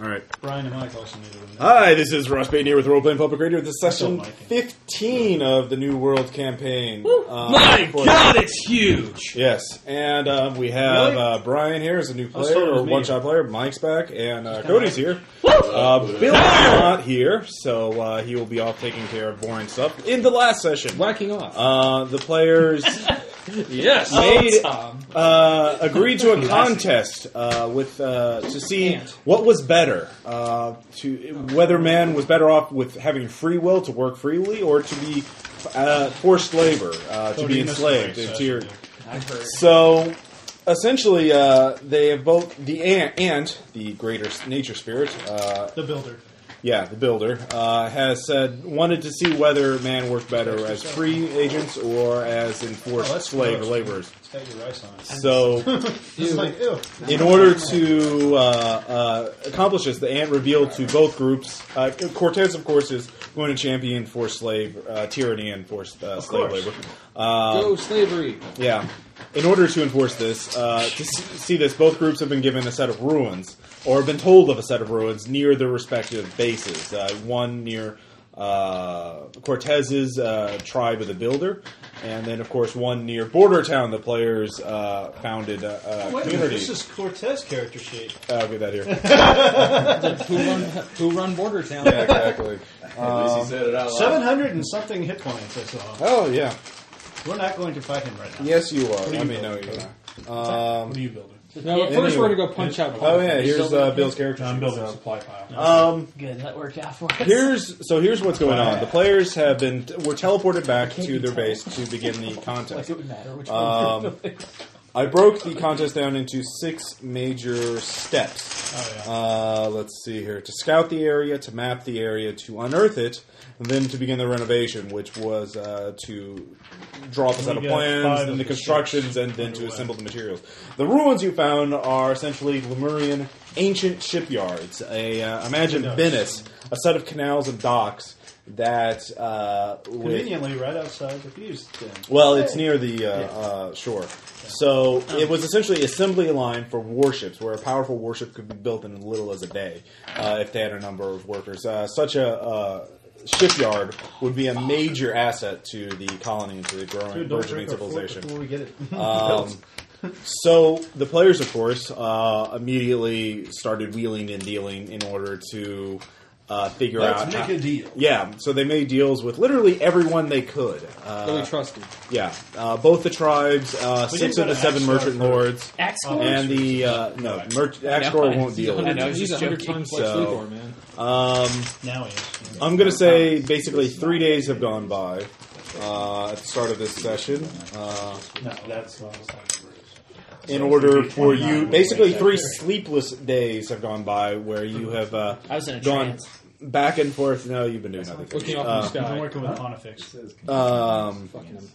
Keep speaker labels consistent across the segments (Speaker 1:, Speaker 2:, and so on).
Speaker 1: All right.
Speaker 2: Brian and Mike also need to win.
Speaker 1: Hi, this is Ross Payton here with Role Playing Public Radio. This is
Speaker 2: Still
Speaker 1: session
Speaker 2: Mike.
Speaker 1: 15 of the New World campaign. Um,
Speaker 3: My
Speaker 1: for-
Speaker 3: God, it's huge.
Speaker 1: Yes, and um, we have
Speaker 2: Really?
Speaker 1: uh, Brian here as a new
Speaker 2: I thought
Speaker 1: player,
Speaker 2: it was
Speaker 1: or
Speaker 2: Oh, me.
Speaker 1: one shot player. Mike's back, and uh, Cody's here.
Speaker 3: Woo!
Speaker 2: Ah!
Speaker 1: Uh, Bill's not here, so uh, he will be off taking care of boring stuff in the last session.
Speaker 2: Whacking off.
Speaker 1: Uh, the players
Speaker 3: Yes.
Speaker 1: made
Speaker 2: Tom.
Speaker 1: uh, agreed to a contest uh, with uh, to see
Speaker 2: Ant.
Speaker 1: what was better. Uh, to whether man was better off with having free will to work freely or to be uh, forced labor, uh, to
Speaker 2: Cody
Speaker 1: be
Speaker 2: missed
Speaker 1: enslaved
Speaker 2: the right
Speaker 1: into your.
Speaker 2: session, I heard.
Speaker 1: So, essentially, uh, they have both the ant, ant the greater s- nature spirit, uh,
Speaker 2: The builder.
Speaker 1: yeah, the builder, uh, has said wanted to see whether man worked better as free agents or as enforced
Speaker 2: Oh, that's
Speaker 1: slave
Speaker 2: gross.
Speaker 1: laborers.
Speaker 2: It's got your rice on it.
Speaker 1: So,
Speaker 2: It's like, ew.
Speaker 1: in order to uh, uh, accomplish this, the ant revealed to both groups. Uh, Cortez, of course, is going to champion forced slave uh, tyranny and forced uh, slave
Speaker 2: course.
Speaker 1: labor. Uh,
Speaker 4: Go Oh, slavery.
Speaker 1: yeah. In order to enforce this, uh, to s- see this, both groups have been given a set of ruins, or have been told of a set of ruins near their respective bases. Uh, one near uh, Cortez's uh, tribe of the Builder, and then, of course, one near Border Town, the players uh, founded uh, uh,
Speaker 2: Wait a minute,
Speaker 1: community.
Speaker 2: this is Cortez character shape.
Speaker 1: Uh, I'll get that here.
Speaker 4: Who run, who run border town?
Speaker 1: yeah, exactly.
Speaker 5: At least he said it out loud.
Speaker 2: 700 and something hit points, I saw.
Speaker 1: Oh, yeah.
Speaker 2: We're not going to fight him right now.
Speaker 1: Yes, you are.
Speaker 2: do you
Speaker 1: I mean,
Speaker 2: mean?
Speaker 1: no, you are. Um,
Speaker 2: What are you building?
Speaker 4: No, first we're gonna go punch out.
Speaker 1: oh, yeah, here's uh, Bill's character.
Speaker 2: I'm
Speaker 1: sheet,
Speaker 2: building a
Speaker 1: so.
Speaker 2: supply pile.
Speaker 1: Um,
Speaker 6: Good, that worked out for us.
Speaker 1: Here's so here's what's going on. The players have been were teleported back to their base to begin the
Speaker 6: like
Speaker 1: contest.
Speaker 6: it would matter which
Speaker 1: Um, I broke the contest down into six major steps.
Speaker 2: Oh, yeah.
Speaker 1: Uh, let's see here: to scout the area, to map the area, to unearth it, and then to begin the renovation, which was uh, to draw up a set
Speaker 2: We
Speaker 1: of
Speaker 2: got
Speaker 1: plans,
Speaker 2: five
Speaker 1: then
Speaker 2: of
Speaker 1: the
Speaker 2: the
Speaker 1: constructions,
Speaker 2: six
Speaker 1: and then to
Speaker 2: underway.
Speaker 1: assemble the materials. The ruins you found are essentially Lemurian ancient shipyards. A uh, imagine
Speaker 2: Nice.
Speaker 1: Venice, a set of canals and docks that uh, with
Speaker 2: Conveniently, right outside the fuse stand.
Speaker 1: well, it's near the uh, uh, shore. So
Speaker 2: Oh.
Speaker 1: it was essentially assembly line for warships, where a powerful warship could be built in as little as a day uh, if they had a number of workers. Uh, such a uh, shipyard would be a major asset to the colony and to the growing
Speaker 2: Dude, don't
Speaker 1: burgeoning
Speaker 2: break our fork
Speaker 1: civilization.
Speaker 2: before we get it.
Speaker 1: Um, so the players, of course, uh, immediately started wheeling and dealing in order to uh, figure
Speaker 2: Let's
Speaker 1: out.
Speaker 2: make
Speaker 1: how-
Speaker 2: a deal.
Speaker 1: yeah, so they made deals with literally everyone they could. Uh,
Speaker 4: That we trusted.
Speaker 1: yeah, uh, both the tribes, uh,
Speaker 2: We
Speaker 1: six of
Speaker 2: can go
Speaker 1: the
Speaker 2: to
Speaker 1: seven
Speaker 2: Axgar
Speaker 1: merchant
Speaker 2: first.
Speaker 1: lords,
Speaker 6: Axe
Speaker 2: Oh,
Speaker 1: and the uh, no merch Axgor won't deal.
Speaker 4: He's
Speaker 1: with
Speaker 4: a
Speaker 1: it.
Speaker 4: hundred-
Speaker 6: I know,
Speaker 4: he's
Speaker 6: just
Speaker 4: a hundred
Speaker 6: joking.
Speaker 4: times
Speaker 1: So-
Speaker 4: Lex Luthor, man.
Speaker 2: Now he is.
Speaker 1: I'm gonna say basically three days have gone by uh, at the start of this session. Uh,
Speaker 2: No, that's not
Speaker 1: in order for you, basically three sleepless days have gone by where you have uh,
Speaker 6: I was in a
Speaker 1: gone
Speaker 6: trance.
Speaker 1: back and forth. No, you've been doing nothing.
Speaker 4: Looking off in the
Speaker 2: I'm
Speaker 4: sky.
Speaker 2: working with Pontifex.
Speaker 1: Um,
Speaker 4: Fucking him.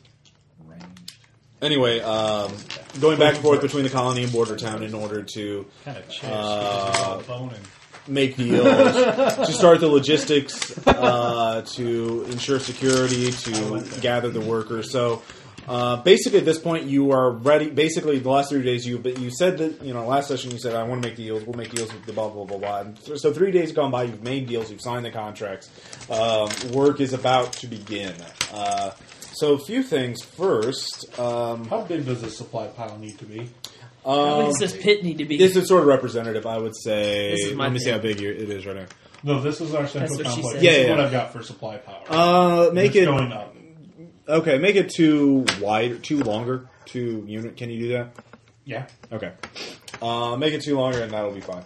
Speaker 1: anyway, um, going back and forth between the colony and border town in order to
Speaker 2: Kind of chest.
Speaker 1: Uh,
Speaker 2: bone and
Speaker 1: make deals, to start the logistics, uh, to ensure security, to gather the workers. So uh, basically, at this point, you are ready. Basically, the last three days, you but you said that you know last session you said I want to make deals. We'll make deals with the blah blah blah blah. And th- so three days gone by, you've made deals, you've signed the contracts. Um, work is about to begin. Uh, so a few things first. Um,
Speaker 2: How big does this supply pile need to be?
Speaker 6: What
Speaker 1: um,
Speaker 6: does this pit need to be?
Speaker 1: this is sort of representative, I would say.
Speaker 6: This is my
Speaker 1: Let me see
Speaker 6: thing.
Speaker 1: how big your- it is right now.
Speaker 2: No, this is our central
Speaker 6: That's what she
Speaker 2: complex.
Speaker 6: said.
Speaker 1: Yeah,
Speaker 2: This is
Speaker 1: yeah,
Speaker 2: what
Speaker 1: yeah.
Speaker 2: I've got for supply power.
Speaker 1: Uh, make
Speaker 2: it's
Speaker 1: it
Speaker 2: going up.
Speaker 1: okay. Make it two wider, two longer, two unit. Can you do that?
Speaker 2: Yeah.
Speaker 1: Okay. Uh, make it two longer, and that'll be fine.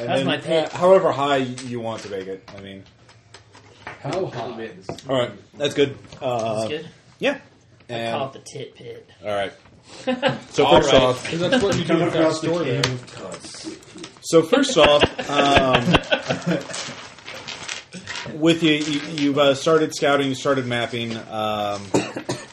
Speaker 1: And
Speaker 6: That's
Speaker 1: then,
Speaker 6: my pick.
Speaker 1: uh, however high you want to make it. I mean,
Speaker 4: How high?
Speaker 1: all right, that's good. Uh,
Speaker 6: That's good.
Speaker 1: Yeah. And,
Speaker 6: Call it
Speaker 1: all
Speaker 6: the tit pit.
Speaker 1: right. So first off,
Speaker 4: Because that's what you do
Speaker 2: Coming
Speaker 4: with that
Speaker 2: across the
Speaker 4: store there.
Speaker 2: cave.
Speaker 1: so first off, um, with you, you you've uh, started scouting, you started mapping. Um,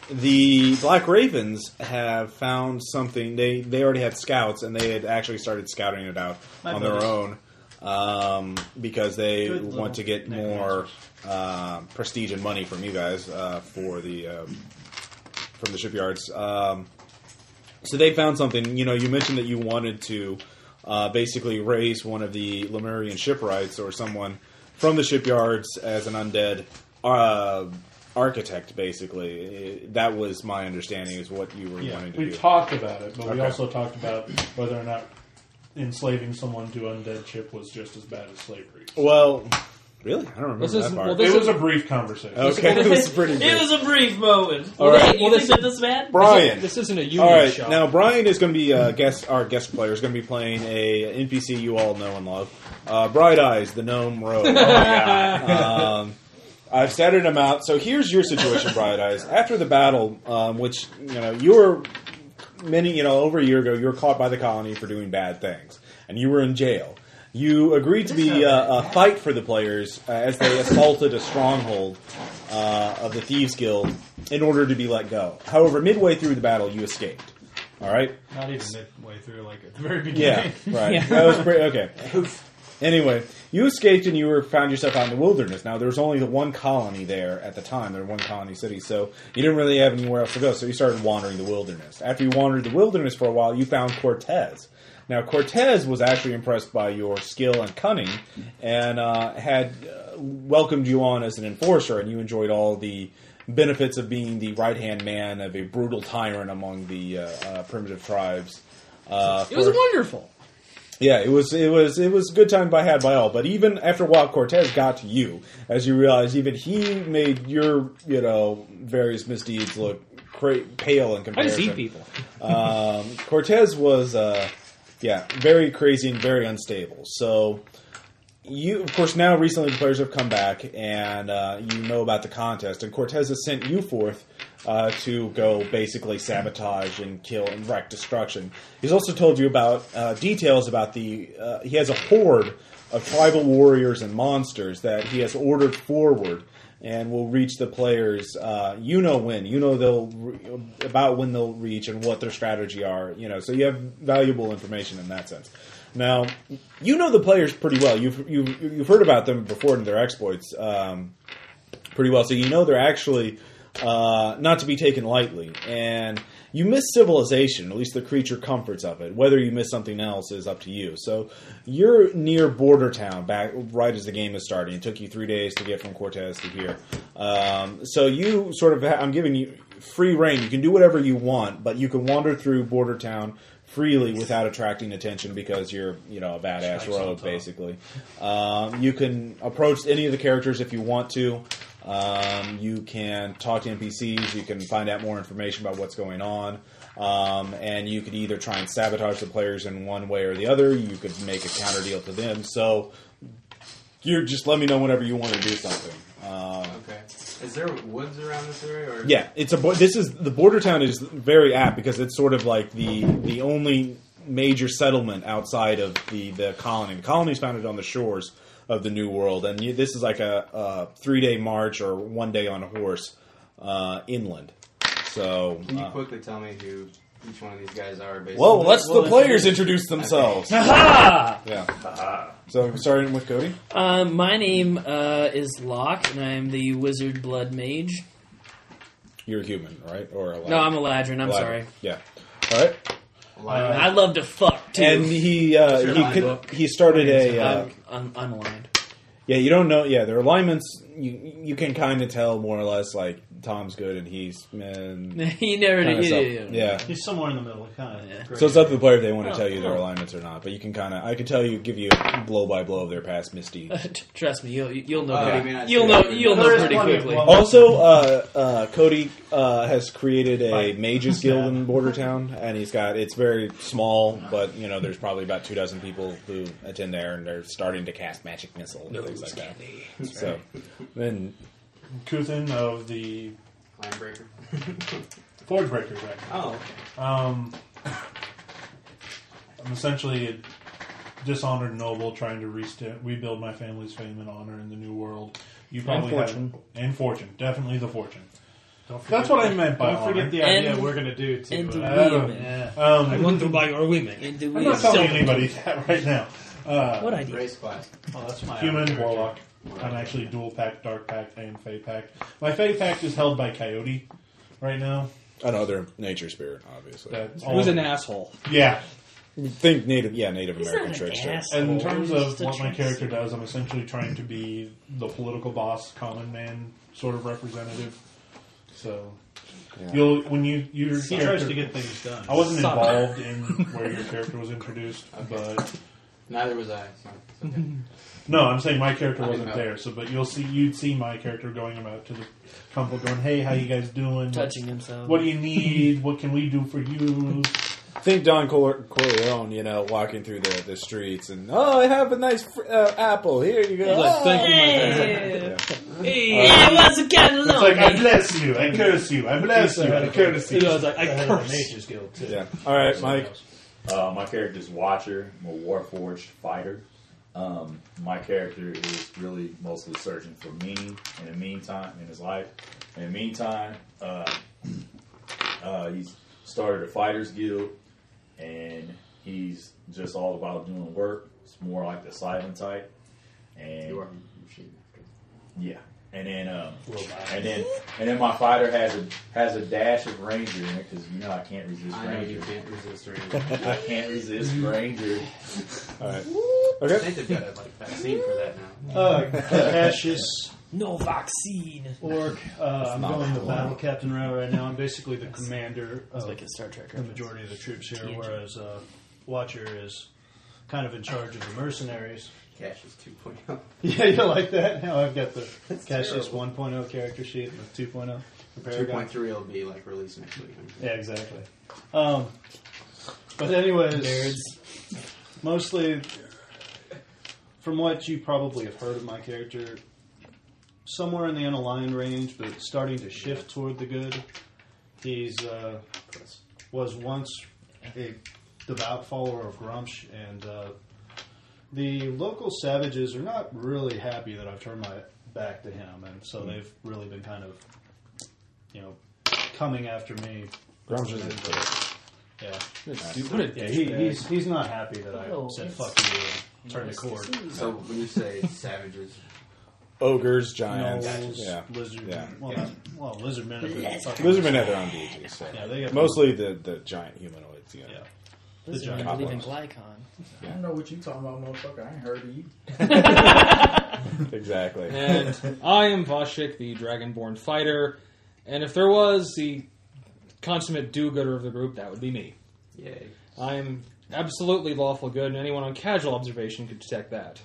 Speaker 1: the Black Ravens have found something. They they already had scouts, and they had actually started scouting it out
Speaker 2: My
Speaker 1: on
Speaker 2: buddies.
Speaker 1: their own um, because they
Speaker 2: Good little
Speaker 1: want to get
Speaker 2: neck
Speaker 1: more uh, prestige and money from you guys uh, for the um, from the shipyards. Um, so they found something. You know, you mentioned that you wanted to uh, basically raise one of the Lemurian shipwrights or someone from the shipyards as an undead uh, architect. Basically, It- that was my understanding is what you were
Speaker 2: Yeah,
Speaker 1: wanting to
Speaker 2: we
Speaker 1: do.
Speaker 2: talked about it, but we
Speaker 1: Okay.
Speaker 2: also talked about whether or not enslaving someone to undead chip was just as bad as slavery.
Speaker 1: well, really, I don't remember
Speaker 4: This
Speaker 1: that
Speaker 4: is-
Speaker 1: part.
Speaker 4: well, this-
Speaker 2: It was a brief conversation.
Speaker 1: okay, it was pretty.
Speaker 6: it
Speaker 1: good.
Speaker 6: was a brief moment.
Speaker 1: All
Speaker 6: Well,
Speaker 1: right.
Speaker 6: they-
Speaker 4: Well,
Speaker 6: you
Speaker 4: this-
Speaker 6: think that this man?
Speaker 1: Brian.
Speaker 4: This isn't a union
Speaker 1: All right,
Speaker 4: show.
Speaker 1: now Brian is going to be uh, guest. Our guest player is going to be playing a NPC you all know and love, uh, Bright Eyes, the gnome rogue. um, I've started him out. So here's your situation, Bright Eyes. After the battle, um, which you know you were many, you know, over a year ago, you were caught by the colony for doing bad things, and you were in jail. You agreed to be uh, a fight for the players uh, as they assaulted a stronghold uh, of the Thieves Guild in order to be let go. However, midway through the battle, you escaped. All right.
Speaker 7: Not even midway through, like at the very
Speaker 1: Yeah,
Speaker 7: beginning.
Speaker 1: right. That was pretty okay. Anyway, you escaped and you were found yourself out in the wilderness. Now there was only the one colony there at the time. There were one colony city, so you didn't really have anywhere else to go. So you started wandering the wilderness. After you wandered the wilderness for a while, you found Cortez. Now Cortez was actually impressed by your skill and cunning, and uh, had uh, welcomed you on as an enforcer, and you enjoyed all the benefits of being the right hand man of a brutal tyrant among the uh, uh, primitive tribes. Uh,
Speaker 4: it was
Speaker 1: for-
Speaker 4: wonderful.
Speaker 1: yeah, it was it was it was a good time by had by all. But even after a while, Cortez got to you as you realize even he made your you know various misdeeds look cra- pale in
Speaker 4: I
Speaker 1: comparison.
Speaker 4: just eat people.
Speaker 1: Um, Cortez was uh, yeah very crazy and very unstable. So you of course now recently the players have come back and uh, you know about the contest and Cortez has sent you forth uh, to go basically sabotage and kill and wreck destruction. He's also told you about uh, details about the uh, he has a horde of tribal warriors and monsters that he has ordered forward and will reach the players. Uh, you know when you know they'll re- about when they'll reach and what their strategy are. You know, so you have valuable information in that sense. Now, you know the players pretty well. You've you've, you've heard about them before and their exploits um, pretty well, so you know they're actually uh, not to be taken lightly. And you miss civilization, at least the creature comforts of it. Whether you miss something else is up to you. So you're near border town, back right as the game is starting. It took you three days to get from Cortez to here. Um, so you sort of ha- I'm giving you free reign. You can do whatever you want, but you can wander through border town freely without attracting attention because you're, you know, a badass rogue, basically. Um, you can approach any of the characters if you want to. Um, you can talk to NPCs. You can find out more information about what's going on. Um, and you could either try and sabotage the players in one way or the other. You could make a counter deal to them. So you just let me know whenever you want to do something. Um,
Speaker 7: Okay. Is there woods around this area? Or
Speaker 1: yeah, it's a. bo- This is the border town is very apt because it's sort of like the the only major settlement outside of the the colony. The colony's founded on the shores of the New World, and you, this is like a, a three day march or one day on a horse uh, inland. So,
Speaker 7: Can you
Speaker 1: uh,
Speaker 7: quickly tell me who each one of these guys are? Basically?
Speaker 1: well, let's
Speaker 6: Well,
Speaker 1: the
Speaker 6: if
Speaker 1: players
Speaker 6: you-
Speaker 1: introduce themselves.
Speaker 6: Ha!
Speaker 1: yeah. So starting with Cody.
Speaker 6: Uh, my name uh, is Locke, and I'm the wizard blood mage.
Speaker 1: You're a human, right? Or a
Speaker 6: No, I'm a ladron. I'm
Speaker 1: Ladder.
Speaker 6: sorry.
Speaker 1: Yeah. All right.
Speaker 7: Lion-
Speaker 6: I love to fuck too.
Speaker 1: And he uh,
Speaker 7: Sure,
Speaker 1: he
Speaker 7: my
Speaker 1: could,
Speaker 7: book.
Speaker 1: he started a. Uh,
Speaker 6: I'm, I'm, I'm aligned.
Speaker 1: Yeah, you don't know. Yeah, their alignments you you can kind of tell more or less. Like Tom's good and he's man.
Speaker 6: you never
Speaker 1: kinda
Speaker 6: did.
Speaker 1: self- yeah.
Speaker 7: He's somewhere in the middle, kind of.
Speaker 6: Yeah.
Speaker 1: So it's up to the player if they want to
Speaker 7: Oh,
Speaker 1: tell you their
Speaker 7: cool.
Speaker 1: alignments or not. But you can kind of I could tell you give you blow by blow of their past misdeeds.
Speaker 6: Trust me, you'll you'll know.
Speaker 2: Uh,
Speaker 7: Oh,
Speaker 6: pretty-
Speaker 7: I mean, I see
Speaker 6: you'll know.
Speaker 7: that.
Speaker 6: You'll
Speaker 7: There
Speaker 6: know
Speaker 7: is
Speaker 6: pretty
Speaker 7: plenty of
Speaker 6: quickly.
Speaker 7: blood.
Speaker 1: Also, uh, uh, Cody uh, has created a mages guild in Border Town, and he's got it's very small, but you know there's probably about two dozen people who attend there, and they're starting to cast magic missile and things like that. So then
Speaker 2: Kuthin of the
Speaker 7: Linebreaker.
Speaker 2: Forge Breakers, actually.
Speaker 7: oh, okay.
Speaker 2: Um, I'm essentially a dishonored noble trying to resta rebuild my family's fame and honor in the new world. You probably
Speaker 1: fortune.
Speaker 2: have and fortune, definitely the fortune.
Speaker 7: Don't forget,
Speaker 2: That's what I meant by
Speaker 7: Don't forget
Speaker 2: honor.
Speaker 7: the idea
Speaker 6: And-
Speaker 7: we're going to do
Speaker 6: and
Speaker 7: to. Uh,
Speaker 2: I don't-
Speaker 6: women.
Speaker 7: yeah.
Speaker 2: Um,
Speaker 3: want to buy your women.
Speaker 6: And do
Speaker 2: I'm
Speaker 6: we
Speaker 2: not telling
Speaker 6: so,
Speaker 2: anybody that right now. Uh,
Speaker 6: what idea?
Speaker 7: Race class. Oh, that's my
Speaker 2: human
Speaker 7: idea.
Speaker 2: warlock. I'm actually dual pact, dark pact, and fey pact. My fey pact is held by coyote right now.
Speaker 1: another nature spirit, obviously.
Speaker 2: That's all.
Speaker 4: Who's an asshole?
Speaker 2: Yeah.
Speaker 1: Think Native, yeah, Native
Speaker 6: He's
Speaker 1: American
Speaker 6: not an
Speaker 1: trickster.
Speaker 6: ass.
Speaker 2: And in
Speaker 6: Oh,
Speaker 2: terms
Speaker 6: he's
Speaker 2: of
Speaker 6: just a
Speaker 2: what my
Speaker 6: trickster.
Speaker 2: character does, I'm essentially trying to be the political boss, common man sort of representative. So
Speaker 1: Yeah.
Speaker 2: you'll when you your
Speaker 7: He
Speaker 2: character,
Speaker 7: tries to get things done.
Speaker 2: I wasn't involved in where your character was introduced, but
Speaker 5: Neither was I. so it's okay.
Speaker 2: no, I'm saying my character
Speaker 5: I
Speaker 2: wasn't
Speaker 5: know.
Speaker 2: there. So, but you'll see you'd see my character going about to the company, going, "Hey, how you guys doing?
Speaker 6: touching himself.
Speaker 2: What do you need? what can we do for you?"
Speaker 1: Think Don Cor- Corleone, you know, walking through the, the streets and oh, I have a nice fr- uh, apple. Here you go.
Speaker 4: like,
Speaker 1: Ah."
Speaker 4: "Thank you,
Speaker 6: Hey,
Speaker 3: Hey,
Speaker 6: yeah, once again,
Speaker 2: Uh, It's like I bless you, I curse you, I bless you,
Speaker 7: uh,
Speaker 2: I curse you.
Speaker 4: You know, it's like,
Speaker 7: I
Speaker 4: I
Speaker 7: had a
Speaker 4: curse.
Speaker 7: Nature's Guild too.
Speaker 1: Yeah. All right, Mike.
Speaker 8: Uh, my character's Watcher. I'm a Warforged fighter. Um, my character is really mostly searching for meaning in the meantime in his life. In the meantime, uh, uh, he's started a fighters guild, and he's just all about doing work. It's more like the silent type, and
Speaker 5: You are a machine.
Speaker 8: yeah, and then um, and then and then my fighter has a has a dash of ranger in it because you know I can't resist
Speaker 5: I know
Speaker 8: ranger.
Speaker 5: you can't resist ranger.
Speaker 8: I can't resist Ranger.
Speaker 1: All right.
Speaker 5: I
Speaker 1: Okay.
Speaker 5: think they've got a like vaccine for that now.
Speaker 7: Uh, Cassius
Speaker 6: no vaccine.
Speaker 7: Orc. Uh, I'm
Speaker 1: not
Speaker 7: going the
Speaker 1: that
Speaker 7: battle
Speaker 1: long.
Speaker 7: captain route right now. I'm basically the commander
Speaker 6: It's
Speaker 7: of
Speaker 6: like a Star Trek.
Speaker 7: the majority of the troops here,
Speaker 6: TNG.
Speaker 7: whereas uh, Watcher is kind of in charge of the mercenaries.
Speaker 5: Cash is oh. 2.0.
Speaker 7: Yeah, you like that? Now I've got the Cassius
Speaker 5: terrible. oh.
Speaker 7: 1.0 character sheet and the 2.0. the Paragon.
Speaker 5: 2.3 will be like released next week.
Speaker 7: Yeah, exactly. Um, but anyways, mostly from what you probably have heard of my character, somewhere in the unaligned range, but starting to shift toward the good. He's uh, was once a devout follower of Grumsh, and uh, the local savages are not really happy that I've turned my back to him, and so they've really been kind of, you know, coming after me.
Speaker 1: Grumsh is a jerk.
Speaker 7: Yeah.
Speaker 4: What a
Speaker 7: Yeah, he,
Speaker 4: douchebag.
Speaker 7: he's he's not happy that I
Speaker 6: Oh,
Speaker 7: said
Speaker 6: it's-
Speaker 7: fuck you and turned the cord.
Speaker 5: So when you say savages,
Speaker 1: Ogres, giants.
Speaker 7: Gnolls,
Speaker 1: Yeah.
Speaker 7: lizard,
Speaker 1: Yeah.
Speaker 7: well,
Speaker 5: Yeah.
Speaker 7: not- well, lizard men. Are
Speaker 6: Lizard.
Speaker 7: fucking-
Speaker 1: Lizardmen have their own deities. So.
Speaker 7: Yeah, they got
Speaker 1: Mostly the, the giant humanoids. You know.
Speaker 7: Yeah,
Speaker 6: This is
Speaker 7: giant
Speaker 6: when I believe in
Speaker 1: goblins.
Speaker 6: Glycon.
Speaker 8: I don't know what you talking about, motherfucker. I ain't heard of you.
Speaker 1: Exactly.
Speaker 4: And I am Vashik, the Dragonborn fighter. And if there was the consummate do-gooder of the group, that would be me.
Speaker 5: yay.
Speaker 4: I am absolutely lawful good, and anyone on casual observation could detect that.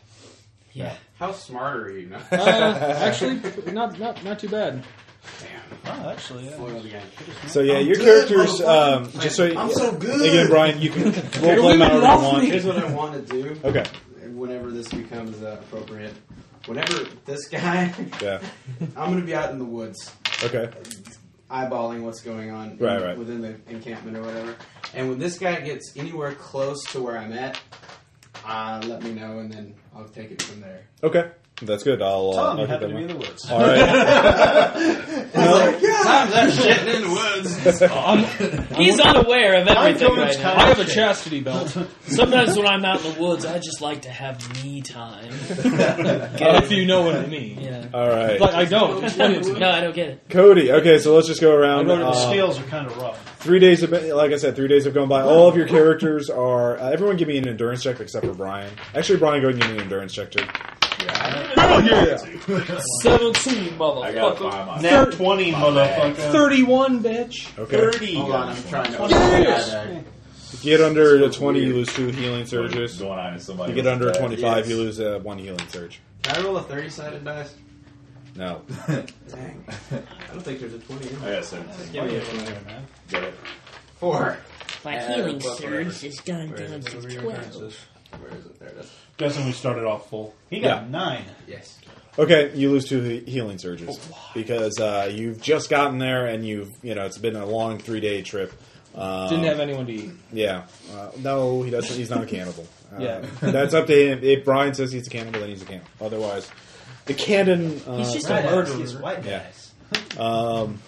Speaker 6: Yeah.
Speaker 5: How smart are you? No.
Speaker 4: Uh, actually, not not not too bad.
Speaker 7: oh, actually, yeah.
Speaker 5: Foiled again.
Speaker 1: So yeah,
Speaker 8: I'm
Speaker 1: your
Speaker 8: good,
Speaker 1: characters.
Speaker 8: motherfucker.
Speaker 1: um, just so
Speaker 8: I'm so good.
Speaker 1: again, Brian, you can roll
Speaker 4: Your
Speaker 1: play
Speaker 4: women
Speaker 1: however
Speaker 4: love
Speaker 1: you want.
Speaker 5: Here's what I want to do.
Speaker 1: Okay.
Speaker 5: Whenever this becomes uh, appropriate, whenever this guy,
Speaker 1: Yeah.
Speaker 5: I'm going to be out in the woods
Speaker 1: Okay.
Speaker 5: eyeballing what's going on in-
Speaker 1: Right, right.
Speaker 5: within the encampment or whatever. And when this guy gets anywhere close to where I'm at, uh, let me know and then I'll take it from there.
Speaker 1: Okay. That's good. I'll.
Speaker 7: Tom,
Speaker 1: uh,
Speaker 7: you
Speaker 1: I'll
Speaker 7: happen
Speaker 1: keep that
Speaker 7: to be
Speaker 1: in
Speaker 7: in
Speaker 1: mind.
Speaker 7: the woods.
Speaker 1: All right.
Speaker 5: Sometimes I'm shitting in the woods.
Speaker 6: He's unaware of everything
Speaker 7: going
Speaker 6: right
Speaker 7: to-
Speaker 6: now.
Speaker 4: I have a chastity belt.
Speaker 6: Sometimes when I'm out in the woods, I just like to have me time.
Speaker 4: if you know what I mean.
Speaker 6: Yeah.
Speaker 1: All right.
Speaker 4: But I don't. Explain it to me.
Speaker 6: No, I don't get it.
Speaker 1: Cody. Okay, so let's just go around.
Speaker 7: The
Speaker 1: uh,
Speaker 7: scales are kind of rough.
Speaker 1: Three days have been, like I said, three days have gone by. All of your characters are. Uh, everyone, give me an endurance check except for Brian. Actually, Brian, go ahead and give me an endurance check too.
Speaker 4: Seventeen,
Speaker 8: I gotta
Speaker 4: motherfucker.
Speaker 8: find my.
Speaker 2: Nat twenty, motherfucker.
Speaker 4: Thirty-one, bitch.
Speaker 1: Okay.
Speaker 2: Thirty.
Speaker 5: Hold on, I'm trying to.
Speaker 1: Get under the twenty, you lose two healing surges.
Speaker 8: Going on in somebody
Speaker 1: You get under
Speaker 8: else's bed.
Speaker 1: twenty-five, you
Speaker 5: Yes.
Speaker 1: lose uh, one healing surge.
Speaker 5: Can I roll a 30 sided dice?
Speaker 1: No.
Speaker 5: Dang. I don't think there's a 20 in
Speaker 8: I
Speaker 5: there.
Speaker 8: got seventeen.
Speaker 5: Give me a
Speaker 7: There, man.
Speaker 8: Got it.
Speaker 5: four.
Speaker 6: My
Speaker 5: Uh,
Speaker 6: healing
Speaker 5: plus whatever.
Speaker 6: surge is gone
Speaker 5: Where is
Speaker 6: down
Speaker 5: it?
Speaker 6: to
Speaker 5: Whatever your occurrence
Speaker 6: 12.
Speaker 5: is. Where is it? There it is.
Speaker 2: Guessing we started off full.
Speaker 7: He got
Speaker 1: Yeah.
Speaker 7: nine.
Speaker 5: Yes.
Speaker 1: Okay, you lose two he- healing surges because uh, you've just gotten there and you've you know it's been a long three day trip. Um,
Speaker 4: Didn't have anyone to eat.
Speaker 1: Yeah. Uh, no, he doesn't. He's not a cannibal. Uh,
Speaker 4: Yeah.
Speaker 1: that's up to him. If Brian says he's a cannibal, then he's a cannibal. Otherwise, the canon. Uh,
Speaker 6: He's just a
Speaker 7: Right,
Speaker 6: murderer.
Speaker 7: he's white
Speaker 1: Yeah.
Speaker 7: guys.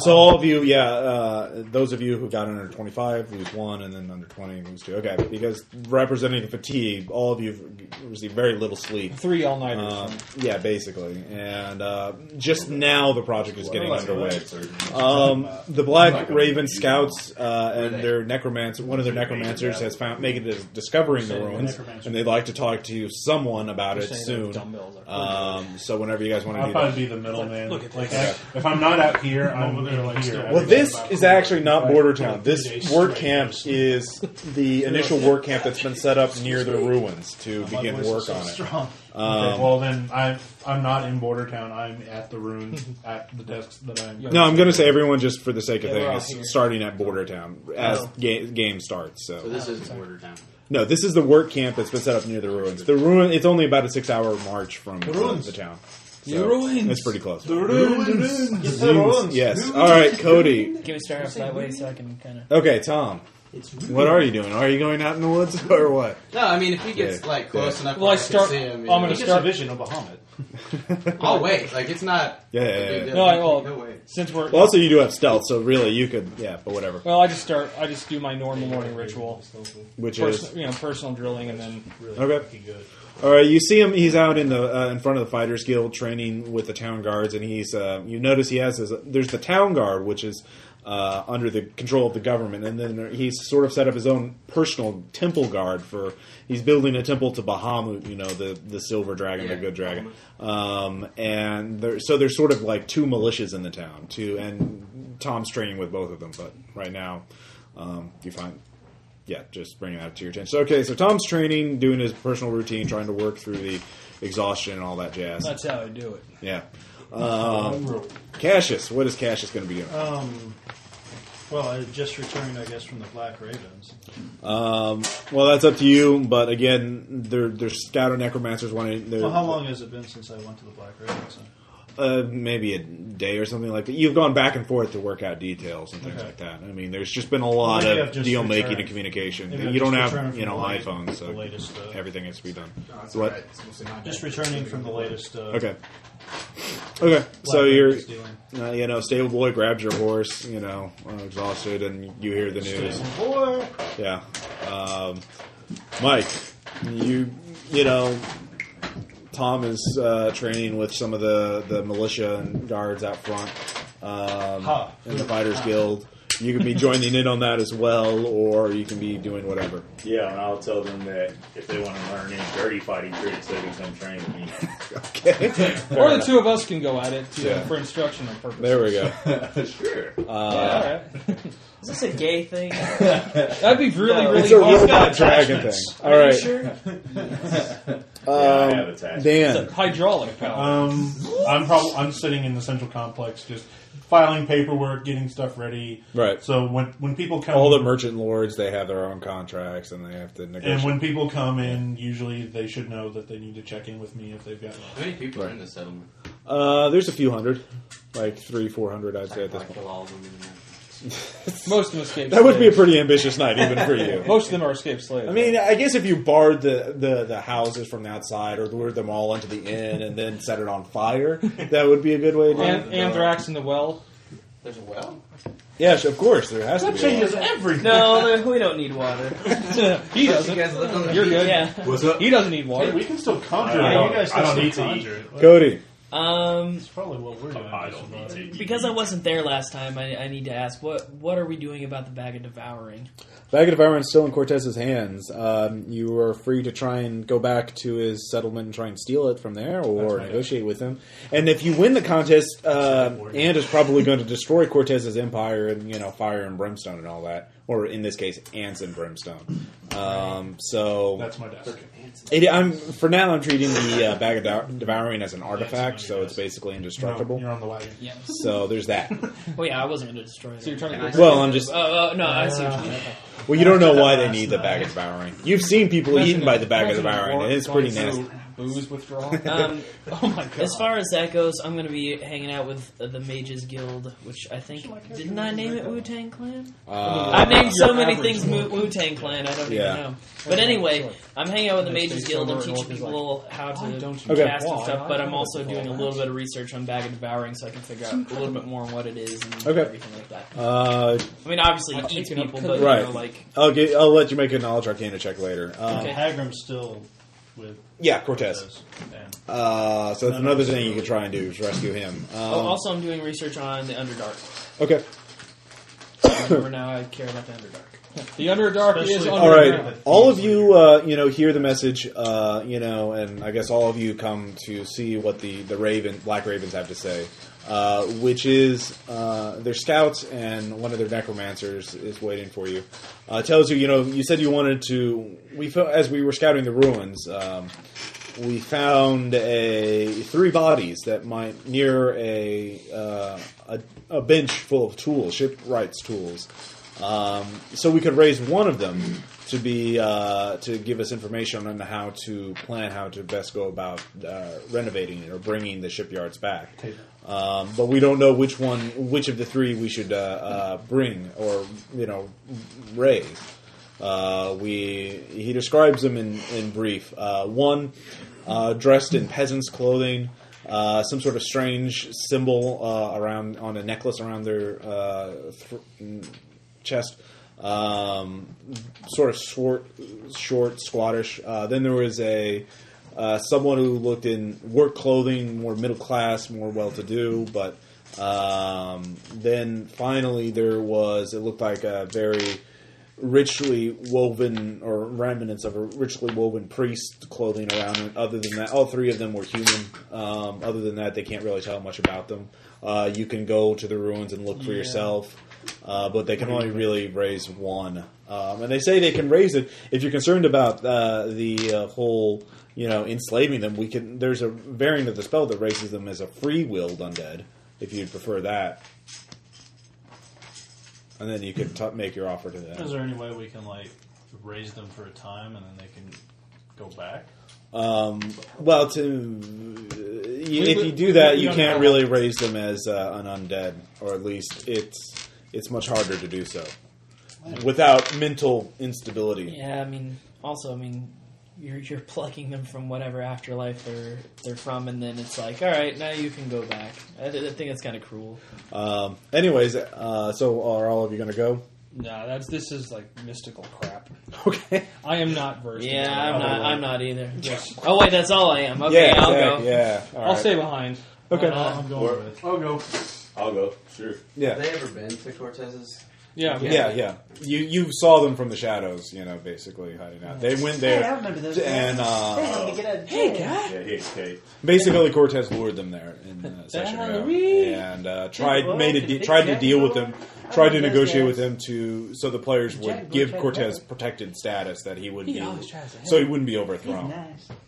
Speaker 1: So all of you, yeah, uh, those of you who got under 25 lose one, and then under 20 lose two. Okay, because representing fatigue, all of you received very little sleep.
Speaker 4: Three all nighters.
Speaker 1: Uh, yeah, basically, and uh, just now the project is getting
Speaker 8: Like a
Speaker 1: underway.
Speaker 8: red surgeon.
Speaker 1: Um, the Black
Speaker 8: Like a-
Speaker 1: Raven scouts uh, and their necromancer, one of their necromancers has found making this discovering the ruins, and they'd like to talk to someone about it soon.
Speaker 4: Dumbbells are
Speaker 1: Um, so whenever you guys want to
Speaker 2: I'll
Speaker 1: do that.
Speaker 2: probably be the middleman.
Speaker 3: Look at
Speaker 2: Like,
Speaker 1: this.
Speaker 2: I, if I'm not out here, I'm
Speaker 7: over
Speaker 2: over
Speaker 7: there,
Speaker 2: there.
Speaker 7: like,
Speaker 2: Like,
Speaker 7: still-
Speaker 2: here.
Speaker 1: Well, this is actually not border town.
Speaker 7: Three
Speaker 1: This
Speaker 7: days
Speaker 1: work
Speaker 7: straight.
Speaker 1: camp is the initial work camp that's been set up near the ruins to
Speaker 7: My
Speaker 1: begin
Speaker 7: voice is
Speaker 1: work
Speaker 7: so
Speaker 1: on it. Um,
Speaker 7: Strong.
Speaker 2: okay, well, then I'm I'm not in border town. I'm at the ruins at the desks that I'm.
Speaker 1: No, I'm going to say everyone just for the sake of
Speaker 4: Yeah, we're all
Speaker 1: things
Speaker 4: here. Oh.
Speaker 1: is starting at border town as ga- game starts.
Speaker 5: So
Speaker 1: So
Speaker 5: this is border town.
Speaker 1: no, this is the work camp that's been set up near the ruins. The ruin. It's only about a six hour march from the,
Speaker 7: ruins.
Speaker 1: the town.
Speaker 4: The ruins.
Speaker 1: It's pretty close.
Speaker 7: Ruins. Yes, the ruins.
Speaker 1: Yes. All right, Cody.
Speaker 6: Can we start off that way so I can kind of.
Speaker 1: Okay, Tom.
Speaker 5: It's
Speaker 1: What are you doing? Are you going out in the woods or what?
Speaker 5: No, I mean if he gets
Speaker 1: Yeah,
Speaker 5: like close enough,
Speaker 4: Well,
Speaker 5: where
Speaker 4: I start-
Speaker 5: I can see him, you
Speaker 4: I'm
Speaker 5: know,
Speaker 4: gonna
Speaker 7: He
Speaker 5: he
Speaker 7: gets
Speaker 4: start-
Speaker 7: a vision of Bahamut.
Speaker 5: can- I'll wait. Like it's not.
Speaker 1: Yeah, yeah,
Speaker 5: a big
Speaker 1: yeah.
Speaker 5: deal.
Speaker 4: No, I- well-
Speaker 5: no way.
Speaker 4: Since we're
Speaker 1: Well, also you do have stealth, so really you could, yeah, but whatever.
Speaker 4: well, I just start. I just do my normal morning ritual,
Speaker 1: Which is
Speaker 4: Pers- you know, personal drilling, and then
Speaker 1: okay. All right, you see him. He's out in the uh, in front of the fighters guild training with the town guards, and he's. Uh, you notice he has his. There's the town guard, which is uh, under the control of the government, and then he's sort of set up his own personal temple guard for. He's building a temple to Bahamut, you know, the the silver dragon, the
Speaker 5: Yeah,
Speaker 1: good dragon, um, and there, so there's sort of like two militias in the town. Two, and Tom's training with both of them, but right now, um, you find yeah, just bringing that to your attention. So, okay, so Tom's training, doing his personal routine, trying to work through the exhaustion and all that jazz.
Speaker 4: that's how I do it.
Speaker 1: Yeah. Um, Cassius, what is Cassius going to be doing?
Speaker 7: Um, well, I just returned, I guess, from the Black Ravens.
Speaker 1: Well, that's up to you. But again, they're they're scout and necromancers wanting. They're,
Speaker 7: Well, how long has it been since I went to the Black Ravens?
Speaker 1: Uh, maybe a day or something like that. You've gone back and forth to work out details and things
Speaker 7: Okay.
Speaker 1: like that. I mean, there's just been a lot
Speaker 7: Maybe
Speaker 1: of
Speaker 7: I've just
Speaker 1: deal making
Speaker 7: returned.
Speaker 1: and communication.
Speaker 7: Maybe I've
Speaker 1: you don't
Speaker 7: just returned
Speaker 1: have
Speaker 7: from
Speaker 1: you know
Speaker 7: the latest-
Speaker 1: iPhones, so
Speaker 7: the latest, uh,
Speaker 1: everything has to be done.
Speaker 5: No, that's
Speaker 1: What?
Speaker 5: alright. It's mostly my
Speaker 7: Just
Speaker 5: bad.
Speaker 7: returning from the latest. Uh,
Speaker 1: Okay. Okay.
Speaker 7: Black
Speaker 1: So you're
Speaker 7: Ravens dealing.
Speaker 1: Uh, you know, stable boy grabs your horse, you know, uh, exhausted, and you hear the news.
Speaker 7: Boy,
Speaker 1: Yeah. Um, Mike, you, you know, Tom is uh, training with some of the, the militia and guards out front um,
Speaker 7: Ha.
Speaker 1: in the Fighters Guild. You could be joining in on that as well, or you can be doing whatever.
Speaker 8: Yeah, and I'll tell them that if they want to learn any dirty fighting tricks, they can come train with me.
Speaker 1: Okay.
Speaker 4: Or the two of us can go at it to,
Speaker 1: Yeah.
Speaker 4: for instruction and purpose.
Speaker 1: There we go.
Speaker 8: sure.
Speaker 1: Uh,
Speaker 6: Is this a gay thing?
Speaker 4: That'd be really,
Speaker 6: No,
Speaker 4: really.
Speaker 1: It's a
Speaker 4: easy.
Speaker 1: robot dragon thing. All
Speaker 6: Are you
Speaker 1: right.
Speaker 6: sure?
Speaker 8: I have
Speaker 1: Um,
Speaker 8: attached.
Speaker 1: Dan.
Speaker 4: hydraulic
Speaker 1: Uh,
Speaker 4: power.
Speaker 2: Um, I'm probably I'm sitting in the central complex, just filing paperwork, getting stuff ready.
Speaker 1: Right.
Speaker 2: So when when people come,
Speaker 1: all the merchant lords they have their own contracts and they have to
Speaker 2: and
Speaker 1: negotiate.
Speaker 2: when people come in, usually they should know that they need to check in with me if they've got.
Speaker 5: How many people are
Speaker 1: Right.
Speaker 5: in the settlement?
Speaker 1: uh, there's a few hundred, like three, four hundred, I'd say at this
Speaker 5: I'd
Speaker 1: point.
Speaker 5: kill all of them. in there.
Speaker 4: Most of them escape.
Speaker 1: That would be a
Speaker 4: slaves.
Speaker 1: pretty ambitious night, even for you.
Speaker 4: Most of them are escape slaves.
Speaker 1: I mean, I guess if you barred the, the, the houses from the outside or lured them all into the inn and then set it on fire, that would be a good way to do
Speaker 4: An-
Speaker 1: it.
Speaker 4: anthrax in the well.
Speaker 5: There's a well.
Speaker 1: Yes, of course, there has to
Speaker 2: That
Speaker 1: be. a
Speaker 2: changes
Speaker 1: law.
Speaker 2: everything.
Speaker 6: No, there- we don't need water.
Speaker 4: he
Speaker 5: You
Speaker 4: doesn't.
Speaker 5: guys live on the
Speaker 4: You're good.
Speaker 6: Yeah.
Speaker 5: What's up?
Speaker 4: He doesn't need
Speaker 2: Hey,
Speaker 4: water.
Speaker 2: we can still conjure.
Speaker 8: I
Speaker 7: yeah,
Speaker 8: don't-
Speaker 7: you guys
Speaker 8: I don't
Speaker 7: still
Speaker 8: need to
Speaker 7: conjure.
Speaker 1: Cody,
Speaker 6: Um,
Speaker 7: That's probably what we're doing.
Speaker 8: I don't need to. eat.
Speaker 6: because I wasn't there last time, I, I need to ask what what are we doing about the bag of devouring?
Speaker 1: Bag of Environment's still in Cortez's hands. Um, you are free to try and go back to his settlement and try and steal it from there or negotiate with him. And if you win the contest, uh, and is probably going to destroy Cortez's empire and, you know, fire and brimstone and all that. Or in this case, ants and brimstone. Um, so,
Speaker 2: That's my desk.
Speaker 1: it, I'm, for now, I'm treating the uh, Bag of Dou- Devouring as an artifact, so it's basically
Speaker 2: No,
Speaker 1: indestructible.
Speaker 2: you're on the wagon.
Speaker 6: Yeah.
Speaker 1: So there's that.
Speaker 6: Oh yeah, I wasn't going to destroy it.
Speaker 4: So you're trying
Speaker 5: Can I-
Speaker 4: to.
Speaker 1: Well, I'm just.
Speaker 6: Oh, oh, no, I see what you mean.
Speaker 1: Well, you don't know why they need the bag of devouring. You've seen people eaten by the bag of devouring, and it's pretty nasty.
Speaker 4: booze withdrawal.
Speaker 6: Um,
Speaker 4: oh my god!
Speaker 6: As far as that goes, I'm going to be hanging out with uh, the Mages Guild, which I think didn't I name it Wu Tang Clan?
Speaker 1: Uh,
Speaker 6: I've named so
Speaker 4: your
Speaker 6: many
Speaker 4: average
Speaker 6: things
Speaker 4: Mormon.
Speaker 6: Wu Tang Clan. I don't
Speaker 1: Yeah.
Speaker 6: even know. But anyway,
Speaker 4: Sure.
Speaker 6: I'm hanging out with the
Speaker 4: They
Speaker 6: Mages
Speaker 4: stay
Speaker 6: Guild. I'm
Speaker 4: sober and
Speaker 6: teaching
Speaker 4: walk is
Speaker 6: people how
Speaker 4: "Why
Speaker 6: to
Speaker 4: don't you
Speaker 1: Okay.
Speaker 6: cast and
Speaker 4: walk?
Speaker 6: stuff. But
Speaker 4: I
Speaker 6: I'm
Speaker 4: don't
Speaker 6: also
Speaker 4: know
Speaker 6: doing a
Speaker 4: that."
Speaker 6: little bit of research on Bag of Devouring, so I can figure out a little bit more on what it is and
Speaker 1: Okay.
Speaker 6: everything like that.
Speaker 1: uh,
Speaker 6: I mean, obviously,
Speaker 4: I've
Speaker 6: he eats
Speaker 4: taken up
Speaker 6: people, but
Speaker 4: cooking.
Speaker 6: you know,
Speaker 1: Right.
Speaker 6: like
Speaker 1: I'll, get, I'll let you make a knowledge arcana check later. Um,
Speaker 6: Okay.
Speaker 7: Uh, Hagrim's still with
Speaker 1: Yeah, Cortez.
Speaker 7: those. Yeah.
Speaker 1: Uh, so that's another thing you could try and do is rescue him. Um,
Speaker 6: oh, also I'm doing research on the Underdark.
Speaker 1: okay.
Speaker 6: I remember now I care about the Underdark.
Speaker 4: the Underdark is
Speaker 7: Especially-
Speaker 4: underground.
Speaker 1: All right.
Speaker 7: Underground.
Speaker 1: All of you, uh, you know, hear the message, uh, you know, and I guess all of you come to see what the the Raven Black Ravens have to say, uh, which is uh, their scouts and one of their necromancers is waiting for you. Uh, tells you, you know, you said you wanted to. We fo- as we were scouting the ruins. Um, we found a three bodies that might near a uh, a, a bench full of tools, shipwrights tools. Um, so we could raise one of them to be uh, to give us information on how to plan how to best go about uh, renovating it or bringing the shipyards back. Um, but we don't know which one, which of the three we should uh, uh, bring or you know raise. Uh, we he describes them in in brief. Uh, one uh, dressed in peasant's clothing, uh, some sort of strange symbol uh, around on a necklace around their uh, thr mm, chest. Um, sort of short, short, squattish. Uh, then there was a uh, someone who looked in work clothing, more middle class, more well to do. But um, then finally, there was it looked like a very richly woven or remnants of a richly woven priest clothing around it. Other than that, all three of them were human. Um, other than that, they can't really tell much about them. Uh, you can go to the ruins and look for yourself, uh, but they can only really raise one. Um, and they say they can raise it if you're concerned about uh, the uh, whole, you know, enslaving them. We can. There's a variant of the spell that raises them as a free-willed undead, if you'd prefer that. And then you could t- make your offer to them.
Speaker 7: Is there any way we can like raise them for a time and then they can go back?
Speaker 1: Well, to if you
Speaker 4: would-
Speaker 1: do that,
Speaker 4: we
Speaker 1: you
Speaker 4: don't
Speaker 1: can't
Speaker 4: know.
Speaker 1: really raise them as uh, an undead, or at least it's it's much harder to do so without mental instability.
Speaker 6: Yeah, I mean, also, I mean, you're you're plucking them from whatever afterlife they're they're from, and then it's like, all right, now you can go back. I, I think that's kind of cruel.
Speaker 1: Um, anyways, uh, so are all of you going to go?
Speaker 4: No, that's this is like mystical crap.
Speaker 1: Okay.
Speaker 4: I am not versed. in
Speaker 6: Yeah,
Speaker 4: that.
Speaker 6: I'm not.
Speaker 4: I'll-
Speaker 6: I'm not either. Oh wait, that's all I am. Okay,
Speaker 1: yeah.
Speaker 6: I'll
Speaker 1: Zach,
Speaker 6: go.
Speaker 1: Yeah. all
Speaker 4: I'll
Speaker 1: right.
Speaker 4: stay behind.
Speaker 1: Okay.
Speaker 6: Uh,
Speaker 7: I'm going with.
Speaker 2: I'll go.
Speaker 8: I'll go. Sure.
Speaker 5: Have
Speaker 1: yeah.
Speaker 5: they ever been to Cortez's?
Speaker 4: Yeah,
Speaker 1: Yeah. Yeah. You you saw them from the shadows, you know, basically hiding out. They went there.
Speaker 7: remember those.
Speaker 1: And uh,
Speaker 6: hey, guy.
Speaker 8: Yeah, here's Kate.
Speaker 1: basically, Cortez lured them there in uh, session ago,
Speaker 6: Halloween.
Speaker 1: and uh, tried
Speaker 6: Well,
Speaker 1: made a
Speaker 6: did
Speaker 1: de-
Speaker 6: they
Speaker 1: tried to
Speaker 6: check
Speaker 1: deal with
Speaker 6: someone?
Speaker 1: them tried to
Speaker 6: those
Speaker 1: negotiate
Speaker 6: guys.
Speaker 1: with him to so the players would
Speaker 6: Jack-
Speaker 1: give
Speaker 6: Jack
Speaker 1: Cortez
Speaker 6: Jack.
Speaker 1: protected status that he would
Speaker 6: He
Speaker 1: be
Speaker 6: always tries to
Speaker 1: so he
Speaker 6: help.
Speaker 1: wouldn't be overthrown.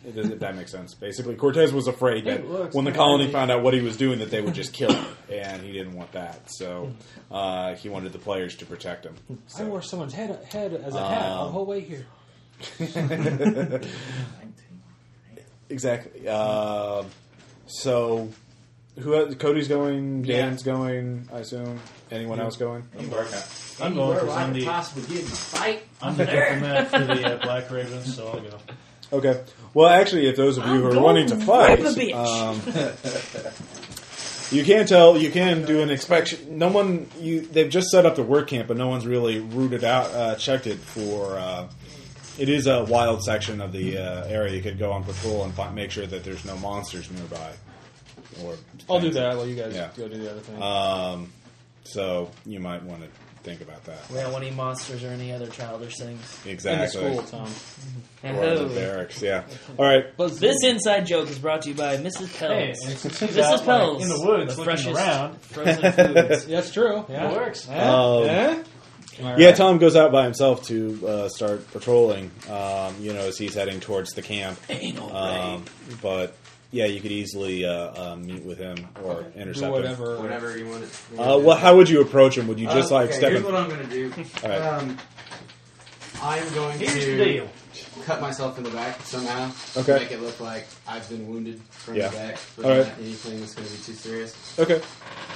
Speaker 1: If that- if that makes sense. Basically, Cortez was afraid that
Speaker 7: looks
Speaker 1: when the
Speaker 7: nice.
Speaker 1: colony found out what he was doing, that they would just kill him, and he didn't want that. So uh, he wanted the players to protect him.
Speaker 4: I
Speaker 1: So,
Speaker 4: wore someone's head head as a hat
Speaker 1: Um,
Speaker 4: the whole way here.
Speaker 1: exactly. Um so who el- Cody's going?
Speaker 5: Yeah.
Speaker 1: Dan's going. I assume. Anyone else going?
Speaker 8: I'm working.
Speaker 7: I'm going
Speaker 5: Anywhere
Speaker 7: because
Speaker 5: I
Speaker 7: I'm
Speaker 5: could
Speaker 7: the
Speaker 5: possibly get in a fight.
Speaker 7: I'm the diplomat for the uh, Black Ravens, so I'll go.
Speaker 1: Okay. Well, actually, if those of you
Speaker 6: I'm
Speaker 1: who are
Speaker 6: going
Speaker 1: wanting to
Speaker 6: to
Speaker 1: fight,
Speaker 6: rape a bitch.
Speaker 1: um, you can tell you can do an inspection. No one you they've just set up the work camp, but no one's really rooted out uh, checked it for. Uh, it is a wild section of the uh, area. You could go on patrol and find, make sure that there's no monsters nearby. Or
Speaker 4: I'll do that while you guys
Speaker 1: Yeah.
Speaker 4: go do the other thing.
Speaker 1: Um, so you might want to think about that.
Speaker 6: We don't want any monsters or any other childish things.
Speaker 4: in the
Speaker 1: Exactly.
Speaker 4: school, Tom.
Speaker 1: Or in the
Speaker 6: Oh.
Speaker 1: barracks. Yeah. All right.
Speaker 6: But this inside joke is brought to you by Mrs.
Speaker 7: Hey,
Speaker 6: Pell's.
Speaker 7: and since he's
Speaker 6: Mrs.
Speaker 7: out, like,
Speaker 6: Pell's
Speaker 7: in the woods
Speaker 6: the
Speaker 7: looking
Speaker 6: freshest
Speaker 7: around,
Speaker 6: frozen foods.
Speaker 4: Yeah, that's true.
Speaker 7: it
Speaker 4: Yeah.
Speaker 7: works.
Speaker 4: Yeah.
Speaker 1: Um,
Speaker 4: Yeah? Am I
Speaker 1: Yeah,
Speaker 4: right?
Speaker 1: Tom goes out by himself to uh, start patrolling. Um, you know, as he's heading towards the camp. Um, but yeah, you could easily uh, uh, meet with him or
Speaker 4: Do
Speaker 1: intercept him.
Speaker 4: whatever.
Speaker 5: Whatever you want to.
Speaker 1: Uh, well, how would you approach him? Would you just
Speaker 5: Uh,
Speaker 1: like
Speaker 5: okay,
Speaker 1: step
Speaker 5: here's
Speaker 1: in?
Speaker 5: what I'm gonna do.
Speaker 1: All right.
Speaker 5: Um, I'm going
Speaker 7: Here's
Speaker 5: to
Speaker 7: the deal.
Speaker 5: cut myself in the back somehow.
Speaker 1: Okay.
Speaker 5: To make it look like I've been wounded from
Speaker 1: Yeah.
Speaker 5: the back, but
Speaker 1: All right.
Speaker 5: not anything that's going to be too serious.
Speaker 1: Okay.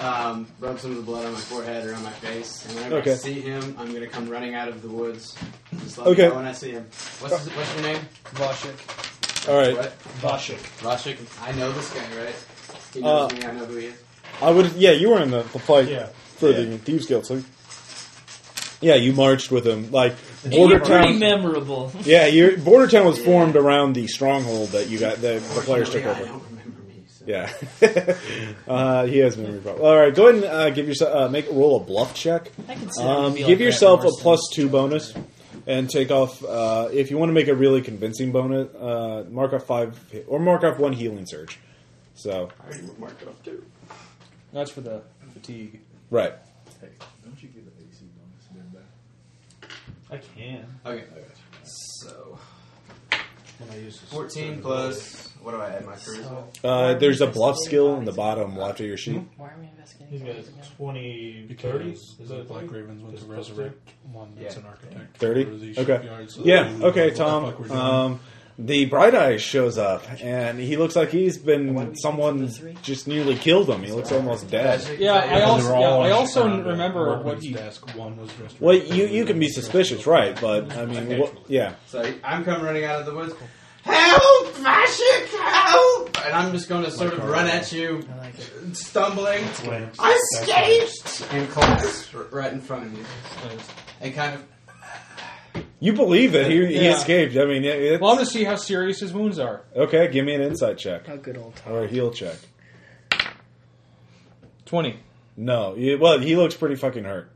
Speaker 5: Um, rub some of the blood on my forehead or on my face, and whenever I
Speaker 1: Okay.
Speaker 5: see him, I'm going to come running out of the woods. Just let
Speaker 1: Okay.
Speaker 5: me know when I see him. What's, his, what's your name?
Speaker 6: Voshik.
Speaker 1: All right.
Speaker 5: What?
Speaker 6: Voshik.
Speaker 5: Rashik. I know this guy, right? He knows
Speaker 1: Uh,
Speaker 5: me. I know who he is.
Speaker 1: I would. Yeah, you were in the, the fight
Speaker 2: Yeah.
Speaker 1: for
Speaker 8: Yeah.
Speaker 1: the thieves guild. So. Yeah, you marched with him. Like
Speaker 6: You're
Speaker 1: border
Speaker 6: pretty
Speaker 1: town.
Speaker 6: memorable.
Speaker 1: Yeah, your border town was
Speaker 5: Yeah.
Speaker 1: formed around the stronghold that you got. That the players took
Speaker 5: Fortunately, I
Speaker 1: over.
Speaker 5: don't remember me. So.
Speaker 1: Yeah, uh, he has memory problem. All right, go ahead and uh, give yourself uh, make roll a bluff check.
Speaker 6: I can see that
Speaker 1: Um,
Speaker 6: would be
Speaker 1: give
Speaker 6: like that
Speaker 1: yourself a
Speaker 6: Morrison
Speaker 1: plus two
Speaker 6: joke.
Speaker 1: bonus, and take off uh, if you want to make a really convincing bonus. Uh, mark off five or mark off one healing surge. So
Speaker 5: I already marked it up too.
Speaker 4: That's for the fatigue.
Speaker 1: right, Uh,
Speaker 8: Hey, don't you give the AC bonus and then back?
Speaker 7: I can.
Speaker 5: Okay.
Speaker 8: I got you.
Speaker 5: So
Speaker 7: When I use this
Speaker 5: 14 plus. What do I add? My charisma.
Speaker 6: So,
Speaker 1: uh, there's a bluff skill in the bottom left of your sheet.
Speaker 6: why are we investigating
Speaker 7: He's got
Speaker 6: bodies again?
Speaker 7: 20,
Speaker 2: Because
Speaker 7: 30s? Is
Speaker 2: the
Speaker 7: that
Speaker 2: Black
Speaker 7: like
Speaker 2: Ravens went to
Speaker 7: Just
Speaker 2: resurrect one that's
Speaker 5: Yeah.
Speaker 2: an architect.
Speaker 1: 30?
Speaker 2: for the
Speaker 1: Okay.
Speaker 2: shipyard, so they
Speaker 1: Yeah.
Speaker 2: knew
Speaker 1: Okay,
Speaker 2: Mm-hmm. what the fuck we're
Speaker 1: Tom. Um,
Speaker 2: doing.
Speaker 1: the bright eyes shows up, and he looks like he's been someone just nearly killed him. He looks almost dead.
Speaker 5: Magic-
Speaker 4: Yeah, I
Speaker 2: Because
Speaker 4: also,
Speaker 2: they were all
Speaker 4: yeah, I
Speaker 2: on
Speaker 4: also
Speaker 2: Chicago.
Speaker 4: remember what
Speaker 2: Workman's
Speaker 4: he.
Speaker 2: desk. One was resurrected.
Speaker 1: Well, you you can be suspicious, right? But I mean, what, yeah.
Speaker 5: So I'm coming running out of the woods. Help, Vashik, help! And I'm just going to sort of run at you,
Speaker 6: I like it.
Speaker 5: stumbling.
Speaker 2: When-
Speaker 5: I'm scaged! And collapse r- right in front of you. And kind of.
Speaker 1: You believe that he, he
Speaker 4: Yeah.
Speaker 1: escaped. I mean, it, it-
Speaker 4: Well, I'm to see how serious his wounds are.
Speaker 1: okay. Give me an insight check
Speaker 6: How good old
Speaker 1: or a heal check.
Speaker 4: Twenty.
Speaker 1: No. You, well, he looks pretty fucking hurt.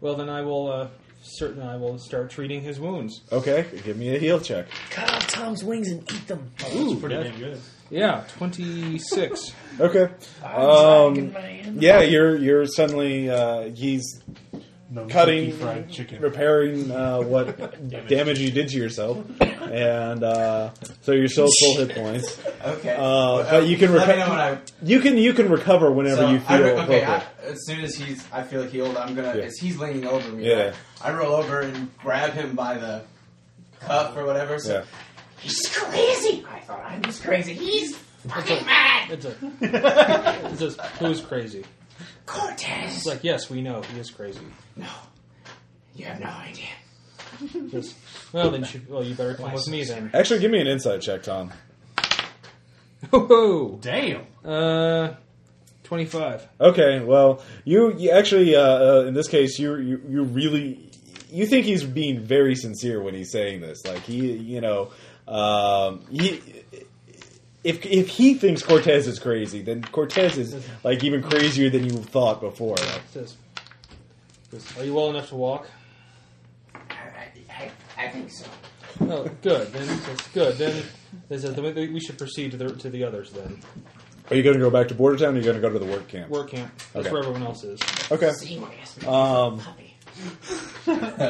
Speaker 4: Well, then I will. Uh, certain I will start treating his wounds.
Speaker 1: Okay. Give me a heal check.
Speaker 6: Cut off Tom's wings and eat them.
Speaker 1: Ooh.
Speaker 7: Pretty damn good.
Speaker 4: Yeah, twenty six.
Speaker 1: Okay. Um, yeah, you're you're suddenly uh, he's
Speaker 2: No,
Speaker 1: Cutting-
Speaker 2: Kentucky fried chicken.
Speaker 1: repairing uh, what damage you did to yourself, and uh, so you're still full hit points.
Speaker 5: Okay.
Speaker 1: Uh, but you can
Speaker 5: Let me
Speaker 1: reco-
Speaker 5: know when I.
Speaker 1: You can you can recover whenever
Speaker 5: so
Speaker 1: you
Speaker 5: I
Speaker 1: feel
Speaker 5: re- okay,
Speaker 1: appropriate.
Speaker 5: I, as soon as he's, I feel healed, I'm gonna.
Speaker 1: Yeah.
Speaker 5: As he's leaning over me,
Speaker 1: Yeah.
Speaker 5: right, I roll over and grab him by the cuff or whatever. So
Speaker 1: yeah.
Speaker 5: He's crazy. I thought I was crazy. He's fucking mad.
Speaker 4: It's a. It says who's crazy.
Speaker 5: Cortez.
Speaker 4: It's like yes, we know he is crazy.
Speaker 5: no, you have no idea.
Speaker 4: Yes. Well, then you, well you better come with me then.
Speaker 1: Actually, give me an insight check, Tom.
Speaker 4: Whoa.
Speaker 7: Damn.
Speaker 4: Uh, twenty five.
Speaker 1: Okay, well, you, you actually uh, uh, in this case you you you really you think he's being very sincere when he's saying this. Like he, you know, um, he. If, if he thinks Cortez is crazy, then Cortez is like even crazier than you thought before. Like,
Speaker 4: It says, it says, "Are you well enough to walk?"
Speaker 5: I, I, I think so.
Speaker 4: Oh, good. Then it says, good. Then it says, then we we should proceed to the to the others then.
Speaker 1: Are you going to go back to Border Town or are you going to go to the work camp?
Speaker 4: Work camp. That's
Speaker 1: Okay.
Speaker 4: where everyone else is.
Speaker 1: Okay.
Speaker 5: See, you asked me.
Speaker 1: Um,
Speaker 5: Puppy.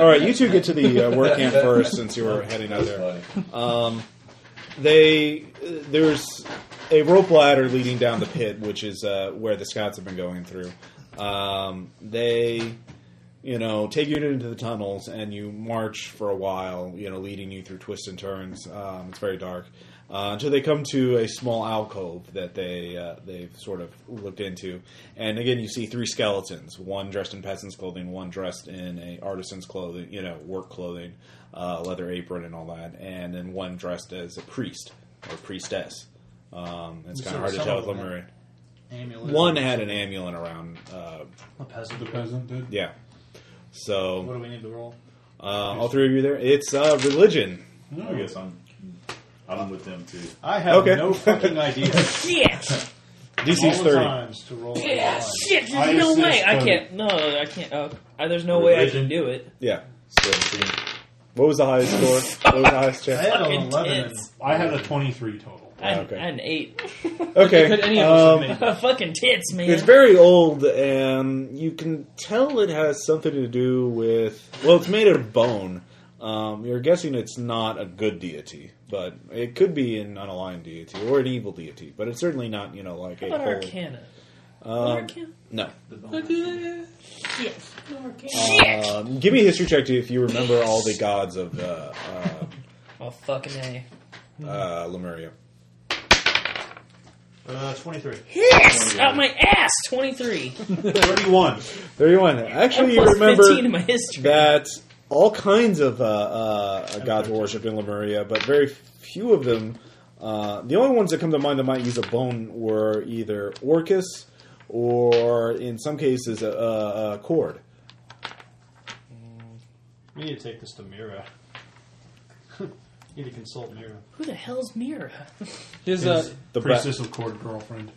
Speaker 1: all right, you two get to the uh, work camp first since you were heading out there.
Speaker 8: Funny.
Speaker 1: Um, they uh, there's a rope ladder leading down the pit, which is uh, where the scouts have been going through. Um, they, you know, take you into the tunnels and you march for a while, you know, leading you through twists and turns. Um, it's very dark uh, until they come to a small alcove that they uh, they've sort of looked into, and again you see three skeletons: one dressed in peasant's clothing, one dressed in a artisan's clothing, you know, work clothing, uh, leather apron, and all that, and then one dressed as a priest or priestess. Um, it's
Speaker 7: You
Speaker 1: kind of hard
Speaker 7: said
Speaker 1: to
Speaker 7: some
Speaker 1: tell
Speaker 7: of
Speaker 1: with them.
Speaker 7: them
Speaker 1: are-
Speaker 7: Amulet.
Speaker 1: One had an amulet around, uh,
Speaker 7: A peasant.
Speaker 2: The peasant did.
Speaker 1: yeah. So
Speaker 7: What do we need to roll?
Speaker 1: uh, all three of you there. It's uh, religion.
Speaker 8: I guess I'm. I'm with them too.
Speaker 7: I have
Speaker 1: Okay.
Speaker 7: no fucking idea.
Speaker 6: Shit!
Speaker 1: DC's
Speaker 7: All the
Speaker 1: thirty.
Speaker 7: times to roll.
Speaker 6: Yeah,
Speaker 7: a
Speaker 6: shit! There's
Speaker 2: I
Speaker 6: no
Speaker 2: assist
Speaker 6: way! I
Speaker 2: on-
Speaker 6: can't. No, I can't. Oh, I, there's no way I can
Speaker 8: Religion.
Speaker 6: do it.
Speaker 1: Yeah.
Speaker 8: Seventeen.
Speaker 1: What was the highest score? What was the highest
Speaker 7: one. I
Speaker 1: check?
Speaker 7: had an
Speaker 6: Fucking
Speaker 7: 11.
Speaker 6: tits.
Speaker 2: I had a 23 total.
Speaker 6: I,
Speaker 1: Yeah, okay.
Speaker 6: I had an eight.
Speaker 1: Okay.
Speaker 4: Could any of us
Speaker 1: um,
Speaker 4: have made it?
Speaker 6: Fucking tits, man.
Speaker 1: It's very old, and you can tell it has something to do with. Well, it's made of bone. Um, you're guessing it's not a good deity, but it could be an unaligned deity or an evil deity. But it's certainly not, you know, like
Speaker 6: How
Speaker 1: a
Speaker 6: about
Speaker 1: whole.
Speaker 6: Arcana?
Speaker 1: Um, no.
Speaker 6: Yes.
Speaker 1: Um, give me a history check to if you remember all the gods of uh,
Speaker 6: Oh fucking a.
Speaker 1: uh, uh, Lemuria.
Speaker 2: Uh, 23.
Speaker 6: Yes, out Oh, my ass. Twenty three.
Speaker 2: 31.
Speaker 1: Thirty-one. Actually, you
Speaker 6: Plus fifteen in
Speaker 1: remember
Speaker 6: my history.
Speaker 1: that all kinds of uh, uh, gods were worshipped in Lemuria, but very few of them. Uh, the only ones that come to mind that might use a bone were either Orcus or, in some cases, a, a, a cord.
Speaker 7: We need to take this to Mira. need to consult Mira.
Speaker 6: Who the hell's Mira?
Speaker 4: His, uh,
Speaker 1: The bra-
Speaker 2: Priestess of Cord girlfriend.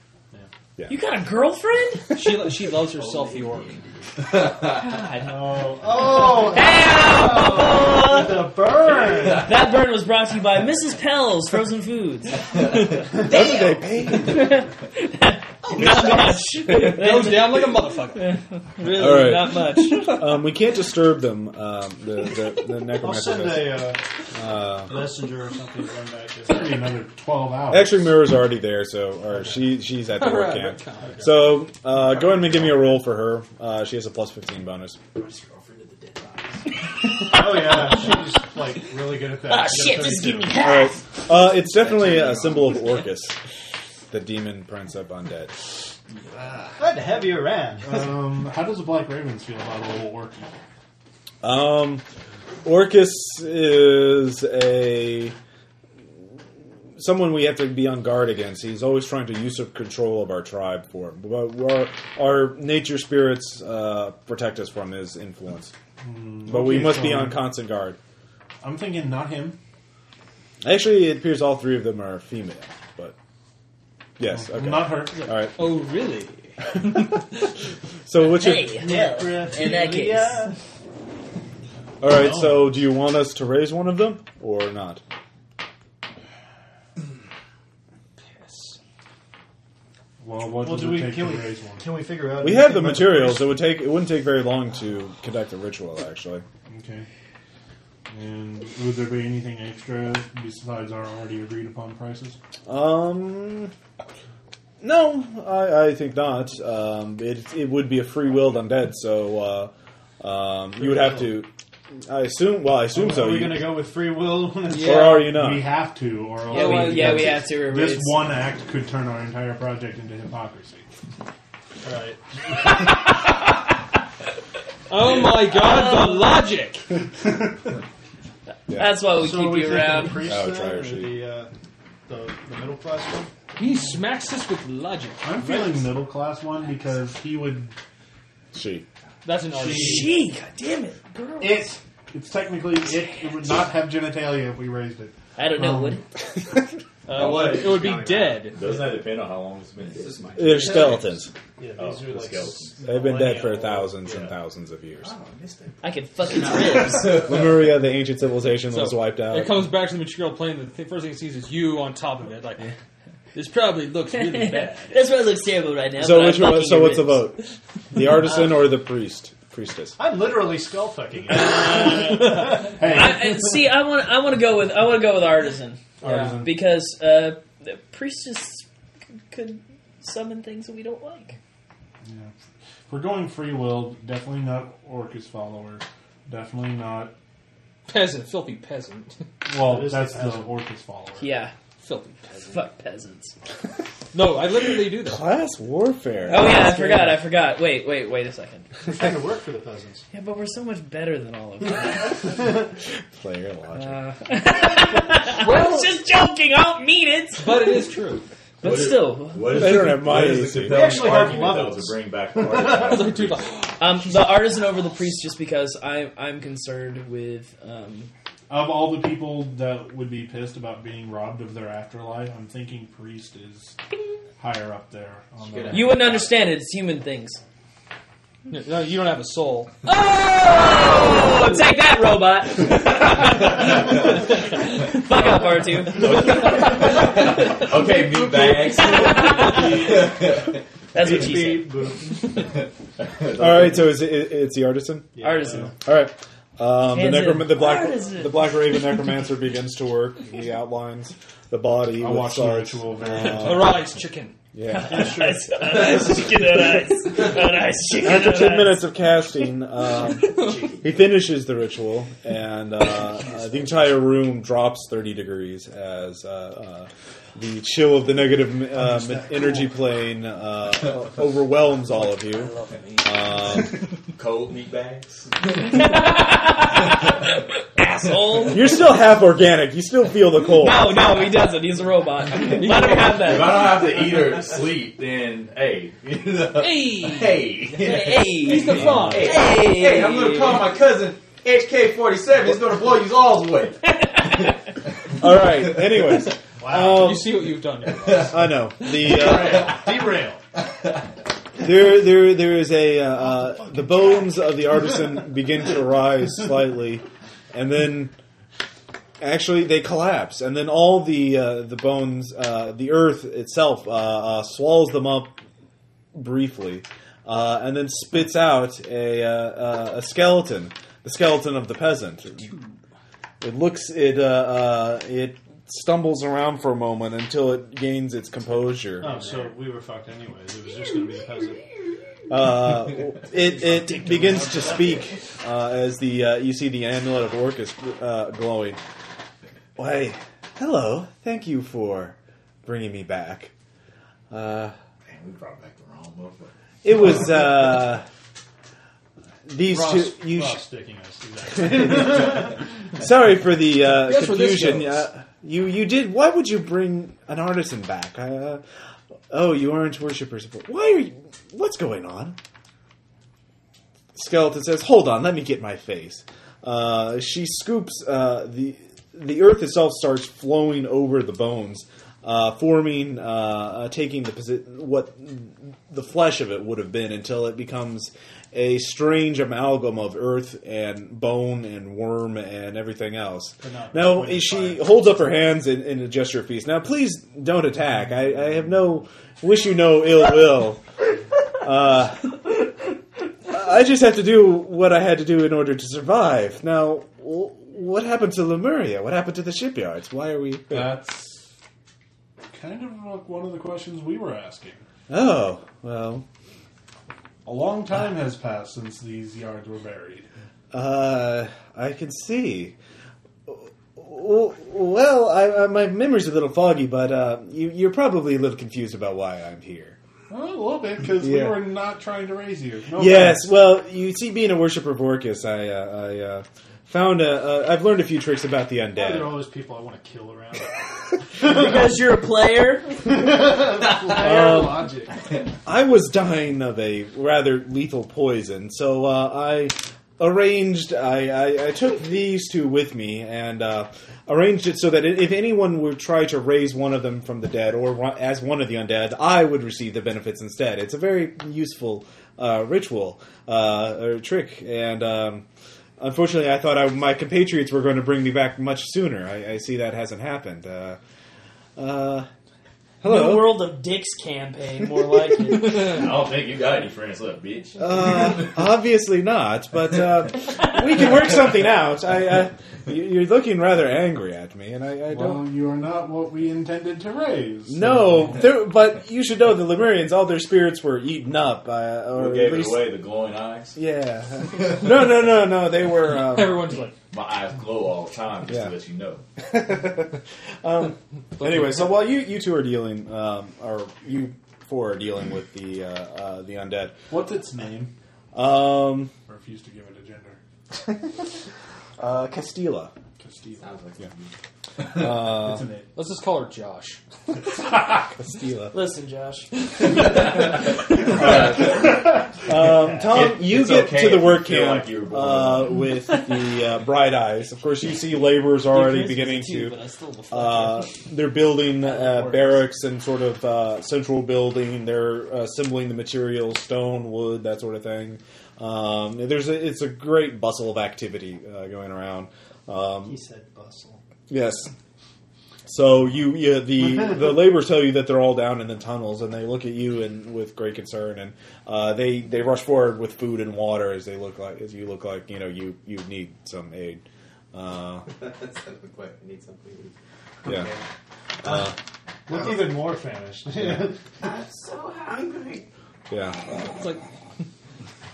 Speaker 6: You got a girlfriend?
Speaker 4: she lo- she loves herself the orc.
Speaker 6: God.
Speaker 7: Oh, oh, the burn!
Speaker 6: That burn was brought to you by Mrs. Pell's Frozen Foods.
Speaker 1: Doesn't they pay?
Speaker 6: Not much.
Speaker 4: Goes down like a motherfucker.
Speaker 6: Really,
Speaker 1: All right.
Speaker 6: not much.
Speaker 1: um, we can't disturb them. Um, the the, the
Speaker 7: I'll
Speaker 1: necromancer.
Speaker 7: send a uh,
Speaker 1: Uh,
Speaker 7: messenger or something to run back.
Speaker 2: Maybe
Speaker 7: Here.
Speaker 2: Another 12 hours.
Speaker 1: actually, Mira's already there, so or she she's at the work
Speaker 4: Alright,
Speaker 1: camp.
Speaker 4: okay.
Speaker 1: So uh, go ahead and give me a roll for her. Uh, she has a plus fifteen bonus.
Speaker 5: Girlfriend of the dead eyes.
Speaker 7: Oh yeah, she's like really good at that.
Speaker 6: Ah,
Speaker 7: She
Speaker 6: shit,
Speaker 7: got
Speaker 6: this is
Speaker 7: 32.
Speaker 6: giving me
Speaker 1: All right.
Speaker 6: half.
Speaker 1: Uh, it's definitely a symbol of Orcus, the demon prince of undead.
Speaker 7: Glad to have you around.
Speaker 2: Um, how does the Black Ravens feel about a little orc?
Speaker 1: Um, Orcus is a someone we have to be on guard against. He's always trying to usurp control of our tribe for, but our, our nature spirits uh, protect us from his influence. But we
Speaker 2: Mm, okay,
Speaker 1: must be
Speaker 2: so-
Speaker 1: on constant guard.
Speaker 2: I'm thinking not him.
Speaker 1: Actually, it appears all three of them are female, but yes, okay,
Speaker 2: Not her.
Speaker 1: all right.
Speaker 4: Oh, really?
Speaker 1: So what's your
Speaker 6: Hey, well, in that case,
Speaker 7: Necrophilia.
Speaker 1: All right, so do you want us to raise one of them or not?
Speaker 2: Well, what
Speaker 7: Well,
Speaker 2: does
Speaker 7: do
Speaker 2: it
Speaker 7: we
Speaker 2: take
Speaker 7: can
Speaker 2: to
Speaker 7: we,
Speaker 2: raise one?
Speaker 7: can we figure out?
Speaker 1: We
Speaker 7: anything
Speaker 1: have the
Speaker 7: about
Speaker 1: materials. It would take. It wouldn't take very long to conduct a ritual, actually.
Speaker 2: Okay. And would there be anything extra besides our already agreed upon prices?
Speaker 1: Um, no, I, I think not. Um, it it would be a free willed undead, so uh, um, you would have to. I assume. Well, I assume
Speaker 7: Are
Speaker 1: so.
Speaker 7: we
Speaker 1: You-
Speaker 7: going to go with free will?
Speaker 1: or are you not?
Speaker 2: We have to, or else
Speaker 6: yeah,
Speaker 2: we-
Speaker 6: we, yeah, we have to. or
Speaker 2: this
Speaker 6: it's-
Speaker 2: one act could turn our entire project into hypocrisy.
Speaker 7: All right.
Speaker 4: Oh my god, the logic!
Speaker 6: That's why we
Speaker 7: so
Speaker 6: keep
Speaker 7: are we
Speaker 6: you
Speaker 7: thinking
Speaker 6: around.
Speaker 7: the priest
Speaker 1: Oh,
Speaker 7: then,
Speaker 1: try her
Speaker 7: or
Speaker 1: sheet.
Speaker 7: the, uh, the the middle class one?
Speaker 4: He smacks us with logic.
Speaker 2: I'm feeling middle class one because he would.
Speaker 1: she.
Speaker 4: That's an RPG.
Speaker 6: She, god damn it, girl.
Speaker 2: It. It's technically it. It would not have genitalia if we raised it.
Speaker 6: I don't know.
Speaker 2: Um,
Speaker 6: would it?
Speaker 4: Uh, what? It would be dead.
Speaker 8: Doesn't that depend on how long it's been?
Speaker 5: This is my.
Speaker 1: They're skeletons.
Speaker 7: Yeah,
Speaker 8: Oh,
Speaker 7: these are
Speaker 8: the
Speaker 7: like
Speaker 8: skeletons.
Speaker 1: They've been dead for
Speaker 7: millennial-
Speaker 1: thousands and
Speaker 8: Yeah.
Speaker 1: thousands of years.
Speaker 5: Oh, I missed that.
Speaker 6: I could fuck its ribs.
Speaker 1: Lemuria, the ancient civilization, that was
Speaker 4: So,
Speaker 1: wiped out.
Speaker 4: It comes back to the material plane. The th- first thing it sees is you on top of it. Like this probably looks really bad.
Speaker 6: That's why it looks terrible right now.
Speaker 1: so
Speaker 6: but
Speaker 1: which
Speaker 6: I'm
Speaker 1: one,
Speaker 6: fucking
Speaker 1: So
Speaker 6: your
Speaker 1: what's the
Speaker 6: ribs.
Speaker 1: vote? The artisan or the priest? Priestess.
Speaker 7: I'm literally skull fucking.
Speaker 6: I, I, see, I want I want to go with I want to go with artisan,
Speaker 2: Artisan.
Speaker 6: because uh, the priestess c- could summon things that we don't like.
Speaker 2: Yeah. If we're going free will, definitely not Orcus follower. Definitely not.
Speaker 4: Peasant, filthy peasant,
Speaker 2: Well,
Speaker 7: That is
Speaker 2: that's
Speaker 7: the
Speaker 2: the
Speaker 7: peasant.
Speaker 2: Orcus follower.
Speaker 6: Yeah,
Speaker 4: filthy peasant.
Speaker 6: fuck peasants.
Speaker 4: No, I literally do that.
Speaker 1: Class warfare.
Speaker 6: Oh yeah, I forgot. I forgot. Wait, wait, wait a second.
Speaker 7: We're trying to work for the peasants.
Speaker 6: Yeah, but we're so much better than all of them.
Speaker 1: Player logic.
Speaker 6: Uh, I was just joking. I don't mean it,
Speaker 4: But it is true.
Speaker 6: but
Speaker 8: What is-
Speaker 6: still,
Speaker 8: What is
Speaker 1: They
Speaker 8: the-
Speaker 1: don't have my
Speaker 8: what is
Speaker 1: AC.
Speaker 8: the
Speaker 7: They actually
Speaker 8: compelling
Speaker 7: have
Speaker 8: argument that
Speaker 7: levels.
Speaker 8: was to bring back the artisan?
Speaker 4: Dude, like,
Speaker 6: um, the artisan over the priest, just because I'm I'm concerned with. Um,
Speaker 2: Of all the people that would be pissed about being robbed of their afterlife, I'm thinking priest is higher up there. On the
Speaker 6: you wouldn't understand it. It's human things.
Speaker 4: no, you don't have a soul.
Speaker 6: Oh, take that, robot. Fuck up, R2.
Speaker 8: okay, meat bags.
Speaker 6: That's what she
Speaker 7: Beep,
Speaker 6: said.
Speaker 7: boop.
Speaker 1: All right, so is it, it, it's the artisan.
Speaker 6: Artisan.
Speaker 1: All right. Um, the,
Speaker 6: Hands
Speaker 1: necrom-
Speaker 6: in.
Speaker 1: the black
Speaker 6: Artisan.
Speaker 1: the black raven necromancer begins to work. He outlines the body.
Speaker 2: I
Speaker 1: with
Speaker 2: watched the
Speaker 1: salt.
Speaker 2: ritual very
Speaker 1: Oh.
Speaker 4: Arise, chicken.
Speaker 1: Yeah.
Speaker 9: Nice, nice chicken on ice. On ice chicken
Speaker 1: After
Speaker 9: on
Speaker 1: ten
Speaker 9: ice.
Speaker 1: minutes of casting, um, he finishes the ritual, and uh, uh, the entire room drops thirty degrees as uh, uh, the chill of the negative uh, energy plane uh, overwhelms all of you. Um,
Speaker 8: Cold meat bags.
Speaker 9: Asshole.
Speaker 1: You're still half organic. You still feel the cold.
Speaker 6: Oh, No, no, he doesn't. He's a robot. Let him have
Speaker 8: If
Speaker 6: that.
Speaker 8: I don't have to eat or sleep, then hey, you know,
Speaker 9: Hey.
Speaker 8: hey,
Speaker 6: He's the fog.
Speaker 8: hey, hey, I'm gonna call my cousin HK47. It's gonna blow you all away.
Speaker 1: All right. Anyways, um,
Speaker 4: Wow. you see what you've done. here.
Speaker 1: I know the uh,
Speaker 2: derail.
Speaker 1: there there there is a uh, uh, the bones of the artisan begin to rise slightly, and then actually they collapse, and then all the uh, the bones uh, the earth itself uh, uh, swallows them up briefly, uh, and then spits out a uh, uh, a skeleton, the skeleton of the peasant. It looks it uh, uh, it stumbles around for a moment until it gains its composure.
Speaker 7: Oh, so we were fucked anyways. It was just going to be a peasant.
Speaker 1: Uh, it it begins to speak uh, as the uh, you see the amulet of Orcus uh, glowing. Why, hello. Thank you for bringing me back. Uh,
Speaker 8: Man, we brought back the wrong motherfucker.
Speaker 1: it was uh, these two. You
Speaker 7: Ross
Speaker 1: sh-
Speaker 7: sticking us. Exactly.
Speaker 1: sorry for the uh,
Speaker 4: Guess where this
Speaker 1: confusion.
Speaker 4: goes.
Speaker 1: Uh, you you did. Why would you bring an artisan back? Uh, oh, you aren't worshippers. Why are you? What's going on? skeleton says, "Hold on, let me get my face." Uh, she scoops uh, the the earth itself starts flowing over the bones, uh, forming uh, uh, taking the posi- what the flesh of it would have been until it becomes a strange amalgam of earth and bone and worm and everything else.
Speaker 7: not
Speaker 1: Now
Speaker 7: really
Speaker 1: she
Speaker 7: fire.
Speaker 1: holds up her hands in, in a gesture of peace. Now please don't attack. I, I have no wish you no ill will. Uh, I just had to do what I had to do in order to survive. Now, wh- what happened to Lemuria? What happened to the shipyards? Why are we?
Speaker 2: Uh, That's kind of like one of the questions we were asking.
Speaker 1: Oh, well,
Speaker 2: A long time has passed since these yards were buried.
Speaker 1: uh, I can see. W- Well, I, I, my memory's a little foggy, but uh, you, you're probably a little confused about why I'm here.
Speaker 2: Oh, a little bit because
Speaker 1: Yeah.
Speaker 2: we were not trying to raise you. No
Speaker 1: Yes,
Speaker 2: offense.
Speaker 1: well, you see, being a worshiper of Orcus, I, uh, I uh, found a. Uh, I've learned a few tricks about the
Speaker 7: Why are there
Speaker 1: undead.
Speaker 7: always people I want to kill around?
Speaker 6: Because you're a player.
Speaker 7: Fair logic.
Speaker 1: I was dying of a rather lethal poison, so uh, I arranged. I, I, I took these two with me and uh, arranged it so that if anyone would try to raise one of them from the dead or one- as one of the undead, I would receive the benefits instead. It's a very useful uh, ritual uh, or trick, and. Um, Unfortunately, I thought I, my compatriots were going to bring me back much sooner. I, I see that hasn't happened. Uh, uh, hello.
Speaker 6: The World of Dicks campaign, more like it.
Speaker 8: I don't think you got any friends left, bitch.
Speaker 1: Uh, obviously not, but uh, we can work something out. I, uh, you- you're looking rather angry at me, and I, I don't.
Speaker 2: Well, you are not what we intended to raise.
Speaker 1: no, there- but you should know the Lemurians, all their spirits were eaten up, uh, or
Speaker 8: Who
Speaker 1: at
Speaker 8: gave it
Speaker 1: least.
Speaker 8: away? The glowing eyes.
Speaker 1: Yeah. No, no, no, no. They were. Um,
Speaker 4: Everyone's like,
Speaker 8: My eyes glow all the time, just
Speaker 1: Yeah.
Speaker 8: to let you know.
Speaker 1: anyway, so while you you two are dealing, um, or you four are dealing with the uh, uh, the undead.
Speaker 2: What's its name?
Speaker 1: Um,
Speaker 2: I refuse to give it a gender.
Speaker 1: uh, Castilla.
Speaker 2: Castile.
Speaker 5: Sounds like yeah.
Speaker 2: it's an it.
Speaker 4: let's just call her Josh.
Speaker 1: Castilla.
Speaker 6: Listen, Josh.
Speaker 1: Um, Tom,
Speaker 8: It-
Speaker 1: you
Speaker 8: it's
Speaker 1: get
Speaker 8: okay
Speaker 1: to the
Speaker 8: if
Speaker 1: work
Speaker 8: you feel
Speaker 1: camp
Speaker 8: like you were born
Speaker 1: uh, with the uh, bright eyes. Of course, you see laborers already beginning
Speaker 6: But I
Speaker 1: to.
Speaker 6: still deflect
Speaker 1: Uh, they're building uh, barracks and sort of uh, central building. They're uh, assembling the materials, stone, wood, that sort of thing. Um, there's a, it's a great bustle of activity uh, going around. Um,
Speaker 6: He said bustle.
Speaker 1: Yes. So you, you the the laborers tell you that they're all down in the tunnels, and they look at you and with great concern, and uh, they they rush forward with food and water as they look like as you look like you know you you need some aid. Uh,
Speaker 5: That's quick. I need something.
Speaker 1: Yeah.
Speaker 2: Look even more famished.
Speaker 5: I'm so hungry.
Speaker 1: Yeah.
Speaker 4: It's like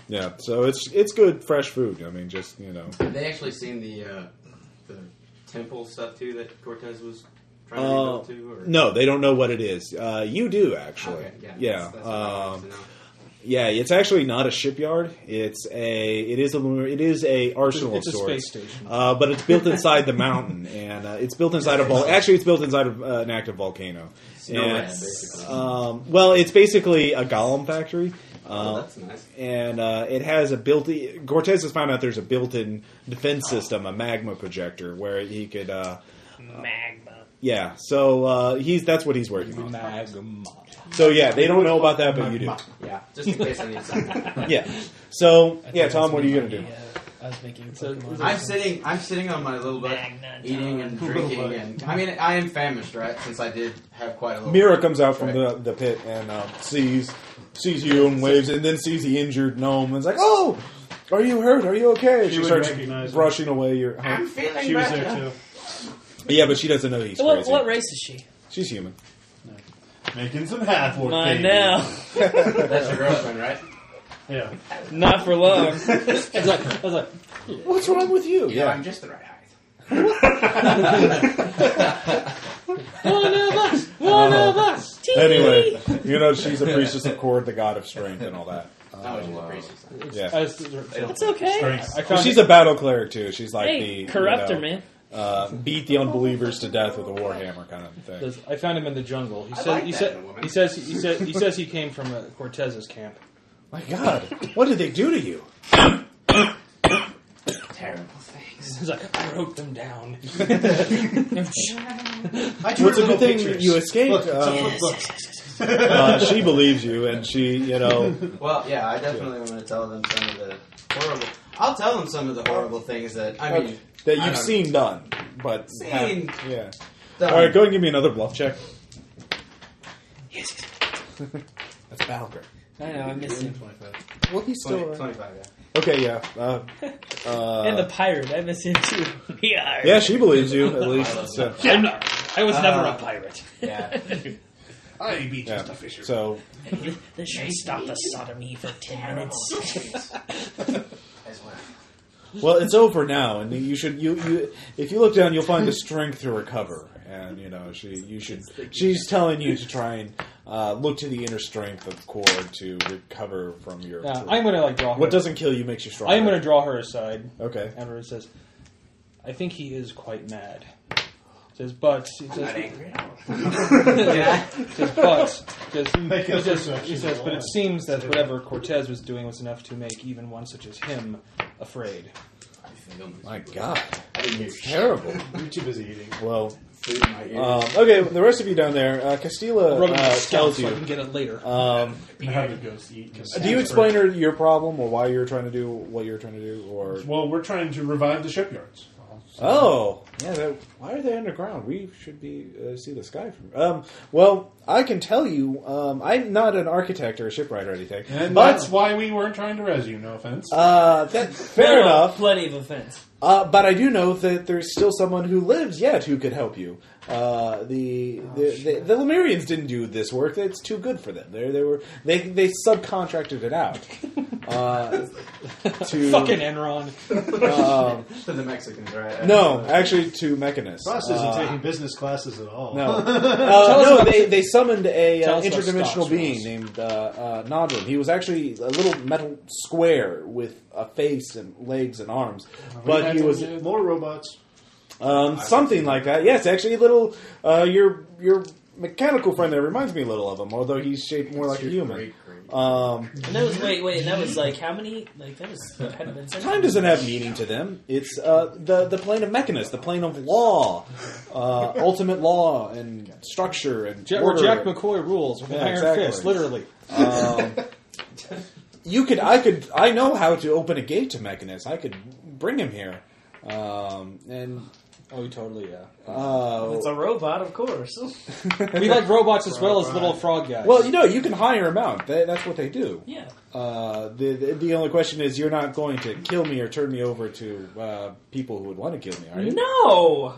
Speaker 1: Yeah. So it's it's good fresh food. I mean, just you know.
Speaker 5: Have they actually seen the uh, the temple stuff too that Cortez was trying to
Speaker 1: Uh,
Speaker 5: rebuild to? Or?
Speaker 1: no, they don't know what it is. Uh, you do actually.
Speaker 5: Okay, yeah.
Speaker 1: yeah.
Speaker 5: That's, that's what I wanted
Speaker 1: um,
Speaker 5: to know.
Speaker 1: Yeah, it's actually not a shipyard. It's a it is a it is a arsenal
Speaker 4: it's a
Speaker 1: of sorts.
Speaker 4: space station.
Speaker 1: Uh, but it's built inside the mountain, and uh, it's built inside a vol. Actually, it's built inside of, uh, an active volcano. And,
Speaker 5: Snowland, basically.
Speaker 1: um, well, it's basically a golem factory.
Speaker 5: oh,
Speaker 1: Uh,
Speaker 5: that's nice.
Speaker 1: and uh, it has a built-in. Cortez has found out there's a built-in defense system, a magma projector, where he could. Uh,
Speaker 9: Magma.
Speaker 1: yeah, so uh, he's that's what he's working on.
Speaker 4: magma.
Speaker 1: So yeah, they don't know about that, but you do.
Speaker 5: Yeah, just in case I need something.
Speaker 1: Yeah. So
Speaker 6: I think
Speaker 1: yeah,
Speaker 6: that's
Speaker 1: Tom, what are you gonna
Speaker 6: me,
Speaker 1: do?
Speaker 6: uh, I was making a
Speaker 4: So-
Speaker 6: Pokemon.
Speaker 5: I'm sitting. I'm sitting on my little butt,
Speaker 9: Magna
Speaker 5: eating and drinking, and I mean, I am famished, right? Since I did have quite a little.
Speaker 1: Mira comes out from the, the pit and uh, sees sees you and waves, and then sees the injured gnome and is like, "Oh, are you hurt? Are you okay?"
Speaker 7: She
Speaker 1: she
Speaker 7: would
Speaker 1: starts
Speaker 7: recognize him.
Speaker 1: brushing away your.
Speaker 5: I'm feeling
Speaker 7: She was
Speaker 5: better.
Speaker 7: there too.
Speaker 1: Yeah, but she doesn't know he's
Speaker 6: What,
Speaker 1: crazy.
Speaker 6: what race is she?
Speaker 1: She's human.
Speaker 2: Making some half work.
Speaker 6: Mine
Speaker 2: baby.
Speaker 6: now.
Speaker 5: That's your girlfriend, right?
Speaker 7: Yeah.
Speaker 6: Not for long.
Speaker 4: I was like, I was like,
Speaker 1: What's wrong with you?
Speaker 5: Yeah, I'm just the right height.
Speaker 4: one of us, one of us.
Speaker 1: Anyway, you know she's a priestess of Cord, the god of strength, and all that.
Speaker 5: Oh, she's a priestess.
Speaker 1: Yeah.
Speaker 4: I was- so-
Speaker 6: It's okay.
Speaker 2: Strengths.
Speaker 4: I
Speaker 1: Well,
Speaker 4: found
Speaker 1: she's a battle cleric too. She's like
Speaker 6: Hey,
Speaker 1: the
Speaker 6: corrupt
Speaker 1: you
Speaker 6: her,
Speaker 1: know,
Speaker 6: man.
Speaker 1: Uh, beat the unbelievers to death with a warhammer kind of thing.
Speaker 4: Does- I found him in the jungle. He
Speaker 5: I
Speaker 4: said,
Speaker 5: like
Speaker 4: he,
Speaker 5: that
Speaker 4: said
Speaker 5: in a woman.
Speaker 4: he says, he said, he says he came from uh Cortez's camp.
Speaker 1: My God, what did they do to you?
Speaker 5: Terrible things.
Speaker 4: He's like, I wrote them down.
Speaker 7: I drew
Speaker 1: Well, it's a
Speaker 7: little
Speaker 1: good thing
Speaker 7: pictures.
Speaker 1: you escaped.
Speaker 7: Look,
Speaker 1: uh,
Speaker 7: look, look.
Speaker 1: uh, she believes you, and she, you know,
Speaker 5: Well, yeah, I definitely want to tell them some of the horrible. I'll tell them some of the horrible things that I mean.
Speaker 1: that
Speaker 5: I don't
Speaker 1: you've seen done, but have-
Speaker 5: Seen.
Speaker 1: yeah.
Speaker 5: done.
Speaker 1: All right, go and give me another bluff check.
Speaker 6: Yes.
Speaker 1: That's Balger.
Speaker 6: I know, I missed him.
Speaker 1: Well, he's
Speaker 5: 20,
Speaker 1: still around.
Speaker 5: 25, yeah.
Speaker 1: okay. Yeah, uh, uh,
Speaker 6: and the pirate, I miss him too.
Speaker 9: Yeah.
Speaker 1: yeah, she believes you at least. So,
Speaker 9: I'm not. I was
Speaker 5: Uh,
Speaker 1: Uh-huh.
Speaker 9: never a pirate.
Speaker 5: Yeah.
Speaker 2: I be
Speaker 1: yeah.
Speaker 2: just a fisher.
Speaker 1: so
Speaker 6: This should stop the sodomy for 10 minutes.
Speaker 5: As well.
Speaker 1: well, it's over now, and you should you, you if you look down, you'll find the strength to recover, and you know she you should. She's telling you to try and uh, look to the inner strength of Cord to recover from your.
Speaker 4: Now, I'm gonna like draw. Her.
Speaker 1: what doesn't kill you makes you stronger.
Speaker 4: I'm gonna draw her aside.
Speaker 1: Okay.
Speaker 4: Edward says, I think he is quite mad. Says, but he
Speaker 5: Not
Speaker 4: says,
Speaker 5: angry at all. yeah.
Speaker 4: says but says,
Speaker 7: Make
Speaker 4: he
Speaker 7: up
Speaker 4: says,
Speaker 7: perception
Speaker 4: he says,
Speaker 7: roll.
Speaker 4: but it seems that whatever Cortez was doing was enough to make even one such as him afraid.
Speaker 5: I feel
Speaker 1: My God,
Speaker 5: I didn't hear shit.
Speaker 1: terrible.
Speaker 7: You're too busy eating.
Speaker 1: Well,
Speaker 5: Food in my ear.
Speaker 1: um, okay, the rest of you down there, uh, Castilla
Speaker 4: Rubbing
Speaker 1: uh,
Speaker 4: his scalp
Speaker 1: tells
Speaker 4: so I can
Speaker 1: you.
Speaker 4: get it later.
Speaker 1: Um,
Speaker 2: I had to go eat. 'cause-
Speaker 1: do you explain her your problem or why you're trying to do what you're trying to do, or
Speaker 2: Well, we're trying to revive the shipyards.
Speaker 1: oh yeah, that, why are they underground? We should be uh, see the sky from. Um, well, I can tell you, um, I'm not an architect or a shipwright or anything,
Speaker 2: And that's
Speaker 1: but
Speaker 2: why we weren't trying to res you, no offense.
Speaker 1: uh, that, fair
Speaker 6: No, no,
Speaker 1: enough.
Speaker 6: Plenty of offense.
Speaker 1: Uh, but I do know that there's still someone who lives yet who could help you. Uh, the, the, the the Lemurians didn't do this work; it's too good for them. They they were they they subcontracted it out uh, to
Speaker 4: Fucking Enron.
Speaker 1: um,
Speaker 5: to the Mexicans, right?
Speaker 1: no, actually to Mechanist.
Speaker 7: Ross isn't
Speaker 1: Uh,
Speaker 7: taking business classes at all.
Speaker 1: no,
Speaker 4: us
Speaker 1: uh, no.
Speaker 4: about-
Speaker 1: They, they summoned a
Speaker 4: Tell
Speaker 1: uh,
Speaker 4: us about
Speaker 1: interdimensional
Speaker 4: stocks,
Speaker 1: being
Speaker 4: Ross.
Speaker 1: named uh, uh, Nodrim. He was actually a little metal square with a face and legs and arms, but he was
Speaker 7: More robots.
Speaker 1: Um, something like that. Yes, actually, a little. Uh, your your mechanical friend there reminds me a little of him, although he's shaped more like a human.
Speaker 5: Great, great.
Speaker 1: Um,
Speaker 6: And that was, wait, wait, and that was like, how many? Like, that was, that had been
Speaker 1: time doesn't have meaning to them. It's uh, the the plane of mechanist, the plane of law, uh, ultimate law and structure and
Speaker 4: Jack,
Speaker 1: order.
Speaker 4: Jack McCoy rules with
Speaker 1: Yeah,
Speaker 4: an iron
Speaker 1: exactly.
Speaker 4: fist, literally.
Speaker 1: Um, you could, I could, I know how to open a gate to mechanist. I could bring him here. Um, and
Speaker 4: Oh, totally, yeah.
Speaker 1: uh,
Speaker 6: It's a robot, of course.
Speaker 4: We like robots as well as little frog guys.
Speaker 1: well, you know, you can hire him out. That, that's what they do.
Speaker 6: yeah.
Speaker 1: Uh, the, the the only question is, you're not going to kill me or turn me over to uh, people who would want to kill me, are you?
Speaker 6: No!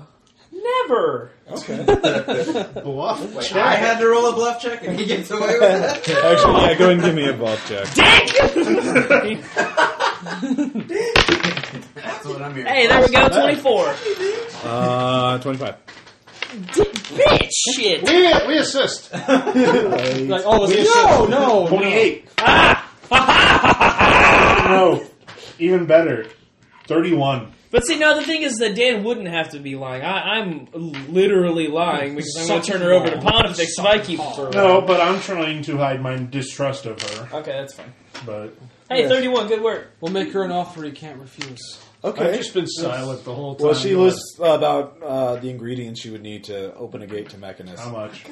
Speaker 6: Never.
Speaker 7: Bluff.
Speaker 5: I had to roll a bluff check and he gets away with it.
Speaker 1: Actually, yeah, go ahead and give me a bluff check.
Speaker 5: That's what I'm here.
Speaker 9: Hey,
Speaker 5: for.
Speaker 9: there we go. Twenty-four.
Speaker 1: Uh, 25.
Speaker 9: Bitch, shit.
Speaker 7: We, we assist.
Speaker 4: Like, oh, no, no, no.
Speaker 2: 28.
Speaker 1: Ah!
Speaker 2: no. Even better. 31.
Speaker 6: But see, now the thing is that Dan wouldn't have to be lying. I, I'm literally lying because I'm going to turn her over to Pontifex if I keep her.
Speaker 2: No, but I'm trying to hide my distrust of her.
Speaker 6: Okay, that's fine.
Speaker 2: But
Speaker 6: Hey,
Speaker 1: Yes.
Speaker 6: 31, good work.
Speaker 4: We'll make her an offer you can't refuse.
Speaker 7: I've
Speaker 1: Okay.
Speaker 7: just been silent the whole time.
Speaker 1: Well, she lists about uh, the ingredients she would need to open a gate to Mechanus.
Speaker 2: how much?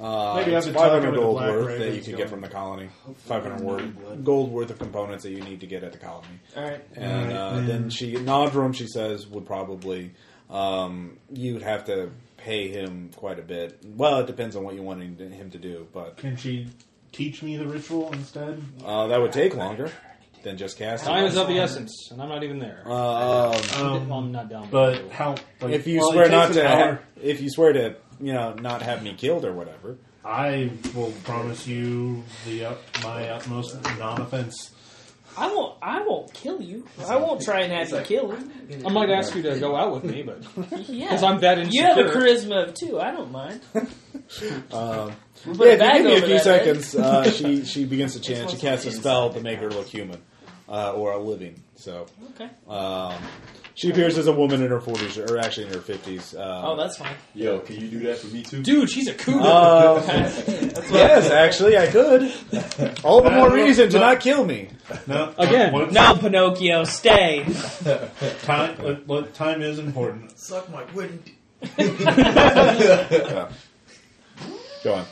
Speaker 1: Uh,
Speaker 7: Maybe I
Speaker 1: it's
Speaker 7: have to talk
Speaker 1: 500
Speaker 7: over the
Speaker 1: gold
Speaker 7: Black
Speaker 1: worth that
Speaker 7: Ravens
Speaker 1: you can
Speaker 7: going.
Speaker 1: get from the colony. 500 worth, gold worth of components that you need to get at the colony.
Speaker 6: All right.
Speaker 1: And uh, then she, Nodrum, she says, would probably, um, you would have to pay him quite a bit. Well, it depends on what you want him to do, but
Speaker 2: Can she teach me the ritual instead?
Speaker 1: uh, that would take longer than just casting.
Speaker 4: Time is of the essence, and I'm not even there.
Speaker 1: Um,
Speaker 4: well, I'm not down.
Speaker 2: But how? Like,
Speaker 1: if you
Speaker 2: well, it
Speaker 1: swear
Speaker 2: takes
Speaker 1: not
Speaker 2: an
Speaker 1: to,
Speaker 2: hour.
Speaker 1: if you swear to, you know, not have me killed or whatever.
Speaker 2: I will promise you the up, my utmost non-offense.
Speaker 6: I won't. I won't kill you. I won't try and have you kill him.
Speaker 4: I might ask you to go out with me, but
Speaker 6: Yeah,
Speaker 4: because I'm that
Speaker 6: you
Speaker 4: insecure.
Speaker 6: have a charisma of two. I don't mind.
Speaker 1: Yeah,
Speaker 6: put a
Speaker 1: if you
Speaker 6: bag
Speaker 1: give me a
Speaker 6: over
Speaker 1: few
Speaker 6: that eh? head.
Speaker 1: seconds, uh, she she begins to chant. She casts a spell to make her look human uh, or a living. So
Speaker 6: Okay.
Speaker 1: um, she appears as a woman in her forties, or actually in her fifties.
Speaker 6: Oh,
Speaker 1: Uh,
Speaker 6: that's fine.
Speaker 8: Yo, can you do that for me too?
Speaker 4: Dude, she's a cougar.
Speaker 7: Uh,
Speaker 1: um,
Speaker 2: Uh,
Speaker 1: yes, actually, I could. All the more reason to not kill me.
Speaker 2: No,
Speaker 4: Again,
Speaker 2: What,
Speaker 6: No, Pinocchio, stay.
Speaker 2: time? What, what time is important?
Speaker 5: Suck my wooden. d-
Speaker 1: Go on.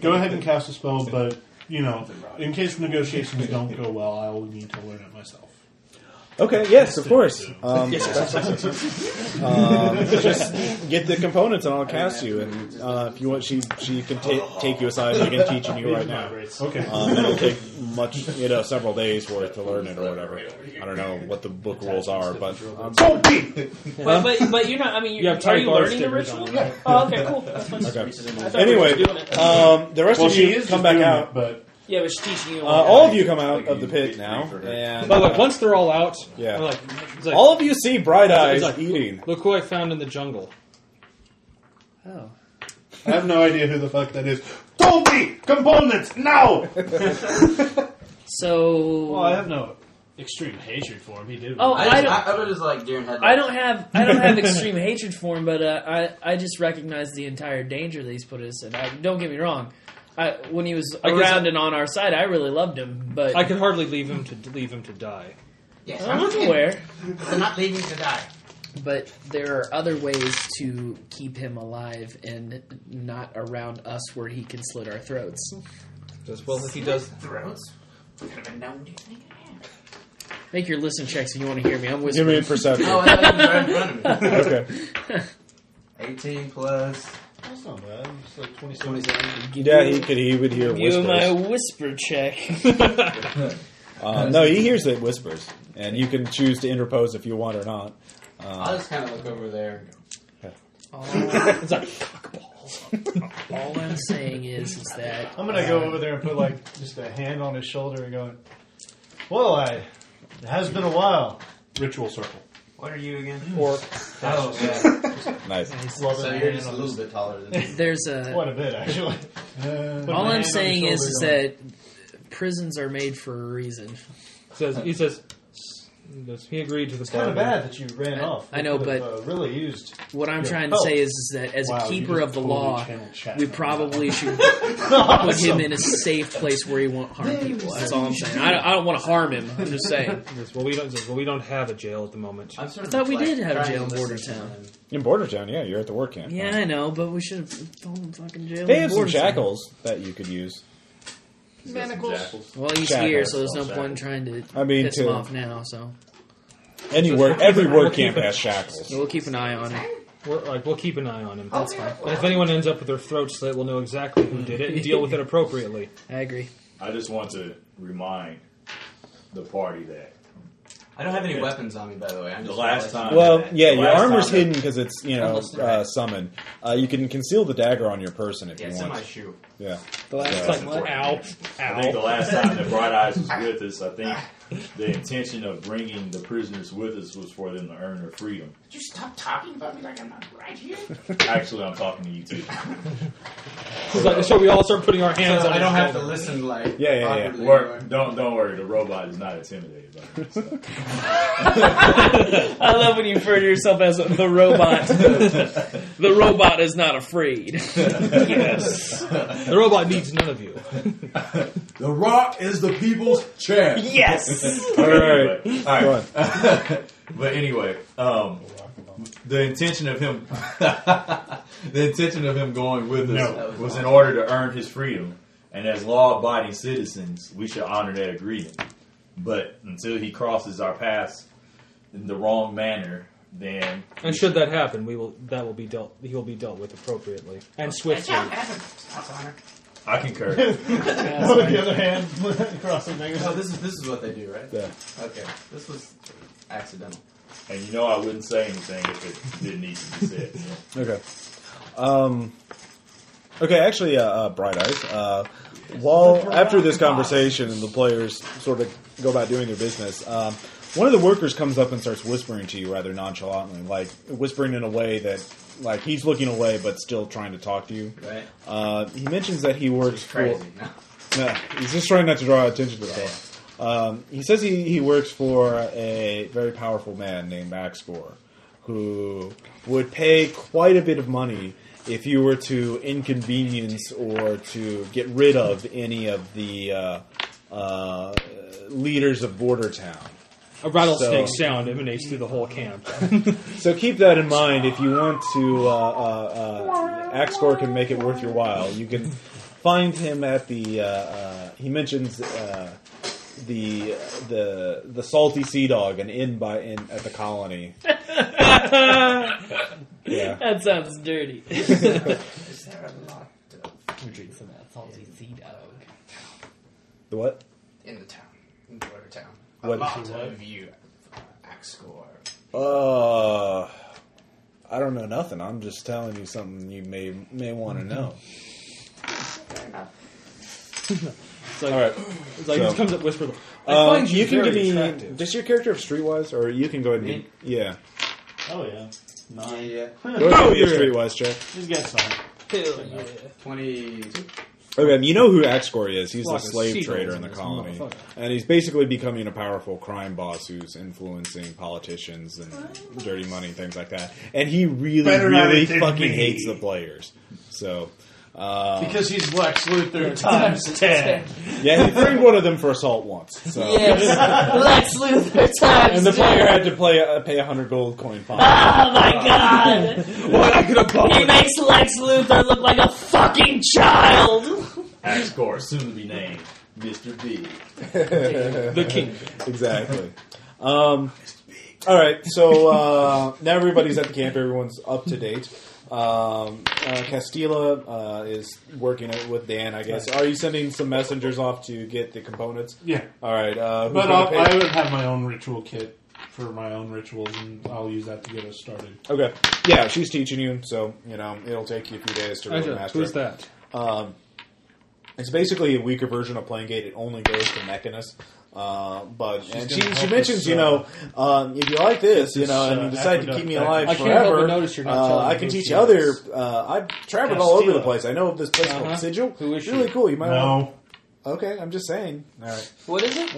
Speaker 2: Go ahead and cast a spell, but you know, in case negotiations don't go well, I will need to learn it myself.
Speaker 1: Okay. Yes, of course. Um, um, just get the components, and I'll cast you. And uh, if you want, she she can ta- take you aside and begin teaching you right now.
Speaker 2: Okay.
Speaker 1: Um, it'll take much, you know, several days for it to learn it or whatever. I don't know what the book rules are, but um,
Speaker 6: But, but but you're not. I mean, you're,
Speaker 4: You have
Speaker 6: are you
Speaker 4: type R
Speaker 6: learning the
Speaker 4: stickers
Speaker 6: ritual?
Speaker 4: on it.
Speaker 6: Oh, okay, cool. That's fine.
Speaker 1: okay.
Speaker 6: I thought we were
Speaker 1: Anyway,
Speaker 6: doing it.
Speaker 1: um, the rest
Speaker 2: well,
Speaker 1: of
Speaker 2: she
Speaker 1: you
Speaker 2: is
Speaker 1: come back out.
Speaker 2: but
Speaker 6: yeah, but she's teaching you.
Speaker 1: Uh, all of you come out of the pit now, and
Speaker 4: But like once they're all out,
Speaker 1: Yeah.
Speaker 4: we're like, it's like,
Speaker 1: all of you see Bright Eyes
Speaker 4: It's like-
Speaker 1: eating.
Speaker 4: look who I found in the jungle.
Speaker 7: Oh.
Speaker 2: I have no idea who the fuck that is. Told me components now.
Speaker 6: so.
Speaker 7: Well, I have no extreme hatred for him. He did.
Speaker 6: oh,
Speaker 5: I,
Speaker 6: I
Speaker 5: just,
Speaker 6: don't.
Speaker 5: I, I was just like Darren had.
Speaker 6: I don't have I don't have extreme hatred for him, but uh, I I just recognize the entire danger that he's put us in. I, don't get me wrong, I, when he was
Speaker 4: I guess-
Speaker 6: around and on our side, I really loved him. But
Speaker 4: I could hardly leave him to leave him to die.
Speaker 5: Yes, I'm
Speaker 6: I'm
Speaker 5: not aware.
Speaker 6: aware.
Speaker 5: I'm not leaving to die.
Speaker 6: But there are other ways to keep him alive and not around us where he can slit our throats.
Speaker 5: Just well, if he does throats, could have been known. Do you think?
Speaker 6: Make your listen checks if you want to hear me. I'm
Speaker 1: Give me a
Speaker 6: whispering.
Speaker 1: perception.
Speaker 5: Oh, I thought you were right in front of me.
Speaker 1: Okay.
Speaker 5: 18 plus
Speaker 7: that's not bad. It's like 27.
Speaker 5: 27.
Speaker 1: Yeah, he could. He would hear
Speaker 6: Give you my
Speaker 1: whispers.
Speaker 6: whisper check.
Speaker 1: Uh, no, he hears the whispers, and you can choose to interpose if you want or not.
Speaker 5: I'll just kind of look over there. and go,
Speaker 4: It's like
Speaker 6: All I'm saying is, is that
Speaker 7: I'm gonna go over there and put like just a hand on his shoulder and going, "Well, I it has been a while."
Speaker 2: Ritual circle.
Speaker 5: What are you again?
Speaker 4: orc.
Speaker 5: Oh, yeah.
Speaker 1: Nice.
Speaker 7: Love
Speaker 5: so
Speaker 7: it,
Speaker 5: you're
Speaker 7: man.
Speaker 5: just a little bit taller than me.
Speaker 6: there's a
Speaker 7: quite a bit actually. Put my
Speaker 6: All
Speaker 7: hand on
Speaker 6: I'm
Speaker 7: his
Speaker 6: saying is,
Speaker 7: shoulder
Speaker 6: is
Speaker 7: going,
Speaker 6: that prisons are made for a reason.
Speaker 4: Says he says. he goes, He agreed to the
Speaker 7: it's kind of bad that you ran off.
Speaker 6: I know,
Speaker 7: We could've,
Speaker 6: but-
Speaker 7: uh, really used.
Speaker 6: What I'm
Speaker 7: Yeah.
Speaker 6: trying to
Speaker 7: Oh.
Speaker 6: say is, is that as
Speaker 2: Wow,
Speaker 6: a
Speaker 2: you
Speaker 6: keeper
Speaker 2: just
Speaker 6: of the
Speaker 2: totally
Speaker 6: law,
Speaker 2: channeled Shat.
Speaker 6: we probably should put him in a safe place where he won't harm people. That's all I'm saying. I don't, I don't want to harm him. I'm just saying.
Speaker 4: He goes, well, we don't. he says, Well, we don't have a jail at the moment.
Speaker 5: I'm sort
Speaker 6: I thought we
Speaker 5: like
Speaker 6: did have
Speaker 5: trying
Speaker 6: jail in
Speaker 5: to listen to
Speaker 6: Bordertown.
Speaker 5: them.
Speaker 1: In Bordertown, yeah, you're at the work camp.
Speaker 6: Yeah, I know, but we should have thrown him fucking jail.
Speaker 1: They
Speaker 6: in
Speaker 1: have some
Speaker 6: Bordertown.
Speaker 1: shackles that you could use.
Speaker 8: Jackals.
Speaker 6: Well, he's
Speaker 1: Shackles.
Speaker 6: here, so there's no point in trying to
Speaker 1: I mean,
Speaker 6: piss
Speaker 1: to-
Speaker 6: him off now. So
Speaker 1: Any work, every work camp has shackles.
Speaker 6: we'll keep an eye on him.
Speaker 4: We're like, we'll keep an eye on him.
Speaker 6: That's fine.
Speaker 4: And if anyone ends up with their throat slit, we'll know exactly who did it and deal with it appropriately.
Speaker 6: I agree.
Speaker 8: I just want to remind the party that
Speaker 5: I don't have any weapons on me, by the way. I'm
Speaker 8: The
Speaker 5: just
Speaker 8: last
Speaker 5: realizing
Speaker 8: time-
Speaker 1: Well,
Speaker 5: that.
Speaker 1: yeah, your
Speaker 8: Last
Speaker 1: armor's
Speaker 8: time-
Speaker 1: hidden because it's you know
Speaker 5: Unless they're
Speaker 1: uh,
Speaker 5: right.
Speaker 1: summoned. Uh, you can conceal the dagger on your person if
Speaker 5: Yeah,
Speaker 1: you
Speaker 5: it's in my
Speaker 1: want.
Speaker 5: shoe.
Speaker 1: Yeah,
Speaker 4: The last
Speaker 1: Yeah.
Speaker 4: time, ow,
Speaker 8: I think the
Speaker 4: ow.
Speaker 8: last time that Bright Eyes was with us, I think the intention of bringing the prisoners with us was for them to earn their freedom.
Speaker 5: Would you stop talking about me like I'm not right here?
Speaker 8: Actually, I'm talking to you too.
Speaker 4: It's like- so we all start putting our hands
Speaker 5: so
Speaker 4: on
Speaker 5: I don't
Speaker 4: his
Speaker 5: have to
Speaker 4: shoulder.
Speaker 5: listen like
Speaker 1: Yeah, yeah, yeah.
Speaker 5: awkwardly
Speaker 8: Or-
Speaker 5: anymore.
Speaker 8: don't don't worry, the robot is not intimidated by it. so.
Speaker 9: I love when you refer to yourself as the robot. the robot is not afraid. yes.
Speaker 4: The robot needs none of you.
Speaker 8: The Rock is the people's champ.
Speaker 9: Yes.
Speaker 8: All
Speaker 1: right. Go on.
Speaker 8: but anyway, um, the intention of him, the intention of him going with us
Speaker 5: No.
Speaker 8: was in order to earn his freedom, and as law-abiding citizens, we should honor that agreement. But until he crosses our paths in the wrong manner, then we
Speaker 4: And should that happen, we will. That will be dealt. He will be dealt with appropriately and swiftly.
Speaker 8: I concur.
Speaker 7: On the other hand, crossing fingers.
Speaker 5: Oh, this is this is what they do, right?
Speaker 1: Yeah.
Speaker 5: Okay, this was accidental.
Speaker 8: and you know, I wouldn't say anything if it didn't need to be said. so.
Speaker 1: Okay. Um, okay, actually, uh, uh, Bright Eyes. Uh, while after this conversation and the players sort of go about doing their business, um, one of the workers comes up and starts whispering to you rather nonchalantly, like whispering in a way that, like, he's looking away but still trying to talk to you.
Speaker 5: Right?
Speaker 1: Uh, he mentions that he works
Speaker 5: It's crazy.
Speaker 1: for.
Speaker 5: No.
Speaker 1: No, he's just trying not to draw attention to that. Um, he says he, he works for a very powerful man named Axbor, who would pay quite a bit of money if you were to inconvenience or to get rid of any of the uh, uh, leaders of Border Town.
Speaker 4: A rattlesnake
Speaker 1: So-
Speaker 4: sound emanates through the whole camp.
Speaker 1: So keep that in mind if you want to. Uh, uh, uh, Axgore can make it worth your while. You can find him at the. Uh, uh, he mentions uh, the the the salty sea dog, an inn by in at the colony. yeah.
Speaker 9: That sounds dirty.
Speaker 5: Is there a lot of
Speaker 6: Who drinks some of that salty sea dog?
Speaker 1: The what?
Speaker 5: in the town, in border town? A
Speaker 1: What-
Speaker 5: lot of you, Axcore.
Speaker 1: Uh, I don't know nothing. I'm just telling you something you may may want
Speaker 4: Mm-hmm.
Speaker 1: to know.
Speaker 5: Fair enough.
Speaker 4: It's like,
Speaker 1: All right.
Speaker 4: it's like he
Speaker 1: So-
Speaker 4: just comes up whisper. I
Speaker 1: Um,
Speaker 4: find you,
Speaker 1: you can
Speaker 4: very
Speaker 1: give me.
Speaker 4: attractive.
Speaker 1: Does your character have Streetwise, or you can go ahead and
Speaker 5: Me?
Speaker 1: yeah.
Speaker 2: Oh
Speaker 1: Uh,
Speaker 2: yeah,
Speaker 5: Yeah,
Speaker 2: nine.
Speaker 5: yeah.
Speaker 1: Go ahead
Speaker 4: Oh,
Speaker 1: and give me a Streetwise check.
Speaker 2: He's got some.
Speaker 6: Hell yeah.
Speaker 5: Twenty-two.
Speaker 1: Okay, you know who Axgore is. He's
Speaker 4: Flock
Speaker 1: a
Speaker 4: of
Speaker 1: slave
Speaker 4: seagulls
Speaker 1: trader
Speaker 4: in
Speaker 1: in the
Speaker 4: this
Speaker 1: colony.
Speaker 4: motherfucker.
Speaker 1: And he's basically becoming a powerful crime boss who's influencing politicians and dirty money, things like that. And he really,
Speaker 7: Better not
Speaker 1: really
Speaker 7: than
Speaker 1: fucking
Speaker 7: me.
Speaker 1: hates the players. So, uh,
Speaker 7: Because he's Lex Luthor times ten.
Speaker 1: yeah, he framed one of them for assault once.
Speaker 6: Oh.
Speaker 1: So.
Speaker 6: Yes, Lex Luthor times.
Speaker 1: And the
Speaker 6: two.
Speaker 1: player had to play uh, pay a hundred gold coin fine.
Speaker 9: Oh my god!
Speaker 4: What I could have bought.
Speaker 9: He makes Lex Luthor look like a fucking child!
Speaker 8: Axgore, soon to be named Mr. B.
Speaker 4: the king.
Speaker 1: exactly. Um, all right, so uh, now everybody's at the camp. Everyone's up to date. Um, uh, Castilla uh, is working it with Dan, I guess. Are you sending some messengers off to get the components?
Speaker 2: Yeah,
Speaker 1: All right. Uh, who's
Speaker 2: but
Speaker 1: gonna
Speaker 2: I'll,
Speaker 1: pay-
Speaker 2: I would have my own ritual kit for my own rituals, and I'll use that to get us started.
Speaker 1: okay. Yeah, she's teaching you, so you know it'll take you a few days to really
Speaker 4: Actually,
Speaker 1: master
Speaker 4: who's
Speaker 1: it.
Speaker 4: that?
Speaker 1: Um, it's basically a weaker version of Plane Gate. It only goes to Mechanus. Uh, but and she,
Speaker 2: gonna
Speaker 1: she
Speaker 2: help
Speaker 1: mentions,
Speaker 2: us,
Speaker 1: you
Speaker 2: uh,
Speaker 1: know, um, if you like this, you
Speaker 2: this,
Speaker 1: know, and you
Speaker 2: uh,
Speaker 1: decide to
Speaker 2: aqueduct
Speaker 1: keep me
Speaker 2: back.
Speaker 1: alive
Speaker 4: I can't
Speaker 1: forever,
Speaker 4: help but notice you're not
Speaker 1: uh,
Speaker 4: telling
Speaker 1: I
Speaker 4: me
Speaker 1: can
Speaker 4: who
Speaker 1: teach
Speaker 4: she
Speaker 1: other.
Speaker 4: is.
Speaker 1: Uh, I've traveled all over the
Speaker 2: Castilla.
Speaker 1: place. I know of this place
Speaker 4: Uh-huh.
Speaker 1: called Sigil.
Speaker 4: Who is she?
Speaker 1: Really cool. You might want.
Speaker 2: No,
Speaker 1: Okay, I'm just saying. All right.
Speaker 6: What is it?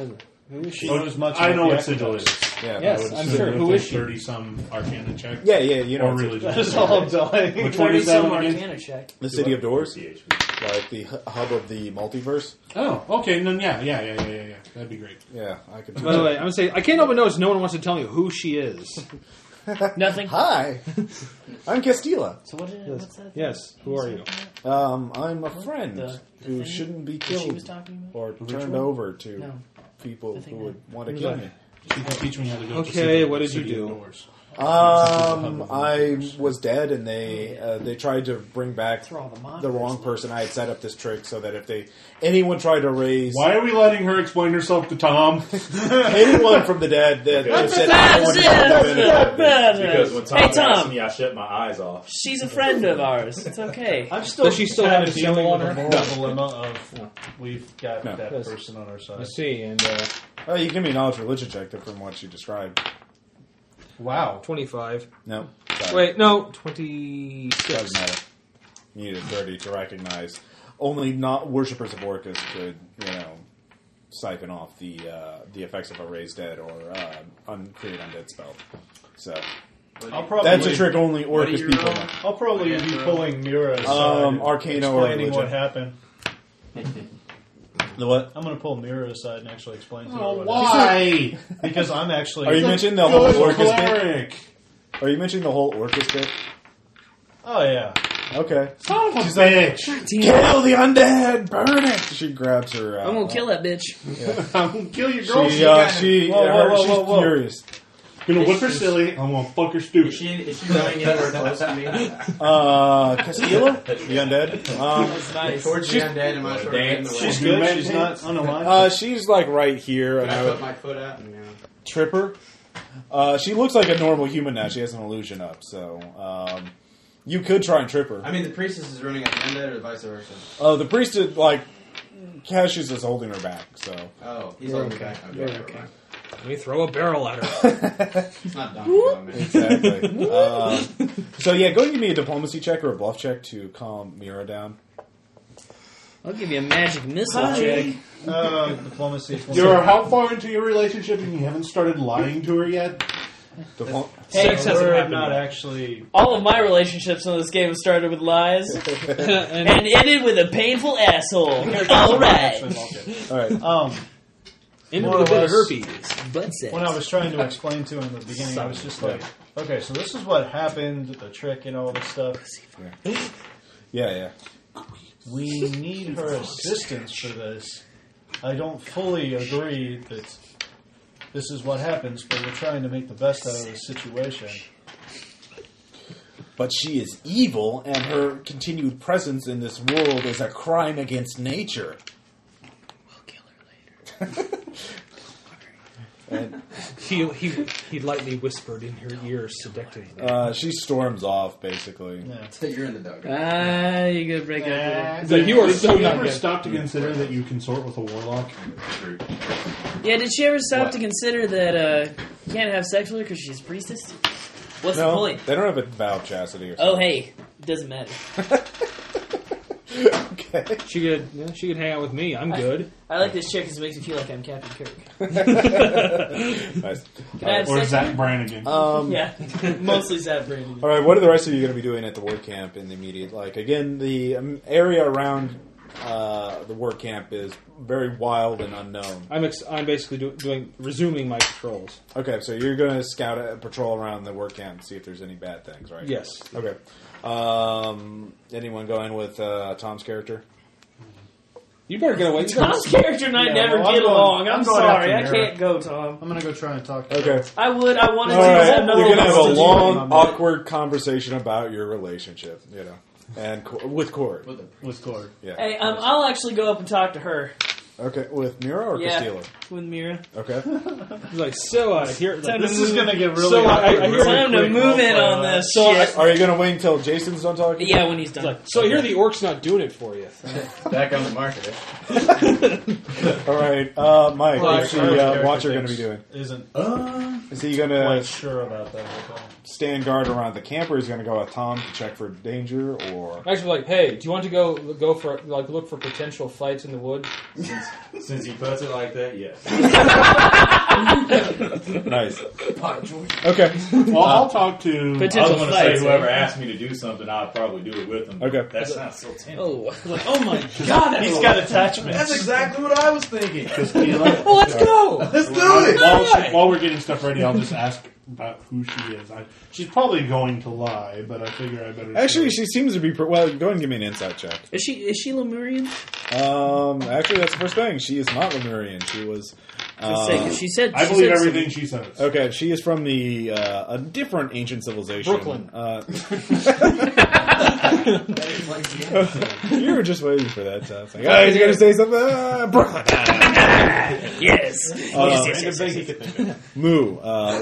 Speaker 4: Who is she?
Speaker 7: Not as much
Speaker 2: I
Speaker 7: as
Speaker 2: know
Speaker 7: the
Speaker 2: what sigil is.
Speaker 1: Yeah.
Speaker 4: Yes.
Speaker 2: I would
Speaker 4: I'm
Speaker 2: assume
Speaker 4: sure.
Speaker 2: that
Speaker 4: Who
Speaker 2: there's
Speaker 4: is she?
Speaker 2: Thirty some Arcana check.
Speaker 1: Yeah, yeah. You know,
Speaker 2: or
Speaker 1: it's
Speaker 2: religion.
Speaker 7: That's all I'm dying.
Speaker 2: Which one is that
Speaker 6: Some
Speaker 2: one again?
Speaker 6: Arcana check.
Speaker 1: the city of doors,
Speaker 8: CHP.
Speaker 1: like the hu- hub of the multiverse.
Speaker 2: Oh, okay. Then yeah, yeah, yeah, yeah, yeah, yeah. That'd be great.
Speaker 1: Yeah, I could.
Speaker 4: By the way, I'm gonna say I can't help but notice no one wants to tell me who she is.
Speaker 6: Nothing.
Speaker 1: Hi, I'm Castilla.
Speaker 6: So what did, what's that?
Speaker 4: Yes. Who are you?
Speaker 1: Um, I'm a friend
Speaker 6: The- the
Speaker 1: who
Speaker 6: thing
Speaker 1: shouldn't be
Speaker 6: That she was
Speaker 1: killed
Speaker 6: talking about?
Speaker 1: or turned
Speaker 2: ritual?
Speaker 1: over to
Speaker 6: No.
Speaker 1: people
Speaker 6: The thing
Speaker 1: who would
Speaker 6: that-
Speaker 1: want to
Speaker 4: Who's
Speaker 1: kill
Speaker 4: that?
Speaker 1: me.
Speaker 2: She can teach me how to go. to
Speaker 1: Okay,
Speaker 2: secret
Speaker 1: what did you
Speaker 2: city
Speaker 1: do?
Speaker 2: doors.
Speaker 1: Um, I was dead, and they uh, they tried to bring back
Speaker 6: Oh, all the monsters.
Speaker 1: the wrong person. I had set up this trick so that if they anyone tried to raise
Speaker 2: Why are we letting her explain herself to Tom?
Speaker 1: anyone from the dead, that that said I wanted to benefit.
Speaker 8: Because when Tom,
Speaker 9: Hey,
Speaker 8: asked
Speaker 9: Tom.
Speaker 8: me, I shut my eyes off.
Speaker 9: She's a friend of ours. It's okay.
Speaker 7: I'm still.
Speaker 4: Does she still have
Speaker 7: kinda
Speaker 4: the symbol
Speaker 7: dealing
Speaker 4: on
Speaker 7: with
Speaker 4: her?
Speaker 7: the moral dilemma of we've got
Speaker 1: No.
Speaker 7: that
Speaker 4: Yes.
Speaker 7: person on our side.
Speaker 4: Let's see, and uh,
Speaker 1: Uh, you give me a knowledge religion check that from what you described.
Speaker 7: Wow.
Speaker 4: 25.
Speaker 1: No, sorry.
Speaker 4: Oh, Wait, no, 26.
Speaker 1: doesn't matter. You needed thirty to recognize. Only not worshippers of Orcus could, you know, siphon off the uh, the effects of a raised dead or uh, uncreate undead spell. So
Speaker 7: I'll probably.
Speaker 1: that's a trick only
Speaker 5: What do
Speaker 1: Orcus
Speaker 5: you
Speaker 1: people.
Speaker 5: roll?
Speaker 1: know.
Speaker 7: I'll probably
Speaker 5: Okay,
Speaker 7: be
Speaker 5: bro.
Speaker 7: pulling Mira aside,
Speaker 1: Um,
Speaker 7: and
Speaker 1: Arcana or
Speaker 7: explaining what
Speaker 1: religion.
Speaker 7: happened.
Speaker 1: The what?
Speaker 7: I'm going to pull Mira aside and actually explain to her
Speaker 2: Oh,
Speaker 7: what
Speaker 2: why?
Speaker 7: happened. because I'm actually.
Speaker 1: Are you mentioning the whole
Speaker 2: Good
Speaker 1: Orcus bit?
Speaker 2: cleric.
Speaker 1: Are you mentioning the whole Orcus bit?
Speaker 7: oh yeah.
Speaker 1: Okay.
Speaker 2: Son of a bitch.
Speaker 1: Kill the undead! Burn it! She grabs her. Uh,
Speaker 9: I'm gonna kill that bitch.
Speaker 2: I'm gonna kill your girl.
Speaker 1: She, uh, she,
Speaker 7: Whoa, whoa,
Speaker 1: her-
Speaker 7: whoa,
Speaker 1: she's
Speaker 7: whoa, whoa.
Speaker 1: furious.
Speaker 2: I'm gonna whip her silly. I'm gonna fuck her stupid.
Speaker 5: Is she, is she running anywhere close to me?
Speaker 1: Uh, Castillo? the undead? Um,
Speaker 6: That's nice.
Speaker 5: Towards the undead, am I sort of in the way?
Speaker 7: She's
Speaker 2: Do
Speaker 7: good.
Speaker 2: men
Speaker 7: She's
Speaker 2: hate?
Speaker 7: not unalive.
Speaker 1: uh, she's like right here. and
Speaker 5: I
Speaker 1: I
Speaker 5: put
Speaker 1: would
Speaker 5: my foot out and, you know,
Speaker 1: trip her. Uh, she looks like a normal human now. She has an illusion up, so um, you could try and trip her.
Speaker 5: I mean, the priestess is running at the undead or vice versa.
Speaker 1: Uh, the priest did, like, Cassius is holding her back, so.
Speaker 5: Oh, he's on the back. Okay, never mind.
Speaker 4: Let me throw a barrel at her.
Speaker 5: It's not Donkey Kong, man.
Speaker 1: Exactly. uh, so, yeah, go and give me a diplomacy check or a bluff check to calm Mira down.
Speaker 9: I'll give you a magic missile check.
Speaker 7: Uh, diplomacy.
Speaker 2: You're how far into your relationship and you haven't started lying to her yet?
Speaker 1: Diplo-
Speaker 9: Sex
Speaker 7: So
Speaker 9: hasn't
Speaker 7: we're
Speaker 9: happened
Speaker 7: Not
Speaker 9: yet.
Speaker 7: actually.
Speaker 9: All of my relationships in this game have started with lies
Speaker 4: and
Speaker 9: and ended with a painful asshole. All right.
Speaker 1: All right.
Speaker 7: Um,
Speaker 4: into
Speaker 7: more
Speaker 4: a
Speaker 7: or
Speaker 4: bit
Speaker 7: less-
Speaker 4: of herpes.
Speaker 9: Butt sex.
Speaker 7: when I was trying to explain to him in the beginning, I was just like, okay, so this is what happened, the trick and all this stuff.
Speaker 1: Yeah, yeah.
Speaker 7: We need her assistance for this. I don't fully agree that this is what happens, but we're trying to make the best out of the situation.
Speaker 1: But she is evil, and her continued presence in this world is a crime against nature.
Speaker 4: He, he, he lightly whispered in her ear seductively.
Speaker 1: Uh, she storms off, basically.
Speaker 7: Yeah.
Speaker 5: So you're in the dark.
Speaker 9: Ah, you gonna break up?
Speaker 4: So you are so
Speaker 2: Have you
Speaker 4: not
Speaker 2: ever
Speaker 4: good.
Speaker 2: stopped to consider that you consort with a warlock?
Speaker 9: with her? Yeah, did she ever stop to consider that uh, you can't have sex with her because she's a priestess? What's the
Speaker 1: No,
Speaker 9: point?
Speaker 1: they don't have a vow of chastity or
Speaker 9: Oh,
Speaker 1: something.
Speaker 9: hey, it doesn't matter.
Speaker 1: okay.
Speaker 4: She could, yeah, she could hang out with me. I'm good.
Speaker 9: I like this chair because it makes me feel like I'm Captain Kirk.
Speaker 7: Uh,
Speaker 1: Nice.
Speaker 9: Can I have
Speaker 2: Or
Speaker 9: sex?
Speaker 2: Zach Brannigan?
Speaker 1: Um,
Speaker 9: Yeah, mostly Zap Brandon.
Speaker 1: All right, what are the rest of you going to be doing at the work camp in the immediate? Like again, the um, area around uh, the work camp is very wild and unknown.
Speaker 4: I'm ex- I'm basically do- doing resuming my patrols.
Speaker 1: Okay, so you're going to scout a patrol around the work camp and see if there's any bad things, right?
Speaker 4: Yes.
Speaker 1: Okay. Um, anyone going with uh, Tom's character?
Speaker 4: You better get away. You better-
Speaker 9: Tom's character and I
Speaker 7: Yeah,
Speaker 9: never
Speaker 7: well, I'm
Speaker 9: get
Speaker 7: going-
Speaker 9: along. I'm,
Speaker 7: I'm going
Speaker 9: sorry, I
Speaker 7: after Mira.
Speaker 9: can't go, Tom.
Speaker 7: I'm gonna go try and talk to
Speaker 1: Okay.
Speaker 9: I would. I wanted
Speaker 1: All
Speaker 9: to.
Speaker 1: right,
Speaker 9: but no
Speaker 1: you're going to
Speaker 9: one
Speaker 1: have a
Speaker 9: wants to do
Speaker 1: long,
Speaker 7: it.
Speaker 1: awkward conversation about your relationship, you know, and co- with Corey.
Speaker 5: With the
Speaker 7: with Cord.
Speaker 9: it.
Speaker 1: Yeah.
Speaker 9: Hey, um, I'll actually go up and talk to her
Speaker 1: Okay, with Mira or
Speaker 9: Yeah.
Speaker 1: Castillo?
Speaker 9: with Mira.
Speaker 1: Okay.
Speaker 4: like so, I hear like,
Speaker 7: This is gonna get really.
Speaker 4: So I- I
Speaker 7: awkward
Speaker 4: hear-
Speaker 7: really
Speaker 9: Time to
Speaker 7: quick
Speaker 9: move in
Speaker 7: roleplay
Speaker 9: on this.
Speaker 1: So,
Speaker 9: shit.
Speaker 1: are you going to wait until Jason's done talking?
Speaker 9: yeah, when he's done.
Speaker 4: like so. I hear the orc's not doing it for you.
Speaker 5: back on the market.
Speaker 1: All right, uh, Mike.
Speaker 7: Well,
Speaker 1: what's the
Speaker 7: actually,
Speaker 1: uh,
Speaker 7: character
Speaker 1: watcher going to be
Speaker 7: thinks
Speaker 1: doing?
Speaker 7: Isn't
Speaker 1: Is he going
Speaker 7: quite
Speaker 1: to
Speaker 7: sure about that. at all.
Speaker 1: stand guard around the camp, or is he going to go with Tom to check for danger, or
Speaker 4: Actually, like, hey, do you want to go go for like look for potential fights in the wood?
Speaker 8: Since, since he puts it like that, yes.
Speaker 1: nice?
Speaker 5: Fuck, George.
Speaker 1: Okay,
Speaker 2: Well, I'll talk to.
Speaker 8: I was
Speaker 9: Potential
Speaker 8: going to say
Speaker 9: fights.
Speaker 8: whoever asked me to do something, I'll probably do it with them.
Speaker 1: Okay.
Speaker 8: That sounds so tempting.
Speaker 9: Oh, like,
Speaker 4: Oh my!
Speaker 9: God,
Speaker 7: He's got attachments.
Speaker 8: That's exactly what I was thinking.
Speaker 9: Oh,
Speaker 4: well, let's go.
Speaker 8: Let's do it.
Speaker 2: While, she- while we're getting stuff ready, I'll just ask about who she is. I, she's probably going to lie, but I figure I better.
Speaker 1: actually, she seems to be pr well. Go ahead and give me an insight check.
Speaker 9: Is she is she Lemurian?
Speaker 1: Um, actually, that's the first thing. She is not Lemurian. She was
Speaker 9: Let's say, 'cause she said.
Speaker 2: I
Speaker 9: she
Speaker 2: believe
Speaker 9: said some-
Speaker 2: everything she says.
Speaker 8: Oh.
Speaker 1: Okay, she is from the uh, a different ancient civilization.
Speaker 4: Brooklyn.
Speaker 1: Uh,
Speaker 5: Like,
Speaker 1: you were just waiting for that. So I was like, oh, he's going to say something. Ah, Brooklyn.
Speaker 9: Yes. yes, yes, yes, yes, yes.
Speaker 1: Mu. Uh,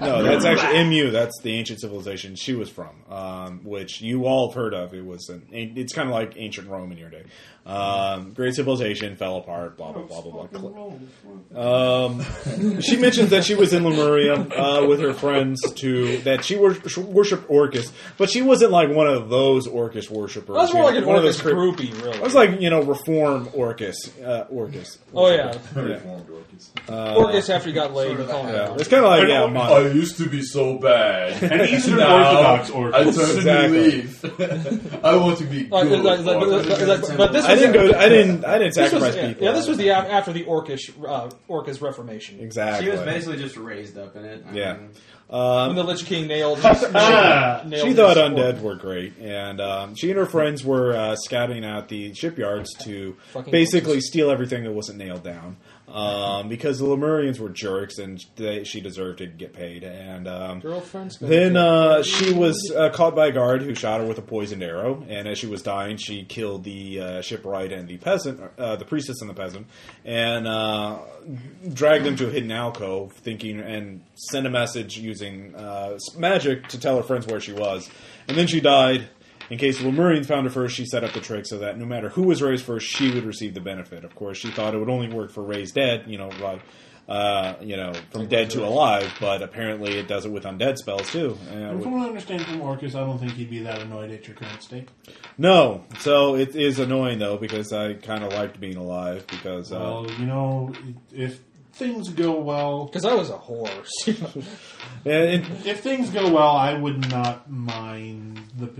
Speaker 1: no, that's actually Mu. That's the ancient civilization she was from, um, which you all have heard of. It was an, it's kind of like ancient Rome in your day. Um, great civilization fell apart. Blah blah blah blah blah. Cl- Um, she mentions that she was in Lemuria uh, with her friends to that she wor- worshipped Orcus, but she wasn't like one of those Orcus worshippers.
Speaker 4: That was
Speaker 1: you
Speaker 4: more
Speaker 1: know,
Speaker 4: like an
Speaker 1: one of
Speaker 4: Orcus
Speaker 1: those cre-
Speaker 4: groupie, really.
Speaker 1: I was like, you know, reform Orcus, uh, Orcus.
Speaker 4: oh yeah,
Speaker 8: Reformed Orcus.
Speaker 4: Orcus after he got laid.
Speaker 5: sort of
Speaker 4: calling him
Speaker 1: uh, Yeah,
Speaker 4: out.
Speaker 1: it's kind of like
Speaker 2: An
Speaker 1: Oh, yeah,
Speaker 2: Or-
Speaker 4: oh,
Speaker 1: Mon-
Speaker 8: I used to be so bad.
Speaker 2: An Eastern
Speaker 8: Now,
Speaker 2: Orthodox
Speaker 8: I
Speaker 2: Orcus.
Speaker 8: turn
Speaker 1: Exactly.
Speaker 8: leaf. I want to be
Speaker 4: Like,
Speaker 8: good.
Speaker 4: like, like,
Speaker 8: Orcus.
Speaker 4: like, like, like, but this
Speaker 1: I
Speaker 4: was
Speaker 1: didn't
Speaker 4: the-
Speaker 1: go. I didn't. I didn't
Speaker 4: This was-
Speaker 1: sacrifice
Speaker 4: yeah,
Speaker 1: people.
Speaker 4: Yeah, this was the af- after the Orcish uh, Orcus Reformation.
Speaker 1: exactly.
Speaker 5: she was basically just raised up in it. I
Speaker 1: Yeah.
Speaker 5: mean,
Speaker 4: When
Speaker 1: Um,
Speaker 4: the Lich King nailed.
Speaker 2: Ah,
Speaker 4: nailed
Speaker 1: she
Speaker 4: his
Speaker 1: thought
Speaker 4: orc.
Speaker 1: undead were great, and um, she and her friends were uh, scouting out the shipyards to
Speaker 4: Fucking
Speaker 1: basically steal everything that wasn't nailed down. Um, because the Lemurians were jerks, and they, she deserved to get paid. And um,
Speaker 4: Girlfriend's gonna
Speaker 1: Then
Speaker 4: do-
Speaker 1: uh, she was uh, caught by a guard who shot her with a poisoned arrow, and as she was dying, she killed the uh, shipwright and the peasant, uh, the priestess and the peasant, and uh, dragged them to a hidden alcove, thinking and sent a message using uh, s- magic to tell her friends where she was. And then she died. In case the Lemurians found her first, she set up the trick so that no matter who was raised first, she would receive the benefit. Of course, she thought it would only work for raised dead, you know, like uh, you know, from dead to alive, but apparently it does it with undead spells too. And
Speaker 2: From
Speaker 1: with-
Speaker 2: what I understand from Orcus, I don't think he'd be that annoyed at your current state.
Speaker 1: no, so it is annoying though because I kind of liked being alive because uh,
Speaker 2: Well, you know, if things go well,
Speaker 4: Because I was a horse.
Speaker 1: and, and
Speaker 2: if things go well, I would not mind the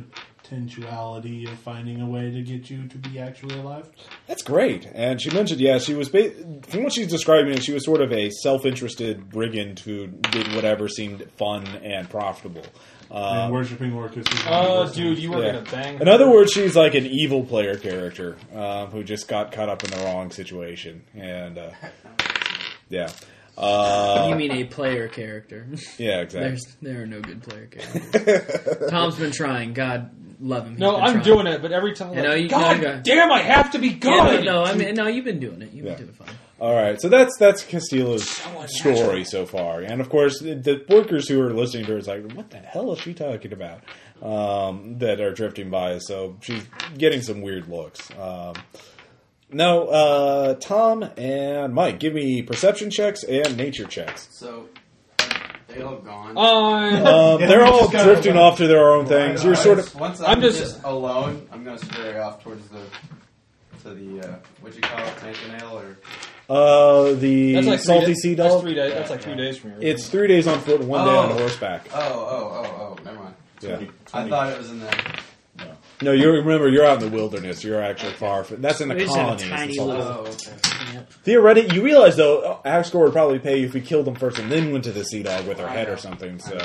Speaker 2: potentiality of finding a way to get you to be actually alive.
Speaker 1: that's great. And she mentioned, yeah, she was ba- from what she's describing, she was sort of a self-interested brigand who did whatever seemed fun and profitable. Uh,
Speaker 2: and worshiping Orcus. is one of
Speaker 4: Oh,
Speaker 2: those
Speaker 4: dude,
Speaker 2: things.
Speaker 4: you were
Speaker 1: Yeah.
Speaker 4: gonna bang.
Speaker 1: In
Speaker 4: her.
Speaker 1: other words, she's like an evil player character um, who just got caught up in the wrong situation, and uh, yeah, uh,
Speaker 9: You mean a player character?
Speaker 1: yeah, exactly.
Speaker 9: There's there are no good player characters. Tom's been trying. God love him. He's
Speaker 4: no,
Speaker 9: been
Speaker 4: I'm
Speaker 9: trying.
Speaker 4: doing it, but every time,
Speaker 9: You
Speaker 4: like,
Speaker 9: know, you-
Speaker 4: God
Speaker 9: no, you got-
Speaker 4: damn, I have to be good.
Speaker 9: Yeah, no, no, I mean, no, you've been doing it. You've
Speaker 1: Yeah.
Speaker 9: been doing fine.
Speaker 1: All right, so that's that's Castillo's story so far, and of course the, the workers who are listening to her is like, what the hell is she talking about? Um, that are drifting by, so she's getting some weird looks. Um, now, uh, Tom and Mike, give me perception checks and nature checks.
Speaker 5: so they all gone.
Speaker 4: Oh, I'm
Speaker 1: Um,
Speaker 2: Yeah,
Speaker 1: they're
Speaker 2: we
Speaker 1: all
Speaker 2: just gotta
Speaker 1: drifting
Speaker 2: run.
Speaker 1: off to their own things. You're sort of
Speaker 5: Once
Speaker 4: I'm
Speaker 5: I'm,
Speaker 4: just-
Speaker 5: just, alone, I'm gonna stray off towards the to the uh, what you call it, Tankanail or
Speaker 1: uh, the
Speaker 4: that's like three
Speaker 1: salty
Speaker 4: da-
Speaker 1: sea
Speaker 4: That's
Speaker 1: dog.
Speaker 4: three days. That's like three days from here.
Speaker 1: It's three days on foot, and one day on
Speaker 5: Oh.
Speaker 1: horseback.
Speaker 5: oh oh oh oh. Never mind.
Speaker 1: Yeah.
Speaker 5: I thought it was in the
Speaker 1: No, you remember you're out in the wilderness. You're actually far from. That's in the
Speaker 9: We just have a
Speaker 1: colony.
Speaker 9: tiny little-
Speaker 5: oh okay.
Speaker 1: Theoretically, you realize though, Axgore would probably pay you if we killed them first and then went to the sea dog with her
Speaker 5: I
Speaker 1: head
Speaker 5: know.
Speaker 1: or something. So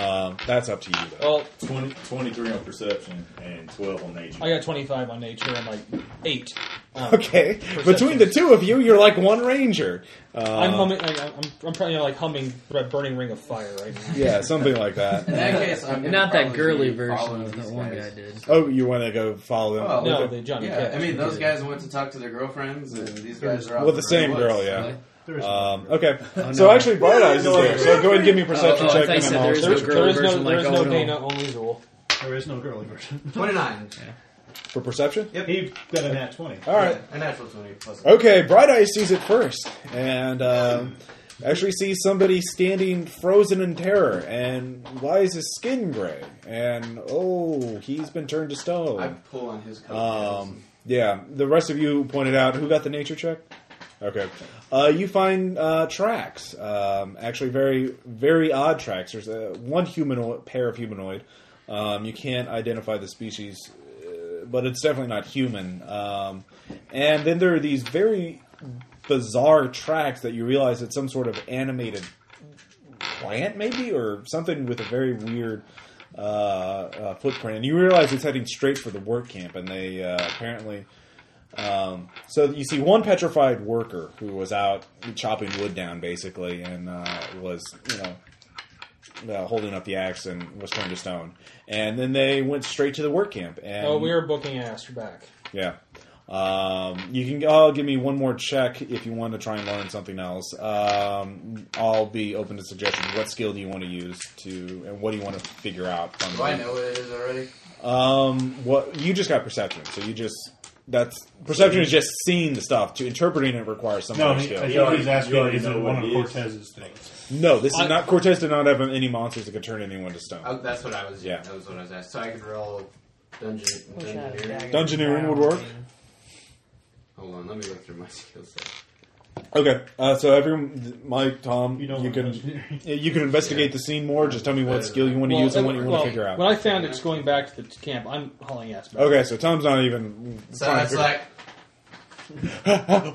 Speaker 1: um, that's up to you. Though.
Speaker 4: well,
Speaker 8: 20, 23 on perception and 12 on nature.
Speaker 4: I got 25 on nature and like eight. Um,
Speaker 1: Okay, between the two of you, you're like one ranger.
Speaker 4: I'm
Speaker 1: Uh,
Speaker 4: humming. I, I'm, I'm probably like humming "Red "Burning Ring of Fire" right now.
Speaker 1: yeah, something like that.
Speaker 5: In that case, I'm
Speaker 9: And
Speaker 5: gonna
Speaker 9: not that
Speaker 5: probably
Speaker 9: girly
Speaker 5: be
Speaker 9: version
Speaker 5: following
Speaker 9: of
Speaker 5: these
Speaker 9: that one guy
Speaker 5: guys.
Speaker 9: did.
Speaker 1: Oh, you want to go follow them?
Speaker 5: Well,
Speaker 4: No, the Johnny
Speaker 5: Yeah,
Speaker 4: Cash.
Speaker 5: I mean those guys went to talk to their girlfriends, and these guys are out
Speaker 1: With the
Speaker 5: in
Speaker 1: same
Speaker 5: woods,
Speaker 1: girl,
Speaker 5: so
Speaker 1: yeah.
Speaker 5: they-
Speaker 2: There's-
Speaker 1: Um, okay, so actually, Bright Eyes is there. So go ahead and give me a perception
Speaker 9: Oh, oh, I
Speaker 1: check.
Speaker 9: thought you
Speaker 1: and
Speaker 9: said
Speaker 1: I'll-
Speaker 9: there is
Speaker 4: There,
Speaker 9: no
Speaker 4: there
Speaker 9: girly
Speaker 4: is no,
Speaker 9: version
Speaker 4: there
Speaker 9: like
Speaker 4: is no
Speaker 9: oh
Speaker 4: Dana,
Speaker 9: no.
Speaker 4: only Zool.
Speaker 7: There is no girly version.
Speaker 5: Twenty-nine.
Speaker 1: for perception.
Speaker 7: he got a nat 20.
Speaker 1: All right.
Speaker 5: A natural twenty plus.
Speaker 1: Okay, Bright Eyes sees it first, and um, actually sees somebody standing frozen in terror. And why is his skin gray? And oh, he's been turned to
Speaker 5: I
Speaker 1: stone.
Speaker 5: pull on his coat.
Speaker 1: Um, yeah, the rest of you pointed out who got the nature check. Okay, uh, you find uh, tracks. Um, actually, very very odd tracks. There's uh, one humanoid, pair of humanoid. Um, you can't identify the species uh, but it's definitely not human. Um, and then there are these very bizarre tracks that you realize it's some sort of animated plant, maybe, or something with a very weird uh, uh, footprint. And you realize it's heading straight for the work camp, and they uh, apparently. Um, so you see one petrified worker who was out chopping wood down, basically, and uh, was you know uh, holding up the axe and was turned to stone. And then they went straight to the work camp. And
Speaker 4: Oh, we are booking ass. You're back.
Speaker 1: yeah. Um, you can oh, give me one more check if you want to try and learn something else. Um, I'll be open to suggestions. What skill do you want to use to, and what do you want to figure out? From
Speaker 5: Do I know what it is already?
Speaker 1: Um, what you just got perception, so you just that's perception is just seeing the stuff. To interpreting it requires some
Speaker 2: No,
Speaker 1: other
Speaker 2: he, I
Speaker 1: skill.
Speaker 2: think
Speaker 8: You already-
Speaker 2: he's
Speaker 8: you
Speaker 2: asking
Speaker 8: already
Speaker 2: is
Speaker 8: know
Speaker 2: it
Speaker 8: what
Speaker 2: one of
Speaker 8: it is.
Speaker 2: Cortez's things?
Speaker 1: No, this is
Speaker 4: I-
Speaker 1: not Cortez did not have any monsters that could turn anyone to stone.
Speaker 5: Oh, that's what I was.
Speaker 1: Yeah.
Speaker 5: that was what I was asked. So I could roll dungeon.
Speaker 6: Wish I had a
Speaker 5: dungeoneering.
Speaker 6: dagger.
Speaker 1: Dungeoneering would work.
Speaker 5: Hold on, let me look through my skill set.
Speaker 1: Okay, uh, so everyone, Mike, Tom,
Speaker 7: You
Speaker 1: you,
Speaker 7: don't want
Speaker 1: can you can investigate the scene more. Just tell me what skill you want to
Speaker 4: Well,
Speaker 1: use and what you want
Speaker 4: well,
Speaker 1: to figure out.
Speaker 4: When I found it's going back to the camp, I'm hauling ass back.
Speaker 1: Okay, so Tom's not even.
Speaker 5: So
Speaker 1: trying to
Speaker 5: that's
Speaker 1: figure-
Speaker 5: like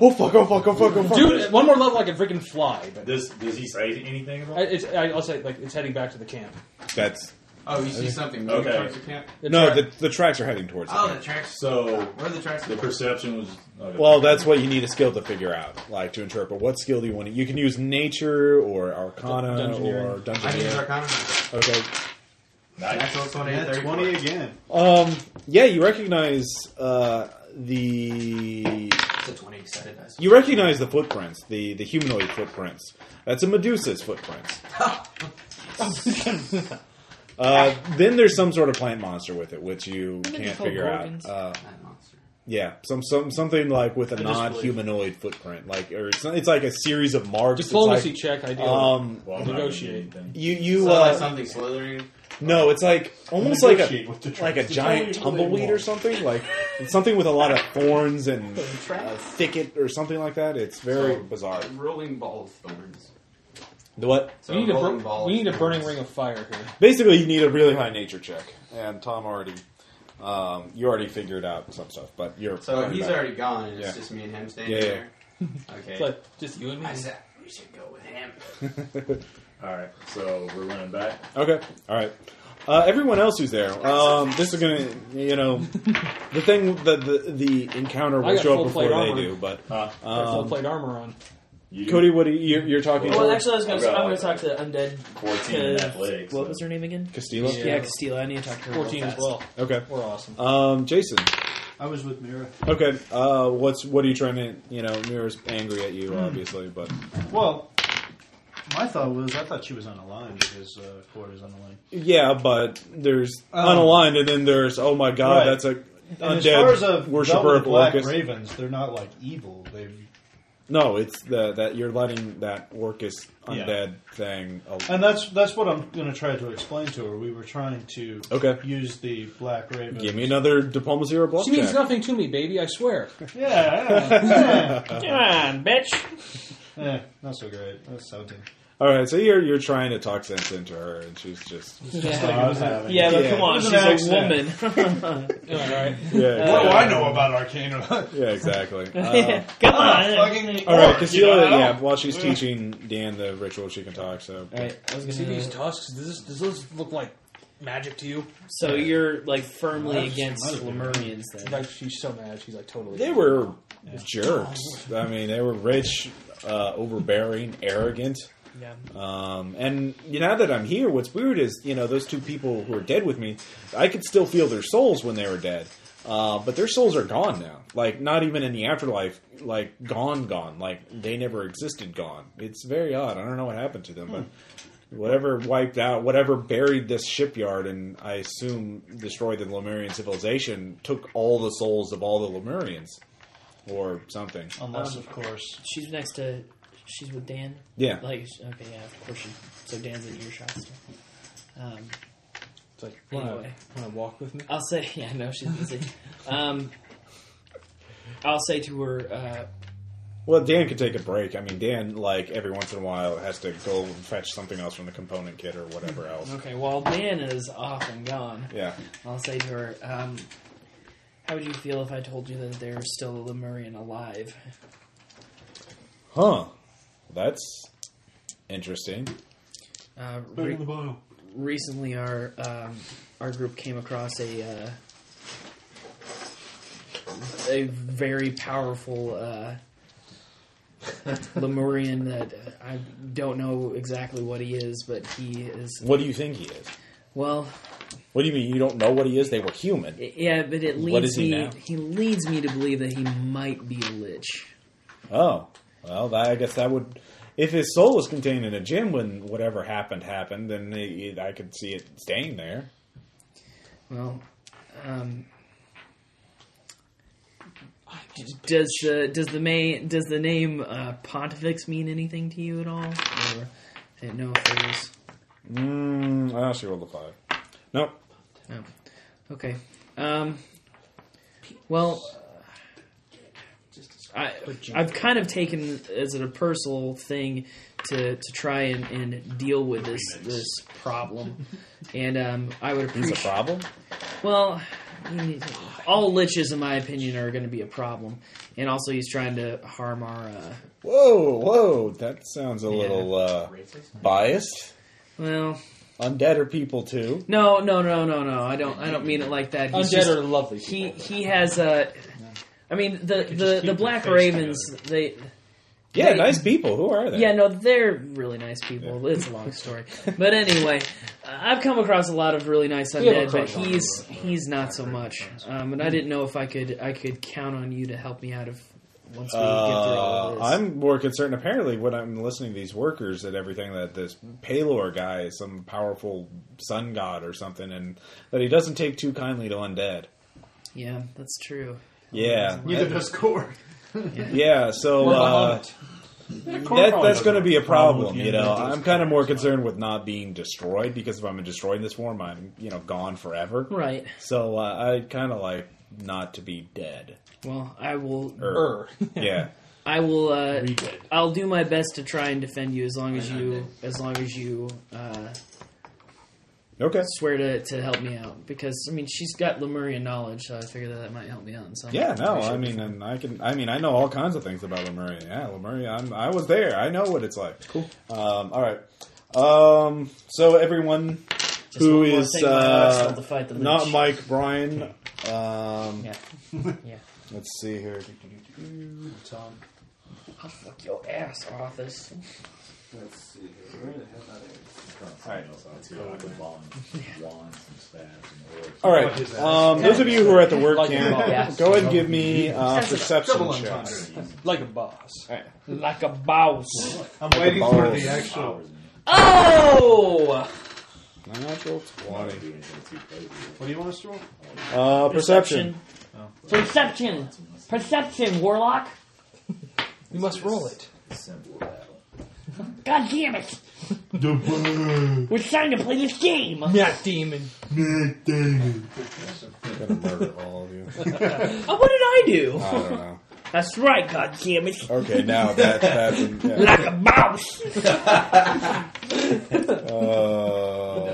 Speaker 1: oh fuck! Oh fuck! Oh fuck! Oh fuck!
Speaker 4: Dude, at one more level, I can freaking fly. But
Speaker 8: Does Does he say anything
Speaker 4: I,
Speaker 8: about? it?
Speaker 4: it's, I, I'll say, like, it's heading back to the camp.
Speaker 1: that's
Speaker 5: oh, you see something moving
Speaker 8: Okay.
Speaker 5: towards the camp?
Speaker 4: The
Speaker 1: no.
Speaker 4: track-
Speaker 1: The, the tracks are heading towards.
Speaker 5: Oh,
Speaker 1: the
Speaker 5: the tracks.
Speaker 8: So
Speaker 5: Where are the tracks?
Speaker 8: the
Speaker 5: going?
Speaker 8: perception was. okay.
Speaker 1: Well, that's what you need a skill to figure out, like to interpret. What skill do you want? to... You can use nature or arcana
Speaker 4: Dungeoneering.
Speaker 1: or
Speaker 5: I can use
Speaker 1: dungeoneering.
Speaker 5: Arcana.
Speaker 1: Okay.
Speaker 8: Nice.
Speaker 5: Natural 20,
Speaker 7: Nat
Speaker 5: 30.
Speaker 7: 20 again.
Speaker 1: Um, yeah, you recognize uh, the
Speaker 5: It's a 20 excited dice.
Speaker 1: you recognize the footprints, the the humanoid footprints. That's a Medusa's footprints. Uh, then there's some sort of plant monster with it, which you
Speaker 6: Wouldn't it be
Speaker 1: can't
Speaker 6: called
Speaker 1: figure out.
Speaker 6: Gorgons?
Speaker 1: Uh,
Speaker 5: That monster.
Speaker 1: yeah, some some something like with a
Speaker 2: just believe-
Speaker 1: non-humanoid footprint, like or it's, not- it's like a series of marks. It's
Speaker 4: Diplomacy
Speaker 1: like-
Speaker 4: check, I do.
Speaker 1: Um,
Speaker 8: Well, I'm not
Speaker 4: Negotiate.
Speaker 8: gonna do anything.
Speaker 1: you you
Speaker 5: So
Speaker 1: uh,
Speaker 5: like something slithering.
Speaker 1: no, it's like almost like
Speaker 2: Negotiate
Speaker 1: a
Speaker 2: with the troops.
Speaker 1: like a
Speaker 2: It's
Speaker 1: giant
Speaker 2: all you really
Speaker 1: tumbleweed or
Speaker 2: want.
Speaker 1: something, like it's something with a lot of thorns and a thicket or something like that. It's very
Speaker 5: So,
Speaker 1: bizarre.
Speaker 5: a rolling ball of thorns.
Speaker 1: The what?
Speaker 5: So
Speaker 4: we, need a
Speaker 5: rolling
Speaker 4: bur-
Speaker 5: ball.
Speaker 4: we need a
Speaker 5: of
Speaker 4: burning
Speaker 5: thorns.
Speaker 4: ring of fire here.
Speaker 1: Basically, you need a really high nature check, and Tom already um, you already figured out some stuff, but you're
Speaker 5: So he's
Speaker 1: about-
Speaker 5: already gone, and
Speaker 1: Yeah.
Speaker 5: it's just me and him standing
Speaker 1: Yeah, yeah.
Speaker 5: there. Okay.
Speaker 4: It's like, just you and me.
Speaker 5: I said we should go with him.
Speaker 8: All right, so we're running back.
Speaker 1: Okay. All right. Uh, everyone else who's there, um, this is gonna, you know, the thing, the the, the encounter
Speaker 4: I
Speaker 1: will
Speaker 4: got
Speaker 1: show
Speaker 4: full
Speaker 1: up before
Speaker 4: plate
Speaker 1: they
Speaker 4: armor.
Speaker 1: do. But
Speaker 8: Huh?
Speaker 4: Got full
Speaker 1: um,
Speaker 4: plate armor on.
Speaker 8: You-
Speaker 1: Cody, what are you, you're talking
Speaker 6: Well,
Speaker 1: to?
Speaker 6: actually, I was going
Speaker 8: I've
Speaker 6: to.
Speaker 8: got
Speaker 6: I'm going
Speaker 8: like
Speaker 6: to talk to undead.
Speaker 8: 14 and athletics,
Speaker 6: what
Speaker 8: so-
Speaker 6: was her name again?
Speaker 1: Castillo.
Speaker 4: Yeah.
Speaker 6: Yeah, Castilla. I need to talk to her. real
Speaker 4: 14 as
Speaker 6: fast.
Speaker 4: well.
Speaker 1: Okay.
Speaker 4: We're awesome.
Speaker 1: Um, Jason.
Speaker 7: I was with Mira.
Speaker 1: Okay. Uh, what's what are you trying to? You know, Mira's angry at
Speaker 7: Hmm.
Speaker 1: you, obviously, but
Speaker 7: Well, my thought was I thought she was unaligned because uh, Cord is unaligned.
Speaker 1: yeah, but there's
Speaker 7: Um,
Speaker 1: unaligned, and then there's oh my god,
Speaker 7: Right.
Speaker 1: that's a
Speaker 7: And as
Speaker 1: undead
Speaker 7: far as a
Speaker 1: worshiper Uh, of
Speaker 7: black
Speaker 1: Orcus.
Speaker 7: ravens, they're not like evil. They've
Speaker 1: No, it's the that you're letting that Orcus
Speaker 7: Yeah.
Speaker 1: undead thing. al-
Speaker 7: And that's that's what I'm going to try to explain to her. We were trying to
Speaker 1: Okay.
Speaker 7: use the black raven.
Speaker 1: Give me another diplomacy or a bluff
Speaker 4: she means
Speaker 1: check.
Speaker 4: nothing to me, baby, I swear.
Speaker 7: Yeah,
Speaker 9: Come on, bitch.
Speaker 7: yeah. Eh, not so great. That's seventeen.
Speaker 1: All right, so you're you're trying to talk sense into her, and she's just
Speaker 6: Yeah.
Speaker 7: Like, it was a-
Speaker 9: Yeah, but
Speaker 1: Yeah.
Speaker 9: come on,
Speaker 7: It was
Speaker 9: she's
Speaker 7: an
Speaker 9: a
Speaker 7: accident.
Speaker 9: woman.
Speaker 4: All right.
Speaker 1: yeah,
Speaker 7: do Oh, I know about Arcana?
Speaker 1: yeah, exactly. Uh,
Speaker 9: come on.
Speaker 7: Fucking
Speaker 1: all right, Casilla,
Speaker 7: orc, you know?
Speaker 1: yeah, while she's teaching Dan the ritual, she can talk. So
Speaker 6: All right. I was
Speaker 4: See
Speaker 6: going
Speaker 4: these
Speaker 6: to.
Speaker 4: tusks? Does this, does this look like magic to you?
Speaker 6: So you're like firmly
Speaker 7: Well, that's-
Speaker 6: against
Speaker 7: might have been.
Speaker 6: Lemurians then.
Speaker 4: Like, she's so mad. She's like, totally.
Speaker 1: they were jerks. I mean, they were rich, uh, overbearing, arrogant.
Speaker 6: Yeah.
Speaker 1: Um, and you know, now that I'm here, what's weird is you know those two people who are dead with me, I could still feel their souls when they were dead, uh, but their souls are gone now. Like not even in the afterlife, like gone, gone. Like they never existed. Gone. It's very odd. I don't know what happened to them, but whatever wiped out, whatever buried this shipyard, and I assume destroyed the Lemurian civilization, took all the souls of all the Lemurians, or something.
Speaker 7: Unless, of course,
Speaker 6: She's next to. She's with Dan.
Speaker 1: Yeah.
Speaker 6: Like okay, yeah, of course she. So Dan's in earshot. Still. Um,
Speaker 4: It's like,
Speaker 6: Anyway.
Speaker 4: wanna, wanna walk with me?
Speaker 6: I'll say yeah. No, she's busy. um, I'll say to her. Uh,
Speaker 1: Well, Dan could take a break. I mean, Dan, like every once in a while, has to go and fetch something else from the component kit or whatever else.
Speaker 6: okay, while Dan is off and gone,
Speaker 1: Yeah.
Speaker 6: I'll say to her. Um, how would you feel if I told you that there is still a Lemurian alive?
Speaker 1: Huh. That's interesting.
Speaker 6: Uh,
Speaker 2: Put it
Speaker 6: re-
Speaker 2: in the bottle.
Speaker 6: recently our um, our group came across a uh, a very powerful uh, Lemurian that uh, I don't know exactly what he is, but he is
Speaker 1: What do you think he is?
Speaker 6: well.
Speaker 1: What do you mean you don't know what he is? They were human.
Speaker 6: Yeah, but it leads
Speaker 1: What is he
Speaker 6: me.
Speaker 1: now?
Speaker 6: He leads me to believe that he might be a lich.
Speaker 1: Oh, well, that, I guess that would. If his soul was contained in a gem when whatever happened happened, then he, I could see it staying there.
Speaker 6: Well, um, does the does the main does the name uh, Pontifex mean anything to you at all? Or I didn't know if it was.
Speaker 1: Mm, I actually rolled a five. Nope.
Speaker 6: No. Oh, Okay. Um, well, I, I've kind of taken as a personal thing to, to try and, and deal with this this problem, and um, I would
Speaker 1: He's a
Speaker 6: appreciate.
Speaker 1: problem.
Speaker 6: Well, all liches, in my opinion, are going to be a problem, and also he's trying to harm our. Uh,
Speaker 1: Whoa, whoa, that sounds a little uh, biased.
Speaker 6: well,
Speaker 1: Undead are people too.
Speaker 6: no, no, no, no, no. I don't. I don't mean it like that. He's
Speaker 4: Undead
Speaker 6: just-
Speaker 4: are lovely.
Speaker 6: he
Speaker 4: people.
Speaker 6: he has a. I mean the the,
Speaker 2: just
Speaker 6: the
Speaker 2: keep
Speaker 6: Black
Speaker 2: your face
Speaker 6: Ravens. They
Speaker 1: Yeah,
Speaker 6: They-
Speaker 1: nice people. Who are they?
Speaker 6: yeah no they're really nice people. It's a long story, but anyway, I've come across a lot of really nice
Speaker 4: We have a
Speaker 6: undead, but
Speaker 4: crush on
Speaker 6: he's he's not so much. Um, and I didn't know if I could I could count on you to help me out of once we get through all
Speaker 1: Uh,
Speaker 6: this.
Speaker 1: I'm more concerned. Apparently, when I'm listening to these workers and everything, that this Palor guy is some powerful sun god or something, and that he doesn't take too kindly to undead.
Speaker 6: yeah, that's true.
Speaker 1: Yeah,
Speaker 7: Neither does Core.
Speaker 1: yeah. So uh, that, that's going to be a problem. You know, I'm kind of more concerned with not being destroyed because if I'm destroyed in this form, I'm you know gone forever.
Speaker 6: Right.
Speaker 1: So uh, I kind of like not to be dead.
Speaker 6: Well, I will.
Speaker 1: Er.
Speaker 4: Er.
Speaker 1: Yeah.
Speaker 6: I will. Uh,
Speaker 2: Redid.
Speaker 6: I'll do my best to try and defend you as long as you as long as you uh,
Speaker 1: Okay.
Speaker 6: swear to, to help me out because I mean she's got Lemurian knowledge, so I figured that that might help me out. In some
Speaker 1: Yeah, no,
Speaker 6: way.
Speaker 1: I mean, and I can, I mean, I know all kinds of things about Lemuria. Yeah, Lemuria, I'm, I was there. I know what it's like. Cool. Um, all right. Um, so everyone
Speaker 6: Just
Speaker 1: who
Speaker 6: one more
Speaker 1: is
Speaker 6: thing, my arsenal to
Speaker 1: uh,
Speaker 6: fight the
Speaker 1: not
Speaker 6: Lich.
Speaker 1: Mike Bryan, um,
Speaker 6: Yeah. Yeah.
Speaker 1: let's see here.
Speaker 6: I'll fuck your ass, Arthas.
Speaker 8: Let's see. Where the hell are they? Wands and staves and orbs.
Speaker 1: All right, um, those of you who are at the work
Speaker 4: Like
Speaker 1: camp,
Speaker 4: a
Speaker 6: boss.
Speaker 1: go ahead and give me uh,
Speaker 5: That's a double
Speaker 1: perception
Speaker 5: entendre.
Speaker 1: checks.
Speaker 4: like a boss.
Speaker 6: Like a boss.
Speaker 7: I'm waiting for
Speaker 1: balls.
Speaker 7: the actual.
Speaker 6: Oh!
Speaker 1: Natural twenty.
Speaker 7: What do you want us to roll?
Speaker 1: Uh, perception.
Speaker 6: Perception. Perception, Warlock.
Speaker 4: You must roll it.
Speaker 6: God damn it. We're trying to play this game.
Speaker 4: Not demon.
Speaker 1: Gonna murder all of you.
Speaker 6: Oh, what did I do?
Speaker 1: I don't know.
Speaker 6: That's right, God damn it.
Speaker 1: Okay, now that, that's yeah.
Speaker 6: Like a mouse.
Speaker 1: Uh,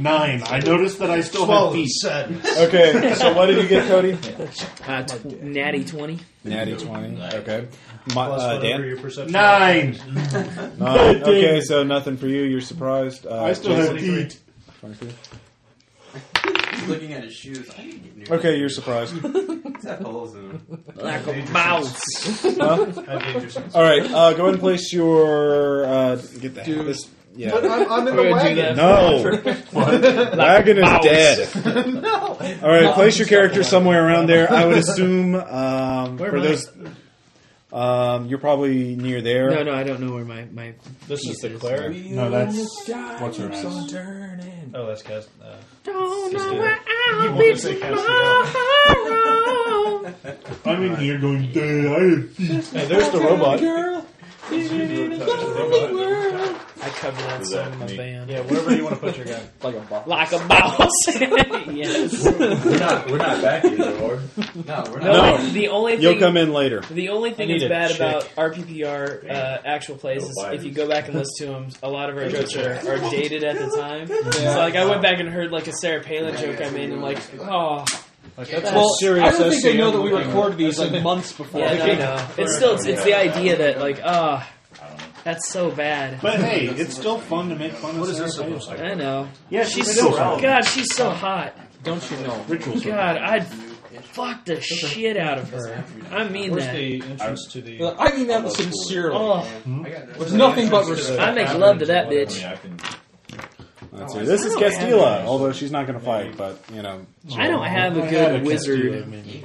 Speaker 2: Nine. I noticed that I still have feet.
Speaker 1: Okay, so what did you get, Cody?
Speaker 6: Uh, tw- natty 20.
Speaker 1: Natty 20. Okay. My,
Speaker 7: Plus
Speaker 1: uh,
Speaker 7: whatever
Speaker 1: Dan?
Speaker 7: your perception.
Speaker 2: Nine.
Speaker 1: Nine. Uh, Okay, so nothing for you. You're surprised. Uh,
Speaker 2: I still
Speaker 1: Jason?
Speaker 2: have feet.
Speaker 1: 23.
Speaker 5: He's looking at his shoes. I need to get new.
Speaker 1: Okay, you're surprised.
Speaker 5: He's got holes in them.
Speaker 6: Like a mouse.
Speaker 1: Huh?
Speaker 7: How dangerous is it?
Speaker 1: All right, uh, go ahead and place your. Uh, get the
Speaker 4: Dude.
Speaker 1: this-
Speaker 7: But
Speaker 1: Yeah.
Speaker 7: I'm, I'm in the
Speaker 6: We're gonna do
Speaker 7: wagon.
Speaker 1: No! Wagon is dead. Alright, place your character somewhere around there. I would assume um,
Speaker 6: Where
Speaker 1: for
Speaker 6: am I?
Speaker 1: those. Um, you're probably near there.
Speaker 6: No, no, I don't know where my. my
Speaker 7: This is the
Speaker 6: pieces.
Speaker 7: cleric.
Speaker 2: No, that's what's her ass?
Speaker 3: turning.
Speaker 7: Oh, that's Cas. Uh,
Speaker 6: Don't
Speaker 7: Sister.
Speaker 6: know where
Speaker 7: he
Speaker 6: I'll
Speaker 7: wanted
Speaker 6: be
Speaker 7: to say Castiel.
Speaker 6: tomorrow.
Speaker 2: I'm in here going. Dad, I have feet.
Speaker 1: Hey, there's the robot.
Speaker 6: I cover that
Speaker 8: Was
Speaker 6: song
Speaker 8: that
Speaker 6: in my
Speaker 8: neat?
Speaker 6: band.
Speaker 7: Yeah, wherever you want to put your guy.
Speaker 4: Like a boss.
Speaker 6: Like a mouse. yes.
Speaker 8: We're not, we're not back yet, or
Speaker 5: No, we're not.
Speaker 6: No, the only thing.
Speaker 1: You'll come in later.
Speaker 6: The only thing
Speaker 7: I need
Speaker 6: that's
Speaker 7: a
Speaker 6: bad
Speaker 7: chick.
Speaker 6: about RPPR uh, actual plays is
Speaker 8: Little
Speaker 6: if you go back and listen to them, a lot of our jokes are, are dated at the time. So like I went back and heard like a Sarah Palin joke I made and like, oh,
Speaker 7: Like, that's
Speaker 4: Well,
Speaker 7: a serious
Speaker 4: I don't think they know
Speaker 7: SEM
Speaker 4: that we
Speaker 7: thing.
Speaker 4: record these like months before.
Speaker 6: yeah,
Speaker 4: they
Speaker 6: no,
Speaker 4: came out.
Speaker 6: no. It's still it's, it's the idea that like, oh, that's so bad.
Speaker 2: But hey, it's still fun to make fun of. What is this about?
Speaker 6: I know.
Speaker 2: Yeah,
Speaker 6: She's
Speaker 2: she's
Speaker 6: so
Speaker 2: still wrong.
Speaker 6: God, she's so hot.
Speaker 4: Don't you know?
Speaker 2: Rituals.
Speaker 6: God, I'd fucked the shit out of her. I mean
Speaker 7: Where's
Speaker 6: that.
Speaker 7: the entrance to the?
Speaker 4: I mean that
Speaker 8: love
Speaker 4: sincerely.
Speaker 6: Oh,
Speaker 5: I got
Speaker 4: With nothing but respect.
Speaker 6: I make love to that
Speaker 8: I mean,
Speaker 6: bitch.
Speaker 8: I can.
Speaker 1: Let's see. This is Castilla, although she's not going to fight, but, you know.
Speaker 6: I don't have a good wizard.
Speaker 1: No, you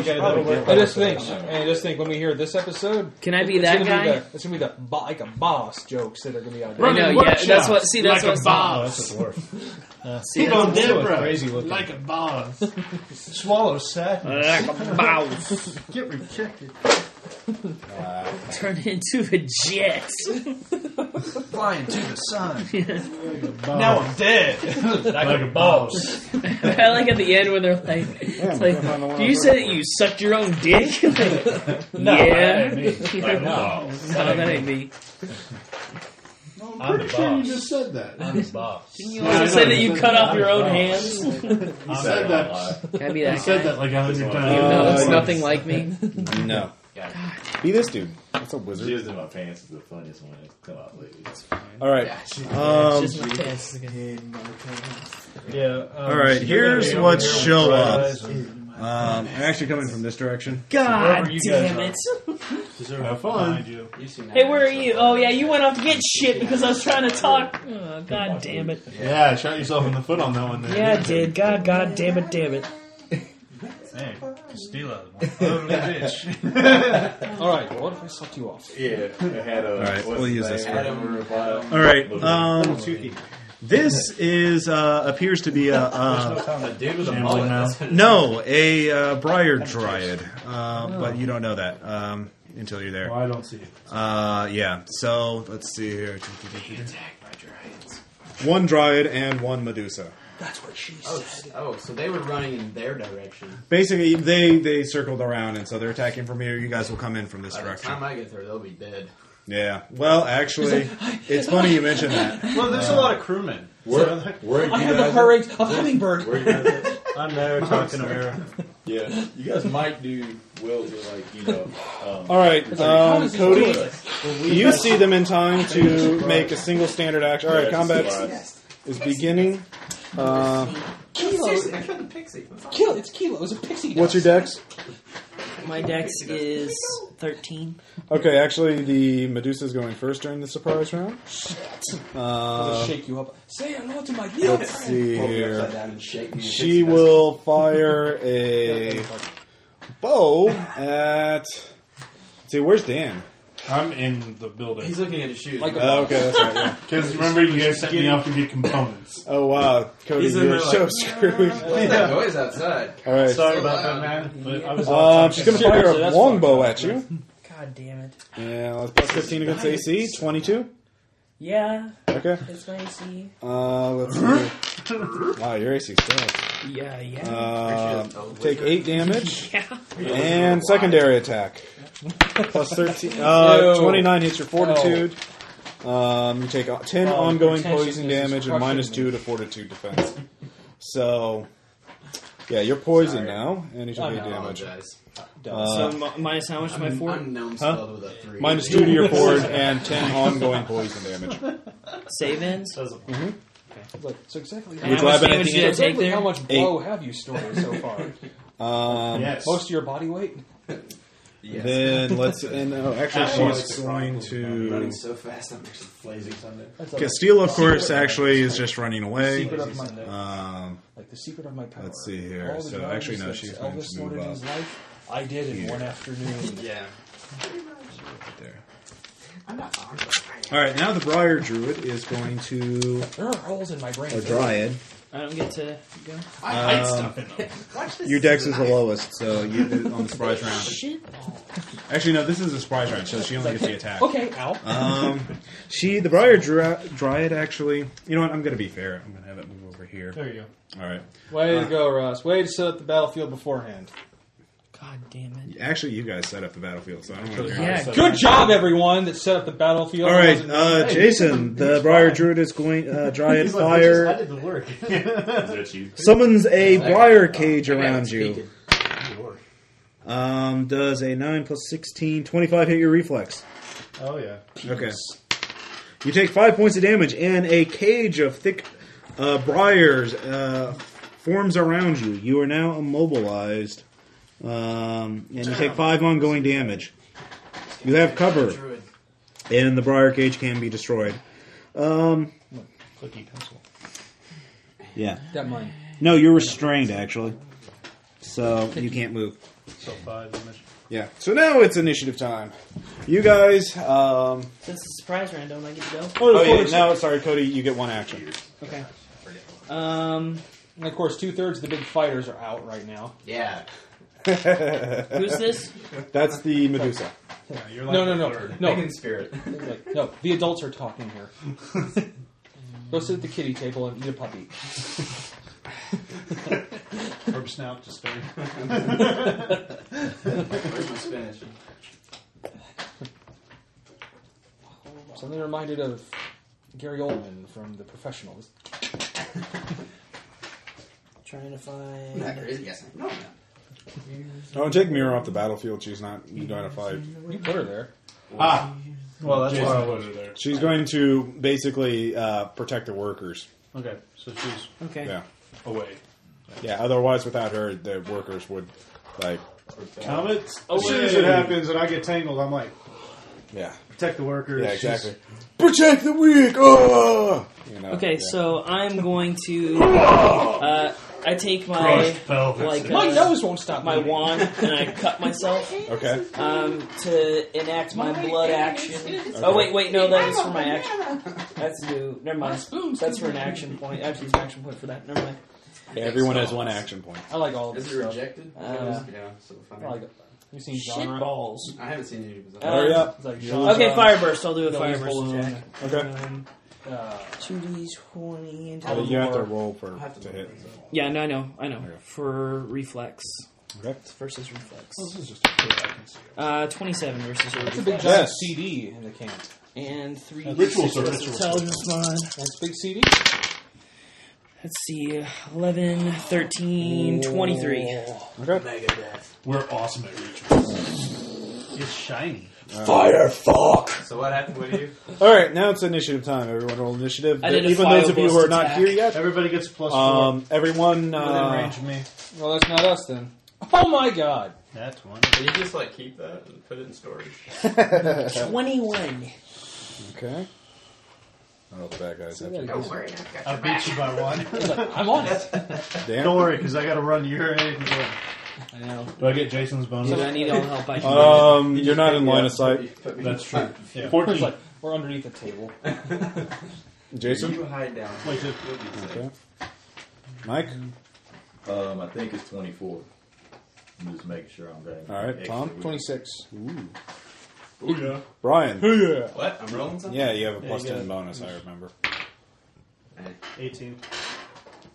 Speaker 7: Okay, that'll work.
Speaker 4: I just think, and I just think when we hear this episode,
Speaker 6: Can I be
Speaker 4: it's
Speaker 6: that
Speaker 4: gonna Be
Speaker 6: guy?
Speaker 4: the, it's gonna be the bo- like a boss jokes that are gonna be out
Speaker 6: I
Speaker 4: there.
Speaker 6: know, yeah, that's what. See, that's what.
Speaker 7: Oh, that's a dwarf.
Speaker 6: See, that's what-
Speaker 7: Deborah. Crazy looking. Like a boss. Swallow sadness.
Speaker 6: Like a mouse.
Speaker 7: Get rejected.
Speaker 6: Turn into a jet.
Speaker 7: Flying to the sun. now I'm dead. like, a boss.
Speaker 6: I like at the end when they're like, it's like do you say that you sucked your own dick? Like, yeah.
Speaker 8: Like, wow.
Speaker 6: No, that ain't me.
Speaker 7: I'm the boss.
Speaker 2: just said that.
Speaker 7: I'm the boss.
Speaker 6: You also say that you cut off your own hands?
Speaker 7: He
Speaker 8: He
Speaker 7: said
Speaker 8: that.
Speaker 7: that.
Speaker 8: out
Speaker 6: Can I be that
Speaker 2: said
Speaker 6: guy?
Speaker 2: that like a hundred
Speaker 6: Even
Speaker 2: times.
Speaker 6: though it's
Speaker 1: Uh,
Speaker 6: nothing like me.
Speaker 1: No. Be this dude. That's a wizard.
Speaker 8: Jizz in my pants is the funniest one that's come out lately.
Speaker 1: All right. Um,
Speaker 6: Just my pants. is good.
Speaker 7: Yeah. Um,
Speaker 1: all right.
Speaker 7: so
Speaker 1: Here's
Speaker 7: you're
Speaker 1: what's
Speaker 7: gonna be
Speaker 1: show
Speaker 7: over here
Speaker 1: up.
Speaker 7: with fries and-
Speaker 1: Um, I'm actually coming from this direction.
Speaker 6: God
Speaker 7: Wherever you guys
Speaker 6: damn
Speaker 7: are.
Speaker 6: it.
Speaker 7: Deserve
Speaker 2: Have
Speaker 7: it
Speaker 2: fun.
Speaker 7: behind you.
Speaker 6: Hey, where are you? Oh, yeah, you went off to get shit because I was trying to talk. Oh, God damn it.
Speaker 2: Yeah, shot yourself in the foot on that one. There.
Speaker 6: Yeah, I did. God, God damn it, damn it.
Speaker 7: Hey, Castilla, lovely bitch.
Speaker 4: All right, what if I sucked you off?
Speaker 8: Yeah, it had a.
Speaker 1: All right,
Speaker 8: what's
Speaker 1: we'll
Speaker 8: his
Speaker 1: use this
Speaker 8: name?
Speaker 1: for-
Speaker 8: Adam Revive.
Speaker 1: All right. Um, this is uh, appears to be a uh,
Speaker 5: Dude with a
Speaker 2: Shambles
Speaker 5: mullet.
Speaker 2: now.
Speaker 5: That's what it
Speaker 1: no a uh, briar dryad, uh, but you don't know that um, until you're there.
Speaker 2: Well, I don't see it.
Speaker 1: Uh, yeah. So let's see here.
Speaker 5: is. Attacked by dragons.
Speaker 1: One dryad and one Medusa.
Speaker 5: Oh, s- oh, so they were running in their direction.
Speaker 1: Basically, they they circled around, and so they're attacking from here. You guys will come in from this
Speaker 5: By the
Speaker 1: direction.
Speaker 5: time I get there, they'll be dead.
Speaker 1: Yeah. Well, actually, it's funny you mention that.
Speaker 7: Well, there's a lot of crewmen.
Speaker 8: Where, where you
Speaker 4: I have the
Speaker 8: guys
Speaker 4: courage of hummingbird.
Speaker 8: Where you guys at?
Speaker 7: I'm there talking to Mira.
Speaker 8: Yeah, you guys might do well with like you know. Um, uh,
Speaker 1: All right,
Speaker 4: How
Speaker 1: um,
Speaker 4: does this
Speaker 1: Cody,
Speaker 4: work?
Speaker 1: you see them in time to make a single standard action. All right, combat is beginning. Uh,
Speaker 5: Seriously, I killed the pixie. That's all.
Speaker 4: Kill it's Kilo. It's a pixie.
Speaker 1: what's your dex?
Speaker 6: My dex is 13.
Speaker 1: Okay, actually, the Medusa's going first during the surprise round.
Speaker 4: I'll
Speaker 1: Uh,
Speaker 4: shake you up. Say hello to my heel
Speaker 1: let's
Speaker 4: friend.
Speaker 1: see
Speaker 5: Roll me upside
Speaker 1: here.
Speaker 5: down and shake me.
Speaker 1: She will fire a bow at. See, where's Dan?
Speaker 2: I'm in the building.
Speaker 5: He's looking at his shoes.
Speaker 4: Like a-
Speaker 1: Oh, okay, that's right. Yeah.
Speaker 2: Because remember, you guys sent me off to get components.
Speaker 1: Oh wow, Cody,
Speaker 5: He's in
Speaker 1: you're
Speaker 5: there
Speaker 1: so
Speaker 5: like-
Speaker 1: screwed.
Speaker 5: What's that noise outside?
Speaker 1: All right.
Speaker 7: Sorry about that, man. But I was
Speaker 1: Um, she's going to fire
Speaker 4: Seriously,
Speaker 1: a
Speaker 4: that's
Speaker 1: longbow at you.
Speaker 6: God damn it.
Speaker 1: Yeah, that's plus 15 against AC. 22.
Speaker 6: Yeah,
Speaker 1: Okay.
Speaker 6: it's my AC.
Speaker 1: Uh, let's see. Wow, your AC sucks.
Speaker 6: Yeah, yeah.
Speaker 7: Uh,
Speaker 1: Um, take 8 damage.
Speaker 6: yeah.
Speaker 1: And secondary attack. Plus 13. Uh,
Speaker 4: Ew.
Speaker 1: 29 hits your fortitude. Um, you take 10
Speaker 4: Oh,
Speaker 1: ongoing
Speaker 4: pretentious
Speaker 1: poison
Speaker 4: is
Speaker 1: damage and minus
Speaker 4: crushing
Speaker 1: 2 to fortitude defense. So, yeah, you're poisoned now, and you
Speaker 4: I
Speaker 1: take 8
Speaker 4: know,
Speaker 1: damage.
Speaker 5: Apologize.
Speaker 1: Uh,
Speaker 6: So mi- minus how much to my
Speaker 5: I'm,
Speaker 6: four?
Speaker 5: I'm gnome spelled with a three.
Speaker 1: Minus two to your board and ten ongoing poison damage.
Speaker 6: Save ins?
Speaker 4: It's like, so exactly.
Speaker 6: And
Speaker 1: Would
Speaker 6: how
Speaker 1: you
Speaker 6: much
Speaker 1: have anything
Speaker 6: damage did I
Speaker 1: else?
Speaker 6: take
Speaker 4: Exactly how
Speaker 6: there?
Speaker 4: much blow have you stolen so far?
Speaker 1: Um,
Speaker 2: Yes.
Speaker 4: Most of your body weight?
Speaker 5: Yes.
Speaker 1: Then let's. And oh, actually,
Speaker 2: Alex.
Speaker 1: she's going
Speaker 5: I'm running
Speaker 1: to.
Speaker 5: so fast, I'm actually blazing something.
Speaker 4: That's like,
Speaker 1: Castile, of course, actually is just running away.
Speaker 4: secret of my,
Speaker 1: Um,
Speaker 4: like the secret of my power.
Speaker 1: let's see here.
Speaker 4: All the
Speaker 1: So,
Speaker 4: drivers
Speaker 1: actually, no,
Speaker 4: that
Speaker 1: she's
Speaker 4: Elvis
Speaker 1: going to
Speaker 4: snorted
Speaker 1: move
Speaker 4: in
Speaker 1: up.
Speaker 4: his life, I did in one afternoon.
Speaker 5: Yeah.
Speaker 1: there.
Speaker 5: I'm not armed.
Speaker 1: All right, now the Briar Druid is going to
Speaker 4: There are holes in my brain.
Speaker 1: a Dryad.
Speaker 6: I don't get to go.
Speaker 5: I hide stuff in them. Watch this.
Speaker 1: Your dex is the lowest, so you on the surprise round.
Speaker 6: Shit.
Speaker 1: Actually, no, this is a surprise round, so she only gets the attack.
Speaker 4: Okay, ow.
Speaker 1: Um, she, the Briar Dra- Dryad, actually. You know what? I'm going to be fair. I'm going to have it move over here.
Speaker 7: there you go.
Speaker 1: All right.
Speaker 4: Way
Speaker 1: uh,
Speaker 4: to go, Ross. Way to set up the battlefield beforehand.
Speaker 6: God damn it.
Speaker 1: Actually, you guys set up the battlefield, so I don't want to.
Speaker 6: Yeah,
Speaker 4: Good job, everyone, that set up the battlefield.
Speaker 1: All right,
Speaker 4: Wasn't-
Speaker 1: uh, Jason, the Briar Druid is going uh, Dryad Fire
Speaker 7: did the work.
Speaker 8: is that you?
Speaker 1: summons a Briar Cage
Speaker 5: I
Speaker 1: around
Speaker 5: can't speak
Speaker 1: you.
Speaker 5: it.
Speaker 1: Um, does a 9 plus 16, 25 hit your reflex?
Speaker 7: Oh yeah.
Speaker 1: Okay. You take 5 points of damage, and a cage of thick uh, briars uh, forms around you. You are now immobilized, um, and you take five ongoing damage. You have cover,
Speaker 5: Druid.
Speaker 1: and the briar cage can be destroyed. Um,
Speaker 2: Clicky pencil.
Speaker 1: yeah.
Speaker 4: That mine.
Speaker 1: No, you're restrained actually, so you can't move.
Speaker 7: So five damage.
Speaker 1: Yeah. So now it's initiative time. You guys. Um,
Speaker 6: Since it's a surprise round, don't I get to go?
Speaker 1: oh yeah. No, sorry, Cody. You get one action.
Speaker 6: Okay. Um,
Speaker 4: And of course, two thirds of the big fighters are out right now.
Speaker 5: Yeah.
Speaker 6: who's this?
Speaker 1: That's the Medusa.
Speaker 2: Yeah, you're like
Speaker 4: No,
Speaker 2: the
Speaker 4: no, no,
Speaker 2: third.
Speaker 4: no,
Speaker 5: Pagan spirit.
Speaker 4: Like, no. The adults are talking here. Go sit at the kitty table and eat a puppy.
Speaker 7: From snout to stern.
Speaker 5: Where's my spinach?
Speaker 4: Something reminded of Gary Oldman from The Professionals.
Speaker 6: Trying to
Speaker 5: I'm not
Speaker 6: find.
Speaker 5: crazy. Yes. No. I'm not.
Speaker 1: Oh, take Mira off the battlefield. She's not going to fight.
Speaker 4: You put her there.
Speaker 2: Ah,
Speaker 7: Well, that's
Speaker 2: Jason
Speaker 7: why.
Speaker 2: put it there.
Speaker 1: She's going to basically uh, protect the workers.
Speaker 7: Okay, so she's
Speaker 6: Okay.
Speaker 1: Yeah,
Speaker 2: Away.
Speaker 1: yeah. Otherwise, without her, the workers would like.
Speaker 7: comets. As soon as it happens and I get tangled, I'm like,
Speaker 1: Yeah,
Speaker 7: protect the workers.
Speaker 1: yeah,
Speaker 7: She's-
Speaker 1: exactly. Protect the weak. Oh! You know,
Speaker 6: Okay,
Speaker 1: yeah.
Speaker 6: so I'm going to. Uh, I take my
Speaker 2: Crushed pelvis.
Speaker 6: like
Speaker 4: My
Speaker 6: uh,
Speaker 4: nose won't stop
Speaker 6: my
Speaker 4: moving.
Speaker 6: wand and I cut myself
Speaker 1: okay.
Speaker 6: um, to enact my blood action. Oh wait, wait, no, that is for my action. That's new. Never mind. That's for an action point. I have to use an action point for that. Never mind.
Speaker 1: Yeah, everyone has one action point.
Speaker 4: I like all of this
Speaker 5: Is it
Speaker 4: stuff.
Speaker 5: rejected?
Speaker 6: Uh,
Speaker 5: yeah. So funny.
Speaker 4: I like it. You seen
Speaker 6: Shit
Speaker 4: genre?
Speaker 6: balls.
Speaker 5: I haven't seen any of those.
Speaker 6: Uh,
Speaker 1: Hurry up.
Speaker 4: It's like uh, genre.
Speaker 6: Okay, fire burst. I'll do a
Speaker 4: No,
Speaker 6: fire
Speaker 4: he's
Speaker 6: burst
Speaker 4: rolling
Speaker 6: attack.
Speaker 1: Okay.
Speaker 4: Uh,
Speaker 6: Two d twenty. and-
Speaker 1: Oh, you have to roll for
Speaker 5: I have to,
Speaker 1: to hit.
Speaker 6: Yeah, no, I know, I know.
Speaker 1: Okay.
Speaker 6: For reflex
Speaker 1: Okay.
Speaker 6: versus reflex.
Speaker 2: This is just a kid I can see.
Speaker 6: Uh, twenty-seven versus your
Speaker 4: it's a
Speaker 6: reflex.
Speaker 4: big giant
Speaker 1: Yes.
Speaker 4: CD in the camp.
Speaker 6: and three
Speaker 2: Rituals
Speaker 6: d6
Speaker 2: are
Speaker 6: plus
Speaker 2: rituals.
Speaker 6: intelligence mod.
Speaker 4: That's big CD.
Speaker 6: Let's see, 11, 13, 23.
Speaker 5: Mega death.
Speaker 2: We're awesome at rituals.
Speaker 7: It's shiny.
Speaker 1: Fire!
Speaker 5: So what happened with you?
Speaker 1: All right, now it's initiative time. Everyone roll initiative.
Speaker 6: I did a
Speaker 1: Even
Speaker 6: fire
Speaker 1: those of you who are
Speaker 6: burst
Speaker 1: not
Speaker 6: attack.
Speaker 1: here yet,
Speaker 7: Everybody gets a plus
Speaker 1: um, everyone.
Speaker 7: four. Within
Speaker 1: Uh,
Speaker 7: range of me.
Speaker 4: Well, that's not us then. Oh my god.
Speaker 7: That's one.
Speaker 5: Can you just like keep that and put it in storage?
Speaker 6: 21.
Speaker 1: okay. I don't know if the bad guys have to.
Speaker 5: Don't worry, I've got
Speaker 7: I
Speaker 5: your
Speaker 7: beat
Speaker 5: back.
Speaker 7: you by one.
Speaker 4: I'm on it.
Speaker 1: Damn.
Speaker 7: Don't worry, because I got to run to your aid and go.
Speaker 6: I know.
Speaker 2: Do I get Jason's bonus?
Speaker 6: Dude, I need all the help I can
Speaker 1: Um, you're not in line of sight,
Speaker 5: Put me-
Speaker 2: That's true.
Speaker 7: Yeah.
Speaker 4: It's
Speaker 2: 14.
Speaker 4: like we're underneath the table.
Speaker 1: Jason.
Speaker 5: You hide down.
Speaker 7: Wait, so-
Speaker 5: You'll be safe.
Speaker 1: Okay. Mike.
Speaker 8: Um, I think it's 24. I'm just making sure I'm getting.
Speaker 1: All right,
Speaker 8: extra
Speaker 1: Tom.
Speaker 8: with-
Speaker 1: Twenty-six.
Speaker 2: Oh, yeah.
Speaker 1: Brian.
Speaker 5: What? I'm rolling something.
Speaker 1: Yeah, you have a plus
Speaker 7: you got
Speaker 1: ten
Speaker 7: it.
Speaker 1: bonus. I remember.
Speaker 5: Hey,
Speaker 7: 18.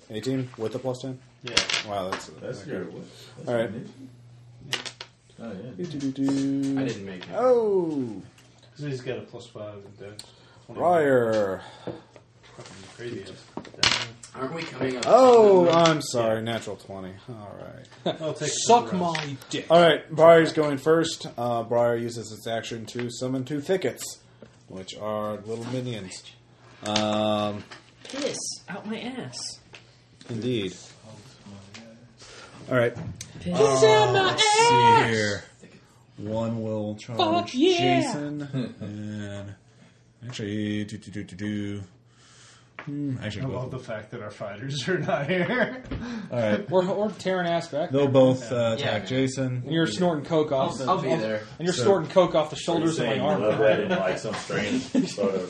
Speaker 1: Eighteen with a plus ten.
Speaker 7: Yeah.
Speaker 1: Wow, that's.
Speaker 8: That's
Speaker 1: okay.
Speaker 8: your. That's
Speaker 1: All right.
Speaker 8: your name. Oh, yeah.
Speaker 1: Do-do-do-do.
Speaker 5: I didn't make it.
Speaker 1: Oh,
Speaker 7: Because he's got a plus five and dex.
Speaker 1: Briar.
Speaker 7: Fucking Crazy.
Speaker 5: Aren't we coming up?
Speaker 1: Oh, I'm sorry. Natural twenty. All right.
Speaker 7: I'll take
Speaker 4: Suck
Speaker 7: the rest.
Speaker 4: my dick.
Speaker 1: All right, Briar's going first. Uh, Briar uses its action to summon two thickets, which are little minions. Um,
Speaker 6: Piss out my ass.
Speaker 1: indeed. All right,
Speaker 6: Piss
Speaker 4: out my
Speaker 1: let's see here. One will charge
Speaker 4: Fuck yeah.
Speaker 1: Jason, and actually, do do do do do. Hmm, actually,
Speaker 7: I
Speaker 1: both.
Speaker 7: love the fact that our fighters are not here.
Speaker 1: All right,
Speaker 4: We're, we're tearing ass back.
Speaker 1: they'll both uh, attack
Speaker 5: Yeah.
Speaker 4: And
Speaker 1: Jason.
Speaker 4: you're snorting coke off.
Speaker 5: I'll, I'll be there.
Speaker 4: And you're
Speaker 1: So-
Speaker 4: snorting coke off the shoulders of
Speaker 8: saying
Speaker 4: my
Speaker 8: you
Speaker 4: arm.
Speaker 8: love that in like some strange sort of.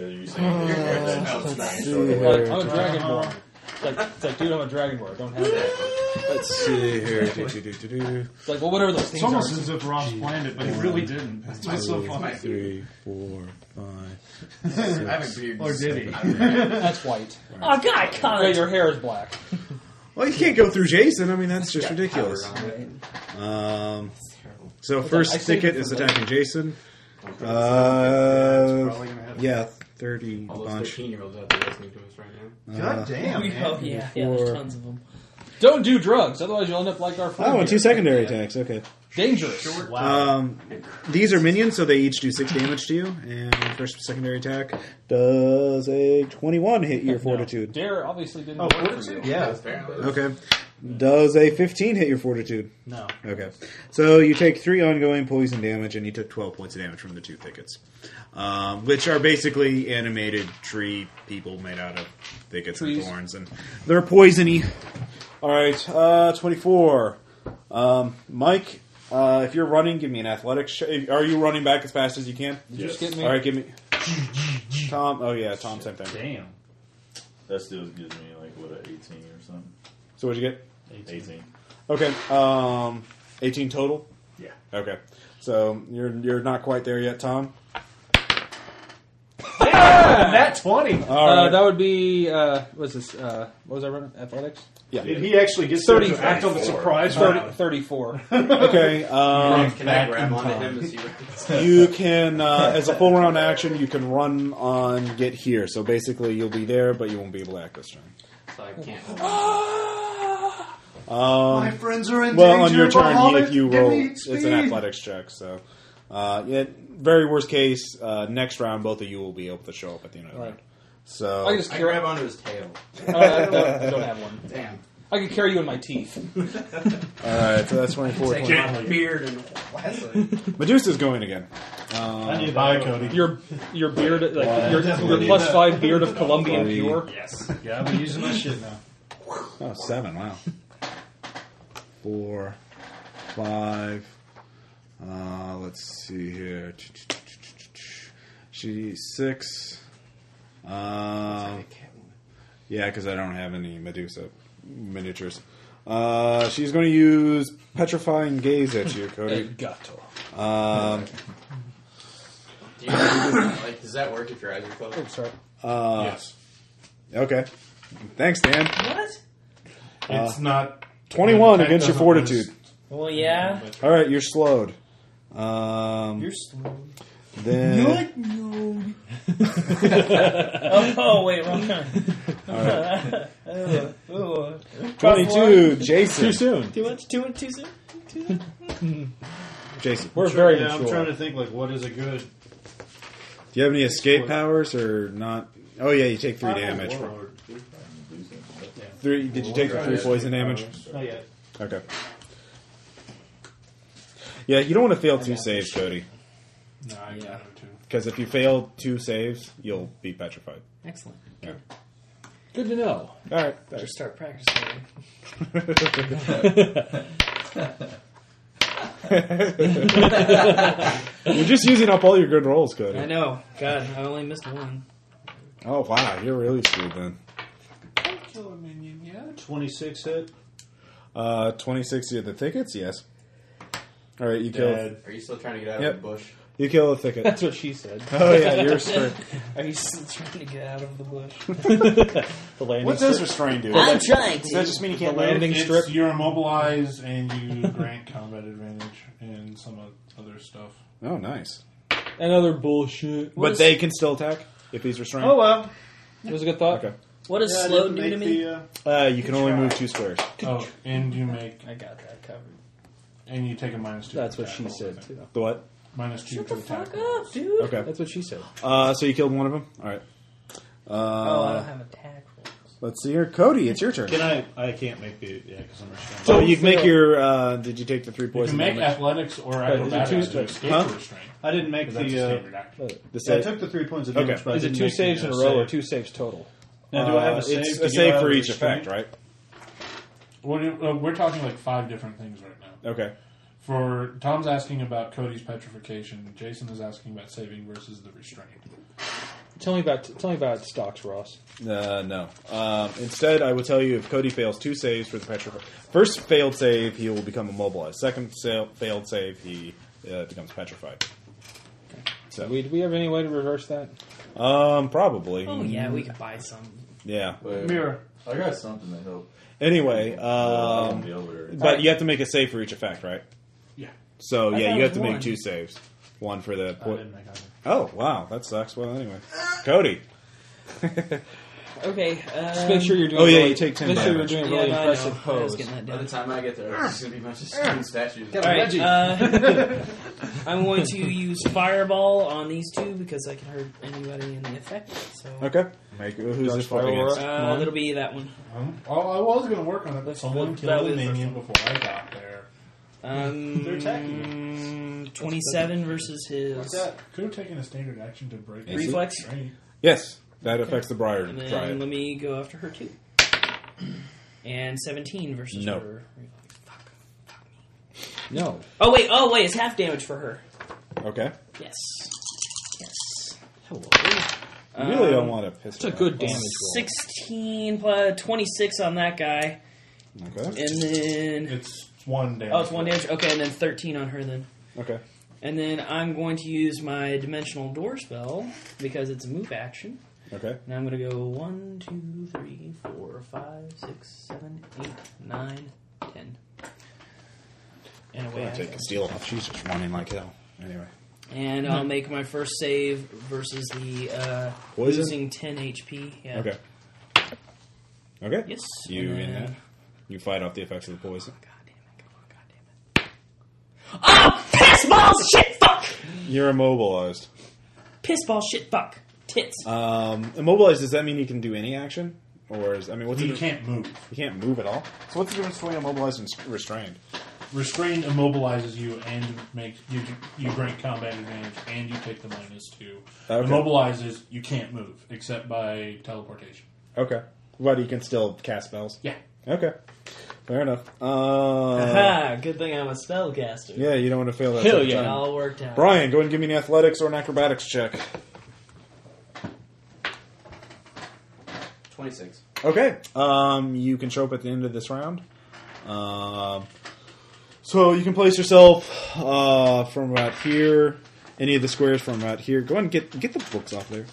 Speaker 8: Are you saying you love that in some strange sort of way?
Speaker 4: Like, I'm a dragonborn. It's like, it's like, dude, I'm a dragonborn. I don't have that.
Speaker 1: Let's see here. Do, do, do, do, do.
Speaker 4: It's like, well, whatever those
Speaker 7: It's
Speaker 4: things
Speaker 7: almost
Speaker 4: are.
Speaker 7: as if Ross planned it, but he really didn't. It's just so funny.
Speaker 1: Three, four, five.
Speaker 5: I have a beard.
Speaker 7: Or Oh, did he?
Speaker 4: That's white.
Speaker 6: Oh, God,
Speaker 4: Yeah,
Speaker 6: cunt.
Speaker 4: your hair is black.
Speaker 1: Well, you can't go through Jason. I mean, that's just ridiculous.
Speaker 5: Power on it.
Speaker 1: Um, so first
Speaker 4: I saved
Speaker 1: ticket
Speaker 4: it
Speaker 1: is
Speaker 4: for
Speaker 1: attacking Jason.
Speaker 7: It's
Speaker 1: Uh,
Speaker 7: probably gonna happen.
Speaker 1: yeah, thirty
Speaker 5: All those
Speaker 1: bunch.
Speaker 5: 13 year olds out there listening to us right now.
Speaker 7: God damn,
Speaker 6: Oh,
Speaker 7: man.
Speaker 6: yeah, yeah, there's tons of them.
Speaker 4: Don't do drugs, otherwise you'll end up like our friend.
Speaker 1: Oh, and two
Speaker 4: here.
Speaker 1: secondary attacks. Okay.
Speaker 4: Dangerous.
Speaker 7: Uh,
Speaker 1: Um, these are minions, so they each do six damage to you. And first secondary attack does a twenty-one hit your fortitude.
Speaker 4: Dare obviously didn't.
Speaker 7: Oh,
Speaker 4: work for
Speaker 7: fortitude?
Speaker 4: you.
Speaker 5: Yeah, apparently.
Speaker 1: Okay. Does a fifteen hit your fortitude?
Speaker 7: No.
Speaker 1: Okay. So you take three ongoing poison damage, and you took twelve points of damage from the two thickets, um, which are basically animated tree people made out of thickets and
Speaker 4: Trees.
Speaker 1: thorns, and they're poisony. All right. Uh, Twenty-four. Um, Mike, uh, if you're running, give me an athletics. Sh- are you running back as fast as you can?
Speaker 4: Did you just get me?
Speaker 1: All right, give me. Tom. Oh yeah, Tom. Same thing.
Speaker 2: Damn.
Speaker 8: That still gives me like what a eighteen or something.
Speaker 1: So what'd you get?
Speaker 8: Eighteen.
Speaker 1: Okay. Um, eighteen total.
Speaker 8: Yeah.
Speaker 1: Okay. So you're you're not quite there yet, Tom.
Speaker 7: Nat 20.
Speaker 1: All
Speaker 4: Uh,
Speaker 1: right.
Speaker 4: That would be uh, what's this? Uh, what was I running? Athletics.
Speaker 7: Did he actually get 30 to act on the surprise
Speaker 4: Thirty-
Speaker 7: round?
Speaker 4: Thirty-four.
Speaker 1: okay. Um,
Speaker 5: Can I
Speaker 2: Back
Speaker 5: grab
Speaker 2: in
Speaker 5: onto
Speaker 2: time.
Speaker 5: him as he
Speaker 1: you can, uh, as a full round action, you can run on get here. So basically, you'll be there, but you won't be able to act this turn.
Speaker 5: So I can't. hold on.
Speaker 1: Um,
Speaker 7: My friends are in
Speaker 1: well, on
Speaker 7: danger,
Speaker 1: your turn, he-
Speaker 7: Muhammad,
Speaker 1: if you
Speaker 7: give
Speaker 1: roll,
Speaker 7: me
Speaker 1: it's
Speaker 7: speed.
Speaker 1: an athletics check. So, uh, yeah, very worst case, uh, next round, both of you will be able to show up at the end of the
Speaker 4: Right.
Speaker 1: round. So,
Speaker 4: I could just
Speaker 5: I
Speaker 4: carry.
Speaker 5: grab onto his tail.
Speaker 4: oh, I don't, I don't have one.
Speaker 5: Damn.
Speaker 4: I could carry you in my teeth.
Speaker 1: all right, so that's 24.
Speaker 5: Take
Speaker 1: 20.
Speaker 5: my beard and lasso.
Speaker 1: Medusa's going again.
Speaker 2: I need Bye, Cody.
Speaker 4: Your your beard, like your, your plus five beard of Colombian
Speaker 1: Sorry.
Speaker 4: pure.
Speaker 2: Yes. Yeah, I've been using my shit now.
Speaker 1: Oh, seven. Wow. Four, five. Uh, let's see here. She six. Um, yeah, because I don't have any Medusa miniatures. Uh, she's going to use petrifying gaze at you,
Speaker 4: El
Speaker 1: Cody.
Speaker 4: gato.
Speaker 1: Um,
Speaker 5: Do you like? Does that work if your eyes are
Speaker 4: Oh,
Speaker 5: closed?
Speaker 4: sorry.
Speaker 1: uh,
Speaker 2: yes.
Speaker 1: Okay. Thanks, Dan.
Speaker 6: What?
Speaker 7: Uh,
Speaker 2: It's not.
Speaker 1: Twenty-one
Speaker 2: That
Speaker 1: against your
Speaker 2: doesn't list-
Speaker 1: fortitude.
Speaker 6: Well, yeah.
Speaker 1: All right, you're slowed. Um,
Speaker 6: You're slow.
Speaker 1: then.
Speaker 6: Oh, oh, wait, wrong turn. Ugh, ugh.
Speaker 1: 22, Jason.
Speaker 4: Too soon.
Speaker 6: Too much? Too much? Too soon? Too soon?
Speaker 1: Jason,
Speaker 4: We're
Speaker 1: do
Speaker 4: very
Speaker 7: Yeah, I'm
Speaker 4: mature.
Speaker 7: trying to think, like, what is a good...
Speaker 1: you have any escape powers or not? Oh yeah, you take three damage. From,
Speaker 7: Warlord.
Speaker 1: three? Did you take the three poison damage?
Speaker 7: Not yet.
Speaker 1: Okay. Yeah, you don't want to fail two saves, Cody,
Speaker 2: No, I got it too.
Speaker 1: because if you fail two saves, you'll be petrified.
Speaker 6: Excellent.
Speaker 4: Good to know.
Speaker 1: All right,
Speaker 6: Just start practicing.
Speaker 1: you're just using up all your good rolls,
Speaker 6: I
Speaker 1: Cody.
Speaker 6: know. God, I only missed one.
Speaker 1: Oh wow, you're really screwed then.
Speaker 2: Kill a minion, yeah.
Speaker 7: 26 hit.
Speaker 1: Uh, twenty six of the thickets, yes. All right, you kill.
Speaker 5: Are you still trying to get out
Speaker 1: Yep.
Speaker 5: of the bush?
Speaker 1: You kill a thicket.
Speaker 4: That's what she said.
Speaker 1: oh yeah, you're screwed.
Speaker 6: Are you still trying to get out of the bush?
Speaker 4: The landing
Speaker 1: What does restrain do?
Speaker 6: I'm
Speaker 1: Does
Speaker 6: trying
Speaker 1: that
Speaker 6: to.
Speaker 1: just mean you can't move?
Speaker 4: landing
Speaker 2: It's-
Speaker 4: strip.
Speaker 2: You're immobilized and you grant combat advantage and some o- other stuff.
Speaker 1: Oh, nice.
Speaker 4: Another bullshit.
Speaker 1: But they can still attack if he's restrained.
Speaker 7: Oh, well.
Speaker 4: That was a good thought.
Speaker 1: okay.
Speaker 6: What does
Speaker 7: Yeah, I
Speaker 6: slow
Speaker 7: didn't
Speaker 6: do to
Speaker 7: make
Speaker 6: me?
Speaker 7: the, uh,
Speaker 1: Uh, you can only move two squares.
Speaker 2: Oh, and you make
Speaker 6: I got that covered.
Speaker 2: and you take a minus two.
Speaker 4: That's
Speaker 2: to
Speaker 4: what she
Speaker 2: tackle, I
Speaker 4: said
Speaker 2: think.
Speaker 4: too.
Speaker 1: The what?
Speaker 2: Minus two
Speaker 6: Shut
Speaker 2: to
Speaker 6: the
Speaker 2: attack.
Speaker 6: fuck up, dude.
Speaker 1: Okay.
Speaker 4: That's what she said.
Speaker 1: Uh, so you killed one of them. All right.
Speaker 6: oh, I don't
Speaker 1: Uh,
Speaker 6: have attack rolls.
Speaker 1: let's see here, Cody. It's your turn.
Speaker 7: Can I... I can't make the... Yeah, because I'm restrained.
Speaker 1: So you can make your. Uh, did you take the three
Speaker 2: You can
Speaker 1: poison
Speaker 2: make
Speaker 1: damage?
Speaker 2: athletics
Speaker 4: is it
Speaker 2: or
Speaker 4: two
Speaker 2: acrobatics to
Speaker 4: strikes?
Speaker 2: escape
Speaker 1: Huh?
Speaker 2: the restraint.
Speaker 7: I didn't make
Speaker 2: Because that's a
Speaker 7: the... Uh,
Speaker 2: standard action.
Speaker 1: The
Speaker 7: yeah, I
Speaker 1: save.
Speaker 7: took the three points of
Speaker 1: Okay.
Speaker 7: damage, but I
Speaker 4: Is it
Speaker 7: didn't
Speaker 4: two
Speaker 7: make
Speaker 4: saves
Speaker 7: the,
Speaker 4: in
Speaker 7: uh,
Speaker 4: a row or
Speaker 7: save.
Speaker 4: two saves total?
Speaker 7: Now, do I have
Speaker 1: Uh,
Speaker 7: a save?
Speaker 1: It's
Speaker 7: to
Speaker 1: a
Speaker 7: get
Speaker 1: save
Speaker 7: out
Speaker 1: for
Speaker 7: of
Speaker 1: each
Speaker 7: restraint?
Speaker 1: effect, right?
Speaker 2: What do- uh, we're talking like five different things right now.
Speaker 1: Okay.
Speaker 2: For Tom's asking about Cody's petrification. Jason is asking about saving versus the restraint.
Speaker 4: Tell me about tell me about stocks, Ross.
Speaker 1: Uh, no. Um, instead, I will tell you if Cody fails two saves for the petrified. First failed save, he will become immobilized. Second sa- failed save, he uh, becomes petrified. So,
Speaker 4: We, do we have any way to reverse that?
Speaker 1: um, probably.
Speaker 6: Oh, yeah, we could buy some.
Speaker 1: Yeah.
Speaker 8: Mirror. I got something to help.
Speaker 1: Anyway,
Speaker 8: I
Speaker 1: um,
Speaker 8: won't be over there.
Speaker 1: But you have to make a save for each effect, right?
Speaker 2: Yeah.
Speaker 1: So yeah,
Speaker 6: I thought
Speaker 1: you
Speaker 6: it
Speaker 1: have
Speaker 6: was
Speaker 1: to
Speaker 6: one.
Speaker 1: make two saves. One for the
Speaker 2: I
Speaker 1: po-
Speaker 2: didn't make either.
Speaker 1: oh wow, that sucks. Well, anyway, Cody,
Speaker 6: Okay. um,
Speaker 4: Just make sure you're doing.
Speaker 1: Oh, yeah,
Speaker 4: really-
Speaker 1: you take 10
Speaker 4: Make sure you're
Speaker 1: damage.
Speaker 4: doing a
Speaker 6: Yeah,
Speaker 4: really
Speaker 6: no, I know.
Speaker 4: impressive
Speaker 6: I was
Speaker 4: pose.
Speaker 6: getting that
Speaker 5: By the
Speaker 6: down.
Speaker 5: time I get there, there's going to be a bunch of stone statues.
Speaker 6: All right, uh, I'm going to use fireball on these two because I can hurt anybody in the effect. So
Speaker 1: Okay. Make, who's this
Speaker 8: fucking
Speaker 1: firework?
Speaker 6: uh, that'll be that one.
Speaker 2: Um, I, I was going to work on it, but
Speaker 6: That's
Speaker 2: someone
Speaker 6: good. That
Speaker 2: killed a
Speaker 6: was the first
Speaker 2: minion before I got there.
Speaker 6: Um,
Speaker 7: They're attacking
Speaker 6: Twenty-seven versus his,
Speaker 2: Could have taken a standard action to
Speaker 1: Is
Speaker 2: break
Speaker 1: it?
Speaker 6: Reflex.
Speaker 2: Right.
Speaker 1: Yes, that affects the briar
Speaker 6: and
Speaker 1: tribe.
Speaker 6: then let me go after her too. And seventeen versus
Speaker 1: No.
Speaker 6: her.
Speaker 4: No.
Speaker 6: Oh wait! Oh wait! It's half damage for her.
Speaker 1: Okay.
Speaker 6: Yes. Yes.
Speaker 1: You really
Speaker 6: Um,
Speaker 1: don't want to piss
Speaker 4: It's a
Speaker 1: her off.
Speaker 4: good damage roll.
Speaker 6: 16 plus 26 on that guy.
Speaker 1: Okay.
Speaker 6: And then.
Speaker 2: It's one damage.
Speaker 6: Oh, it's one damage? Okay, and then 13 on her then.
Speaker 1: Okay.
Speaker 6: And then I'm going to use my dimensional door spell because it's a move action.
Speaker 1: Okay.
Speaker 6: And I'm going to go 1, 2, 3, 4, 5, 6, 7, 8, 9, 10. And away. I
Speaker 1: Take
Speaker 6: go.
Speaker 1: a steel off. She's just running like hell. Anyway.
Speaker 6: And I'll make my first save versus the uh,
Speaker 1: Poison?
Speaker 6: losing 10 HP. Yeah.
Speaker 1: Okay. Uh, Okay.
Speaker 6: Yes.
Speaker 1: You
Speaker 6: and
Speaker 1: in
Speaker 6: then-
Speaker 1: that? You fight off the effects of the poison.
Speaker 6: God damn it, come on, God damn it. Oh, piss balls, shit, fuck!
Speaker 1: You're immobilized.
Speaker 6: Piss balls, shit, fuck. Tits.
Speaker 1: Um, immobilized. Does that mean you can do any action, or is I mean, what's the
Speaker 2: You
Speaker 1: di-
Speaker 2: can't move.
Speaker 1: You can't move at all. So what's the difference between immobilized and s- restrained?
Speaker 2: Restrained immobilizes you and makes gives you you bring combat advantage and you take the minus two.
Speaker 1: Okay.
Speaker 2: Immobilizes you can't move except by teleportation.
Speaker 1: Okay, but you can still cast spells.
Speaker 2: Yeah.
Speaker 1: Okay, fair enough. Uh,
Speaker 6: Aha, good thing I'm a spellcaster.
Speaker 1: yeah, you don't want to fail that.
Speaker 4: Hell
Speaker 1: second
Speaker 4: yeah.
Speaker 6: It
Speaker 1: time.
Speaker 6: all worked out.
Speaker 1: Brian, go ahead and give me an athletics or an acrobatics check.
Speaker 5: 26.
Speaker 1: Okay. Um, you can show up at the end of this round. Um, so you can place yourself uh, from about here, any of the squares from about here. Go ahead and get get the books off there.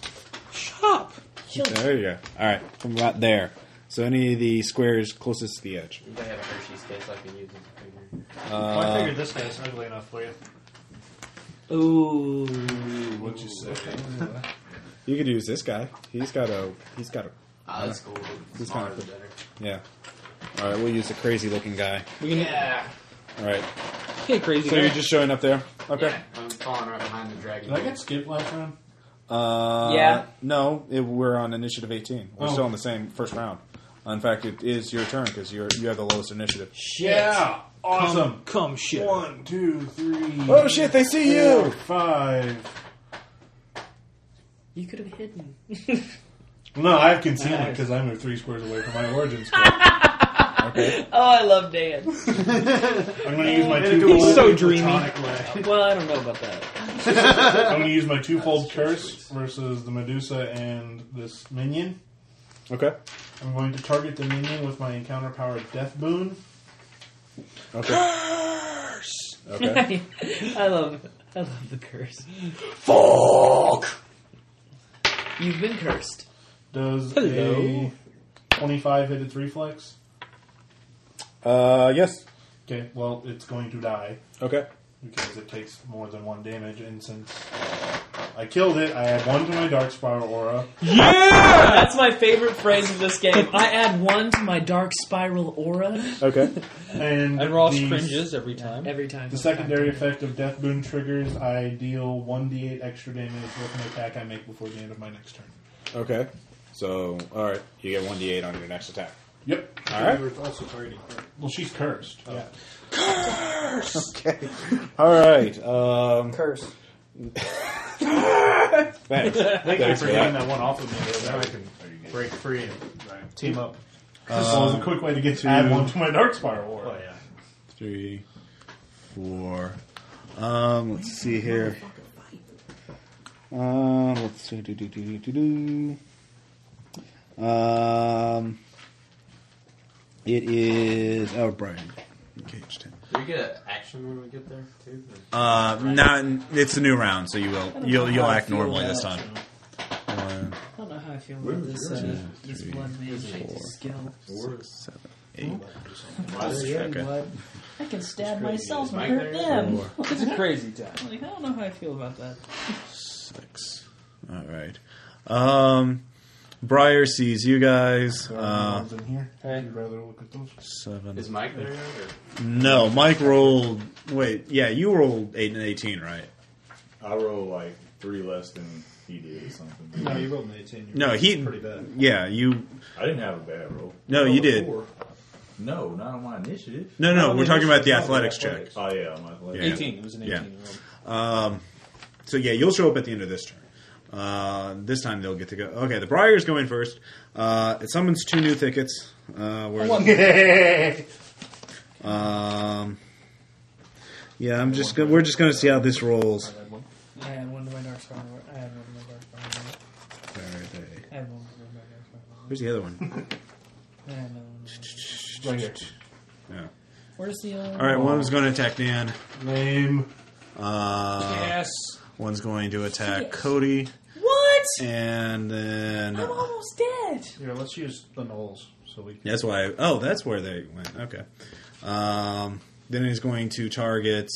Speaker 6: Stop!
Speaker 1: There you go. All right, from about there. So any of the squares closest to the edge.
Speaker 5: They have a Hershey's face I can use as a finger.
Speaker 2: Uh,
Speaker 7: Well, I figured this guy's ugly enough for you.
Speaker 6: Ooh.
Speaker 2: What you say?
Speaker 1: You could use this guy. He's got a. He's got a.
Speaker 5: Ah, that's cool. The
Speaker 1: It's kinda
Speaker 5: smaller the
Speaker 1: cool.
Speaker 5: better.
Speaker 1: Yeah. All right, we'll use the crazy looking guy.
Speaker 5: Yeah.
Speaker 1: All right.
Speaker 4: Hey, crazy
Speaker 1: So you're
Speaker 4: guy.
Speaker 1: just showing up there. Okay.
Speaker 5: Yeah. I'm falling right behind the dragon.
Speaker 2: Did I get skipped last round?
Speaker 1: Uh,
Speaker 6: Yeah.
Speaker 1: No, it, we're on initiative 18. We're
Speaker 2: Oh.
Speaker 1: still in the same first round. In fact, it is your turn because you're you have the lowest initiative.
Speaker 2: Yeah. Awesome.
Speaker 4: Come shit.
Speaker 2: One, two, three.
Speaker 1: Oh shit! They see
Speaker 2: four,
Speaker 1: you.
Speaker 2: Five.
Speaker 6: You could have hidden.
Speaker 2: No, I have concealment because I moved three squares away from my origin square.
Speaker 1: Okay.
Speaker 6: oh, I love Dan.
Speaker 2: I'm going to use my
Speaker 4: He's
Speaker 2: two.
Speaker 4: so dreamy.
Speaker 6: well, I don't know about that.
Speaker 2: I'm going to use my twofold curse versus the Medusa and this minion.
Speaker 1: Okay.
Speaker 2: I'm going to target the minion with my encounter power death boon.
Speaker 1: Okay. Okay.
Speaker 6: I love I love the curse. Fuck! You've been cursed.
Speaker 2: Does
Speaker 4: Hello.
Speaker 2: a 25 hit its reflex?
Speaker 1: Uh, yes.
Speaker 2: Okay, well, it's going to die
Speaker 1: Okay.
Speaker 2: because it takes more than one damage, and since I killed it, I add one to my dark spiral aura.
Speaker 6: That's my favorite phrase of this game. I add one to my dark spiral aura
Speaker 1: Okay.
Speaker 2: And,
Speaker 4: And Ross
Speaker 2: the,
Speaker 4: cringes every time.
Speaker 6: every time.
Speaker 2: The secondary effect of death boon triggers I deal 1d8 extra damage with an attack I make before the end of my next turn.
Speaker 1: Okay. So, all right, you get one d8 on your next attack.
Speaker 2: Yep.
Speaker 1: All right.
Speaker 7: We were also targeting. her. Oh.
Speaker 2: Well, she's cursed. Yeah.
Speaker 1: All right. Um,
Speaker 6: curse.
Speaker 1: thanks.
Speaker 7: I think I
Speaker 1: Thanks for that.
Speaker 7: forgot that one off of me. Now I can break free and team up.
Speaker 2: Well, it's a quick way to get to add one to my dark spiral aura.
Speaker 7: Oh yeah.
Speaker 1: Three, four. Um, let's see here. Um, let's see. Do, do, do, do, do, do. Um, it is. Oh, Brian. Engaged him.
Speaker 5: Do we get an action when we get there, too?
Speaker 1: Uh, not. It's a new round, so you will. You'll
Speaker 6: How
Speaker 1: you'll
Speaker 6: I
Speaker 1: act
Speaker 6: feel
Speaker 1: normally
Speaker 6: about
Speaker 1: this
Speaker 6: it.
Speaker 1: time. One,
Speaker 6: I don't know how I feel about this, uh, this blood magic skill.
Speaker 1: seven, eight.
Speaker 5: Okay.
Speaker 6: I can stab myself and
Speaker 5: Mike
Speaker 6: hurt
Speaker 5: there?
Speaker 6: them.
Speaker 1: Four.
Speaker 4: It's a crazy time.
Speaker 6: Like, I don't know how I feel about that.
Speaker 1: six. All right. Um, Briar sees you guys.
Speaker 2: There
Speaker 1: Uh,
Speaker 2: are ones in here.
Speaker 4: Hey.
Speaker 2: You'd rather look at those.
Speaker 1: seven.
Speaker 5: Is Mike there? Or?
Speaker 1: No, Mike rolled. Wait, yeah, you rolled eight and eighteen, right?
Speaker 8: I roll like three less than he did or something.
Speaker 7: No, you rolled an 18. You
Speaker 1: No,
Speaker 7: rolled
Speaker 1: he-
Speaker 7: Pretty bad.
Speaker 1: Yeah, you.
Speaker 8: I didn't have a bad roll.
Speaker 1: No, you did.
Speaker 2: Four.
Speaker 8: No, not on my initiative.
Speaker 1: No, no,
Speaker 8: Not on
Speaker 1: we're talking about the
Speaker 8: initiative.
Speaker 1: athletics check.
Speaker 8: Oh yeah, my athletics.
Speaker 1: Yeah.
Speaker 4: 18. It was an 18
Speaker 1: Yeah.
Speaker 4: year old.
Speaker 1: So yeah, you'll show up at the end of this turn. Uh, this time they'll get to go. Okay, the Briar's going first. Uh, it summons two new thickets. Uh, where is it? Um, yeah, I'm just. Gonna, we're just going to see how this rolls.
Speaker 6: I had one to my dark side. I had one to my dark side.
Speaker 1: Where are they?
Speaker 6: I had one to my dark side.
Speaker 1: Where's the other one?
Speaker 6: I had another one.
Speaker 2: Right here.
Speaker 1: Yeah.
Speaker 6: Where's the other
Speaker 1: All right, one's going to attack Dan.
Speaker 2: Name.
Speaker 1: Uh,
Speaker 4: yes.
Speaker 1: One's going to attack Cody,
Speaker 6: What?
Speaker 1: and then
Speaker 6: I'm almost dead.
Speaker 7: Here, let's use the Knolls so we can.
Speaker 1: that's why. Oh, that's where they went. Okay. Um, then he's going to target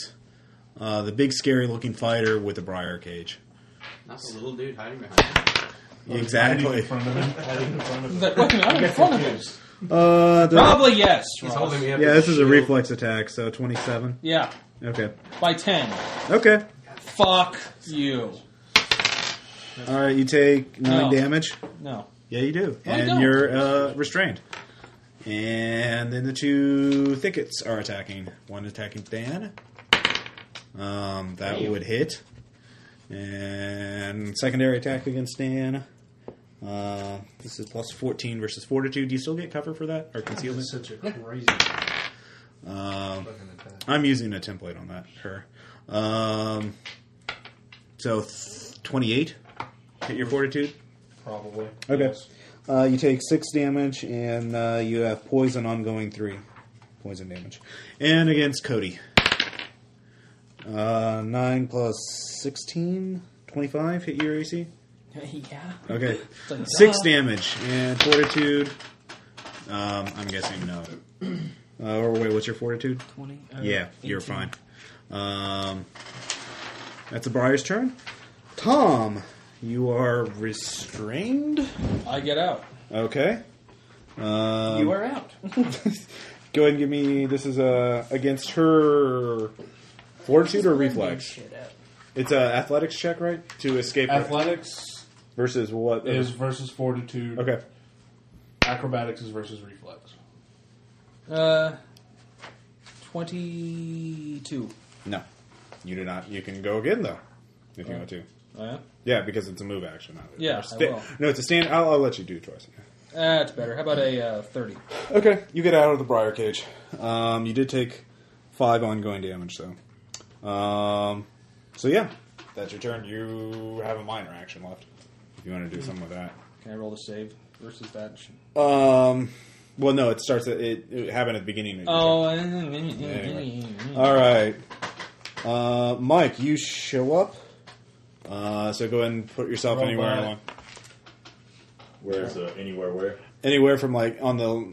Speaker 1: uh, the big, scary-looking fighter with the briar cage.
Speaker 5: Not the little dude hiding behind. him.
Speaker 2: Hiding in
Speaker 1: Exactly.
Speaker 2: front of him. Hiding in front of him.
Speaker 4: But wait a minute, I'm in front of him.
Speaker 1: Uh, the-
Speaker 4: Probably yes.
Speaker 5: He's
Speaker 4: Ross.
Speaker 5: holding me up.
Speaker 1: yeah,
Speaker 5: with
Speaker 1: this is a
Speaker 5: shield.
Speaker 1: reflex attack, so twenty-seven.
Speaker 4: Yeah,
Speaker 1: Okay.
Speaker 4: by 10.
Speaker 1: Okay.
Speaker 4: Fuck you.
Speaker 1: All right, you take nine
Speaker 4: No.
Speaker 1: damage.
Speaker 4: No.
Speaker 1: Yeah, you do,
Speaker 4: I
Speaker 1: and
Speaker 4: don't.
Speaker 1: you're uh, restrained. And then the two thickets are attacking. One attacking Dan. Um, that would hit. And secondary attack against Dan. Uh, this is plus 14 versus fortitude. Do you still get cover for that or concealment?
Speaker 7: That's such a crazy
Speaker 1: Um,
Speaker 7: fucking attack.
Speaker 1: I'm using a template on that. Her. Um, so th- 28. Hit your fortitude.
Speaker 7: Probably.
Speaker 1: Okay. Uh, you take six damage, and uh, you have poison ongoing three. Poison damage. And against Cody. Uh, 9 plus 16, 25. Hit your AC.
Speaker 6: yeah.
Speaker 1: Okay.
Speaker 6: Dun, dun.
Speaker 1: Six damage, and fortitude. Um, I'm guessing no. Uh, or wait, what's your fortitude?
Speaker 6: 20. uh,
Speaker 1: Yeah, you're
Speaker 6: 18.
Speaker 1: fine. Um, that's the Briar's turn. Tom, you are restrained.
Speaker 4: I get out.
Speaker 1: Okay. Um,
Speaker 6: You are out.
Speaker 1: Go ahead and give me. This is uh, against her fortitude or reflex.
Speaker 6: Shit up.
Speaker 1: It's an athletics check, right? To escape her.
Speaker 2: Athletics
Speaker 1: versus what?
Speaker 2: is versus fortitude.
Speaker 1: okay.
Speaker 2: Acrobatics is versus reflex.
Speaker 4: Uh, 22.
Speaker 1: No, you do not. You can go again though, if you want to.
Speaker 4: Oh, yeah?
Speaker 1: Yeah, because it's a move action. Not
Speaker 4: Yeah,
Speaker 1: or
Speaker 4: I
Speaker 1: sta-
Speaker 4: will.
Speaker 1: No, it's a stand. I'll, I'll let you do it twice.
Speaker 4: That's better. How about a uh, 30?
Speaker 1: Okay, you get out of the briar cage. Um, you did take five ongoing damage, though. Um, so yeah, that's your turn. You have a minor action left. If you want to do something with that.
Speaker 4: Can I roll the save versus that? sh-
Speaker 1: Um, well, no, it starts. At, it, it happened at the beginning. Of your
Speaker 4: Oh,
Speaker 1: turn. all right. Uh, Mike, you show up. Uh, so go ahead and put yourself
Speaker 2: Roll
Speaker 1: anywhere
Speaker 2: by.
Speaker 1: along,
Speaker 8: Where's uh, anywhere where?
Speaker 1: anywhere from like on the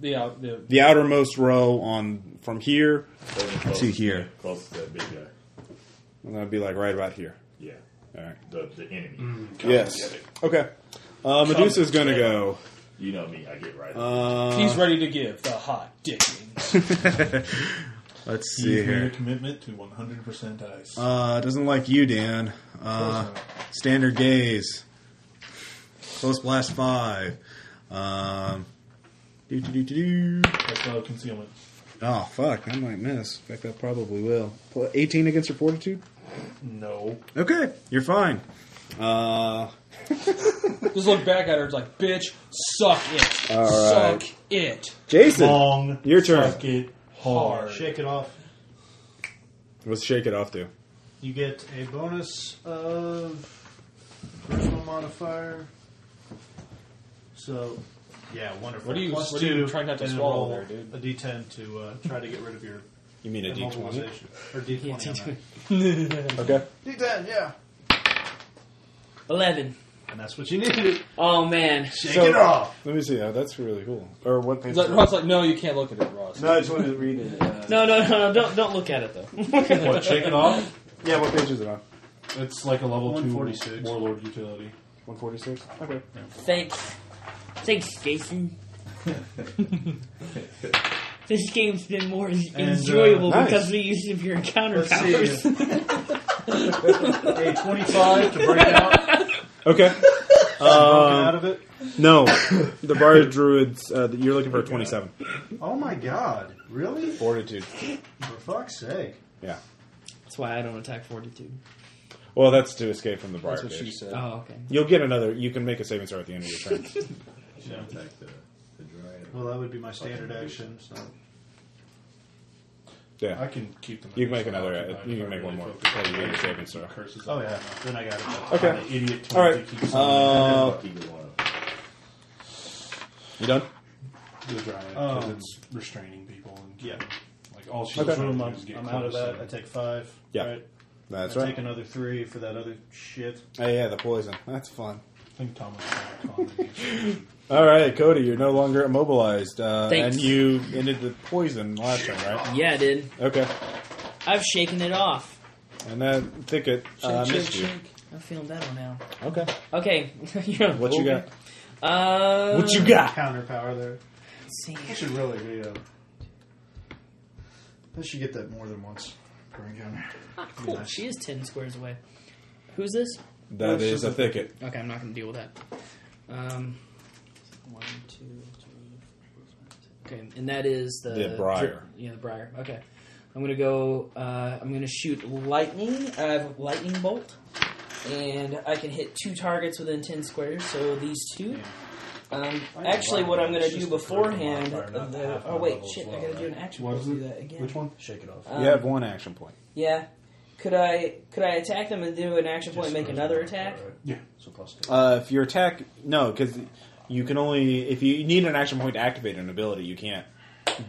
Speaker 4: the, out the,
Speaker 1: the outermost row on from here.
Speaker 8: Close,
Speaker 1: To here.
Speaker 8: Close to that big guy.
Speaker 1: And that'd be like right about here.
Speaker 8: Yeah.
Speaker 1: All right.
Speaker 8: The, the enemy.
Speaker 1: yes. Okay. Uh, Medusa's gonna go.
Speaker 8: You know me. I get right.
Speaker 1: Uh,
Speaker 4: he's ready to give the hot dickings.
Speaker 1: Let's see
Speaker 2: He's made a
Speaker 1: here.
Speaker 2: commitment to 100% ice.
Speaker 1: Uh, doesn't like you, Dan. Uh, standard gaze. Close blast five. Um, do, do, do, do, do.
Speaker 2: That's not concealment.
Speaker 1: Oh fuck! I might miss. In fact, I probably will. Pl- Eighteen against your fortitude.
Speaker 2: No.
Speaker 1: Okay, you're fine. Uh,
Speaker 4: Just look back at her. It's like, bitch, suck it.
Speaker 1: All
Speaker 4: suck
Speaker 1: right.
Speaker 4: it.
Speaker 1: Jason,
Speaker 2: Long.
Speaker 1: your turn.
Speaker 2: Suck it hard.
Speaker 7: Shake it off.
Speaker 1: Let's shake it off, too.
Speaker 7: You get a bonus of personal modifier. So, yeah, wonderful.
Speaker 4: What are you-
Speaker 7: Plus
Speaker 4: what are
Speaker 7: two,
Speaker 4: you trying not to
Speaker 7: and then
Speaker 4: swallow
Speaker 7: roll
Speaker 4: there, dude?
Speaker 7: A D10 to uh, try to get rid of your
Speaker 1: You mean a D twenty?
Speaker 7: immobilization. Or D20. on that.
Speaker 1: Okay.
Speaker 7: D10, yeah.
Speaker 6: 11.
Speaker 7: And that's what you needed.
Speaker 6: Oh, man.
Speaker 7: Shake
Speaker 1: So-
Speaker 7: it off.
Speaker 1: Let me see. Oh, that's really cool. Or what page?
Speaker 4: It's like-
Speaker 1: is it?
Speaker 4: Ross like, no, you can't look at it, Ross.
Speaker 1: No, I just wanted to read it. Uh,
Speaker 6: No, no, no, no. Don't, don't look at it, though.
Speaker 2: What, shake it off?
Speaker 1: yeah, what page is it on?
Speaker 2: It's like a level 2
Speaker 7: 146.
Speaker 2: warlord utility.
Speaker 1: 146? Okay.
Speaker 6: Thanks. Thanks, Jason. this game's been more en-
Speaker 7: And, uh,
Speaker 6: enjoyable
Speaker 1: nice.
Speaker 6: because of the use of your encounter
Speaker 7: Let's see.
Speaker 6: powers.
Speaker 7: a 25 to break out,
Speaker 1: Okay.
Speaker 7: broken out
Speaker 1: Um,
Speaker 7: of it.
Speaker 1: no. The Bard Druids, uh, you're looking for a 27.
Speaker 7: Oh my god, really?
Speaker 1: Fortitude.
Speaker 7: For fuck's sake.
Speaker 1: Yeah.
Speaker 6: That's why I don't attack fortitude.
Speaker 1: Well, that's to escape from the Briar
Speaker 4: That's what she
Speaker 1: Cage.
Speaker 4: said.
Speaker 6: Oh, okay.
Speaker 1: You'll get another. You can make a saving throw at the end of your turn.
Speaker 8: Should attack the, the dryad.
Speaker 7: Well, that would be my standard action. So.
Speaker 2: I
Speaker 1: yeah.
Speaker 2: can keep them.
Speaker 1: You can make another- uh,
Speaker 2: occupied
Speaker 1: you can
Speaker 2: if I
Speaker 1: make one more.
Speaker 2: focus on
Speaker 1: Yeah, you can
Speaker 2: it.
Speaker 1: save and stuff.
Speaker 2: Curses.
Speaker 7: Oh
Speaker 2: on
Speaker 7: yeah,
Speaker 2: it.
Speaker 7: then I got it.
Speaker 1: Okay.
Speaker 2: The idiot.
Speaker 1: All right.
Speaker 2: keeps on
Speaker 1: Uh,
Speaker 8: Fuck either one of
Speaker 1: you done?
Speaker 2: the dryad because
Speaker 7: um,
Speaker 2: it's restraining people and
Speaker 7: Yeah.
Speaker 2: like all she's
Speaker 1: Okay.
Speaker 2: trying
Speaker 7: Boom,
Speaker 2: to
Speaker 7: I'm,
Speaker 2: do is get
Speaker 7: I'm
Speaker 2: close
Speaker 7: out of that. I
Speaker 2: and-
Speaker 7: take five.
Speaker 1: Yeah.
Speaker 7: Right?
Speaker 1: That's
Speaker 7: I
Speaker 1: right.
Speaker 7: take another three for that other shit.
Speaker 1: Oh, yeah, the poison. That's fun.
Speaker 2: I think Tom was trying to calm me.
Speaker 1: All right, Cody, you're no longer immobilized. Uh,
Speaker 6: Thanks.
Speaker 1: and you ended with poison last time, right?
Speaker 6: Yeah, I did.
Speaker 1: Okay.
Speaker 6: I've shaken it off.
Speaker 1: And that ticket uh,
Speaker 6: Shake, shake,
Speaker 1: missed you.
Speaker 6: shake. I'm feeling better now.
Speaker 1: Okay.
Speaker 6: Okay. You're on
Speaker 1: What you
Speaker 6: hold.
Speaker 1: got?
Speaker 6: Uh,
Speaker 1: What you got?
Speaker 7: Counter power there.
Speaker 6: let's see.
Speaker 7: That should really be a. I should get that more than once. per encounter.
Speaker 6: Ah, cool. She is ten squares away. Who's this?
Speaker 1: That is a thicket.
Speaker 6: Okay, I'm not going to deal with that. Um, one, two, three. Okay, and that is the
Speaker 1: The briar.
Speaker 6: Yeah, the briar. Okay, I'm going to go. Uh, I'm going to shoot lightning. I have a lightning bolt, and I can hit two targets within ten squares. So these two. Um, actually, what I'm going to do beforehand. uh, The, oh wait, shit! I got to do an action.
Speaker 2: What
Speaker 6: roll
Speaker 2: is
Speaker 6: to do
Speaker 2: it?
Speaker 6: that again.
Speaker 2: Which one?
Speaker 7: Shake it off.
Speaker 6: Um,
Speaker 1: you have one action point.
Speaker 6: Yeah. Could I could I attack them and do an action point and make another attack?
Speaker 2: Yeah.
Speaker 7: So plus two.
Speaker 1: Uh, if your attack, no, because you can only if you need an action point to activate an ability, you can't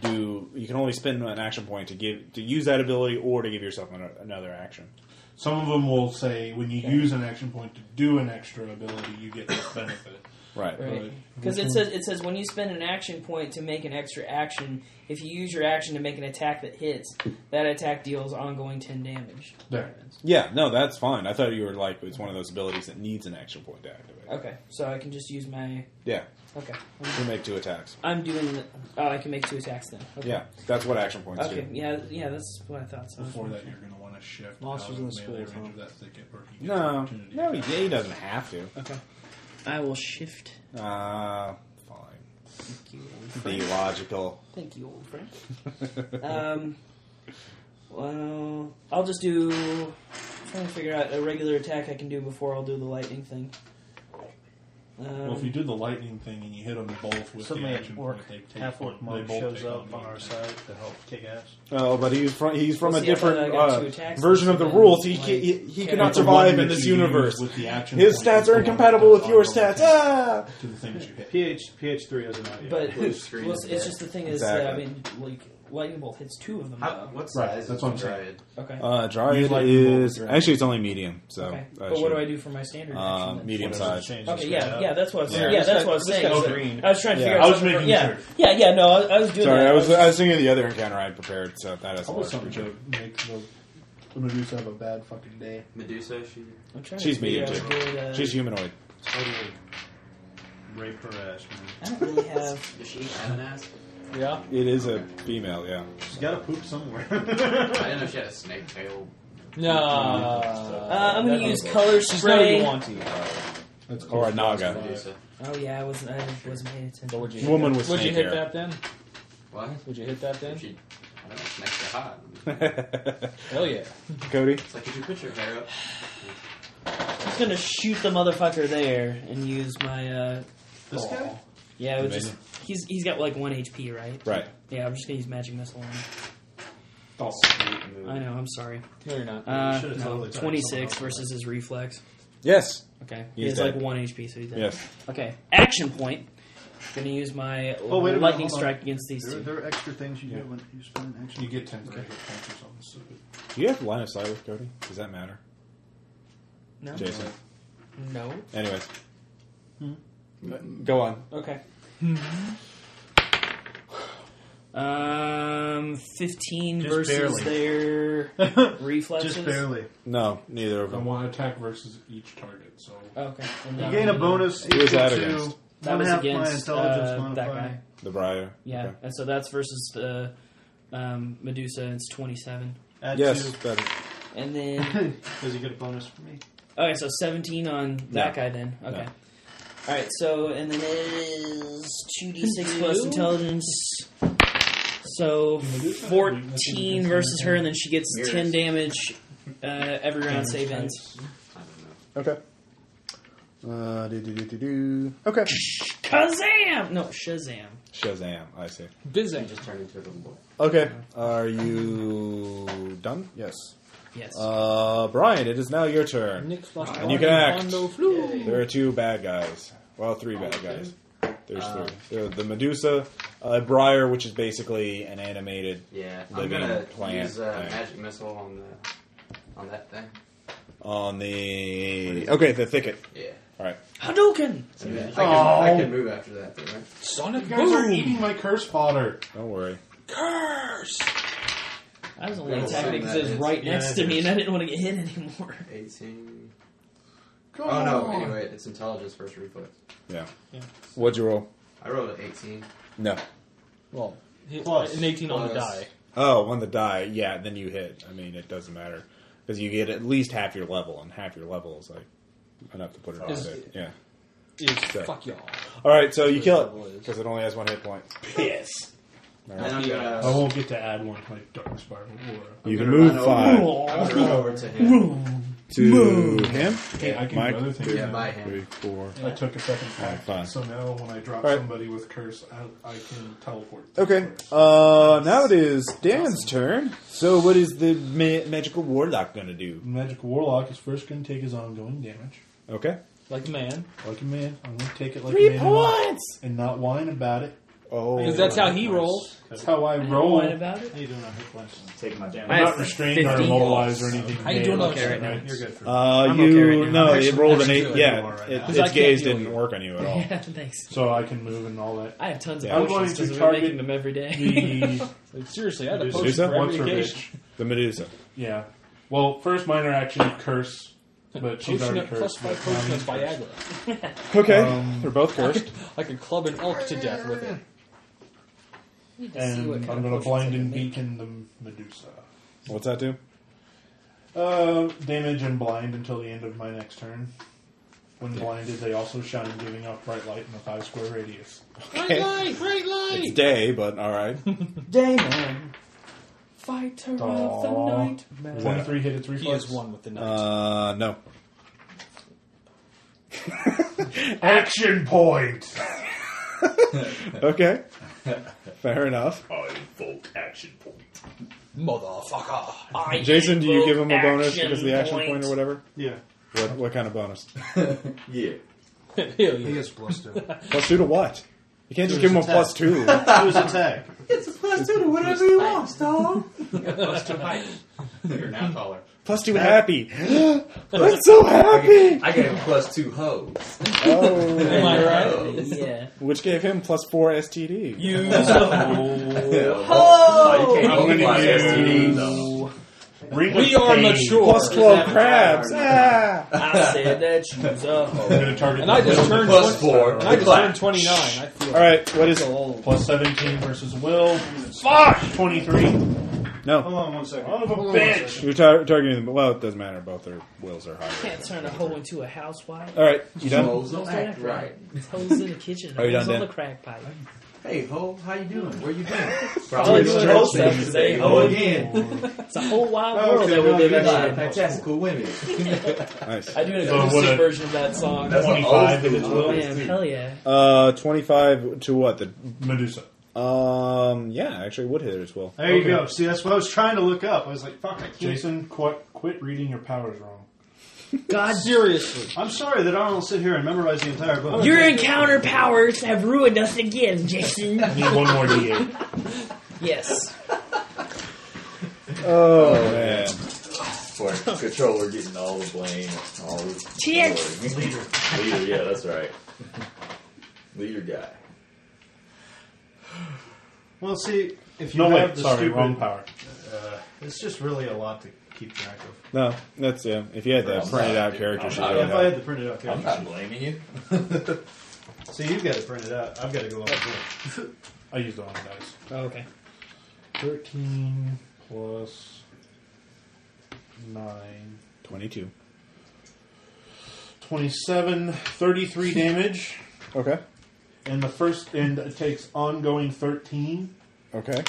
Speaker 1: do. You can only spend an action point to give to use that ability or to give yourself an, another action.
Speaker 2: Some of them will say when you use an action point to do an extra ability, you get this benefit.
Speaker 1: Right.
Speaker 6: Right.
Speaker 2: Right. Mm-hmm.
Speaker 6: Because it says it says when you spend an action point to make an extra action, if you use your action to make an attack that hits, that attack deals ongoing ten damage.
Speaker 2: There.
Speaker 1: Yeah. No, that's fine. I thought you were like it's one of those abilities that needs an action point to activate.
Speaker 6: Okay, so I can just use my
Speaker 1: Yeah.
Speaker 6: okay.
Speaker 1: You make two attacks.
Speaker 6: I'm doing. The, oh, I can make two attacks then. Okay.
Speaker 1: Yeah. That's what action points
Speaker 6: Okay.
Speaker 1: do.
Speaker 6: Yeah. Yeah. That's what I thought. So
Speaker 2: Before that, you're going to want to shift
Speaker 4: Monsters
Speaker 2: out
Speaker 4: in
Speaker 2: of
Speaker 4: the
Speaker 2: melee
Speaker 4: school,
Speaker 2: range
Speaker 4: huh?
Speaker 2: of that thicket, or he gets an
Speaker 1: No.
Speaker 2: opportunity
Speaker 1: No, he,
Speaker 2: attack.
Speaker 1: he doesn't have to.
Speaker 6: Okay. I will shift.
Speaker 1: Uh, fine.
Speaker 6: Thank you, old
Speaker 1: Be
Speaker 6: friend.
Speaker 1: logical.
Speaker 6: Thank you, old friend. Um, well, I'll just do. I'm trying to figure out a regular attack I can do before I'll do the lightning thing. Um,
Speaker 2: Well, if you do the lightning thing and you hit them both with
Speaker 7: Suddenly,
Speaker 2: the
Speaker 7: an
Speaker 2: action
Speaker 7: orc,
Speaker 2: point, they take
Speaker 7: half orc
Speaker 2: one-
Speaker 7: monk
Speaker 2: they both
Speaker 7: shows
Speaker 2: take
Speaker 7: up
Speaker 2: one
Speaker 7: on our
Speaker 2: attack.
Speaker 7: side to help kick ass.
Speaker 1: Oh, but he's from he's from
Speaker 6: Well,
Speaker 1: a
Speaker 6: see, I thought
Speaker 1: different
Speaker 6: I got
Speaker 1: uh,
Speaker 6: two attacks,
Speaker 1: version of the
Speaker 6: but
Speaker 1: rules. He
Speaker 6: like,
Speaker 1: ca he, he
Speaker 6: yeah.
Speaker 1: cannot
Speaker 2: The one
Speaker 1: survive in
Speaker 2: that
Speaker 1: this
Speaker 2: you use
Speaker 1: universe.
Speaker 2: with the action
Speaker 1: His
Speaker 2: point is
Speaker 1: stats
Speaker 2: the
Speaker 1: are
Speaker 2: one that
Speaker 1: incompatible with
Speaker 2: does
Speaker 1: your
Speaker 2: ongoing
Speaker 1: stats.
Speaker 2: damage
Speaker 1: Ah!
Speaker 2: To the things you hit.
Speaker 7: PH PH three isn't out yet.
Speaker 6: but
Speaker 5: Blue
Speaker 6: it's,
Speaker 5: screen
Speaker 6: well,
Speaker 5: is
Speaker 6: it's
Speaker 5: dead.
Speaker 6: just the thing is, that, I
Speaker 1: Exactly.
Speaker 6: mean, like lightning bolt hits two of them.
Speaker 5: How,
Speaker 6: though.
Speaker 5: what
Speaker 2: Right,
Speaker 5: size?
Speaker 2: that's
Speaker 5: is
Speaker 2: what I'm
Speaker 5: the
Speaker 2: saying.
Speaker 6: Okay.
Speaker 1: Uh,
Speaker 2: You
Speaker 1: Dryad
Speaker 2: like
Speaker 1: is
Speaker 2: both, right?
Speaker 1: actually it's only medium. So
Speaker 6: okay.
Speaker 1: I
Speaker 6: But what do
Speaker 1: should-
Speaker 6: I do for my standard
Speaker 1: uh,
Speaker 6: action? then?
Speaker 1: medium
Speaker 7: Whatever
Speaker 1: size.
Speaker 7: changes
Speaker 6: Okay,
Speaker 7: straight
Speaker 6: yeah,
Speaker 7: up.
Speaker 6: yeah, that's what I was,
Speaker 1: Yeah.
Speaker 6: yeah,
Speaker 1: This
Speaker 6: that's
Speaker 4: guy-
Speaker 6: what I was
Speaker 4: this
Speaker 6: saying.
Speaker 4: guy's
Speaker 6: So
Speaker 4: green.
Speaker 6: I was trying to
Speaker 1: Yeah.
Speaker 6: figure
Speaker 2: I
Speaker 6: out
Speaker 2: was
Speaker 6: something
Speaker 2: making
Speaker 6: for- yeah.
Speaker 2: sure.
Speaker 6: Yeah, yeah, no, I, I was doing
Speaker 1: Sorry,
Speaker 6: that.
Speaker 1: I was
Speaker 6: I
Speaker 1: I was thinking of the other encounter I had prepared. So that is a
Speaker 2: I want
Speaker 1: large
Speaker 2: something
Speaker 1: creature.
Speaker 2: to make the, the Medusa have a bad fucking day.
Speaker 5: uh, Medusa, she.
Speaker 6: I'm trying to
Speaker 1: She's
Speaker 6: figure
Speaker 1: medium
Speaker 6: out
Speaker 1: too.
Speaker 6: a good, uh,
Speaker 1: She's humanoid.
Speaker 7: Totally raped her ass. Man.
Speaker 6: I don't really have.
Speaker 5: Does she have an ass?
Speaker 4: Yeah.
Speaker 1: It is a female. Yeah.
Speaker 7: She's got to poop somewhere.
Speaker 5: I didn't know she had a snake tail.
Speaker 4: No.
Speaker 6: Uh, I'm going to
Speaker 4: That-
Speaker 6: use color
Speaker 4: She's not what
Speaker 6: spray.
Speaker 4: you want to. use.
Speaker 2: That's
Speaker 1: Or a naga.
Speaker 5: Medusa.
Speaker 6: Oh yeah, I wasn't. I wasn't paying attention.
Speaker 4: But would you
Speaker 1: Woman
Speaker 4: hit
Speaker 1: with
Speaker 4: that? Would you
Speaker 1: snake
Speaker 4: hit
Speaker 1: hair.
Speaker 4: that then?
Speaker 5: What?
Speaker 4: Would you hit that then?
Speaker 5: She. I don't know. Snakes are hot.
Speaker 4: Hell yeah.
Speaker 1: Cody.
Speaker 5: It's like, could you put your hair up?
Speaker 6: I'm just gonna shoot the motherfucker there and use my. uh
Speaker 7: this guy?
Speaker 6: Yeah, it was just
Speaker 1: Amazing.
Speaker 6: he's he's got like one HP, right?
Speaker 1: Right.
Speaker 6: Yeah, I'm just gonna use magic missile. On him.
Speaker 1: Oh,
Speaker 6: I know. I'm sorry.
Speaker 4: No, you're not.
Speaker 6: Uh,
Speaker 7: should've
Speaker 6: no,
Speaker 7: totally attacked
Speaker 6: 26
Speaker 7: someone else.
Speaker 6: versus his reflex.
Speaker 1: Yes.
Speaker 6: Okay, he
Speaker 1: He's
Speaker 6: has
Speaker 1: dead.
Speaker 6: like one HP, so he's dead.
Speaker 1: Yes.
Speaker 6: Okay, action point. Gonna use my
Speaker 7: Oh, wait a minute,
Speaker 6: lightning
Speaker 7: hold on.
Speaker 6: strike against these
Speaker 7: There,
Speaker 6: two.
Speaker 7: there are extra things you
Speaker 2: Yeah.
Speaker 7: get when you spend an action.
Speaker 2: You get temporary hit points or something stupid.
Speaker 1: Do you have line of sight with Cody? Does that matter,
Speaker 6: No,
Speaker 1: Jason?
Speaker 6: no.
Speaker 1: Anyways. Go on.
Speaker 6: Okay. Um, 15
Speaker 2: Just
Speaker 6: versus their reflexes.
Speaker 7: Just barely.
Speaker 1: No, neither of
Speaker 2: I
Speaker 1: them.
Speaker 2: want attack versus each target. So
Speaker 6: Okay. and
Speaker 7: You
Speaker 6: that
Speaker 7: gain a
Speaker 6: one-
Speaker 7: bonus
Speaker 1: Who was
Speaker 7: equal
Speaker 1: that
Speaker 7: to
Speaker 1: against?
Speaker 6: That
Speaker 7: one
Speaker 6: was
Speaker 7: half my
Speaker 6: against
Speaker 7: intelligence
Speaker 6: uh, that
Speaker 7: modifier.
Speaker 6: guy.
Speaker 1: The Briar.
Speaker 6: Yeah,
Speaker 1: Okay.
Speaker 6: and so that's versus the um, Medusa. and It's twenty-seven,
Speaker 7: Add
Speaker 1: Yes,
Speaker 7: two.
Speaker 1: that-
Speaker 6: and then
Speaker 7: Does he get a bonus from me?
Speaker 6: okay, so seventeen on that guy. Then okay,
Speaker 1: No.
Speaker 6: all right. So and then it is two d six plus intelligence. So fourteen versus her, and then she gets
Speaker 5: Mirrors.
Speaker 6: ten damage uh, every round save ends.
Speaker 5: I don't know.
Speaker 1: Okay. Uh, do, do, do, do, do. Okay.
Speaker 6: Kazam! No, Shazam.
Speaker 1: Shazam, I see.
Speaker 5: I
Speaker 4: Busy.
Speaker 5: just turned into a little boy.
Speaker 1: Okay, are you done? Yes.
Speaker 6: Yes.
Speaker 1: Uh, Brian, it is now your turn.
Speaker 4: Nick Flush.
Speaker 1: And you can act.
Speaker 4: Mondo Flu.
Speaker 1: There are two bad guys. Well, three bad guys. There's
Speaker 5: Uh,
Speaker 1: three. There- the Medusa, uh, Briar, which is basically an animated.
Speaker 5: Yeah, I'm
Speaker 1: Living
Speaker 5: gonna
Speaker 1: plant
Speaker 5: use uh,
Speaker 1: thing.
Speaker 5: magic missile on the on that thing.
Speaker 1: On the okay, the thicket.
Speaker 5: Yeah.
Speaker 1: All right.
Speaker 6: Hadouken!
Speaker 5: So I, can, I
Speaker 2: Oh.
Speaker 5: can move after that, though, right?
Speaker 2: you guys are eating my curse fodder.
Speaker 1: Don't worry.
Speaker 6: I was only
Speaker 5: Yeah,
Speaker 6: attacking it
Speaker 5: that
Speaker 6: because it was
Speaker 5: is-
Speaker 6: right
Speaker 2: yeah,
Speaker 6: next
Speaker 2: it
Speaker 6: to me,
Speaker 2: is.
Speaker 6: and I didn't want to get hit anymore.
Speaker 5: 18.
Speaker 2: Come
Speaker 5: Oh no,
Speaker 2: on.
Speaker 5: anyway, it's intelligence versus reflex.
Speaker 1: Yeah.
Speaker 4: Yeah.
Speaker 1: What'd you roll?
Speaker 5: I rolled an 18.
Speaker 1: No.
Speaker 4: Well, he-
Speaker 2: Plus.
Speaker 4: an 18 on the
Speaker 5: Plus.
Speaker 4: die.
Speaker 1: Oh, on the die. Yeah. Then you hit. I mean, it doesn't matter because you get at least half your level, and half your level is like enough to put it on
Speaker 4: Is-
Speaker 1: there. Yeah.
Speaker 4: Is
Speaker 1: Okay.
Speaker 4: fuck y'all.
Speaker 1: All right. So you
Speaker 4: His
Speaker 1: kill
Speaker 4: level
Speaker 1: it
Speaker 4: is-
Speaker 1: because it only has one hit point.
Speaker 4: Piss.
Speaker 1: All
Speaker 5: And
Speaker 1: right.
Speaker 5: I'm gonna,
Speaker 2: I won't get to add one to my dark spiral aura.
Speaker 1: You can
Speaker 5: I'm gonna
Speaker 1: move
Speaker 5: run
Speaker 1: five
Speaker 5: Over, I'm gonna run over to him.
Speaker 1: to him.
Speaker 2: Hey, I can
Speaker 1: Mike?
Speaker 2: do other things.
Speaker 5: Yeah,
Speaker 2: now.
Speaker 5: by
Speaker 1: Three,
Speaker 5: him.
Speaker 1: four.
Speaker 2: I took a second pack,
Speaker 1: fine.
Speaker 2: so now when I drop
Speaker 1: Alright.
Speaker 2: somebody with curse, I, I can teleport.
Speaker 1: Okay. Uh, now it is Dan's turn. So, what is the ma- magical warlock going to do?
Speaker 2: Magic Warlock is first going to take his ongoing damage.
Speaker 1: Okay.
Speaker 4: Like a man.
Speaker 2: Like a man, I'm going to take it like a
Speaker 6: Three
Speaker 2: man and not-
Speaker 6: points!
Speaker 2: and not whine about it.
Speaker 1: Oh,
Speaker 4: Because that's how he rolls.
Speaker 2: That's how I roll.
Speaker 6: Whine about it?
Speaker 7: How you doing on hit points?
Speaker 8: Take
Speaker 10: I
Speaker 8: my
Speaker 2: I'm
Speaker 8: damage.
Speaker 10: have
Speaker 2: not restrained or
Speaker 10: 50.
Speaker 2: immobilized or anything.
Speaker 4: How you doing
Speaker 2: Yeah,
Speaker 4: on
Speaker 2: that's
Speaker 4: that
Speaker 2: right.
Speaker 7: You're good for
Speaker 1: Uh,
Speaker 10: I'm
Speaker 1: you
Speaker 10: okay right now.
Speaker 1: no,
Speaker 10: I'm
Speaker 1: it
Speaker 10: actually-
Speaker 1: rolled an
Speaker 2: actually
Speaker 1: eight.
Speaker 2: doing
Speaker 1: Yeah,
Speaker 2: well right
Speaker 1: it,
Speaker 2: now.
Speaker 1: its
Speaker 4: Because I
Speaker 1: gaze
Speaker 4: can't heal
Speaker 1: didn't
Speaker 4: you.
Speaker 1: work on you at all.
Speaker 6: Yeah, thanks.
Speaker 2: Oh. So I can move and all that.
Speaker 6: I have tons of
Speaker 1: Yeah. I'm
Speaker 6: potions
Speaker 2: going to
Speaker 6: because
Speaker 2: target
Speaker 6: we're making them every day.
Speaker 2: The
Speaker 4: Like, seriously, I had a
Speaker 2: Medusa.
Speaker 4: potion
Speaker 1: Medusa?
Speaker 4: for
Speaker 2: Once
Speaker 4: every
Speaker 2: or
Speaker 4: occasion.
Speaker 2: bitch.
Speaker 1: The Medusa.
Speaker 2: Yeah. Well, first minor action curse, but she's
Speaker 4: Potion
Speaker 2: already
Speaker 4: of, plus
Speaker 2: cursed.
Speaker 4: five
Speaker 2: but now
Speaker 4: potion of
Speaker 2: he's cursed.
Speaker 4: Viagra.
Speaker 1: Okay,
Speaker 2: Um,
Speaker 1: they're both cursed.
Speaker 4: Like a club an elk to death with it.
Speaker 6: Need to see
Speaker 2: And
Speaker 6: what kind
Speaker 2: I'm
Speaker 6: of
Speaker 2: going to
Speaker 6: potions I
Speaker 2: blind
Speaker 6: can
Speaker 2: and
Speaker 6: make.
Speaker 2: beacon the Medusa.
Speaker 1: What's that do?
Speaker 2: Uh, damage and blind until the end of my next turn. When blinded, they also shine, giving off bright light in a five square radius.
Speaker 1: Okay.
Speaker 4: light, right
Speaker 1: It's day, but all right.
Speaker 6: Damon, fighter of the
Speaker 2: Aw.
Speaker 6: night.
Speaker 2: Twenty-three hit its
Speaker 4: He
Speaker 2: reflex.
Speaker 4: is one with the knife.
Speaker 1: Uh, no.
Speaker 2: Action point.
Speaker 1: Okay, fair enough.
Speaker 8: I invoke Oh, action point.
Speaker 4: Motherfucker.
Speaker 6: I
Speaker 1: Jason, do you give him a bonus
Speaker 6: action
Speaker 1: because of the action point,
Speaker 6: point.
Speaker 1: or whatever?
Speaker 7: Yeah.
Speaker 1: What, what kind of bonus?
Speaker 8: Yeah.
Speaker 4: Hell
Speaker 7: He
Speaker 4: yeah.
Speaker 7: gets plus two. it
Speaker 1: Plus two to what? You can't just
Speaker 7: To
Speaker 1: give him a
Speaker 7: his
Speaker 1: plus two.
Speaker 7: was attack.
Speaker 5: You're now taller.
Speaker 1: Plus two happy. I'm so happy.
Speaker 5: I gave him plus two hoes.
Speaker 1: Oh,
Speaker 4: Am I right?
Speaker 6: Yeah.
Speaker 1: which gave him plus four STD.
Speaker 4: You
Speaker 5: Oh, you can't
Speaker 8: I'm gonna
Speaker 5: multiply
Speaker 8: use-
Speaker 5: STDs.
Speaker 2: Ring
Speaker 4: We
Speaker 2: of
Speaker 4: are
Speaker 2: pain.
Speaker 4: mature.
Speaker 1: plus twelve crabs. Ah.
Speaker 6: I said that uh, she's a
Speaker 2: I'm
Speaker 6: hoe.
Speaker 2: going to target.
Speaker 4: And I
Speaker 2: the
Speaker 4: just
Speaker 2: Medusa.
Speaker 4: turned
Speaker 5: Plus
Speaker 4: 20
Speaker 5: four.
Speaker 4: And I just
Speaker 5: Clap.
Speaker 4: turned 29. I feel
Speaker 1: All right. What is?
Speaker 4: old.
Speaker 2: Plus seventeen versus will. Fuck. Twenty-three.
Speaker 1: No.
Speaker 7: Hold on one second.
Speaker 2: Son of a
Speaker 7: Hold on one
Speaker 2: bitch.
Speaker 7: second.
Speaker 1: You're tar- targeting them. Well, it doesn't matter. Both their wills are higher.
Speaker 6: Can't turn a hoe into a housewife.
Speaker 1: All right. You done?
Speaker 5: Hoes don't act right.
Speaker 6: This hoe's in the kitchen.
Speaker 1: Are you
Speaker 6: hoe's
Speaker 1: done,
Speaker 6: on
Speaker 1: Dan?
Speaker 6: the crack pipe.
Speaker 5: Hey, ho, how you doing? Where you been?
Speaker 6: Probably doing
Speaker 5: stretching.
Speaker 6: hoe stuff today.
Speaker 5: Ho again.
Speaker 6: It's a whole wild
Speaker 9: Oh,
Speaker 7: Okay,
Speaker 6: world that we're
Speaker 7: no,
Speaker 6: living
Speaker 7: that's
Speaker 6: in.
Speaker 7: fine.
Speaker 5: Fantastical women.
Speaker 1: Nice.
Speaker 6: I do an
Speaker 2: So
Speaker 6: acoustic
Speaker 2: what a-
Speaker 6: version of that song.
Speaker 5: That's what Oh, O's
Speaker 2: Twenty-five to the
Speaker 5: do.
Speaker 2: twelve.
Speaker 6: Man, hell yeah.
Speaker 1: Uh, twenty-five to what? The
Speaker 2: Medusa.
Speaker 1: um, yeah, actually, would hit it as well.
Speaker 7: There you go. See, that's what I was trying to look up. I was like, fuck, I can't.
Speaker 2: Jason, quit, quit reading your powers wrong.
Speaker 6: God, seriously.
Speaker 7: I'm sorry that Arnold sit here and memorize the entire book.
Speaker 6: Your encounter powers have ruined us again, Jason.
Speaker 2: I need one more D8.
Speaker 6: yes.
Speaker 1: Oh man.
Speaker 8: For controller getting all the blame, all the
Speaker 6: Chicks.
Speaker 8: glory. Leader, yeah, that's right. Leader guy.
Speaker 7: Well, see, if you
Speaker 2: No,
Speaker 7: have
Speaker 2: wait,
Speaker 7: the
Speaker 2: sorry,
Speaker 7: stupid,
Speaker 2: wrong power.
Speaker 7: Uh, it's just really a lot to keep track of.
Speaker 1: No, that's yeah. If you had that
Speaker 8: I'm
Speaker 1: printed
Speaker 8: not-
Speaker 1: out character
Speaker 8: I'm
Speaker 1: sheet,
Speaker 8: not-
Speaker 1: I'd
Speaker 7: if I
Speaker 1: know.
Speaker 7: had the printed out
Speaker 8: I'm
Speaker 7: character
Speaker 8: not
Speaker 7: sheet.
Speaker 8: blaming you.
Speaker 7: So you've got it printed out. I've got to go up there.
Speaker 2: I used the wrong dice.
Speaker 9: Oh, okay.
Speaker 2: 13 plus 9.
Speaker 1: twenty-two.
Speaker 2: 27, 33 damage.
Speaker 1: Okay.
Speaker 2: And the first, and it takes ongoing 13.
Speaker 1: Okay.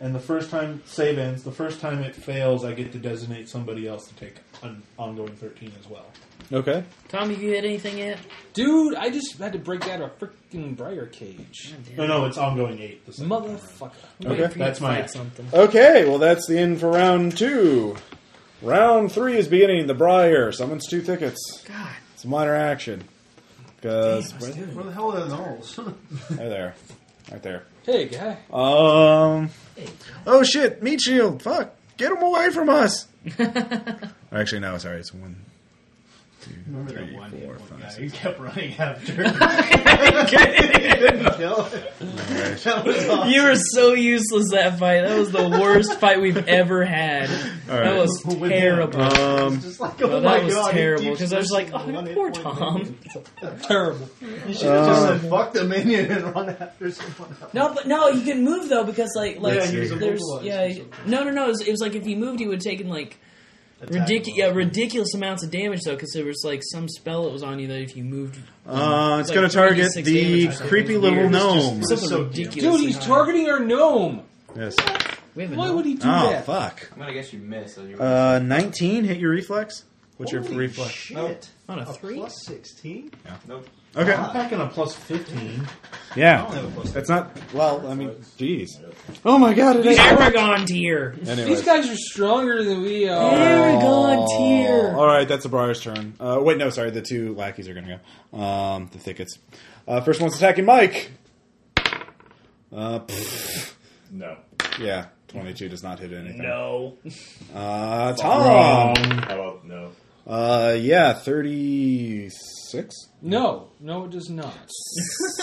Speaker 2: And the first time save ends, the first time it fails, I get to designate somebody else to take an ongoing 13 as well.
Speaker 1: Okay.
Speaker 11: Tommy, you hit anything yet?
Speaker 4: Dude, I just had to break out a freaking briar cage.
Speaker 2: No, Oh, no, it's ongoing 8. The second time around.
Speaker 4: Motherfucker.
Speaker 1: Okay.
Speaker 2: That's my
Speaker 11: Fight
Speaker 2: action.
Speaker 11: something.
Speaker 1: Okay. Well, that's the end for round two. Round three is beginning. The Briar summons two tickets. God. It's a minor action. Because
Speaker 7: Where the hell are the gnolls?
Speaker 1: right there, right there.
Speaker 4: Hey, guy.
Speaker 1: Um. Oh shit! Meat shield. Fuck. Get him away from us. Actually, no. Sorry, it's one.
Speaker 7: Remember that
Speaker 1: Three,
Speaker 7: one
Speaker 1: four,
Speaker 7: hit
Speaker 1: five,
Speaker 7: point guy who
Speaker 1: six.
Speaker 7: kept running after? Hell, that was awesome.
Speaker 9: You were so useless that fight. That was the worst fight we've ever had.
Speaker 1: All
Speaker 9: That
Speaker 1: right.
Speaker 9: was
Speaker 7: With him.
Speaker 9: terrible.
Speaker 1: Um.
Speaker 7: Just like, oh
Speaker 9: No,
Speaker 7: my
Speaker 9: that was
Speaker 7: God, he
Speaker 9: terrible,
Speaker 7: keeps
Speaker 9: 'cause I was like,
Speaker 7: missing
Speaker 9: oh,
Speaker 7: the one hit
Speaker 9: poor
Speaker 7: point
Speaker 9: Tom.
Speaker 7: minion.
Speaker 4: Terrible.
Speaker 7: You should have just said, fuck the minion and run after someone else.
Speaker 11: No, but no, he can move though because like like
Speaker 7: Yeah, he was
Speaker 11: there's
Speaker 7: immobilized
Speaker 11: yeah
Speaker 7: or
Speaker 11: he-
Speaker 7: something.
Speaker 11: no no no it was, it was like if he moved he would have taken like
Speaker 7: Attack
Speaker 11: ridiculous
Speaker 7: him.
Speaker 11: yeah ridiculous amounts of damage though because there was like some spell that was on you that if you moved
Speaker 1: Uh, it's
Speaker 11: Like
Speaker 1: going to target
Speaker 11: 36
Speaker 1: the
Speaker 11: damage, I think.
Speaker 1: creepy little
Speaker 11: Weird.
Speaker 1: gnome.
Speaker 7: It's
Speaker 11: something
Speaker 7: so
Speaker 11: ridiculous.
Speaker 4: Dude, he's targeting our gnome.
Speaker 1: Yes.
Speaker 11: Wait a minute.
Speaker 4: Why would he do
Speaker 1: Oh
Speaker 4: that?
Speaker 1: fuck.
Speaker 5: I'm gonna guess you missed. So you
Speaker 1: Uh, nineteen. Hit your reflex. What's
Speaker 7: Holy
Speaker 1: your reflex?
Speaker 7: Shit.
Speaker 11: on a
Speaker 7: A
Speaker 11: three?
Speaker 1: Oh,
Speaker 7: plus 16?
Speaker 1: Okay.
Speaker 2: I'm packing a plus 15.
Speaker 7: I
Speaker 1: Yeah.
Speaker 7: don't have a plus
Speaker 1: That's not. Well, I mean, jeez. Oh my god! It
Speaker 11: Aragon tier.
Speaker 1: Anyway.
Speaker 4: These guys are stronger than we are.
Speaker 11: Aragon tier.
Speaker 1: All right, that's the Briar's turn. Uh, wait, no, sorry. The two lackeys are going to go. Um, the thickets. Uh, first one's attacking Mike. Uh, pff,
Speaker 8: No.
Speaker 1: yeah, twenty-two does not hit anything.
Speaker 9: No.
Speaker 1: Uh, Tom.
Speaker 8: How about no?
Speaker 1: Uh, yeah, thirty-six.
Speaker 4: No, no, it does not.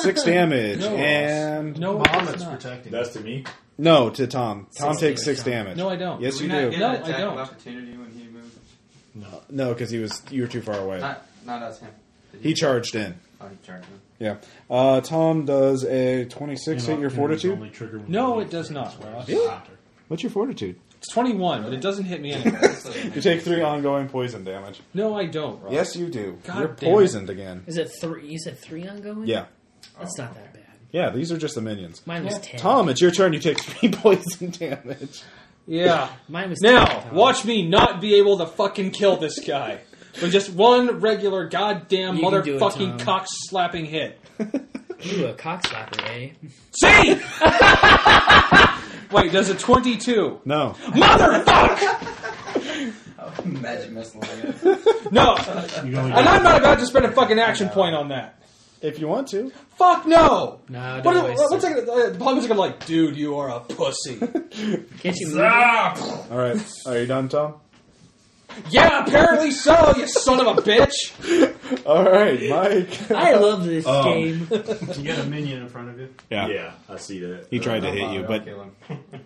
Speaker 1: Six damage
Speaker 4: No.
Speaker 1: and
Speaker 4: No, it
Speaker 7: Mom
Speaker 4: does
Speaker 7: is
Speaker 4: not.
Speaker 7: protecting.
Speaker 8: That's to me.
Speaker 1: No, to Tom. Tom takes
Speaker 11: damage,
Speaker 1: six
Speaker 11: Tom.
Speaker 1: damage.
Speaker 4: No, I don't.
Speaker 1: Yes,
Speaker 5: we
Speaker 1: you
Speaker 5: not
Speaker 1: do.
Speaker 5: Get
Speaker 4: No,
Speaker 5: an attack
Speaker 4: I don't.
Speaker 5: Of opportunity when he moved.
Speaker 1: No, because he was you were too far away.
Speaker 5: Not, not us. Him. Did
Speaker 1: He charged in.
Speaker 5: Oh, he charged him.
Speaker 1: Yeah. Uh, Tom does a twenty-six hit your
Speaker 2: Inopportunities
Speaker 1: fortitude.
Speaker 2: only trigger when
Speaker 4: No,
Speaker 2: you
Speaker 4: it
Speaker 2: leave
Speaker 4: does
Speaker 2: first.
Speaker 4: not,
Speaker 2: That's why
Speaker 4: Ross.
Speaker 2: I was after.
Speaker 1: What's your fortitude?
Speaker 4: It's 21, but it doesn't hit me anyway.
Speaker 1: You take three ongoing poison damage.
Speaker 4: No, I don't, Ross.
Speaker 1: Yes, you do.
Speaker 4: God
Speaker 1: You're
Speaker 4: damn it.
Speaker 1: poisoned again.
Speaker 11: Is it three? You said three ongoing?
Speaker 1: Yeah.
Speaker 11: That's not that bad.
Speaker 1: Yeah, these are just the minions.
Speaker 11: Mine was ten.
Speaker 1: Tom, it's your turn. You take three poison damage.
Speaker 4: Yeah.
Speaker 11: Mine was ten,
Speaker 4: Now,
Speaker 11: Tom.
Speaker 4: watch me not be able to fucking kill this guy. With just one regular goddamn
Speaker 11: You can do it, Tom.
Speaker 4: motherfucking cock slapping hit.
Speaker 11: Ooh, a cock slapper, eh?
Speaker 4: See! Wait, does a 22?
Speaker 1: No.
Speaker 4: Motherfuck!
Speaker 5: Magic missile. again.
Speaker 4: No!
Speaker 2: You only
Speaker 4: And I'm not about to spend a fucking action point on that.
Speaker 1: If you want to.
Speaker 4: Fuck no!
Speaker 11: No, don't
Speaker 4: What,
Speaker 11: waste
Speaker 4: what,
Speaker 11: it.
Speaker 4: what's it gonna, uh, the public's gonna be like, dude, you are a pussy.
Speaker 11: Can't you move?
Speaker 1: All right. Are you done, Tom?
Speaker 4: yeah, apparently so, you son of a bitch!
Speaker 1: All right, Mike.
Speaker 11: I love this
Speaker 8: Um,
Speaker 11: game.
Speaker 7: You got a minion in front of you.
Speaker 1: Yeah.
Speaker 8: Yeah, I see that.
Speaker 1: He tried to
Speaker 5: Don't
Speaker 1: hit
Speaker 5: bother,
Speaker 1: you,
Speaker 5: I'll
Speaker 1: but
Speaker 5: kill him.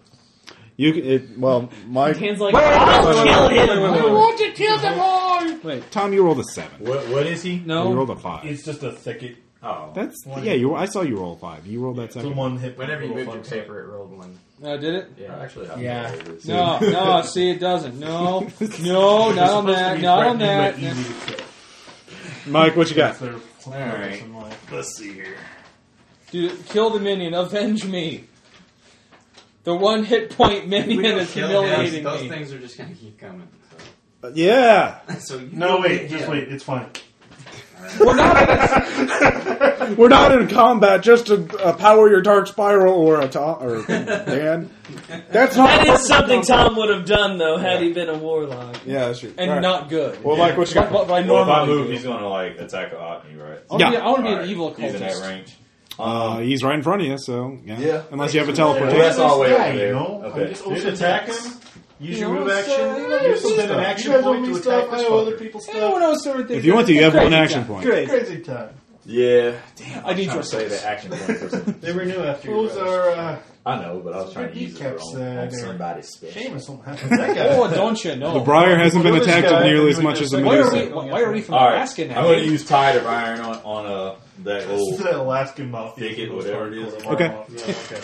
Speaker 1: you can. It, well, Mike.
Speaker 11: Hands like
Speaker 1: wait, wait,
Speaker 11: I'll
Speaker 1: wait,
Speaker 11: kill him.
Speaker 1: wait, wait,
Speaker 11: I
Speaker 1: wait.
Speaker 11: want to kill them all.
Speaker 1: Wait, Tom, you rolled a seven.
Speaker 8: What, what is he?
Speaker 1: You
Speaker 4: No.
Speaker 1: rolled a five.
Speaker 2: It's just a thicket.
Speaker 8: Oh.
Speaker 1: That's yeah. You. I saw you roll a five. You rolled that
Speaker 2: It's a
Speaker 1: second.
Speaker 2: one hit.
Speaker 5: Whenever you
Speaker 2: roll
Speaker 5: moved your
Speaker 2: fun.
Speaker 5: paper, it rolled one.
Speaker 4: Uh, did it?
Speaker 5: Yeah, actually, I
Speaker 9: Yeah.
Speaker 5: don't know what it is.
Speaker 4: No, no, see, it doesn't. No, no, not on
Speaker 2: Supposed to
Speaker 4: that,
Speaker 2: be
Speaker 4: not on
Speaker 2: threatening,
Speaker 4: that.
Speaker 2: but easy to kill.
Speaker 1: Mike, what you got?
Speaker 2: That's their purpose in life.
Speaker 8: Let's see here.
Speaker 4: Dude, kill the minion, avenge me. The one hit point minion is humiliating
Speaker 5: those
Speaker 4: me.
Speaker 5: things are just gonna keep coming.
Speaker 1: Uh, Yeah.
Speaker 5: So, so you
Speaker 2: No,
Speaker 5: go
Speaker 2: wait,
Speaker 5: get
Speaker 2: just
Speaker 5: him.
Speaker 2: wait. It's fine.
Speaker 4: We're not gonna,
Speaker 1: We're not in combat just to uh, power your dark spiral or a Tom or Dan. That's not.
Speaker 11: That is something Tom would have done though had he been a warlock.
Speaker 1: Yeah, that's true.
Speaker 4: and
Speaker 1: All right.
Speaker 4: not good.
Speaker 1: Well, Mike, what you
Speaker 4: Like
Speaker 1: got?
Speaker 4: what I
Speaker 8: Well, if I
Speaker 4: normally
Speaker 8: move,
Speaker 4: do.
Speaker 8: he's going to like attack Otney, right?
Speaker 4: I wanna be-
Speaker 1: Yeah.
Speaker 4: I want to be
Speaker 8: Alright,
Speaker 4: an evil
Speaker 8: He's in that
Speaker 4: cultist.
Speaker 8: range.
Speaker 1: Uh, he's right in front of you, so yeah.
Speaker 8: Yeah.
Speaker 1: Unless you have a
Speaker 8: Well,
Speaker 1: teleportation.
Speaker 8: that's all the way
Speaker 2: Yeah,
Speaker 8: over
Speaker 2: you
Speaker 8: there.
Speaker 2: know, I'm
Speaker 8: Okay.
Speaker 2: just
Speaker 7: Dude,
Speaker 2: open
Speaker 7: attack
Speaker 2: attacks.
Speaker 7: him. Use
Speaker 4: You
Speaker 7: your move
Speaker 4: know,
Speaker 7: action.
Speaker 4: so-
Speaker 7: You spend an action point to attack this fucker.
Speaker 2: people's
Speaker 4: Everyone else over there.
Speaker 1: If you want to, you have
Speaker 4: Crazy
Speaker 1: one action
Speaker 4: guy.
Speaker 1: point.
Speaker 2: Crazy time.
Speaker 8: Yeah. Damn. I need
Speaker 7: your
Speaker 8: to say the action point for some-
Speaker 7: They renew after you.
Speaker 2: Those are uh,
Speaker 8: I know, but I was trying to
Speaker 2: Your
Speaker 8: use it
Speaker 2: kneecaps,
Speaker 8: on, on
Speaker 2: uh, they're-
Speaker 8: somebody special.
Speaker 2: Seamus. Don't have that guy.
Speaker 4: Oh, don't you know?
Speaker 1: The Briar hasn't been
Speaker 2: Look at this
Speaker 1: attacked
Speaker 2: guy.
Speaker 1: nearly as
Speaker 2: Look at
Speaker 1: much
Speaker 2: this
Speaker 1: as the
Speaker 2: guy.
Speaker 4: Why are we?
Speaker 1: Medusa.
Speaker 4: Why are we from
Speaker 8: All right.
Speaker 4: Alaska now?
Speaker 8: I'm going to use tide of iron on on uh, that
Speaker 2: It's
Speaker 8: old.
Speaker 2: the Alaskan mafia.
Speaker 8: Thicket, whatever it is.
Speaker 1: Okay.
Speaker 2: Yeah, okay.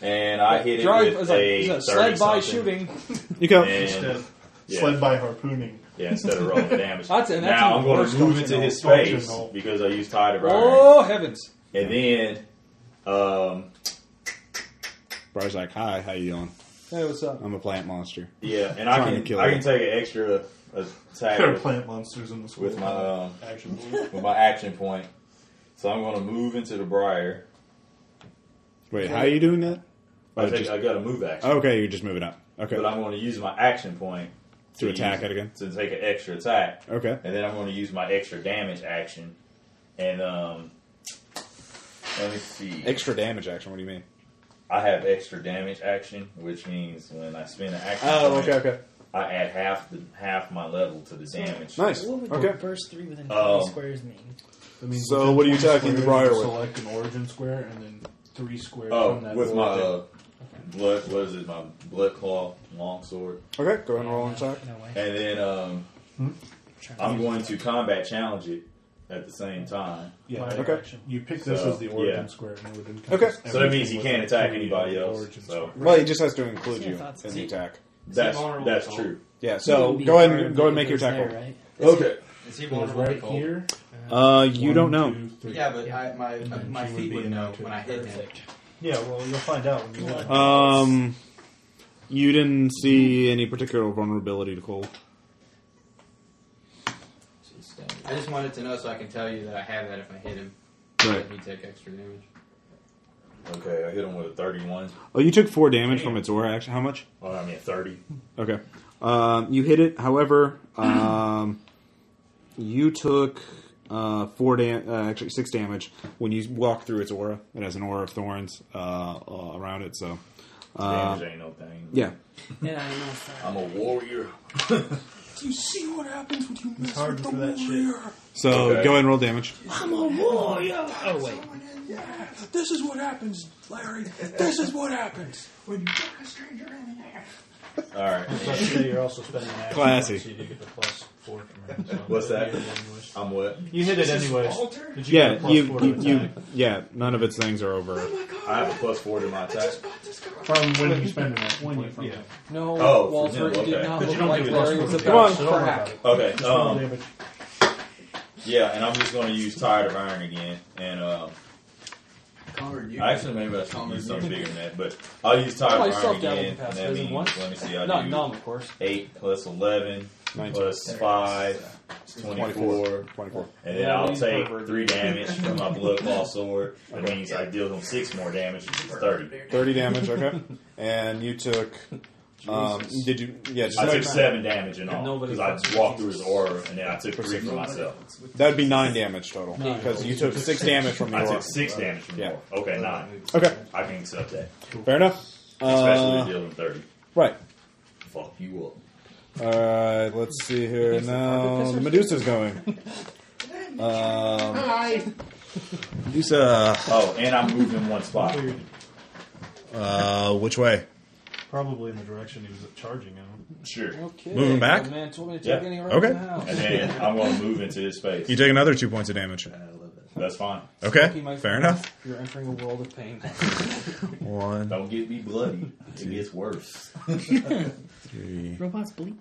Speaker 8: And I hit it
Speaker 4: Drive
Speaker 8: with
Speaker 4: is
Speaker 8: a
Speaker 4: like, is a
Speaker 8: 30
Speaker 4: sled by
Speaker 8: something.
Speaker 4: shooting.
Speaker 1: You go.
Speaker 8: And, yeah.
Speaker 2: Sled by harpooning.
Speaker 8: Yeah, instead of rolling damage.
Speaker 4: That's- that's
Speaker 8: now
Speaker 4: even
Speaker 8: I'm going
Speaker 4: worse,
Speaker 8: to move
Speaker 4: don't
Speaker 8: into
Speaker 4: you know?
Speaker 8: his
Speaker 2: Don't you
Speaker 8: face
Speaker 2: know?
Speaker 8: because I used Tide of Iron.
Speaker 4: Oh heavens!
Speaker 8: And then, um,
Speaker 1: Briar's like, hi, how you doing?
Speaker 4: Hey, what's up?
Speaker 1: I'm a plant monster.
Speaker 8: yeah, and
Speaker 1: Trying
Speaker 8: I
Speaker 1: to
Speaker 8: can
Speaker 1: kill
Speaker 8: I
Speaker 1: him.
Speaker 8: can take an extra uh, attack
Speaker 2: There are
Speaker 8: with,
Speaker 2: plant monsters in the school.
Speaker 8: with my uh,
Speaker 2: action.
Speaker 8: with my action point. So I'm going to move into the briar.
Speaker 1: Wait, how are you doing that?
Speaker 8: I,
Speaker 1: Oh,
Speaker 8: take,
Speaker 1: just-
Speaker 8: I got a move action,
Speaker 1: okay, you're just moving up. Okay.
Speaker 8: but I'm going to use my action point
Speaker 1: To attack
Speaker 8: use-
Speaker 1: it again?
Speaker 8: to take an extra attack,
Speaker 1: Okay.
Speaker 8: and then I'm going to use my extra damage action. And um, let me see.
Speaker 1: Extra damage action, what do you mean?
Speaker 8: I have extra damage action, which means when I spend an action
Speaker 1: Oh,
Speaker 8: point,
Speaker 1: okay, okay.
Speaker 8: I add half the half my level to the damage.
Speaker 1: Nice.
Speaker 6: What would
Speaker 1: Okay.
Speaker 6: the first three within 20
Speaker 8: Oh.
Speaker 6: squares mean?
Speaker 2: That means
Speaker 1: So
Speaker 2: within
Speaker 1: what are you
Speaker 2: 20
Speaker 1: attacking the
Speaker 2: squares,
Speaker 1: briar
Speaker 2: you
Speaker 1: with?
Speaker 2: Select an origin square and then three squares
Speaker 8: Oh,
Speaker 2: from that.
Speaker 8: with my
Speaker 2: origin.
Speaker 8: uh, blood, what is it? My blood claw longsword,
Speaker 1: Okay, go ahead and roll an attack.
Speaker 6: No way.
Speaker 8: and then um, I'm going to combat challenge it at the same time.
Speaker 2: yeah,
Speaker 1: okay.
Speaker 2: action. You pick this
Speaker 8: So,
Speaker 2: as the origin
Speaker 8: yeah.
Speaker 2: square. And it would encompass
Speaker 1: Okay.
Speaker 8: So that means
Speaker 2: everything
Speaker 8: he
Speaker 2: within
Speaker 8: can't attack
Speaker 2: three
Speaker 8: anybody
Speaker 2: of the
Speaker 8: else.
Speaker 2: origin
Speaker 8: So
Speaker 2: square.
Speaker 1: Well, he just has to include you
Speaker 6: thoughts.
Speaker 1: in the attack.
Speaker 8: that's
Speaker 5: vulnerable
Speaker 8: that's
Speaker 5: to all?
Speaker 8: true.
Speaker 1: Yeah,
Speaker 6: It
Speaker 1: so
Speaker 6: would be
Speaker 1: go ahead and
Speaker 6: hard
Speaker 1: go ahead and make your
Speaker 6: because
Speaker 1: attack
Speaker 6: there,
Speaker 1: roll.
Speaker 6: Right?
Speaker 8: Okay,
Speaker 5: Is he
Speaker 2: It was
Speaker 5: vulnerable
Speaker 2: right
Speaker 5: to cold?
Speaker 2: here.
Speaker 1: Uh, you don't know.
Speaker 2: One, two, three.
Speaker 5: Yeah, but
Speaker 6: Yeah.
Speaker 5: I, my
Speaker 2: And
Speaker 5: my
Speaker 2: she would
Speaker 5: feet
Speaker 2: be
Speaker 5: would
Speaker 2: in
Speaker 5: know
Speaker 2: there, too.
Speaker 5: when I hit him.
Speaker 6: Perfect.
Speaker 7: Yeah, well, you'll find out when you learn.
Speaker 1: Um, you didn't see any particular vulnerability to cold.
Speaker 5: I just wanted to know so I can tell you that I have that if I hit him.
Speaker 1: Right.
Speaker 5: That he'd take extra damage.
Speaker 8: okay, I hit him with a 31.
Speaker 1: Oh, you took four damage from its aura action. How much?
Speaker 8: Oh, I mean 30.
Speaker 1: Okay. Um, you hit it. However, um, you took uh, four dam- uh, actually six damage when you walk through its aura. It has an aura of thorns uh, uh, around it. So, uh,
Speaker 8: Damage ain't no thing.
Speaker 1: yeah.
Speaker 6: Yeah, I know. it's not.
Speaker 8: I'm a warrior.
Speaker 1: You see what happens when you mess
Speaker 7: It's hard for that shit.
Speaker 1: So
Speaker 8: Okay.
Speaker 1: go ahead and roll damage.
Speaker 6: I'm a warrior. Oh wait.
Speaker 1: This is what happens, Larry. This is what happens.
Speaker 8: All right,
Speaker 7: Plus, you're also spending an action
Speaker 1: Classy.
Speaker 7: point, so you get the plus four from him.
Speaker 8: What's that? I'm what?
Speaker 7: You hit it anyways. Did you get a
Speaker 1: Yeah,
Speaker 7: plus
Speaker 1: you,
Speaker 7: four
Speaker 1: you,
Speaker 7: to
Speaker 1: you,
Speaker 7: attack?
Speaker 1: yeah. None of its things are over.
Speaker 8: I have a plus four to my attack.
Speaker 2: From when you spend an action
Speaker 7: When
Speaker 2: point
Speaker 7: you-
Speaker 2: from
Speaker 7: yeah.
Speaker 2: that.
Speaker 4: No,
Speaker 8: Oh,
Speaker 4: Walter,
Speaker 8: yeah,
Speaker 4: it did
Speaker 8: okay.
Speaker 4: not
Speaker 8: But you
Speaker 4: look
Speaker 7: don't
Speaker 4: like
Speaker 7: do this
Speaker 4: Larry
Speaker 7: for
Speaker 4: was
Speaker 7: the
Speaker 4: about
Speaker 7: damage,
Speaker 4: to
Speaker 7: so don't worry
Speaker 4: crack.
Speaker 7: about it.
Speaker 8: Okay,
Speaker 2: Roll
Speaker 8: um,
Speaker 2: damage.
Speaker 8: yeah, and I'm just going to use Tired of Iron again. And um,
Speaker 5: Connor, you.
Speaker 8: actually, maybe I should use something bigger than that, but I'll use Tired
Speaker 4: Probably
Speaker 8: of Iron
Speaker 4: self-doubting
Speaker 8: again. And
Speaker 4: capacity,
Speaker 8: that
Speaker 4: isn't
Speaker 8: means,
Speaker 4: one?
Speaker 8: let me see, I
Speaker 4: Not
Speaker 8: do
Speaker 4: numb, of course.
Speaker 8: 8 plus 11 plus 5, 24.
Speaker 1: 24.
Speaker 8: And then I'll take 3 damage from my Blood Claw Sword. That means I deal him 6 more damage, which is 30.
Speaker 1: 30 damage, okay. and you took. Um, did you? Yeah, just
Speaker 8: I took
Speaker 1: take-
Speaker 8: 7 damage in all.
Speaker 4: Nobody
Speaker 8: Because I walked through his aura, and then I took 3 for myself.
Speaker 1: That'd be 9 damage total. Because you took 6 damage from the
Speaker 8: I
Speaker 1: aura.
Speaker 8: took 6 damage from the
Speaker 1: Yeah.
Speaker 8: aura. Okay, 9.
Speaker 1: Okay,
Speaker 8: I can accept that.
Speaker 1: fair enough.
Speaker 8: Especially
Speaker 1: Uh,
Speaker 8: dealing 30.
Speaker 1: right.
Speaker 8: Fuck you up.
Speaker 1: Alright, let's see here. Now, the Medusa's going. Um, Medusa.
Speaker 8: Oh, and I'm moving one spot.
Speaker 1: Uh, which way?
Speaker 7: Probably in the direction he was charging in.
Speaker 8: Sure.
Speaker 4: Okay.
Speaker 1: Moving back?
Speaker 4: The man told me to
Speaker 8: Yeah.
Speaker 4: take any
Speaker 1: Okay.
Speaker 4: Now.
Speaker 8: And then I'm going to move into this space.
Speaker 1: You take another 2 points of damage.
Speaker 8: That's fine.
Speaker 1: Okay, fair enough.
Speaker 4: You're entering a world of pain.
Speaker 1: One,
Speaker 8: Don't get me bloody. It gets worse.
Speaker 1: three.
Speaker 6: Robots bleed.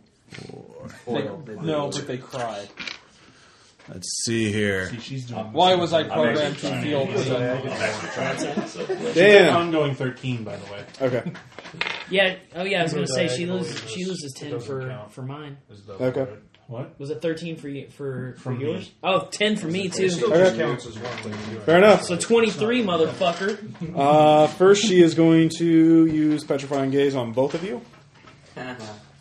Speaker 4: They- no, but they cried.
Speaker 1: Let's see here.
Speaker 2: See, she's doing.
Speaker 4: Why was I
Speaker 8: I'm
Speaker 4: programmed
Speaker 8: actually
Speaker 4: to
Speaker 8: trying.
Speaker 4: feel pain?
Speaker 8: I'm actually trying to get myself bloody.
Speaker 1: Damn.
Speaker 2: Ongoing thirteen, by the way.
Speaker 1: Okay.
Speaker 6: Yeah. Oh yeah. I was gonna say she
Speaker 7: Diagonal
Speaker 6: loses.
Speaker 7: is-
Speaker 6: She loses
Speaker 7: it
Speaker 6: ten
Speaker 7: doesn't
Speaker 6: for
Speaker 7: count.
Speaker 6: for mine.
Speaker 7: Is the
Speaker 1: Okay.
Speaker 2: What?
Speaker 6: Was it thirteen for you for for
Speaker 2: From me.
Speaker 6: yours? Oh, 10 for me too.
Speaker 7: Still
Speaker 1: Okay.
Speaker 7: just counts as one when you do it.
Speaker 1: Fair enough.
Speaker 6: So twenty three, motherfucker.
Speaker 1: Uh, first, she is going to use Petrifying Gaze on both of you.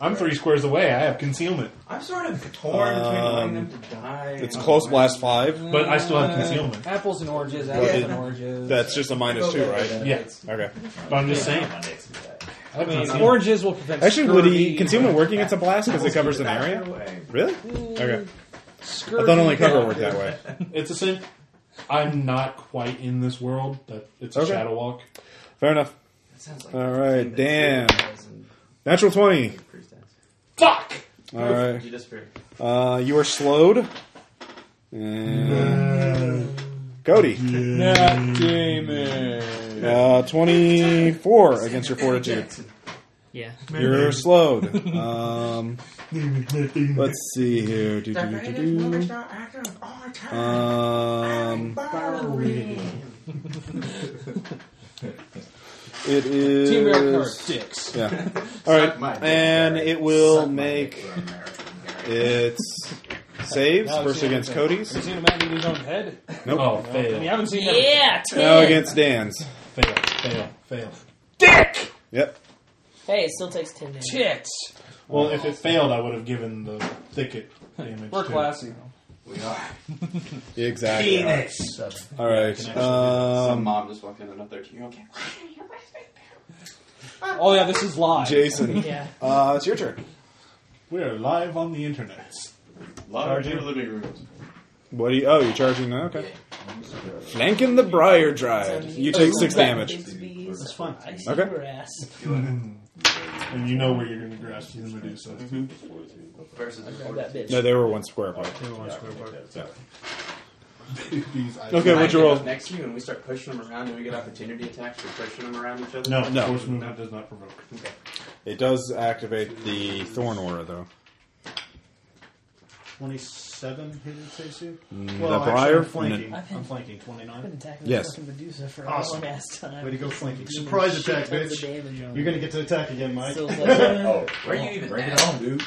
Speaker 2: I'm three squares away. I have concealment,
Speaker 5: I'm sort of torn between wanting them to die.
Speaker 1: Um, It's
Speaker 5: and
Speaker 1: Close
Speaker 5: wanting-
Speaker 1: Blast 5.
Speaker 2: but I still have
Speaker 4: Uh,
Speaker 2: concealment.
Speaker 4: Apples and oranges, apples
Speaker 1: it-
Speaker 4: and oranges.
Speaker 1: That's just a minus 2, right?
Speaker 2: Yeah,
Speaker 1: Okay.
Speaker 2: but I'm just saying.
Speaker 8: My next attack.
Speaker 2: I have concealment.
Speaker 4: Oranges will prevent
Speaker 1: Actually, would he
Speaker 4: scurvy.
Speaker 1: concealment working against a blast because it covers an area?
Speaker 5: Away.
Speaker 1: Really? Okay. I thought only cover worked that way.
Speaker 2: It's the same. I'm not quite in this world. That it's a
Speaker 1: Okay.
Speaker 2: shadow walk.
Speaker 1: Fair enough.
Speaker 5: sounds like
Speaker 1: All right, damn.
Speaker 5: and
Speaker 1: Natural 20.
Speaker 5: priest dance.
Speaker 2: Fuck.
Speaker 1: All right.
Speaker 5: You disappear.
Speaker 1: Uh, you are slowed. And Cody,
Speaker 4: Not Damon.
Speaker 1: uh, 24 against your fortitude.
Speaker 9: Yeah.
Speaker 1: You're slowed. Um, let's see here. Do, do, do, do, do. Um, it
Speaker 4: Team America are
Speaker 1: is.
Speaker 4: dicks.
Speaker 1: Yeah. All right.
Speaker 5: My dick,
Speaker 1: And
Speaker 5: Gary.
Speaker 1: it will
Speaker 5: Suck my dick,
Speaker 1: make
Speaker 5: we're American, Gary.
Speaker 1: its saves.
Speaker 4: Now
Speaker 1: First
Speaker 4: it's the
Speaker 1: against
Speaker 4: other thing.
Speaker 1: Cody's.
Speaker 4: Have you seen a man eat his own head?
Speaker 1: Nope.
Speaker 2: Oh,
Speaker 4: And you
Speaker 2: fail,
Speaker 4: haven't seen that.
Speaker 6: Yeah,
Speaker 1: Now
Speaker 6: ten.
Speaker 1: against Dan's.
Speaker 2: fail, fail, fail.
Speaker 1: Yep.
Speaker 6: Hey, it still takes ten damage.
Speaker 4: Tits.
Speaker 2: Well, if it failed, I would have given the thicket damage.
Speaker 4: We're
Speaker 2: too.
Speaker 4: classy.
Speaker 5: We are.
Speaker 1: Exactly. All right.
Speaker 5: Some
Speaker 1: Um,
Speaker 5: mom just walked in with a 13 year old kid.
Speaker 4: Oh yeah, this is live.
Speaker 1: Jason,
Speaker 6: Yeah.
Speaker 1: uh, it's your turn.
Speaker 2: We are live on the internet.
Speaker 5: Love your living rooms.
Speaker 1: What do you? Oh, you're charging now. Okay. Flanking the briar drive. You take six damage.
Speaker 6: That's
Speaker 2: fine.
Speaker 6: I see
Speaker 1: Okay.
Speaker 6: your ass.
Speaker 2: And you know where you're going to grasp the Medusa.
Speaker 5: Versus
Speaker 6: Grab that bitch.
Speaker 1: No, they were one square apart.
Speaker 2: These eyes.
Speaker 1: Okay, what'd you
Speaker 5: get
Speaker 1: roll?
Speaker 5: up Next to you, and we start pushing them around. Do we get opportunity attacks for pushing them around each other?
Speaker 2: No,
Speaker 1: No.
Speaker 2: Force movement does not provoke.
Speaker 5: Okay.
Speaker 1: It does activate the thorn aura though.
Speaker 7: 27 hit its AC?
Speaker 1: the
Speaker 7: Well, actually,
Speaker 1: Mm, briar?
Speaker 7: I'm flanking.
Speaker 1: No.
Speaker 7: I'm flanking.
Speaker 6: I've
Speaker 7: 29.
Speaker 6: been attacking
Speaker 1: Yes.
Speaker 6: fucking Medusa for
Speaker 7: Awesome.
Speaker 6: a long ass time.
Speaker 7: Way to go flanking.
Speaker 6: Doing
Speaker 7: Surprise
Speaker 6: shit
Speaker 7: attack,
Speaker 6: tons of
Speaker 7: bitch.
Speaker 6: damage on
Speaker 7: You're
Speaker 6: me.
Speaker 7: going to get to attack again, Mike.
Speaker 6: So uh, it's like,
Speaker 8: Oh,
Speaker 5: Where are you even
Speaker 8: bring
Speaker 5: at?
Speaker 8: it on, dude.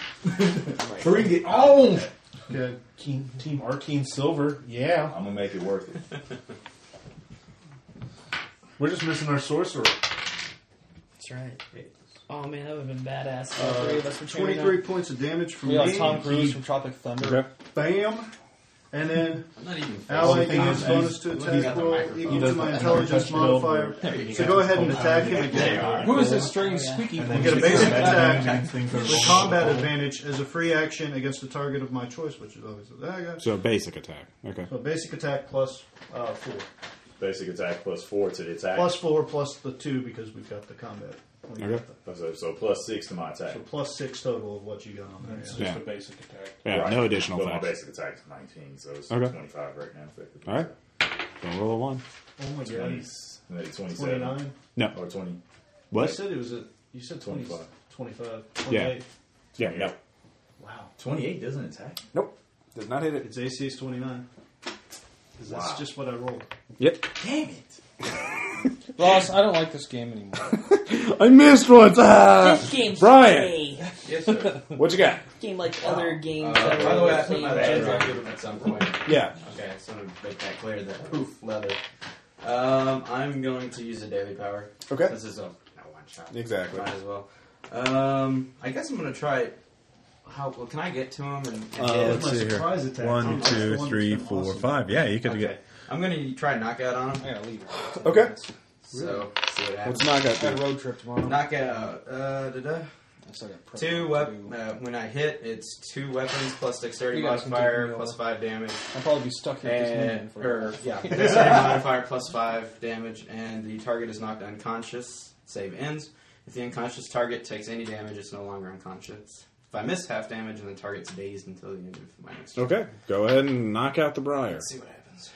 Speaker 8: Bring it on.
Speaker 7: Good.
Speaker 2: Team, team Arcane Silver. Yeah.
Speaker 8: I'm gonna make it worth it.
Speaker 2: We're just missing our sorcerer.
Speaker 6: That's right. Oh man, that would have been badass. if all
Speaker 7: Uh,
Speaker 6: three of us were cheering
Speaker 7: 23 points of damage from
Speaker 4: We are
Speaker 7: me.
Speaker 4: Tom Cruise from Tropic Thunder.
Speaker 1: Okay.
Speaker 7: Bam. And then
Speaker 5: I'm not even.
Speaker 7: ally
Speaker 2: the thing
Speaker 7: gains
Speaker 2: is,
Speaker 7: bonus to
Speaker 5: he's- he's
Speaker 7: attack
Speaker 5: got the
Speaker 7: roll
Speaker 5: microphone.
Speaker 7: equal
Speaker 2: He
Speaker 7: to
Speaker 2: does
Speaker 7: my
Speaker 2: that.
Speaker 7: intelligence
Speaker 2: Touch the build.
Speaker 7: modifier.
Speaker 5: There you
Speaker 7: So
Speaker 5: go.
Speaker 7: go ahead and attack him
Speaker 5: They
Speaker 7: again.
Speaker 5: are.
Speaker 4: Who is this strange squeaky
Speaker 2: And then
Speaker 4: voice?
Speaker 7: get a basic
Speaker 2: that
Speaker 7: attack.
Speaker 2: damage and things that are
Speaker 7: With
Speaker 2: rolled.
Speaker 7: combat advantage as a free action against the target of my choice, which is always what I got.
Speaker 1: So basic attack. Okay.
Speaker 7: So basic attack plus uh, four.
Speaker 8: Basic attack plus four to the attack.
Speaker 7: Plus four plus the two because we've got the combat. We got
Speaker 1: Okay.
Speaker 7: that.
Speaker 8: so, so plus six to my attack.
Speaker 7: So plus six total of what you got on there.
Speaker 2: It's
Speaker 7: yeah.
Speaker 2: just
Speaker 1: Yeah.
Speaker 2: a basic attack.
Speaker 1: Yeah.
Speaker 8: Right.
Speaker 1: No additional
Speaker 8: But my
Speaker 1: attacks.
Speaker 8: basic attack is 19, so it's
Speaker 1: Okay.
Speaker 8: 25 right now. Effectively.
Speaker 1: All right. Don't roll a one.
Speaker 7: Oh my god.
Speaker 8: 20, maybe 27
Speaker 7: 29?
Speaker 1: No.
Speaker 8: or 20.
Speaker 7: You
Speaker 1: What?
Speaker 7: said it was a. You said 20, 25.
Speaker 8: 25.
Speaker 7: 28.
Speaker 1: Yeah. No.
Speaker 7: Wow.
Speaker 8: 28 doesn't attack.
Speaker 1: Nope. Does not hit it.
Speaker 7: Its AC is 29. 'Cause
Speaker 8: Wow.
Speaker 7: That's just what I rolled.
Speaker 1: Yep.
Speaker 8: Damn it!
Speaker 4: Ross, I don't like this game anymore.
Speaker 1: I missed once.
Speaker 6: out.
Speaker 1: Ah!
Speaker 6: This game's
Speaker 1: Brian.
Speaker 6: gay.
Speaker 5: Yes, sir.
Speaker 1: What you got?
Speaker 6: Game like other
Speaker 5: Uh,
Speaker 6: games. that
Speaker 5: by the way, I
Speaker 6: I've
Speaker 5: put my
Speaker 6: played.
Speaker 5: badge on you at some point.
Speaker 1: Yeah.
Speaker 5: Okay, so I'm gonna make that clear. That poof leather. Um, I'm going to use a daily power.
Speaker 1: Okay.
Speaker 5: This is a no one shot.
Speaker 1: Exactly.
Speaker 5: Might as well. Um, I guess I'm gonna try. How well can I get to him? And, and
Speaker 1: Uh,
Speaker 5: hit him?
Speaker 1: let's see here.
Speaker 7: Surprise attack. Oh,
Speaker 1: One,
Speaker 7: That's the
Speaker 1: two,
Speaker 7: one
Speaker 1: three,
Speaker 7: that's been
Speaker 1: four,
Speaker 7: awesome.
Speaker 1: five. Yeah, you could
Speaker 5: Okay.
Speaker 1: get.
Speaker 5: I'm gonna try knockout on him.
Speaker 4: I gotta leave.
Speaker 1: Okay.
Speaker 5: So see what happens.
Speaker 1: Let's knock out
Speaker 4: I got a
Speaker 1: dude.
Speaker 4: road trip tomorrow.
Speaker 5: Knockout. Uh, da-da.
Speaker 4: I still got prep
Speaker 5: Two
Speaker 4: to
Speaker 5: wep-
Speaker 4: do.
Speaker 5: uh, When I hit, it's two weapons plus dexterity
Speaker 4: You guys can take
Speaker 5: modifier
Speaker 4: me
Speaker 5: plus
Speaker 4: over.
Speaker 5: five damage.
Speaker 4: I'll probably be stuck here this
Speaker 5: And, er,
Speaker 4: evening for
Speaker 5: or, yeah, dexterity modifier plus five damage, and the target is knocked unconscious. Save ends. If the unconscious target takes any damage, it's no longer unconscious. If I miss half damage, and the target's dazed until the end of my next turn.
Speaker 1: Okay. Go ahead and knock out the briar.
Speaker 5: Let's see what happens.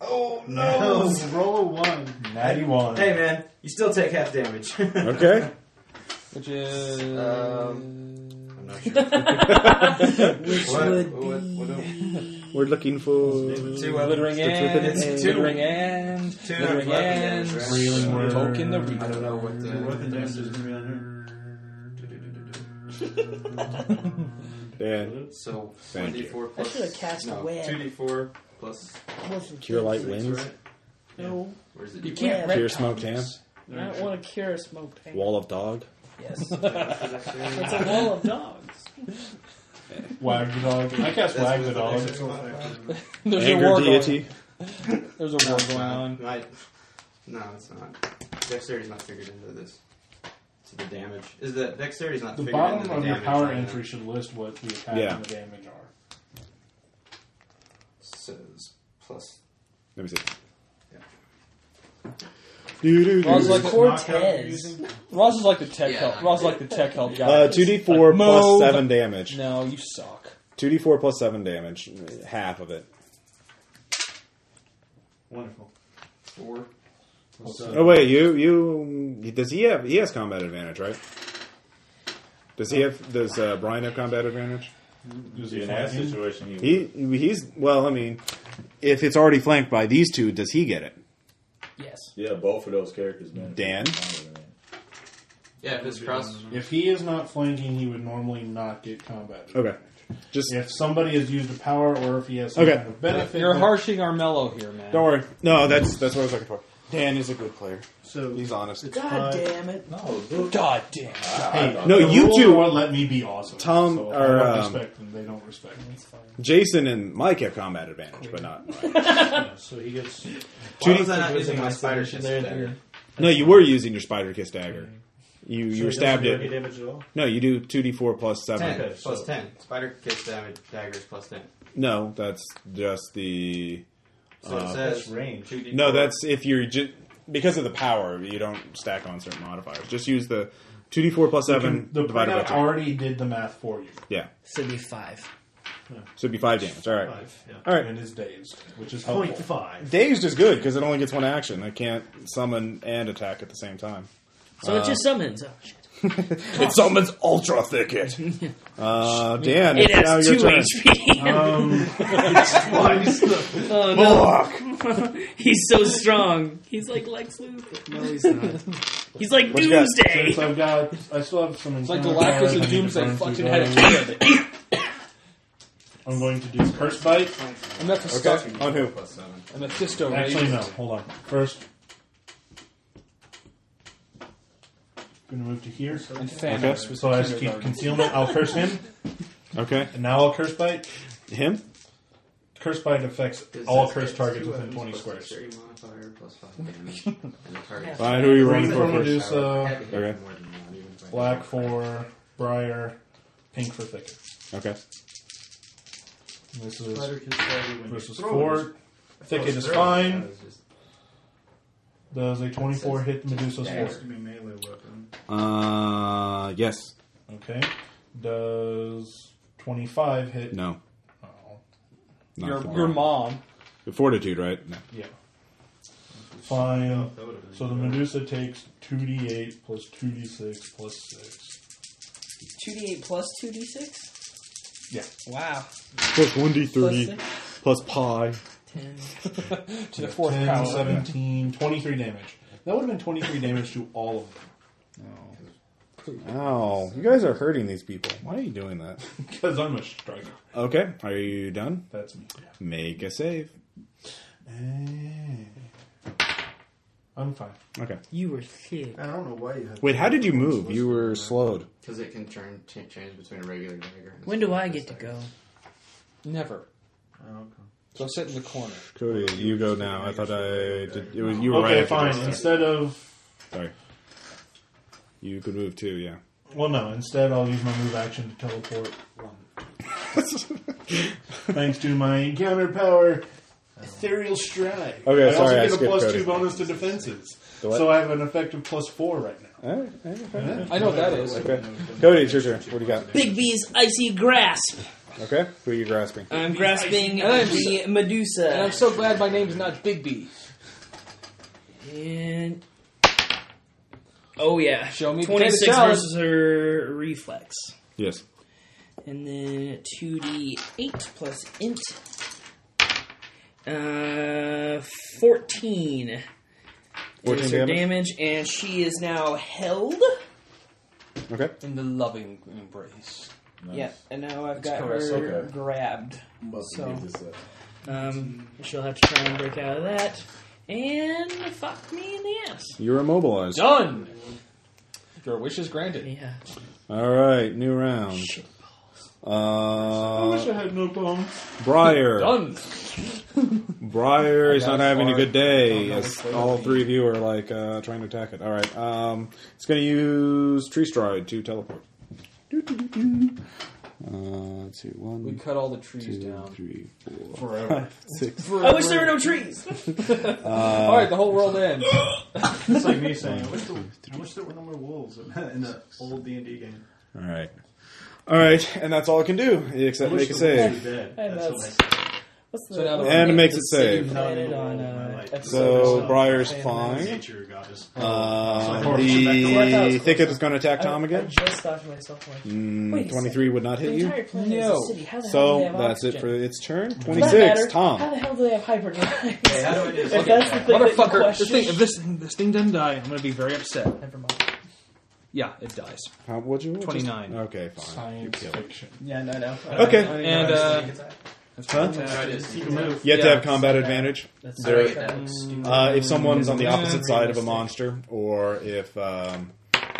Speaker 5: Oh
Speaker 7: No, roll a one.
Speaker 2: 91.
Speaker 5: Hey man, you still take half damage.
Speaker 1: Okay.
Speaker 4: which is
Speaker 5: Um, I'm not sure. Which what,
Speaker 6: would
Speaker 5: what, what, what,
Speaker 1: We're looking for.
Speaker 5: Two
Speaker 4: littering and
Speaker 5: It's two.
Speaker 4: littering and
Speaker 5: Two
Speaker 4: littering
Speaker 5: weapon
Speaker 4: and
Speaker 5: damage, right?
Speaker 2: Reeling word.
Speaker 4: poking the
Speaker 5: I don't
Speaker 4: reaper.
Speaker 5: know what
Speaker 7: Your
Speaker 5: the
Speaker 7: weapon damage is going to be on here.
Speaker 1: Dan,
Speaker 5: So one
Speaker 1: Thank
Speaker 5: d
Speaker 1: you.
Speaker 5: four
Speaker 6: I
Speaker 5: plus.
Speaker 6: should have cast
Speaker 5: no,
Speaker 6: a web.
Speaker 5: Two d four plus.
Speaker 6: Listen,
Speaker 1: cure
Speaker 6: kids,
Speaker 1: light
Speaker 5: six,
Speaker 1: wins.
Speaker 5: right?
Speaker 6: No,
Speaker 5: Where's it?
Speaker 4: You can't
Speaker 6: Yeah.
Speaker 1: Cure
Speaker 4: retcon
Speaker 1: smoked ham.
Speaker 4: this.
Speaker 6: I don't want to cure a smoke tank.
Speaker 1: Wall of dog.
Speaker 6: Yes,
Speaker 5: That's
Speaker 6: it's a wall of dogs.
Speaker 2: Wag the dog. I cast Wag the dog.
Speaker 4: There's a
Speaker 1: Anger
Speaker 4: war
Speaker 1: deity.
Speaker 4: Going. There's a war going on.
Speaker 5: Right. No, it's not. Dexterity's not figured into this. So the damage is that dexterity's not
Speaker 2: The
Speaker 5: figured
Speaker 2: bottom
Speaker 5: into the
Speaker 2: of your
Speaker 5: damage.
Speaker 2: power
Speaker 5: right now.
Speaker 2: entry should list what the attack
Speaker 1: Yeah.
Speaker 2: and the damage are.
Speaker 5: says plus.
Speaker 1: Let me see.
Speaker 5: Yeah.
Speaker 1: Do, do, do.
Speaker 4: Ross is like
Speaker 1: do.
Speaker 6: Cortez.
Speaker 4: Ross is like the tech
Speaker 5: Yeah.
Speaker 4: help. Ross is like the tech help guy.
Speaker 1: Uh, 2d4
Speaker 4: Like,
Speaker 1: plus
Speaker 4: Mo-
Speaker 1: 7 damage.
Speaker 4: No, you suck.
Speaker 1: 2d4 plus 7 damage. Half of it.
Speaker 2: Wonderful.
Speaker 5: Four.
Speaker 1: Oh, wait, you, you, does he have, he has combat advantage, right? Does he have, does uh, Brian have combat advantage?
Speaker 8: In that situation, he,
Speaker 1: He, he's, well, I mean, if it's already flanked by these two, does he get it?
Speaker 6: Yes.
Speaker 8: yeah, both of those characters. Man,
Speaker 1: Dan?
Speaker 5: Yeah, if it's cross.
Speaker 2: If he is not flanking, he would normally not get combat.
Speaker 1: Okay. Just,
Speaker 2: If somebody has used a power or if he has some
Speaker 1: Okay.
Speaker 2: kind of benefit.
Speaker 4: You're
Speaker 2: that-
Speaker 4: harshing Armello here, man.
Speaker 1: don't worry. No, that's, that's what I was looking for. Dan is a good player.
Speaker 7: So
Speaker 1: He's honest.
Speaker 7: It's
Speaker 6: God
Speaker 7: five.
Speaker 6: damn it.
Speaker 8: No, look.
Speaker 4: God damn.
Speaker 2: Hey,
Speaker 1: No,
Speaker 2: the
Speaker 1: you
Speaker 2: rules
Speaker 1: two-
Speaker 2: won't let me be awesome.
Speaker 1: Tom,
Speaker 2: so
Speaker 1: or,
Speaker 2: I don't
Speaker 1: um,
Speaker 2: respect them. They don't respect me.
Speaker 1: Jason and Mike have combat advantage, but not Ryan.
Speaker 7: Yeah, so he gets.
Speaker 5: Why was I not using my spider shit there?
Speaker 1: No, you were using your spider kiss dagger. You
Speaker 7: so
Speaker 1: you
Speaker 7: he
Speaker 1: were
Speaker 7: doesn't
Speaker 1: stabbed
Speaker 7: do any
Speaker 1: it.
Speaker 7: damage at all.
Speaker 1: No, you do two d four plus seven.
Speaker 5: Ten
Speaker 7: Okay,
Speaker 5: plus
Speaker 7: so-
Speaker 5: ten. Spider kiss damage daggers plus ten.
Speaker 1: No, that's just the.
Speaker 5: So
Speaker 1: Uh,
Speaker 5: it says
Speaker 7: that's range.
Speaker 5: 2D4.
Speaker 1: No, that's if you're ju- because of the power. You don't stack on certain modifiers. Just use the two d four plus seven
Speaker 2: The
Speaker 1: divided by
Speaker 2: printout
Speaker 1: two.
Speaker 2: already did the math for you.
Speaker 1: Yeah,
Speaker 11: So it'd be five.
Speaker 1: so it'd be five damage. All right.
Speaker 2: Five. Yeah.
Speaker 1: All right.
Speaker 2: And is dazed, which is
Speaker 7: Point
Speaker 2: helpful.
Speaker 7: five.
Speaker 1: Dazed is good because it only gets one action. I can't summon and attack at the same time.
Speaker 11: So
Speaker 1: Uh,
Speaker 11: it just summons. Oh, shit.
Speaker 1: It summons Ultra Thicket. Uh, Dan,
Speaker 9: It
Speaker 1: it's now
Speaker 9: has
Speaker 1: your
Speaker 9: two
Speaker 1: turn. Uh,
Speaker 9: HP.
Speaker 2: Um,
Speaker 9: oh, no. he's so strong. He's like Lex Luthor. No, he's not. he's like
Speaker 1: What you got?
Speaker 9: Doomsday.
Speaker 2: since I've got, I still have some.
Speaker 4: It's like
Speaker 2: encounter
Speaker 4: Galactus
Speaker 2: powers I
Speaker 4: and
Speaker 2: need to
Speaker 4: Doomsday
Speaker 2: burn through
Speaker 4: fucking had a
Speaker 2: those.
Speaker 4: kid of it.
Speaker 2: I'm going to do curse bite.
Speaker 4: A Mephisto.
Speaker 1: On who?
Speaker 5: Plus seven.
Speaker 4: A Mephisto
Speaker 2: Actually,
Speaker 4: rage.
Speaker 2: no. Hold on. First, going to move to here. So
Speaker 4: And Thanos
Speaker 1: Okay.
Speaker 4: was
Speaker 2: I
Speaker 4: the
Speaker 2: just keep
Speaker 4: kindergarten.
Speaker 2: concealment. I'll curse him,
Speaker 1: Okay,
Speaker 2: and now I'll curse bite.
Speaker 1: him.
Speaker 2: Curse bite affects
Speaker 5: It
Speaker 2: all
Speaker 5: says
Speaker 2: curse
Speaker 5: it's
Speaker 2: targets
Speaker 5: two weapons
Speaker 2: within 20
Speaker 5: plus
Speaker 2: squares.
Speaker 5: dexterity modifier plus five damage, and the target
Speaker 1: Fine. Who are you running
Speaker 2: Green
Speaker 1: for
Speaker 2: for
Speaker 1: first?
Speaker 2: Medusa,
Speaker 5: Heavy hit
Speaker 1: Okay.
Speaker 5: more than that, even if I-
Speaker 2: uh, black for Briar, pink for Thicket.
Speaker 1: Okay.
Speaker 2: And This is
Speaker 5: Spider kiss dagger when you
Speaker 2: versus
Speaker 5: throw it.
Speaker 2: four. Thicket is fine.
Speaker 5: That is just-
Speaker 2: Does a 24
Speaker 5: Says
Speaker 2: hit Medusa's
Speaker 5: dagger.
Speaker 2: sword?
Speaker 7: be melee weapon.
Speaker 1: Uh, yes.
Speaker 2: Okay. Does 25 hit?
Speaker 1: No.
Speaker 2: Oh,
Speaker 1: Not
Speaker 4: Your,
Speaker 1: tomorrow.
Speaker 4: your mom.
Speaker 1: Fortitude, right? No.
Speaker 2: yeah. Fine.
Speaker 5: that would've been
Speaker 2: So the
Speaker 5: better.
Speaker 2: Medusa takes 2d8 plus 2d6 plus 6.
Speaker 6: 2d8 plus 2d6?
Speaker 2: Yeah.
Speaker 6: Wow.
Speaker 1: Plus one d
Speaker 6: Plus six?
Speaker 1: plus pi.
Speaker 6: 10.
Speaker 4: To the fourth
Speaker 2: 10,
Speaker 4: power.
Speaker 2: 17, 23 damage. That would have been 23 damage to all of them.
Speaker 1: Ow! Oh, You guys are hurting these people. Why are you doing that?
Speaker 2: Because I'm a striker.
Speaker 1: Okay. Are you done?
Speaker 2: That's me.
Speaker 1: Make a save.
Speaker 2: Eh. I'm fine.
Speaker 1: Okay.
Speaker 11: You were sick.
Speaker 7: I don't know why you have.
Speaker 1: Wait, how did you move? You were slowed.
Speaker 5: Because it can turn t- change between a regular dagger. And
Speaker 11: When do I get to go?
Speaker 4: Never. Go sit in the corner.
Speaker 1: Cody, you go now. I thought I did. It was you were
Speaker 2: Okay,
Speaker 1: right.
Speaker 2: fine.
Speaker 1: after this.
Speaker 2: Instead of.
Speaker 1: Sorry. You could move too. Yeah.
Speaker 2: Well, no. Instead, I'll use my move action to teleport. one. Thanks to my encounter power, Ethereal Stride.
Speaker 1: Okay,
Speaker 2: I
Speaker 1: sorry, I
Speaker 2: also get
Speaker 1: skipped
Speaker 2: a plus
Speaker 1: Cody.
Speaker 2: two bonus to defenses.
Speaker 1: The what? Uh-huh.
Speaker 2: So I have an effective plus four right now.
Speaker 1: All right, all right, all right.
Speaker 4: I know what that is.
Speaker 1: Okay. Cody, it's your turn. What do you got?
Speaker 11: Big B's icy grasp.
Speaker 1: Okay. Who are you grasping?
Speaker 11: I'm grasping
Speaker 4: And I'm
Speaker 11: the Medusa.
Speaker 4: And I'm so glad my name's not Big B.
Speaker 11: And oh yeah,
Speaker 4: Show me
Speaker 11: twenty
Speaker 4: potato
Speaker 11: six
Speaker 4: salad.
Speaker 11: versus her reflex,
Speaker 1: Yes.
Speaker 11: and then two d eight plus int. Uh, fourteen.
Speaker 1: 14
Speaker 11: is her
Speaker 1: damage?
Speaker 11: damage, and she is now held.
Speaker 1: Okay.
Speaker 4: In the loving embrace.
Speaker 11: Yeah, and now I've got
Speaker 4: correct.
Speaker 11: her
Speaker 8: Okay.
Speaker 11: grabbed.
Speaker 8: Must
Speaker 11: So-
Speaker 8: give this up.
Speaker 11: Um, she'll have to try and break out of that, and fuck me in the ass.
Speaker 1: You're immobilized.
Speaker 4: Done! Your wish is granted.
Speaker 11: Yeah.
Speaker 1: All right, new round.
Speaker 2: I wish
Speaker 1: Uh,
Speaker 2: I had no bones.
Speaker 1: Briar.
Speaker 4: Done!
Speaker 1: Briar is
Speaker 4: I got
Speaker 1: not having a
Speaker 4: hard.
Speaker 1: good day.
Speaker 4: Don't know
Speaker 1: As
Speaker 4: which way
Speaker 1: all
Speaker 4: that'd be.
Speaker 1: three of you are like uh, trying to attack it. All right. Um, it's going to use Tree Stride to teleport. Doo-doo-doo-doo.
Speaker 12: Uh, let's see, one.
Speaker 4: We cut all the trees
Speaker 12: two,
Speaker 4: down.
Speaker 12: three, four,
Speaker 4: Forever.
Speaker 12: five, six.
Speaker 4: For-
Speaker 6: I wish there were no trees.
Speaker 12: Uh,
Speaker 4: All right, the whole world ends.
Speaker 2: It's like me saying, I wish, there, I wish there were no more wolves in in the old D and D game.
Speaker 1: All right. All right, and that's all it can do
Speaker 2: I
Speaker 1: except
Speaker 2: wish
Speaker 1: make a
Speaker 2: the wolves
Speaker 1: save.
Speaker 2: were dead.
Speaker 6: And
Speaker 2: That's what
Speaker 6: that's-
Speaker 2: I said.
Speaker 6: What's
Speaker 4: So now the-
Speaker 1: And it makes it
Speaker 6: the city
Speaker 1: safe.
Speaker 6: planted on, uh,
Speaker 1: So
Speaker 6: episode-
Speaker 1: Briar's
Speaker 6: Fan-
Speaker 1: fine.
Speaker 2: Nature goddess.
Speaker 1: Uh,
Speaker 6: I
Speaker 1: the
Speaker 6: was
Speaker 1: thicket is going to attack
Speaker 6: I-
Speaker 1: Tom
Speaker 6: I
Speaker 1: again.
Speaker 6: just thought to myself, like, Uh, wait
Speaker 1: Mm,
Speaker 6: a
Speaker 1: Twenty-three would not
Speaker 6: the
Speaker 1: hit you.
Speaker 6: entire planet is a
Speaker 4: No.
Speaker 6: city. How the hell do they
Speaker 1: So
Speaker 6: have
Speaker 1: that's it for
Speaker 6: oxygen?
Speaker 1: its turn.
Speaker 6: For that matter,
Speaker 1: Twenty-six,
Speaker 6: How
Speaker 1: Tom.
Speaker 6: the hell do they have hyperdrive?
Speaker 5: Hey, how do I do this?
Speaker 6: if that's the thing that you
Speaker 4: Motherfucker, this
Speaker 6: question,
Speaker 4: thing, if this, this thing doesn't die, I'm going to be very upset.
Speaker 6: never mind.
Speaker 4: Yeah, it dies.
Speaker 1: How would you? roll?
Speaker 4: 29.
Speaker 1: Okay, fine. You kill it.
Speaker 6: Yeah, no, no.
Speaker 1: Okay.
Speaker 4: And, uh,
Speaker 1: Huh?
Speaker 5: How do I do this?
Speaker 1: You have to
Speaker 4: Yeah.
Speaker 1: have combat advantage.
Speaker 6: That's
Speaker 1: There-
Speaker 5: Wait, that looks stupid.
Speaker 1: Uh, if someone's on the opposite
Speaker 4: Mm.
Speaker 1: side of a monster, or if um,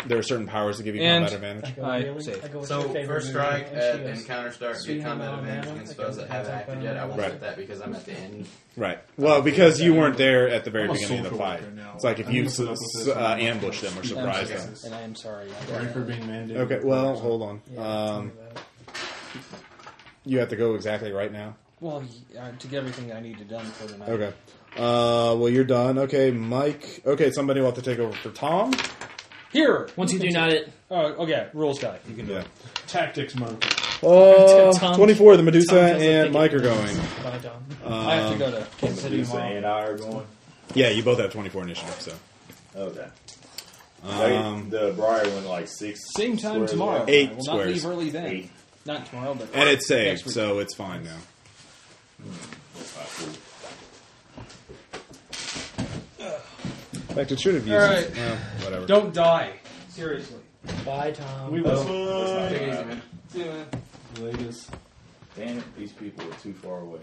Speaker 1: there are certain powers that give you
Speaker 4: And-
Speaker 1: combat advantage.
Speaker 6: go,
Speaker 4: I
Speaker 6: really?
Speaker 4: save.
Speaker 6: I go with
Speaker 5: So
Speaker 6: your favorite
Speaker 5: first
Speaker 6: movie.
Speaker 5: strike
Speaker 6: And she
Speaker 5: at
Speaker 6: goes,
Speaker 5: and counter start
Speaker 6: Sweet
Speaker 5: get combat
Speaker 6: Home
Speaker 5: advantage
Speaker 6: Alabama.
Speaker 5: against foes that
Speaker 6: Okay,
Speaker 5: haven't
Speaker 6: contact
Speaker 5: acted yet. I won't
Speaker 1: Right.
Speaker 5: hit that because I'm at the end.
Speaker 1: Right. Well, because you weren't there at the very
Speaker 2: I'm a
Speaker 1: beginning of the
Speaker 2: social
Speaker 1: fight.
Speaker 2: worker now.
Speaker 1: It's like if
Speaker 2: I'm
Speaker 1: you
Speaker 2: gonna
Speaker 1: s-
Speaker 2: put up with
Speaker 1: s-
Speaker 2: this
Speaker 1: uh,
Speaker 2: and-
Speaker 1: ambush them or surprise
Speaker 4: I'm
Speaker 1: them.
Speaker 4: sorry. And I am sorry.
Speaker 2: Sorry for being mandated.
Speaker 1: Okay. Well, hold on. Um, you have to go exactly right now.
Speaker 4: Well, y- uh, to get everything I needed done for the night.
Speaker 1: Okay. Uh, well, you're done. Okay, Mike. Okay, somebody will have to take over for Tom.
Speaker 4: Here!
Speaker 9: Once you do not it,
Speaker 4: Oh, okay, rules guy. You can do
Speaker 1: Yeah.
Speaker 4: it.
Speaker 2: Tactics mode.
Speaker 1: Uh,
Speaker 9: Tom-
Speaker 1: 24, the Medusa
Speaker 9: Tom doesn't
Speaker 1: and
Speaker 9: think
Speaker 1: Mike are going.
Speaker 6: Bye, Dom.
Speaker 4: I have to go to Kansas City
Speaker 8: Medusa
Speaker 4: tomorrow.
Speaker 8: and I are going.
Speaker 1: Yeah, you both have 24 initiative, so.
Speaker 8: Okay.
Speaker 1: Um,
Speaker 8: the Briar went like six.
Speaker 4: Same time
Speaker 8: squares
Speaker 4: tomorrow.
Speaker 8: left.
Speaker 1: Eight
Speaker 4: I will
Speaker 1: squares.
Speaker 4: not leave early then.
Speaker 8: Eight.
Speaker 4: Not tomorrow, but.
Speaker 1: And it's
Speaker 4: next
Speaker 1: saved,
Speaker 4: week.
Speaker 1: so it's fine now.
Speaker 8: That's not cool.
Speaker 1: In fact, it should have used.
Speaker 4: All right.
Speaker 1: well, whatever.
Speaker 4: Don't die. Seriously.
Speaker 1: Uh,
Speaker 6: Bye, Tom.
Speaker 2: We
Speaker 8: That's
Speaker 2: will.
Speaker 8: not
Speaker 5: Take it easy,
Speaker 8: right.
Speaker 5: man.
Speaker 2: Latest.
Speaker 8: Damn it, these people are too far away.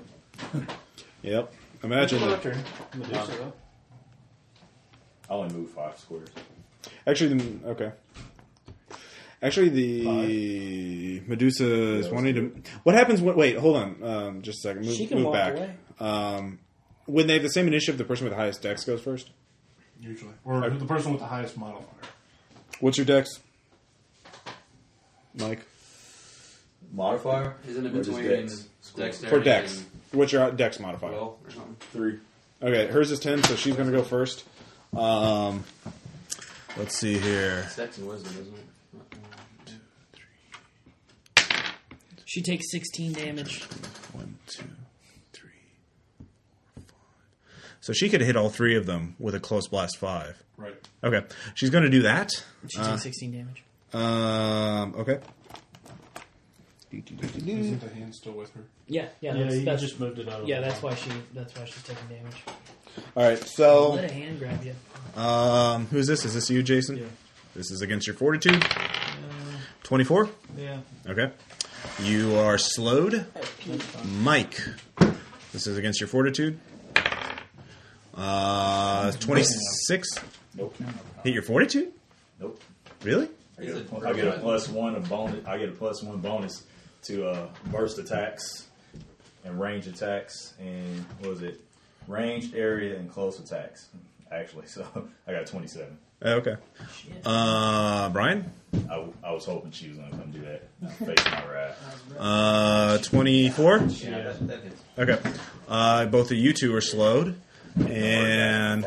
Speaker 1: Yep. Imagine.
Speaker 2: My
Speaker 1: It.
Speaker 2: turn. Medusa.
Speaker 8: I only moved five squares.
Speaker 1: Actually, the, okay. Actually, the Medusa is
Speaker 8: Yeah,
Speaker 1: wanting to. What happens? When, wait, hold on. Um, just a second. Move,
Speaker 6: She can
Speaker 1: move
Speaker 6: walk
Speaker 1: back.
Speaker 6: away.
Speaker 1: Um, when they have the same initiative, the person with the highest dex goes first.
Speaker 2: Usually. Or the person with the highest modifier.
Speaker 1: What's your dex, Mike?
Speaker 8: Modifier?
Speaker 5: Isn't it
Speaker 8: Or just
Speaker 5: between
Speaker 8: Dex?
Speaker 5: dexterity
Speaker 1: For dex,
Speaker 5: and
Speaker 1: what's your dex modifier?
Speaker 5: will or something?
Speaker 8: Three.
Speaker 1: Okay, hers is ten, so she's going to go first. Um, let's see here.
Speaker 5: It's dex and wisdom, isn't it?
Speaker 9: she takes 16 damage.
Speaker 1: One, two, three, four, five. So she could hit all three of them with a close blast five.
Speaker 2: Right.
Speaker 1: Okay, she's going to do that.
Speaker 9: She
Speaker 1: Uh.
Speaker 9: takes 16 damage.
Speaker 1: Um, okay.
Speaker 2: Isn't the hand still with her?
Speaker 9: Yeah, yeah,
Speaker 7: Yeah,
Speaker 9: that's,
Speaker 7: you
Speaker 9: that's,
Speaker 7: just moved it out.
Speaker 9: yeah, that's why she, that's why she's taking damage.
Speaker 1: All right. So,
Speaker 9: Let a hand grab you.
Speaker 1: um, who's this? Is this you, Jason?
Speaker 7: Yeah.
Speaker 1: This is against your fortitude. Twenty-four.
Speaker 7: Yeah.
Speaker 1: Okay. You are slowed. Mike. This is against your fortitude. Uh, 26.
Speaker 8: Nope.
Speaker 1: Hit your fortitude?
Speaker 8: Nope.
Speaker 1: Really?
Speaker 8: I get, a, I get a plus one a bonus. I get a plus one bonus to uh, burst attacks and range attacks and what was it? Ranged area and close attacks. Actually, so I got twenty seven.
Speaker 1: Uh, Okay. Uh, Brian?
Speaker 8: I, w- I was hoping she was gonna come do that. I faced my wrath.
Speaker 1: Uh, 24.
Speaker 5: Yeah, that, that hits.
Speaker 1: Okay. Uh, both of you two are slowed. And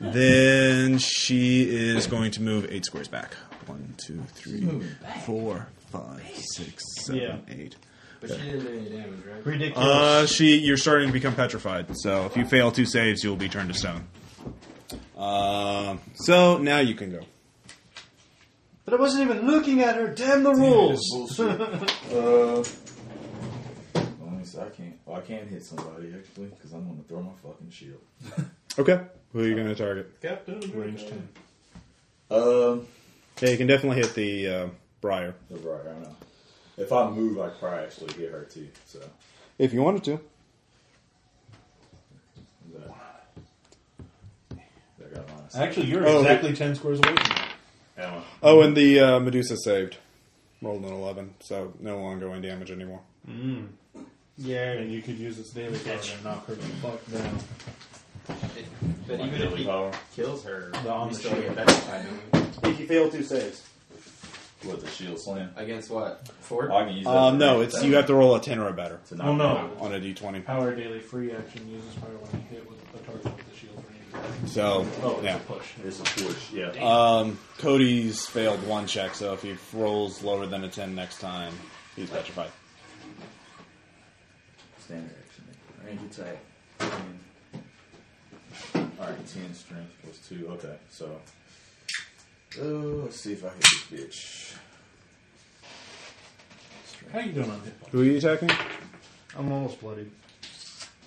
Speaker 1: then she is going to move eight squares back. One, two, three, four, five, six, seven, eight.
Speaker 5: But she didn't do any damage, right?
Speaker 7: Ridiculous.
Speaker 1: Uh, she, you're starting to become petrified. So if you fail two saves, you'll be turned to stone. Um, so now you can go.
Speaker 7: but I wasn't even looking at her. Damn the rules.
Speaker 8: Uh, only so I can't. Well, I can't hit somebody actually because I'm gonna throw my fucking shield.
Speaker 1: Okay. Who are you going to target?
Speaker 2: Captain. Range 10.
Speaker 8: Um,
Speaker 1: Yeah, you can definitely hit the uh, briar
Speaker 8: the right. I don't know. If I move, I probably actually hit her too. So.
Speaker 1: if you wanted to.
Speaker 8: is that- I got mine.
Speaker 2: Actually, you're
Speaker 1: Oh,
Speaker 2: exactly 10 squares away from me.
Speaker 8: That one.
Speaker 1: Oh, and the uh, Medusa saved. Rolled an eleven, so no ongoing damage anymore.
Speaker 2: Hmm.
Speaker 7: Yeah.
Speaker 2: And you could use its daily power and knock her the fuck down.
Speaker 5: It, but even if he
Speaker 8: Power.
Speaker 5: kills her,
Speaker 2: on
Speaker 5: we
Speaker 2: the
Speaker 5: still
Speaker 2: shield.
Speaker 5: get petrified. don't we?
Speaker 1: If you fail two saves.
Speaker 8: With the shield slam.
Speaker 5: Against what? Fort?
Speaker 8: I can use that
Speaker 1: Um,
Speaker 8: for
Speaker 1: no,
Speaker 8: range
Speaker 1: it's
Speaker 8: attack.
Speaker 1: you have to roll a ten or better.
Speaker 8: To knock Oh, no.
Speaker 1: on a d twenty.
Speaker 2: Power daily free action uses fire when you hit with a target with the shield.
Speaker 1: So
Speaker 2: Oh, it's
Speaker 1: yeah,
Speaker 2: a push.
Speaker 8: It's a push. Yeah.
Speaker 1: Um, Cody's failed one check, so if he rolls lower than a ten next time, he's petrified.
Speaker 8: Standard action. Range attack. Ten. Alright, 10 strength plus 2. Okay, so. Oh, let's see if I hit this
Speaker 2: How you doing on hit points?
Speaker 1: Who are you attacking?
Speaker 2: I'm almost bloodied.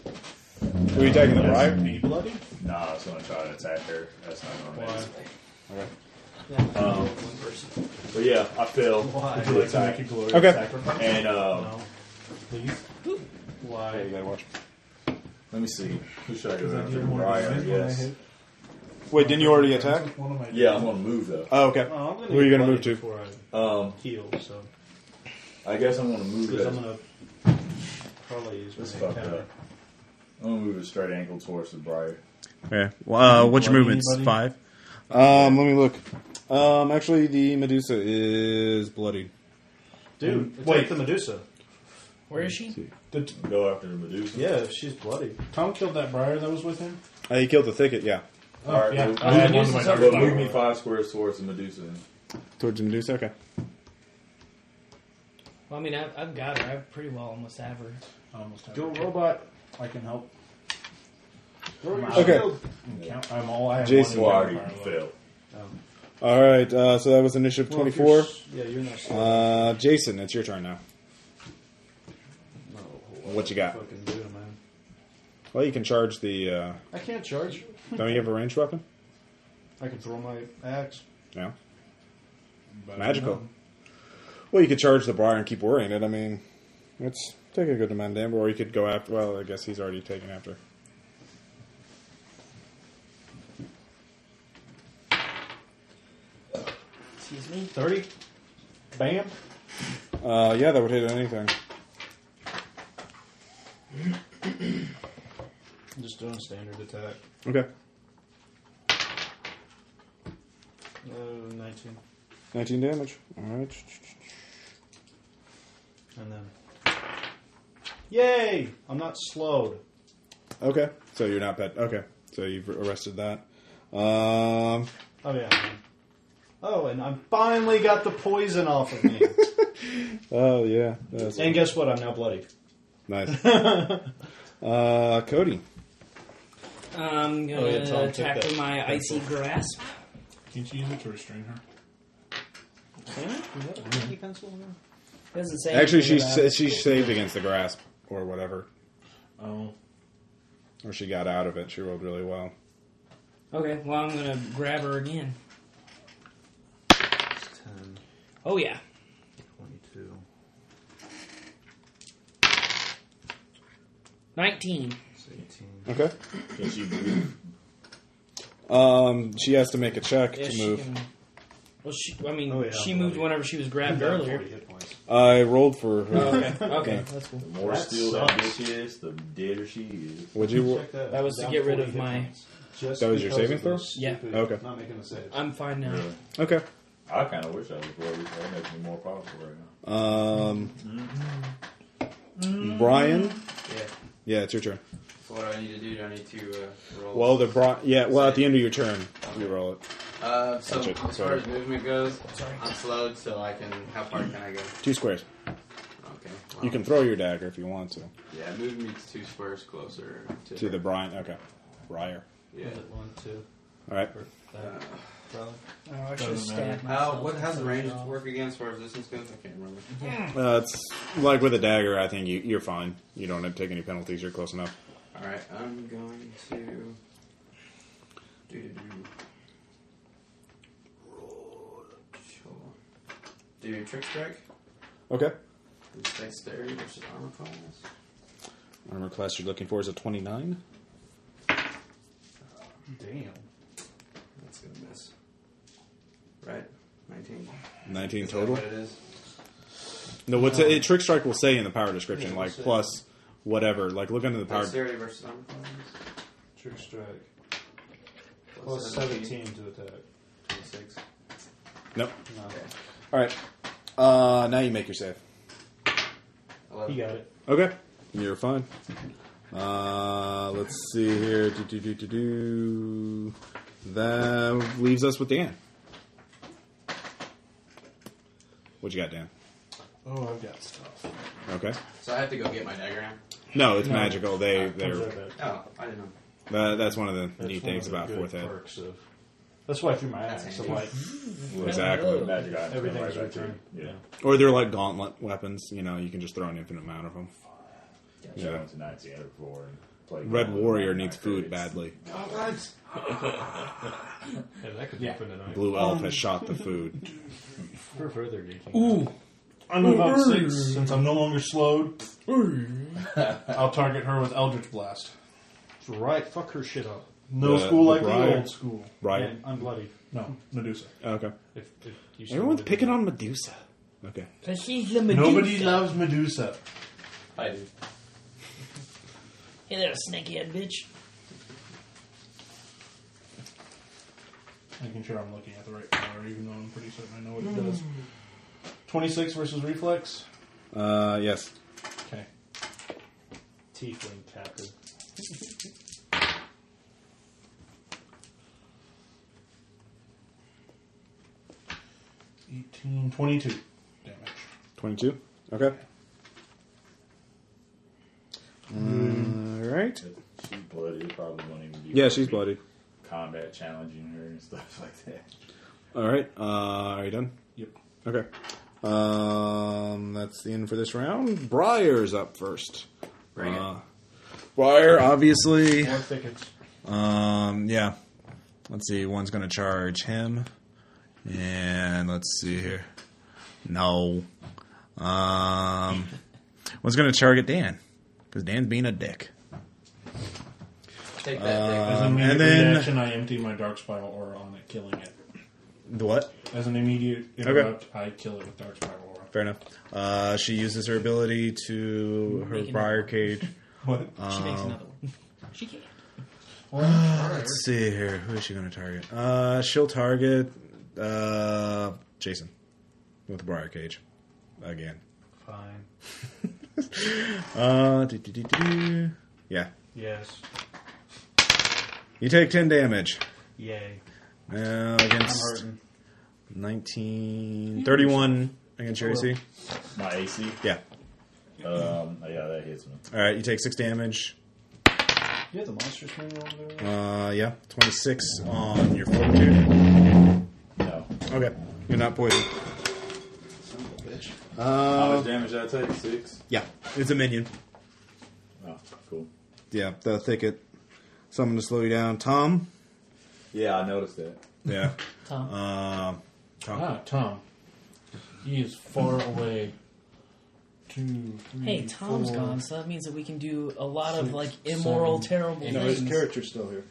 Speaker 8: bitch.
Speaker 1: Who are you taking, the
Speaker 8: That's
Speaker 1: briar?
Speaker 8: me.
Speaker 2: Bloody?
Speaker 8: Nah, I was going to try to attack her. That's not going to
Speaker 2: Why?
Speaker 8: make it.
Speaker 1: Okay. Oh.
Speaker 8: Um, but yeah, I fail.
Speaker 2: Why?
Speaker 8: To attack.
Speaker 2: Make a glorious
Speaker 1: Okay.
Speaker 2: sacrifice?
Speaker 8: And um,
Speaker 2: No. Please? Why?
Speaker 1: you gotta watch.
Speaker 8: let me see. Who should I go
Speaker 2: Because I
Speaker 8: after?
Speaker 2: did one of
Speaker 8: Briar,
Speaker 2: these when I
Speaker 8: yes.
Speaker 2: hit.
Speaker 1: Wait, didn't you already attack?
Speaker 2: With One of my
Speaker 8: Yeah, I'm going to move though.
Speaker 1: Oh, okay.
Speaker 2: Oh, I'm gonna
Speaker 1: Who are you
Speaker 2: get
Speaker 1: gonna move
Speaker 2: bloodied
Speaker 1: to?
Speaker 2: Before
Speaker 8: Um,
Speaker 2: I heal, so.
Speaker 8: I guess I'm going to move
Speaker 2: Because
Speaker 8: that.
Speaker 2: I'm going to probably use
Speaker 8: That's
Speaker 2: my
Speaker 8: fucked
Speaker 2: encounter.
Speaker 8: up. I'm going to move a straight ankle towards the briar.
Speaker 1: Okay. Well, uh, what's your
Speaker 2: Bloody
Speaker 1: movement?
Speaker 2: anybody?
Speaker 1: Five. Um, let me look. Um, actually, the Medusa is bloodied.
Speaker 2: Dude, attack
Speaker 8: Wait.
Speaker 2: the Medusa.
Speaker 11: Where is she?
Speaker 2: The-
Speaker 8: Go after the Medusa.
Speaker 2: yeah, she's bloody. Tom killed that briar that was with him.
Speaker 1: Uh, he killed the thicket. Yeah.
Speaker 2: Oh,
Speaker 8: All right,
Speaker 2: yeah.
Speaker 8: well,
Speaker 2: I had one of my
Speaker 11: Medusa's
Speaker 2: dark
Speaker 8: Well,
Speaker 2: fiber.
Speaker 8: move me five squares towards the Medusa. then.
Speaker 1: Towards the Medusa. Okay.
Speaker 11: Well, I mean, I've, I've got her. I pretty well almost have her.
Speaker 2: I almost have
Speaker 7: Do a
Speaker 2: it.
Speaker 7: robot.
Speaker 2: I can help.
Speaker 1: Okay.
Speaker 2: Count- I'm all I have
Speaker 1: Jason
Speaker 2: one
Speaker 8: Already
Speaker 2: encounter left.
Speaker 8: failed.
Speaker 1: All right. Uh, so that was initiative
Speaker 7: Well, if
Speaker 1: twenty-four.
Speaker 7: you're- Yeah, you're not. slow.
Speaker 1: Uh, Jason, it's your turn now.
Speaker 7: No,
Speaker 1: What you got?
Speaker 7: fucking do, man.
Speaker 1: Well, you can charge the. Uh,
Speaker 7: I can't charge.
Speaker 1: don't you have a ranged weapon?
Speaker 7: I can throw my axe.
Speaker 1: No. Magical. Well, you could charge the briar and keep worrying it. I mean, it's take a good amount of damage, or you could go after. Well, I guess he's already taken after.
Speaker 11: Excuse me.
Speaker 2: Thirty. Bam.
Speaker 1: Uh, yeah, that would hit anything.
Speaker 7: I'm just doing standard attack.
Speaker 1: Okay,
Speaker 7: Uh, 19.
Speaker 1: nineteen damage. All right.
Speaker 7: And then. Yay! I'm not slowed.
Speaker 1: Okay, so you're not pet. Okay, so you've arrested that. Um,
Speaker 7: Oh, yeah. man. Oh, and I finally got the poison off of me.
Speaker 1: oh yeah, that's
Speaker 7: and guess what? I'm now bloodied.
Speaker 1: nice. Uh, Cody.
Speaker 11: I'm gonna
Speaker 7: Oh, yeah, Tom took
Speaker 11: attack
Speaker 7: that.
Speaker 11: with my icy grasp.
Speaker 2: Can't you use it to restrain her? Mm-hmm.
Speaker 11: Doesn't say.
Speaker 1: Actually,
Speaker 11: anything
Speaker 1: she
Speaker 11: about
Speaker 1: sa-
Speaker 11: it.
Speaker 1: she saved against the grasp or whatever,
Speaker 2: Oh.
Speaker 1: or she got out of it. She rolled really well.
Speaker 11: Okay, well, I'm gonna grab her again.
Speaker 7: 10,
Speaker 11: Oh yeah,
Speaker 7: 22.
Speaker 11: 19.
Speaker 7: 18.
Speaker 1: Okay.
Speaker 8: Can she move?
Speaker 1: Um, she has to make a check
Speaker 11: Yeah,
Speaker 1: to
Speaker 11: she
Speaker 1: move.
Speaker 11: can. Well, she. I mean,
Speaker 7: Oh, yeah,
Speaker 11: she
Speaker 7: I'm
Speaker 11: moved
Speaker 7: bloody.
Speaker 11: whenever she was grabbed
Speaker 7: Got
Speaker 11: earlier.
Speaker 7: 40 hit points.
Speaker 1: I rolled for her.
Speaker 11: Oh, okay, okay, that's cool.
Speaker 8: The more
Speaker 7: That
Speaker 8: steel that
Speaker 7: sucks.
Speaker 8: bitch is, the deader she is.
Speaker 1: Would you?
Speaker 7: Check that.
Speaker 11: That was to
Speaker 7: Down
Speaker 11: get rid
Speaker 7: 40
Speaker 11: of
Speaker 7: hit
Speaker 11: my-
Speaker 7: points. Just
Speaker 1: That was your
Speaker 7: because
Speaker 1: saving
Speaker 7: of those
Speaker 1: throw?
Speaker 11: Yeah.
Speaker 7: stupid-
Speaker 1: Okay.
Speaker 7: Not making a save.
Speaker 11: I'm fine now.
Speaker 8: Really?
Speaker 1: Okay.
Speaker 8: I kind of wish I was worried. That makes me more powerful right now.
Speaker 1: Um, Brian.
Speaker 5: Yeah.
Speaker 1: Yeah, it's your turn.
Speaker 5: So what do I need to do? Do I need to uh, roll?
Speaker 1: Well, the Bri- yeah. Well, at the end of your turn, you roll it.
Speaker 5: uh, so
Speaker 1: That's it.
Speaker 5: as far
Speaker 1: Sorry.
Speaker 5: as movement goes,
Speaker 11: Sorry.
Speaker 5: I'm slowed, so I can. How far can I go?
Speaker 1: Two squares.
Speaker 5: Okay. well,
Speaker 1: You can throw your dagger if you want to
Speaker 5: Yeah, move me two squares closer to,
Speaker 1: to
Speaker 5: her.
Speaker 1: the Brian. Okay, Briar.
Speaker 5: Yeah.
Speaker 7: One, two,
Speaker 1: All right.
Speaker 7: or
Speaker 5: Uh,
Speaker 7: that, probably.
Speaker 11: Oh, I should have
Speaker 2: Doesn't
Speaker 11: stabbed myself.
Speaker 5: how? What? How's the range
Speaker 11: Oh.
Speaker 5: work again as far as distance goes? I can't remember.
Speaker 1: Uh, it's like with a dagger. I think you, you're fine. You don't have to take any penalties. You're close enough.
Speaker 5: All right, I'm going to. Do Roll. Sure. Do trick strike.
Speaker 1: Okay.
Speaker 5: It's dexterity versus armor class.
Speaker 1: Armor class you're looking for is a 29.
Speaker 7: Damn.
Speaker 5: That's gonna miss. Right? 19.
Speaker 1: 19
Speaker 5: Is that
Speaker 1: total.
Speaker 5: what it is?
Speaker 1: No, what's it, trick strike will say in the power description,
Speaker 7: Yeah,
Speaker 1: like
Speaker 7: it'll say.
Speaker 1: plus whatever. Like look under the power.
Speaker 5: Dexterity versus armor class.
Speaker 7: Trick strike. Plus 17 to attack.
Speaker 5: Plus 6.
Speaker 1: Nope.
Speaker 7: No.
Speaker 5: Okay.
Speaker 1: All right. Uh, now you make your save.
Speaker 2: He got it.
Speaker 1: Okay. You're fine. Uh, let's see here. Do, do, do, do, do. That leaves us with Dan. What you got, Dan?
Speaker 2: Oh, I've got stuff.
Speaker 1: Okay.
Speaker 5: So I have to go get my dagger now.
Speaker 1: No, it's
Speaker 2: No.
Speaker 1: magical. They they're
Speaker 5: Oh, I didn't know.
Speaker 1: that, that's one of the neat
Speaker 2: one
Speaker 1: things
Speaker 2: of the
Speaker 1: about
Speaker 2: good
Speaker 1: fourth ed.
Speaker 2: perks of- That's why I threw my
Speaker 5: That's
Speaker 2: axe. I'm
Speaker 5: handy.
Speaker 2: like,
Speaker 1: Exactly.
Speaker 8: Magic item.
Speaker 2: Everything's
Speaker 8: right back to you.
Speaker 2: returned.
Speaker 8: Yeah.
Speaker 1: Or they're like gauntlet weapons. You know, you can just throw an infinite amount of them.
Speaker 8: yeah.
Speaker 1: Yeah.
Speaker 8: to 1904 and play
Speaker 1: Red Warrior needs food badly.
Speaker 2: Goblins!
Speaker 13: Yeah, that could
Speaker 2: Yeah.
Speaker 13: be for tonight.
Speaker 1: Blue Elf has shot the food.
Speaker 13: For further geeking.
Speaker 2: Ooh. I'm about six since I'm no longer slowed. I'll target her with Eldritch Blast.
Speaker 13: That's right. Fuck her shit up.
Speaker 2: No
Speaker 1: The-
Speaker 2: school
Speaker 1: the
Speaker 2: like
Speaker 1: briar.
Speaker 2: the old school.
Speaker 1: Right?
Speaker 7: And I'm bloody.
Speaker 2: No, Medusa.
Speaker 1: Okay.
Speaker 13: If, if you still
Speaker 1: Everyone's
Speaker 13: did
Speaker 1: picking on Medusa. Okay.
Speaker 11: Because she's the Medusa.
Speaker 2: Nobody loves Medusa.
Speaker 5: I do.
Speaker 11: Hey there, snaky head bitch.
Speaker 2: Making sure I'm looking at the right power, even though I'm pretty certain I know what it does. 26 versus Reflex.
Speaker 1: Uh, yes.
Speaker 2: Okay.
Speaker 7: Tiefling captain.
Speaker 2: Eighteen twenty-two damage.
Speaker 1: 22? Okay.
Speaker 2: Hmm.
Speaker 1: All right.
Speaker 8: She's bloody. Probably won't even be.
Speaker 1: Yeah, she's bloody.
Speaker 8: Combat challenging her and stuff like that.
Speaker 1: All right. Uh, are you done?
Speaker 2: Yep.
Speaker 1: Okay. Um, that's the end for this round. Briar's up first.
Speaker 5: Bring it.
Speaker 1: uh, Briar, obviously.
Speaker 2: More thickets.
Speaker 1: Um, yeah. Let's see. One's going to charge him. And let's see here. No. Um, one's going to target Dan. Because Dan's being a dick.
Speaker 8: Uh,
Speaker 5: Take that thing.
Speaker 2: As an
Speaker 1: Um,
Speaker 2: immediate
Speaker 1: and then-
Speaker 2: reaction, I empty my Dark Spiral aura on it, killing it.
Speaker 1: The what?
Speaker 2: As an immediate interrupt, I kill it with Dark Spiral aura.
Speaker 1: Fair enough. Uh, she uses her ability to her
Speaker 11: Make
Speaker 1: briar cage.
Speaker 2: What?
Speaker 11: She
Speaker 7: Um,
Speaker 11: makes another one. She can't.
Speaker 1: Let's see here. Who is she going to target? Uh, she'll target uh, Jason with the briar cage again.
Speaker 7: Fine.
Speaker 1: Uh, do, do, do, do. Yeah,
Speaker 7: Yes.
Speaker 1: you take ten damage.
Speaker 7: Yay.
Speaker 1: Now
Speaker 7: I'm
Speaker 1: against
Speaker 7: hurting.
Speaker 1: 19, 31 against your AC.
Speaker 8: My AC.
Speaker 1: Yeah.
Speaker 8: Um, yeah, that hits me.
Speaker 1: All right, you take six damage.
Speaker 7: You have the monster's manual over there?
Speaker 1: Uh, yeah, twenty six on your fortitude.
Speaker 8: No.
Speaker 1: Okay, you're not poisoned.
Speaker 8: Son of a bitch. How
Speaker 1: Uh,
Speaker 8: much damage did I take? Six.
Speaker 1: yeah, it's a minion.
Speaker 8: Oh, cool.
Speaker 1: Yeah, the thicket. So I'm going to slow you down, Tom.
Speaker 8: Yeah, I noticed that.
Speaker 1: Yeah.
Speaker 11: Tom.
Speaker 1: Um, Tom.
Speaker 2: Ah, Tom. He is far away. Two,
Speaker 1: Hmm.
Speaker 2: three,
Speaker 11: Hey, Tom's
Speaker 2: four.
Speaker 11: gone, so that means that we can do a lot of like immoral, terrible things.
Speaker 13: character's still here.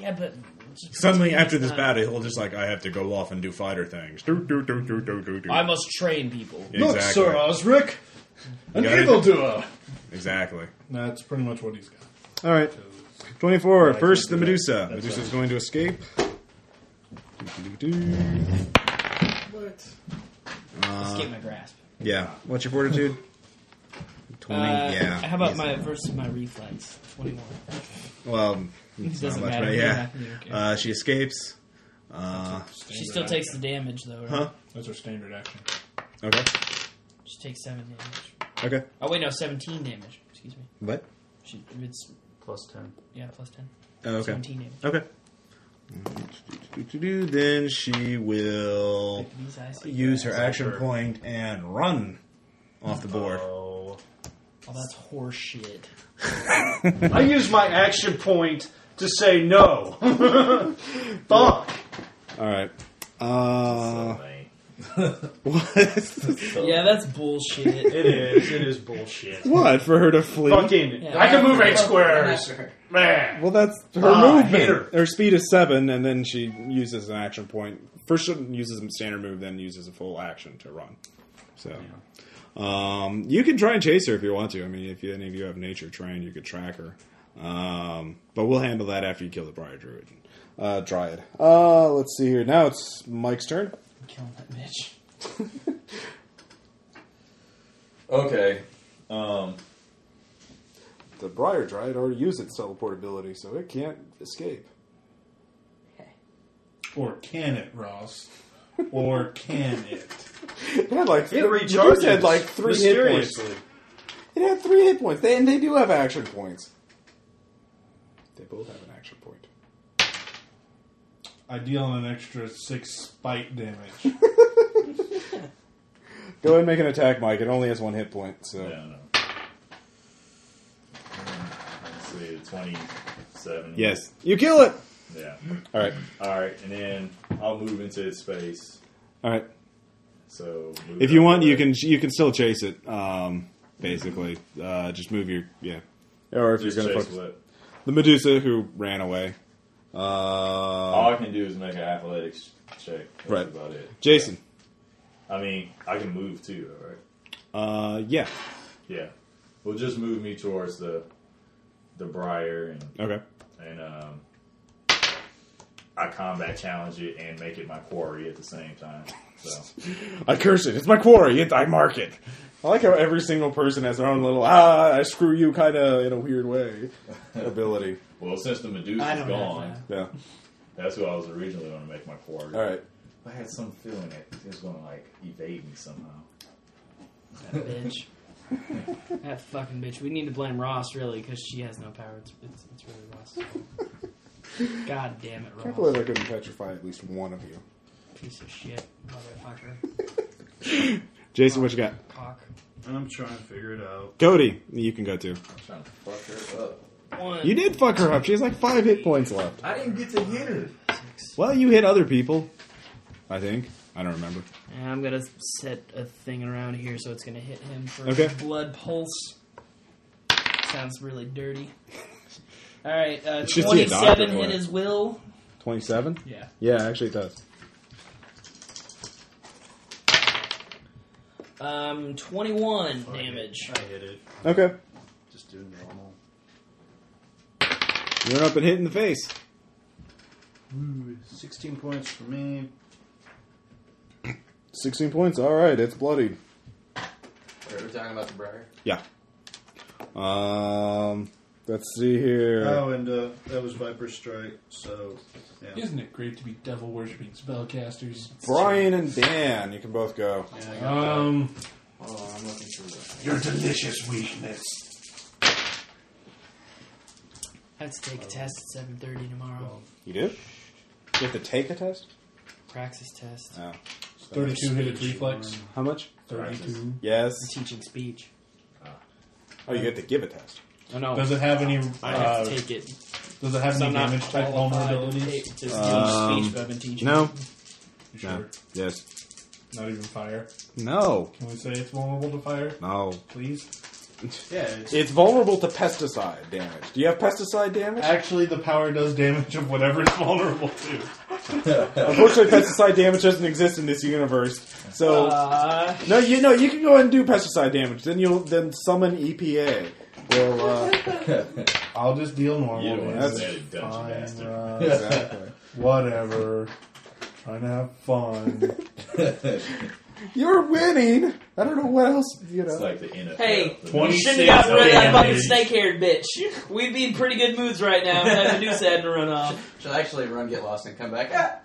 Speaker 11: yeah, but
Speaker 1: Suddenly, after this
Speaker 11: Uh,
Speaker 1: battle, he'll just like, I have to go off and do fighter things. Do, do, do, do, do, do, do.
Speaker 11: I must train people.
Speaker 1: Exactly.
Speaker 13: Osric,
Speaker 1: You got it?
Speaker 13: doer.
Speaker 1: Exactly.
Speaker 2: That's pretty much what he's got.
Speaker 1: All right. 24.
Speaker 2: I
Speaker 1: First,
Speaker 2: can't
Speaker 1: the
Speaker 2: do
Speaker 1: Medusa.
Speaker 2: that. That's
Speaker 1: Medusa's
Speaker 2: fine.
Speaker 1: going to escape. Do-do-do-do.
Speaker 11: Escape my grasp.
Speaker 1: Yeah. What's your fortitude? 20.
Speaker 11: Uh,
Speaker 1: yeah.
Speaker 11: How about
Speaker 1: Yes.
Speaker 11: my versus my reflex? Twenty-one.
Speaker 1: Well, it's not
Speaker 11: doesn't
Speaker 1: much,
Speaker 11: matter.
Speaker 1: but
Speaker 11: It
Speaker 1: yeah.
Speaker 11: doesn't matter. Okay.
Speaker 1: Uh, she escapes. Uh,
Speaker 11: She still takes the damage though, right?
Speaker 1: huh?
Speaker 2: That's her standard action.
Speaker 1: Okay.
Speaker 11: She takes seven damage.
Speaker 1: Okay.
Speaker 11: Oh wait, no, seventeen damage. Excuse me.
Speaker 1: What?
Speaker 11: She, it's
Speaker 13: Plus ten.
Speaker 11: yeah, plus ten.
Speaker 1: Oh, okay.
Speaker 11: Seventeen damage.
Speaker 1: Okay. Then she will
Speaker 11: These eyes.
Speaker 1: use her action point and run off the board.
Speaker 13: Oh,
Speaker 11: Oh, that's horseshit.
Speaker 7: I use my action point to say no. Fuck.
Speaker 1: All right. Uh,
Speaker 8: Lame.
Speaker 1: what?
Speaker 11: Yeah, that's bullshit.
Speaker 7: It is. It is bullshit.
Speaker 1: what for her to flee?
Speaker 7: Fucking.
Speaker 11: Yeah.
Speaker 7: I can move eight
Speaker 5: That's
Speaker 7: squares.
Speaker 5: her.
Speaker 7: Man.
Speaker 1: Well, that's her
Speaker 7: Ah, I
Speaker 1: movement.
Speaker 7: hate
Speaker 1: Her. speed is seven, and then she uses an action point. First, she uses a standard move, then uses a full action to run. So, um, you can try and chase her if you want to. I mean, if you, any of you have nature trained, you could track her. Um, but we'll handle that after you kill the Briar Druid. Uh, Dryad. Uh, let's see here. Now it's Mike's turn.
Speaker 11: I'm killing that bitch.
Speaker 8: Okay. Um,
Speaker 1: the Briar Dryad already used its teleportability, so it can't escape.
Speaker 2: Or can it, Ross? Or can it?
Speaker 1: It had like
Speaker 2: It
Speaker 1: three-
Speaker 2: recharges
Speaker 1: it had like three hit points.
Speaker 2: mysteriously.
Speaker 1: It had three hit points, they, and they do have action points. They both have an action point.
Speaker 2: I deal an extra six spike damage.
Speaker 1: Go ahead and make an attack, Mike. It only has one hit point, so
Speaker 8: Um, let's see, 27.
Speaker 1: yes, you kill it.
Speaker 8: Yeah.
Speaker 1: All right,
Speaker 8: All right, and then I'll move into its space.
Speaker 1: all right.
Speaker 8: So move
Speaker 1: If you
Speaker 8: up
Speaker 1: want,
Speaker 8: there.
Speaker 1: you can you can still chase it. Um, basically, uh, just move your yeah, or if
Speaker 8: Just
Speaker 1: you're going to
Speaker 8: chase
Speaker 1: focus
Speaker 8: what?
Speaker 1: the Medusa who ran away. Uh,
Speaker 8: All I can do is make an athletics check. That's
Speaker 1: right,
Speaker 8: about it.
Speaker 1: Jason.
Speaker 8: I mean, I can move too, though, right?
Speaker 1: Uh, yeah.
Speaker 8: Yeah. Well, just move me towards the the briar and
Speaker 1: Okay.
Speaker 8: and um, I combat challenge it and make it my quarry at the same time. So
Speaker 1: I curse it. It's my quarry. It, I mark it. I like how every single person has their own little ah, I screw you kind of in a weird way ability.
Speaker 8: well, since the
Speaker 1: I
Speaker 8: Medusa's
Speaker 1: don't
Speaker 8: gone,
Speaker 1: have Yeah.
Speaker 8: that's who I was originally going to make my quarry.
Speaker 1: All right.
Speaker 8: I had some feeling that it was going to like evade me somehow.
Speaker 6: That bitch. that fucking bitch. We need to blame Ross really because she has no power. It's, it's, it's really Ross's fault. God damn it,
Speaker 1: I can't believe
Speaker 6: Ross.
Speaker 1: I couldn't petrify at least one of you.
Speaker 6: Piece of shit, motherfucker.
Speaker 1: Jason, what you got?
Speaker 6: Cock.
Speaker 7: I'm trying to figure it out.
Speaker 1: Cody, you can go too.
Speaker 8: I'm trying to fuck her up.
Speaker 1: You did fuck her up. She has like five hit points left.
Speaker 8: I didn't get to hit her.
Speaker 1: Well, you hit other people. I think. I don't remember.
Speaker 6: And I'm gonna set a thing around here so it's gonna hit him for
Speaker 1: Okay.
Speaker 6: blood pulse. Sounds really dirty. All right, uh,
Speaker 1: You should see a doctor
Speaker 6: 27
Speaker 1: for
Speaker 6: hit
Speaker 1: it.
Speaker 6: his will.
Speaker 1: 27?
Speaker 6: Yeah.
Speaker 1: Yeah, actually it does.
Speaker 6: Um, 21 damage.
Speaker 14: I hit it.
Speaker 1: Okay.
Speaker 14: Just do normal.
Speaker 1: You went up and hit in the face.
Speaker 7: Ooh, 16 points for me.
Speaker 1: 16 points. All right, it's bloodied.
Speaker 5: We're talking about the briar.
Speaker 1: Yeah. Um, let's see here.
Speaker 7: Oh, and uh, that was Viper Strike, so. Yeah.
Speaker 2: Isn't it great to be devil worshipping spellcasters?
Speaker 1: Brian and Dan, you can both go.
Speaker 2: Um,
Speaker 5: Oh, I'm looking through the.
Speaker 2: your delicious weakness.
Speaker 6: I have to take a test at 7.30 tomorrow.
Speaker 1: You do? You have to take a test?
Speaker 6: Praxis test.
Speaker 1: Oh.
Speaker 2: 32 hit its reflex.
Speaker 1: How much?
Speaker 2: 32.
Speaker 1: Yes.
Speaker 6: teaching speech.
Speaker 1: Oh, you have to give a test.
Speaker 6: I know.
Speaker 2: Does it have any,
Speaker 6: I have
Speaker 2: uh,
Speaker 6: to take it.
Speaker 2: Does it have
Speaker 6: So I'm
Speaker 2: any
Speaker 6: not
Speaker 2: damage type
Speaker 6: qualified to
Speaker 2: vulnerabilities?
Speaker 6: take- to teach
Speaker 1: Um,
Speaker 6: speech, but I've been teaching.
Speaker 1: No.
Speaker 2: You
Speaker 1: No.
Speaker 2: sure?
Speaker 1: Yes.
Speaker 2: Not even fire.
Speaker 1: No.
Speaker 2: Can we say it's vulnerable to fire?
Speaker 1: No.
Speaker 2: Please?
Speaker 7: Yeah, it's,
Speaker 1: It's vulnerable to pesticide damage. Do you have pesticide damage?
Speaker 2: Actually, the power does damage of whatever it's vulnerable to.
Speaker 1: Unfortunately, pesticide damage doesn't exist in this universe. So
Speaker 6: Uh,
Speaker 1: no, you know you can go ahead and do pesticide damage. Then you'll then summon EPA. Well, uh,
Speaker 2: I'll just deal
Speaker 7: Oh,
Speaker 2: normal.
Speaker 8: You don't want to
Speaker 2: damage.
Speaker 8: say it, don't you,
Speaker 2: Fine,
Speaker 8: bastard?
Speaker 2: uh,
Speaker 1: exactly.
Speaker 2: Whatever. Trying to have fun.
Speaker 1: You're winning. I don't know what else you know.
Speaker 8: It's like the NFL.
Speaker 15: Hey,
Speaker 8: The
Speaker 15: you shouldn't have
Speaker 2: 26
Speaker 15: gotten rid of that fucking
Speaker 2: damage.
Speaker 15: snake haired bitch. We'd be in pretty good moods right now if that Medusa hadn't run off.
Speaker 5: She'll actually run, get lost, and come back. Ah!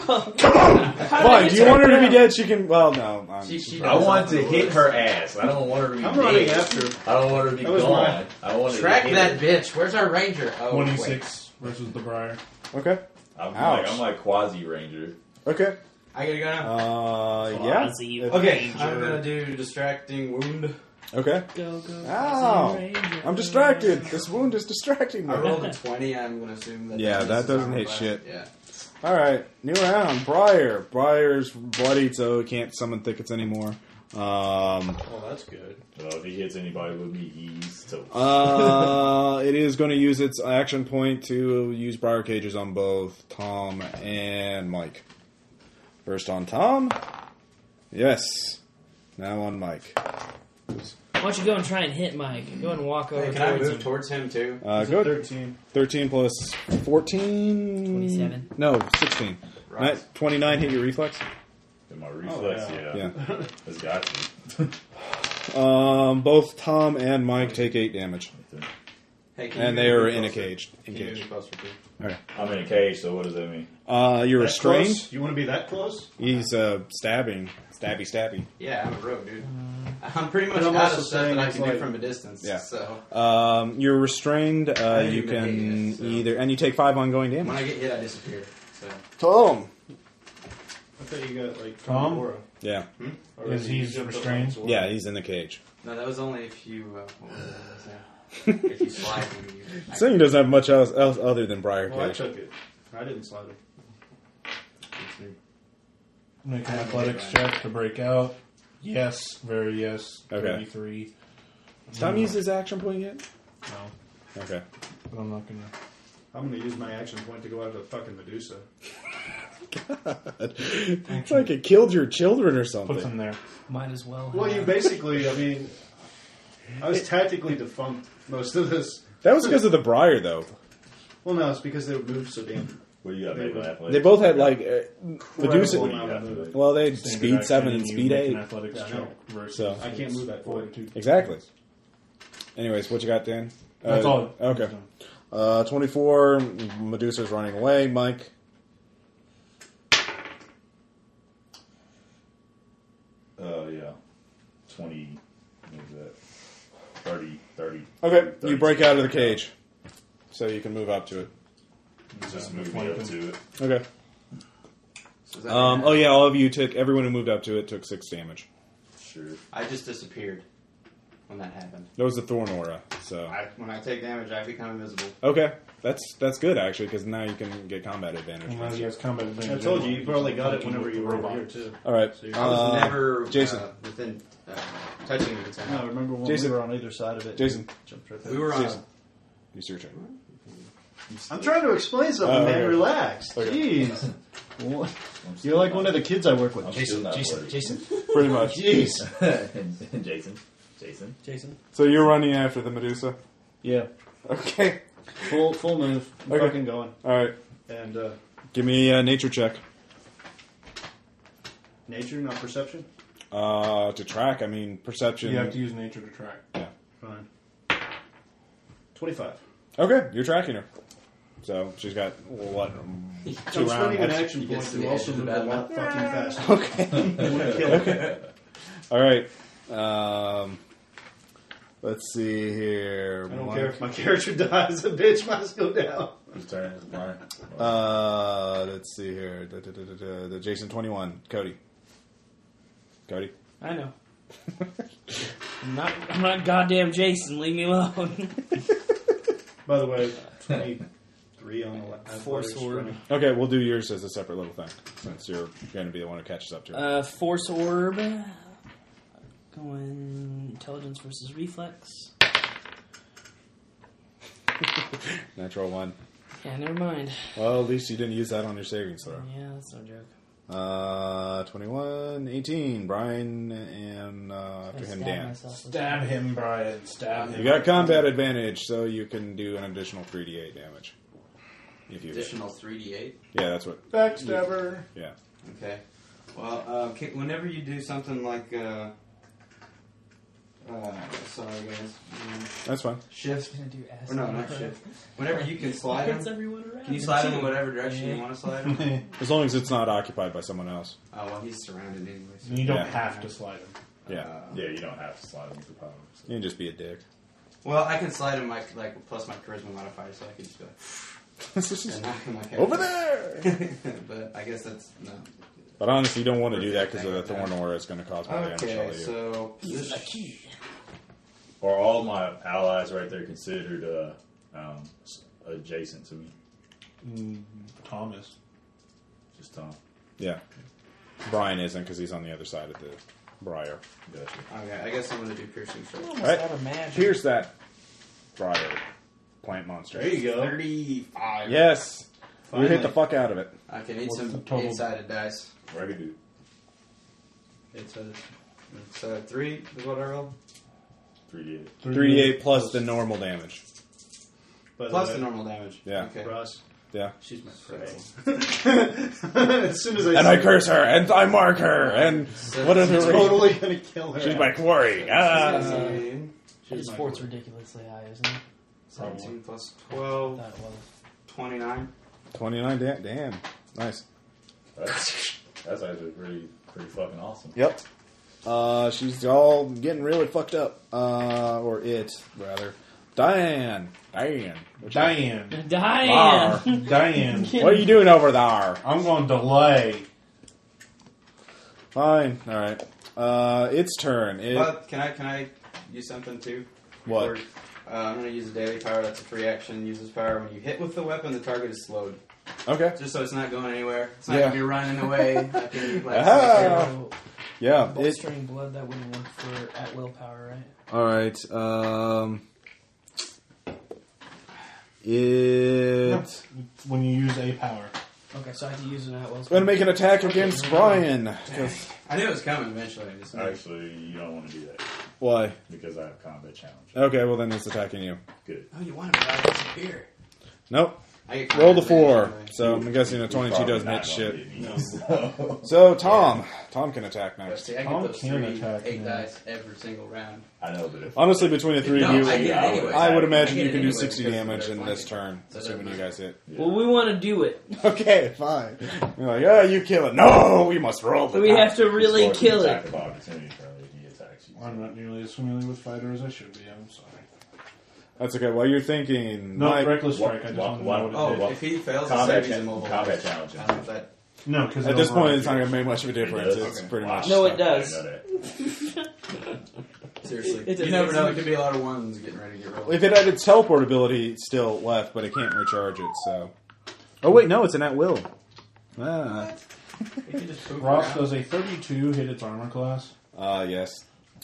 Speaker 15: Come on!
Speaker 1: Fine. Do you want her to be dead? She can. Well, no. I'm,
Speaker 5: She, she
Speaker 8: I
Speaker 5: goes
Speaker 8: want
Speaker 5: off
Speaker 8: to
Speaker 5: in the
Speaker 8: hit
Speaker 5: woods.
Speaker 8: her ass. I don't want her to be
Speaker 7: I'm running
Speaker 8: dead.
Speaker 7: after him.
Speaker 8: I don't want her to be
Speaker 7: That was
Speaker 8: gone.
Speaker 7: mine.
Speaker 8: I want her
Speaker 5: Track
Speaker 8: to hit
Speaker 5: that
Speaker 8: her.
Speaker 5: bitch. Where's our ranger? Oh, wait.
Speaker 2: 26 versus the Briar.
Speaker 1: okay.
Speaker 8: I'm
Speaker 1: Ouch.
Speaker 8: like, I'm like quasi ranger.
Speaker 1: Okay.
Speaker 5: I gotta go now.
Speaker 1: Uh, yeah.
Speaker 6: Quasi- you
Speaker 5: okay, I'm gonna do distracting wound.
Speaker 1: Okay.
Speaker 6: Go, go,
Speaker 1: Ow.
Speaker 6: Ranger.
Speaker 1: I'm distracted. This wound is distracting me.
Speaker 5: I rolled a 20. I'm gonna assume that.
Speaker 1: Yeah,
Speaker 5: this
Speaker 1: that
Speaker 5: is
Speaker 1: doesn't
Speaker 5: armor
Speaker 1: hit
Speaker 5: class.
Speaker 1: shit.
Speaker 5: Yeah.
Speaker 1: All right, new round. Briar. Briar's bloodied, so it can't summon thickets anymore. Um,
Speaker 14: Oh, that's good.
Speaker 8: Well, if he hits anybody with me, he's toast.
Speaker 7: Oh,
Speaker 1: uh, it is going to use its action point to use Briar Cages on both Tom and Mike. First on Tom. Yes. Now on Mike.
Speaker 6: Why don't you go and try and hit Mike? Go and walk over
Speaker 5: Hey, can I
Speaker 6: towards
Speaker 5: move
Speaker 6: him.
Speaker 5: towards him too?
Speaker 1: Uh,
Speaker 7: it's a
Speaker 1: good.
Speaker 7: 13.
Speaker 1: 13 plus 14.
Speaker 6: 27.
Speaker 1: No, 16.
Speaker 5: Right.
Speaker 1: Ni- 29 hit your reflex.
Speaker 8: In my
Speaker 7: Oh,
Speaker 8: reflex,
Speaker 1: yeah.
Speaker 8: yeah.
Speaker 1: Yeah.
Speaker 8: That's got you.
Speaker 1: Um, both Tom and Mike take eight damage.
Speaker 5: Hey, can you
Speaker 1: and
Speaker 5: move
Speaker 1: they
Speaker 5: me
Speaker 1: are in a
Speaker 5: closer?
Speaker 1: cage.
Speaker 5: Can you move me
Speaker 1: Engaged.
Speaker 5: closer, please?
Speaker 1: Okay.
Speaker 8: I'm in a cage, so what does that mean?
Speaker 1: Uh, you're restrained.
Speaker 2: You want to be that close?
Speaker 1: He's uh, stabbing. Stabby, stabby.
Speaker 5: Yeah, I'm a rogue, dude. I'm pretty much
Speaker 2: But I'm
Speaker 5: out
Speaker 2: also
Speaker 5: of stuff
Speaker 2: saying
Speaker 5: that I
Speaker 2: it's
Speaker 5: can do
Speaker 2: like-
Speaker 5: from a distance.
Speaker 1: Yeah.
Speaker 5: So
Speaker 1: Um, you're restrained. Uh,
Speaker 5: didn't
Speaker 1: you
Speaker 5: even
Speaker 1: can either, and you take five ongoing
Speaker 5: when I
Speaker 1: damage.
Speaker 5: get hit, I disappear. So
Speaker 1: Tom.
Speaker 7: I thought you got like
Speaker 2: Tom?
Speaker 7: Aura.
Speaker 1: Yeah.
Speaker 5: Hmm?
Speaker 7: Or
Speaker 2: Is
Speaker 7: you
Speaker 2: he's
Speaker 7: jumped up
Speaker 2: restrained?
Speaker 7: on the
Speaker 1: Yeah, he's in the cage.
Speaker 5: no, that was only if you. Uh, what was it? uh, if you slide, when you.
Speaker 1: Singing doesn't have much else, else other than Briar
Speaker 7: Well, Oh, I
Speaker 1: Cage.
Speaker 7: took it. I didn't slide it.
Speaker 2: Make an
Speaker 5: I haven't made
Speaker 2: athletics
Speaker 5: mine.
Speaker 2: check to break out. Yes, very yes.
Speaker 1: Okay.
Speaker 2: Thirty-three.
Speaker 1: Has Tom used his action point yet?
Speaker 2: No,
Speaker 1: Okay.
Speaker 2: but I'm not gonna.
Speaker 7: I'm going to use my action point to go after the fucking Medusa.
Speaker 1: it's like it killed your children or
Speaker 2: Put them
Speaker 1: something.
Speaker 2: there.
Speaker 6: Might as well.
Speaker 7: Well, you basically, I mean, I was tactically defunct most of this.
Speaker 1: That was because of the Briar, though.
Speaker 7: Well, no, it's because they were moved so damn.
Speaker 8: What do you got
Speaker 7: They
Speaker 8: made
Speaker 7: were-
Speaker 8: with athletics?
Speaker 1: They both had like uh,
Speaker 7: Incredible
Speaker 1: Medusa.
Speaker 7: amount of
Speaker 8: Yeah.
Speaker 7: movement.
Speaker 1: Well, they had
Speaker 2: Standard
Speaker 1: speed
Speaker 2: action,
Speaker 1: seven and
Speaker 2: you
Speaker 1: speed
Speaker 2: make an
Speaker 1: eight.
Speaker 2: athletics
Speaker 7: Yeah, I
Speaker 2: check versus
Speaker 1: So-
Speaker 7: I can't move that forward.
Speaker 1: Exactly. Anyways, what you got, Dan?
Speaker 2: That's
Speaker 1: Uh,
Speaker 2: all.
Speaker 1: Okay. Uh, 24, Medusa's running away. Mike,
Speaker 8: Uh, yeah. 20. What is that? 30. 30.
Speaker 1: Okay,
Speaker 8: 30.
Speaker 1: you break out of the cage, so you can move up to it.
Speaker 8: Just move me up to it.
Speaker 1: Okay.
Speaker 5: So does that
Speaker 1: Um,
Speaker 5: mean
Speaker 1: oh yeah, all of you took. Everyone who moved up to it took six damage.
Speaker 8: Sure.
Speaker 5: I just disappeared when that happened.
Speaker 1: That was the Thorn aura. So
Speaker 5: I, when I take damage, I become invisible.
Speaker 1: okay, that's that's good actually because now you can get combat advantage.
Speaker 2: Unless he has combat
Speaker 7: I
Speaker 2: advantage.
Speaker 7: told you, you probably got it
Speaker 2: Looking
Speaker 7: whenever
Speaker 2: with
Speaker 7: you
Speaker 2: the
Speaker 7: were over
Speaker 2: robot.
Speaker 7: here too.
Speaker 1: All right,
Speaker 7: So you-
Speaker 5: I was
Speaker 1: Uh,
Speaker 5: never
Speaker 1: Jason.
Speaker 5: uh, within uh, touching of its hand.
Speaker 7: No, remember when
Speaker 1: Jason.
Speaker 7: we were on either side of it?
Speaker 1: Jason.
Speaker 7: Jumped right
Speaker 5: We
Speaker 7: there.
Speaker 5: were on.
Speaker 1: Jason. it's your turn.
Speaker 7: I'm trying to explain something,
Speaker 1: Oh, okay.
Speaker 7: man. Relax.
Speaker 1: Okay.
Speaker 7: Jeez. What-
Speaker 8: I'm still
Speaker 7: You're like
Speaker 8: not-
Speaker 7: one of the kids I work with.
Speaker 8: I'm still
Speaker 7: Jason,
Speaker 8: not
Speaker 7: Jason,
Speaker 8: worried.
Speaker 7: Jason.
Speaker 1: Pretty much.
Speaker 7: Jeez.
Speaker 8: Jason. Jason.
Speaker 6: Jason.
Speaker 1: So you're running after the Medusa.
Speaker 7: Yeah.
Speaker 1: Okay.
Speaker 7: Full full move. I'm
Speaker 1: Okay.
Speaker 7: fucking going.
Speaker 1: All right.
Speaker 7: And uh,
Speaker 1: Give me a nature check.
Speaker 7: nature, not perception.
Speaker 1: Uh, to track, I mean perception.
Speaker 2: You have to use nature to track.
Speaker 7: Fine. Twenty-five.
Speaker 1: Okay, you're tracking her. So she's got what? Two
Speaker 7: I'm
Speaker 1: rounds.
Speaker 7: spending an action
Speaker 5: You
Speaker 7: point
Speaker 5: get to
Speaker 7: to
Speaker 5: the
Speaker 7: also
Speaker 5: edge of
Speaker 7: move
Speaker 5: the
Speaker 7: a
Speaker 5: battle.
Speaker 7: lot fucking faster.
Speaker 1: Okay.
Speaker 7: You wanna kill it.
Speaker 1: All right. Um, let's see here.
Speaker 7: I don't
Speaker 1: One-
Speaker 7: care if my character dies. The bitch must go down.
Speaker 8: Whose turn is it? Mine.
Speaker 1: Uh, let's see here. Da, da, da, da, da, the Jason twenty one. Cody. Cody.
Speaker 6: I know. I'm not, I'm not goddamn Jason. Leave me alone.
Speaker 7: By the way, twenty-three on the left.
Speaker 6: Four sword.
Speaker 1: Okay, we'll do yours as a separate little thing since you're going to be the one who catches up to it.
Speaker 6: uh, force orb. Going intelligence versus reflex.
Speaker 1: Natural one.
Speaker 6: Yeah, never mind.
Speaker 1: Well, at least you didn't use that on your savings throw.
Speaker 6: Yeah, that's no joke.
Speaker 1: Uh, 21, 18. Brian and uh, after him,
Speaker 6: Stab
Speaker 1: Dan.
Speaker 6: myself with-
Speaker 2: Stab him, Brian. Stab
Speaker 1: You
Speaker 2: him.
Speaker 1: got combat advantage, so you can do an additional 3d8 damage. If you
Speaker 5: Additional 3d8.
Speaker 1: yeah, that's what.
Speaker 2: Backstabber.
Speaker 1: Yeah.
Speaker 5: Okay. Well, uh, ca- whenever you do something like, uh, uh, sorry guys, um,
Speaker 1: That's fine.
Speaker 5: shift.
Speaker 6: Gonna do ass
Speaker 5: Or no, not
Speaker 6: number.
Speaker 5: shift. Whenever you can slide
Speaker 6: Hits
Speaker 5: them,
Speaker 6: everyone around.
Speaker 5: can you slide them in whatever direction you want to slide them?
Speaker 2: and
Speaker 1: As long as it's not occupied by someone else.
Speaker 5: Oh well, he's surrounded anyway. So.
Speaker 2: you don't
Speaker 1: Yeah.
Speaker 2: have to slide him.
Speaker 1: Yeah.
Speaker 5: Uh,
Speaker 8: Yeah, you don't have to slide into the power. So.
Speaker 1: You can just be a dick.
Speaker 5: Well, I can slide him like like plus my charisma modifier, so I can just go and knock him like
Speaker 1: Over there!
Speaker 5: but I guess that's no.
Speaker 1: But honestly, you don't want to do that because the thorn aura is going to cause more damage to all
Speaker 5: Okay,
Speaker 1: of you.
Speaker 5: so this
Speaker 8: Are all my allies right there considered uh, um, s- adjacent to me?
Speaker 2: Thomas.
Speaker 8: Just Tom.
Speaker 1: Yeah. Brian isn't because he's on the other side of the briar.
Speaker 8: Gotcha.
Speaker 5: okay, I guess I'm gonna do piercing first.
Speaker 6: Almost
Speaker 1: Right.
Speaker 6: out of magic.
Speaker 1: Pierce that briar plant monster.
Speaker 7: There you go.
Speaker 5: Thirty-five.
Speaker 1: Yes. You hit
Speaker 7: Finally.
Speaker 1: the fuck out of it.
Speaker 5: Okay, need
Speaker 2: What's the
Speaker 5: some
Speaker 2: total?
Speaker 5: eight-sided dice.
Speaker 8: Raggedy.
Speaker 5: It's a, it's a three is what I rolled.
Speaker 8: 3D.
Speaker 1: 3d8 plus the normal damage.
Speaker 7: By the
Speaker 5: Plus
Speaker 7: way,
Speaker 5: the normal damage.
Speaker 1: Yeah.
Speaker 5: Okay.
Speaker 7: Russ,
Speaker 1: Yeah.
Speaker 5: She's my prey.
Speaker 7: as soon as I
Speaker 1: and
Speaker 7: see
Speaker 1: I curse her, and I mark her, and
Speaker 5: So
Speaker 1: what other?
Speaker 7: it's totally gonna kill her.
Speaker 1: She's my quarry. Ah.
Speaker 6: His sport's ridiculously high, isn't it?
Speaker 5: 17 plus 12.
Speaker 6: That was.
Speaker 5: 29.
Speaker 1: Twenty-nine. Damn. damn. Nice.
Speaker 8: That's, that's actually pretty pretty fucking awesome.
Speaker 1: Yep. Uh, she's all getting really fucked up, uh, or it rather. Diane. Diane. What you-
Speaker 2: Diane.
Speaker 1: Lar.
Speaker 6: Diane.
Speaker 2: Diane.
Speaker 1: What are you doing over there?
Speaker 2: I'm going to delay.
Speaker 1: Fine. All right. Uh, its turn. It,
Speaker 5: But can I can I use something too?
Speaker 1: What?
Speaker 5: Or, uh, I'm going to use a daily power. That's a free action. Uses power when you hit with the weapon. The target is slowed.
Speaker 1: okay.
Speaker 5: Just so it's not going anywhere. It's not
Speaker 1: Yeah.
Speaker 5: going to be running away. I can, like,
Speaker 1: Ah.
Speaker 6: So,
Speaker 1: Yeah.
Speaker 6: bolt
Speaker 1: It,
Speaker 6: string blood, that wouldn't work for at will power, right?
Speaker 1: All right. Um, it.
Speaker 2: When you use a power.
Speaker 6: Okay, so I have to use it at will.
Speaker 1: I'm gonna make an attack against Brian. 'cause-
Speaker 5: I knew it was coming eventually. I just
Speaker 8: Actually, you don't want to do that
Speaker 1: Why?
Speaker 8: because I have combat challenge.
Speaker 1: Okay. Well, then it's attacking you.
Speaker 8: Good.
Speaker 5: Oh, you want to disappear?
Speaker 1: Nope.
Speaker 5: I get
Speaker 1: Roll the
Speaker 5: combat
Speaker 1: four.
Speaker 5: anyway.
Speaker 1: So I'm guessing a
Speaker 8: He's
Speaker 1: 22
Speaker 8: probably
Speaker 1: doesn't
Speaker 8: not
Speaker 1: hit
Speaker 8: gonna
Speaker 1: shit.
Speaker 8: hit me, so-
Speaker 1: So Tom, Tom can attack
Speaker 5: But
Speaker 1: next.
Speaker 5: See, I get
Speaker 2: Tom
Speaker 5: those
Speaker 2: can
Speaker 5: three
Speaker 2: attack
Speaker 5: eight
Speaker 2: me.
Speaker 5: dice every single round.
Speaker 8: I know, but if
Speaker 1: Honestly, between the three of
Speaker 5: No,
Speaker 1: you,
Speaker 5: I get it
Speaker 1: I,
Speaker 5: anyway.
Speaker 1: I would
Speaker 5: I
Speaker 1: imagine
Speaker 5: get
Speaker 1: you
Speaker 5: it
Speaker 1: can do
Speaker 5: anyway
Speaker 1: 60
Speaker 5: because of
Speaker 1: damage
Speaker 5: their
Speaker 1: in this
Speaker 5: flanking.
Speaker 1: turn,
Speaker 5: So it
Speaker 1: assuming you
Speaker 5: doesn't
Speaker 1: guys hit.
Speaker 6: Well, we want to do it.
Speaker 1: Okay, fine. You're like, oh, you kill it. No, we must roll the
Speaker 6: We
Speaker 1: die.
Speaker 6: have to really
Speaker 8: Well, it's an
Speaker 6: kill
Speaker 8: attack
Speaker 6: it.
Speaker 8: of opportunity, apparently, if he attacks you.
Speaker 2: I'm not nearly as familiar with fighter as I should be. I'm sorry.
Speaker 1: That's okay. While you're thinking,
Speaker 2: No,
Speaker 1: Mike-
Speaker 2: reckless
Speaker 8: What-
Speaker 2: strike. I just
Speaker 8: what-
Speaker 2: don't
Speaker 8: what-
Speaker 2: know what
Speaker 5: Oh,
Speaker 2: it did.
Speaker 8: well,
Speaker 5: if he fails, to
Speaker 8: combat
Speaker 5: save, he's
Speaker 8: cha-
Speaker 5: immobile.
Speaker 8: combat challenge.
Speaker 5: I don't know if that-
Speaker 2: No, because
Speaker 1: at this point, it's not going to make much of a difference.
Speaker 8: does?
Speaker 1: It's
Speaker 8: Okay.
Speaker 1: pretty
Speaker 8: Wow.
Speaker 1: much.
Speaker 6: No, it
Speaker 1: stuck.
Speaker 6: does.
Speaker 8: I know that.
Speaker 5: Seriously,
Speaker 6: It
Speaker 5: you
Speaker 6: doesn't
Speaker 5: never
Speaker 6: make
Speaker 5: know. It
Speaker 6: sense.
Speaker 5: could be a lot of ones getting ready to get rolled.
Speaker 1: If it had its teleport ability still left, but it can't recharge it, so. Oh, wait, no, it's an at will. Ah.
Speaker 5: It could just poop
Speaker 2: Ross
Speaker 5: around.
Speaker 2: does a 32 hit its armor class.
Speaker 1: Uh, yes.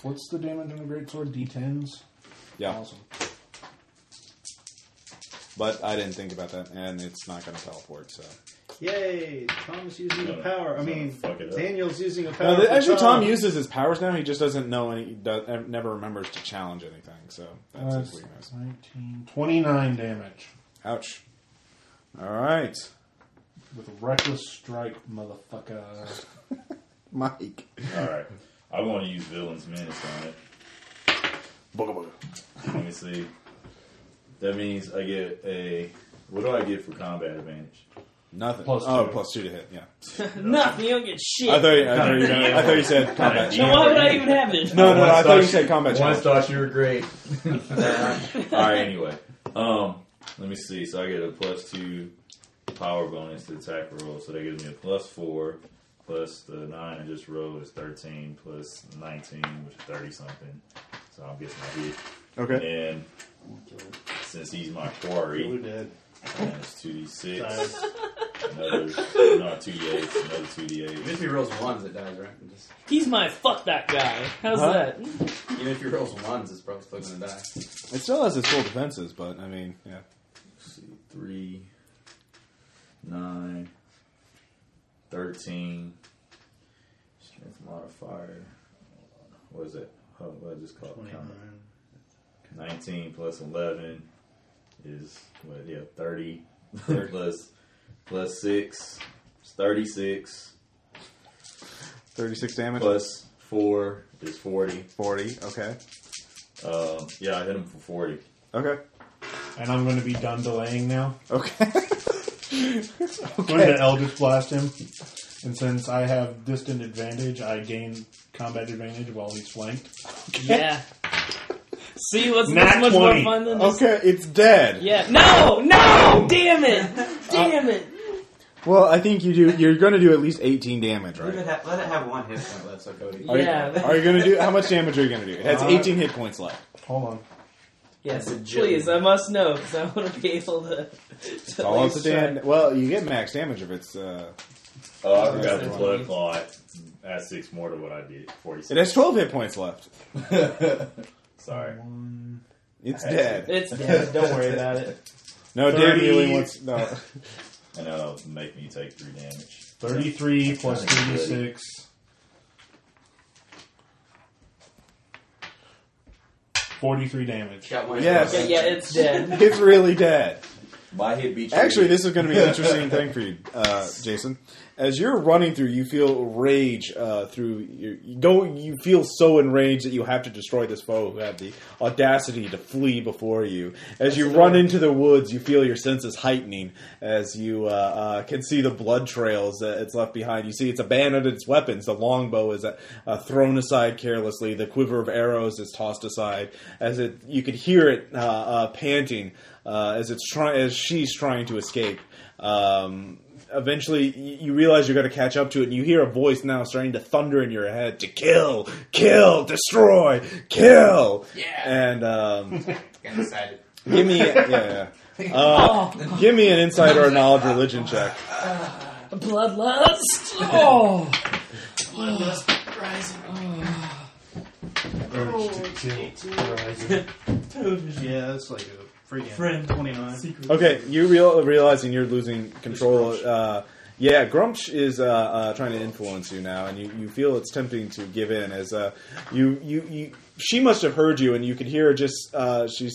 Speaker 2: What's the damage on the great sword? D10s.
Speaker 1: Yeah.
Speaker 2: Awesome.
Speaker 1: But I didn't think about that, and it's not going to teleport, so.
Speaker 7: Yay! Tom's using a power. I mean,
Speaker 8: Fuck it up.
Speaker 7: Daniel's using a power.
Speaker 1: No, th-
Speaker 7: for
Speaker 1: actually, Uh, Tom
Speaker 7: Tom
Speaker 1: uses his powers now. He just doesn't know any. Does, uh, never remembers to challenge anything. So that's his
Speaker 2: That's
Speaker 1: weakness.
Speaker 2: 19, 29 damage
Speaker 1: Ouch. All right,
Speaker 2: with reckless strike, motherfucker.
Speaker 1: Mike.
Speaker 8: All right. I want to use Villain's Menace on it.
Speaker 1: Booga
Speaker 8: Let me see. That means I get a. What do I get for combat advantage?
Speaker 1: Nothing.
Speaker 2: Plus
Speaker 1: oh,
Speaker 2: two.
Speaker 1: plus two to hit. Yeah.
Speaker 6: Nothing, you don't get shit.
Speaker 1: I thought. You, I, thought you, I thought you said combat.
Speaker 6: Then why would I even have it?
Speaker 1: No, no, no, I thought you said
Speaker 8: I
Speaker 1: combat
Speaker 8: once
Speaker 1: challenge.
Speaker 8: thought you were great. All right. Anyway, um, let me see. So I get a plus two power bonus to attack roll, so that gives me a plus four, plus the nine I just rolled is thirteen, plus nineteen, which is thirty something. So I'm guessing I hit.
Speaker 1: Okay.
Speaker 8: And since he's my quarry,
Speaker 16: Blue dead.
Speaker 8: minus two d
Speaker 16: Sorry.
Speaker 8: six. Another no two d eight. Another two d
Speaker 5: Even
Speaker 8: eight.
Speaker 5: if he rolls ones, it dies, right? And Just,
Speaker 6: He's my fuck that guy. How's
Speaker 1: Huh?
Speaker 6: that?
Speaker 5: even if he rolls ones, it's probably still going to die.
Speaker 1: It still has its full defenses, but I mean, yeah.
Speaker 8: see, three, nine, thirteen. Strength modifier. What is it? Oh, what is this called? Combat. Nineteen plus eleven is what? Yeah, thirty plus plus six. It's thirty-six
Speaker 1: Thirty-six damage.
Speaker 8: plus four is forty.
Speaker 1: Forty. Okay.
Speaker 8: Um, yeah, I hit him for forty.
Speaker 1: Okay.
Speaker 2: and I'm going to be done delaying now.
Speaker 1: Okay.
Speaker 2: I'm going to Eldritch Blast him. And since I have distant advantage, I gain combat advantage while he's flanked.
Speaker 6: Yeah.
Speaker 17: See, let's
Speaker 2: Nat
Speaker 17: much more
Speaker 2: 20.
Speaker 17: fun than this.
Speaker 1: okay. It's dead.
Speaker 6: Yeah. No! No! Damn it! Damn it!
Speaker 1: Well, I think you do. You're going to do at least eighteen damage,
Speaker 5: Let
Speaker 1: right?
Speaker 5: it, have, let it have one hit point left, so Cody.
Speaker 1: Are you-
Speaker 6: Yeah. that-
Speaker 1: are you going to do how much damage are you going to do? It has
Speaker 2: Uh,
Speaker 1: 18 hit points left.
Speaker 2: Hold on.
Speaker 6: Yes,
Speaker 5: That's a gem.
Speaker 6: please, I must know, because I want to be able to. to at
Speaker 1: All up
Speaker 6: least
Speaker 1: to
Speaker 6: try.
Speaker 1: dam- Well, you get max damage if it's. Uh,
Speaker 8: Oh, I forgot the blood clot. Add six more to what I did.
Speaker 1: it
Speaker 8: Forty-six.
Speaker 1: has 12 hit points left.
Speaker 8: Sorry.
Speaker 1: It's dead.
Speaker 6: It's dead, don't worry about it.
Speaker 1: No, damn
Speaker 2: 30.
Speaker 1: healing once. No.
Speaker 8: And that'll make me take three damage.
Speaker 2: 33 plus
Speaker 8: kinda good.
Speaker 2: 36. Forty-three damage.
Speaker 5: Got one
Speaker 1: Yes.
Speaker 5: hit
Speaker 6: Yeah,
Speaker 5: point.
Speaker 6: yeah, it's dead.
Speaker 1: it's really dead.
Speaker 8: My hit beat. your
Speaker 1: Actually,
Speaker 8: hit.
Speaker 1: this is going to be an interesting thing for you, uh, Jason. As you're running through, you feel rage uh, through. You, you go. You feel so enraged that you have to destroy this foe who had the audacity to flee before you. As you run into the woods, you feel your senses heightening as you uh, uh, can see the blood trails that it's left behind. You see it's abandoned its weapons. The longbow is uh, uh, thrown aside carelessly. The quiver of arrows is tossed aside. As it, you could hear it uh, uh, panting uh, as it's try- as she's trying to escape. Um, eventually, y- you realize you're going to catch up to it, and you hear a voice now starting to thunder in your head to kill, kill, destroy, kill. Yeah. And um,
Speaker 5: Got excited.
Speaker 1: give me, yeah, yeah. Uh, give me an insight or a knowledge religion check.
Speaker 11: Bloodlust. Oh.
Speaker 5: Bloodlust rising.
Speaker 13: yeah, that's like a freaking
Speaker 11: Friend.
Speaker 13: 29.
Speaker 1: Okay, you real, realizing you're losing control. Uh, yeah, Grumsh is uh, uh, trying to influence you now, and you, you feel it's tempting to give in. As uh, you, you you she must have heard you, and you could hear her just uh, she's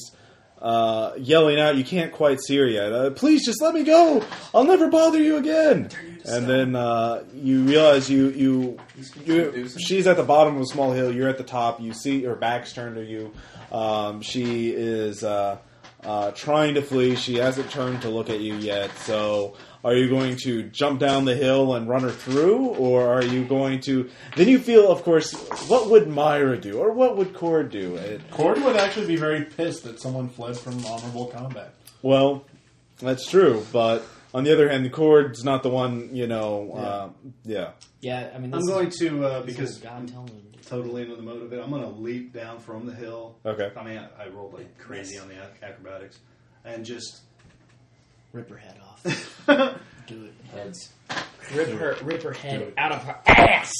Speaker 1: uh, yelling out. You can't quite see her yet. Uh, Please just let me go. I'll never bother you again. And then uh, you realize you you, you she's at the bottom of a small hill. You're at the top. You see her back's turned to you. Um, she is. Uh, uh, trying to flee. She hasn't turned to look at you yet. So, are you going to jump down the hill and run her through, or are you going to? Then you feel, of course, what would Myra do, or what would Cord do? It,
Speaker 2: Cord would actually be very pissed that someone fled from honorable combat.
Speaker 1: well, that's true, but on the other hand, Cord's not the one. You know, uh, yeah.
Speaker 11: Yeah, I mean, this
Speaker 7: I'm
Speaker 11: is-
Speaker 7: going to uh,
Speaker 11: this
Speaker 7: because
Speaker 11: is God telling me.
Speaker 7: totally into the mode of it. I'm going to leap down from the hill.
Speaker 1: Okay.
Speaker 7: I mean, I, I rolled like crazy on the ac- acrobatics, and just
Speaker 11: Rip her head off.
Speaker 7: do it.
Speaker 5: Heads.
Speaker 11: Rip her, rip her head out of her ass.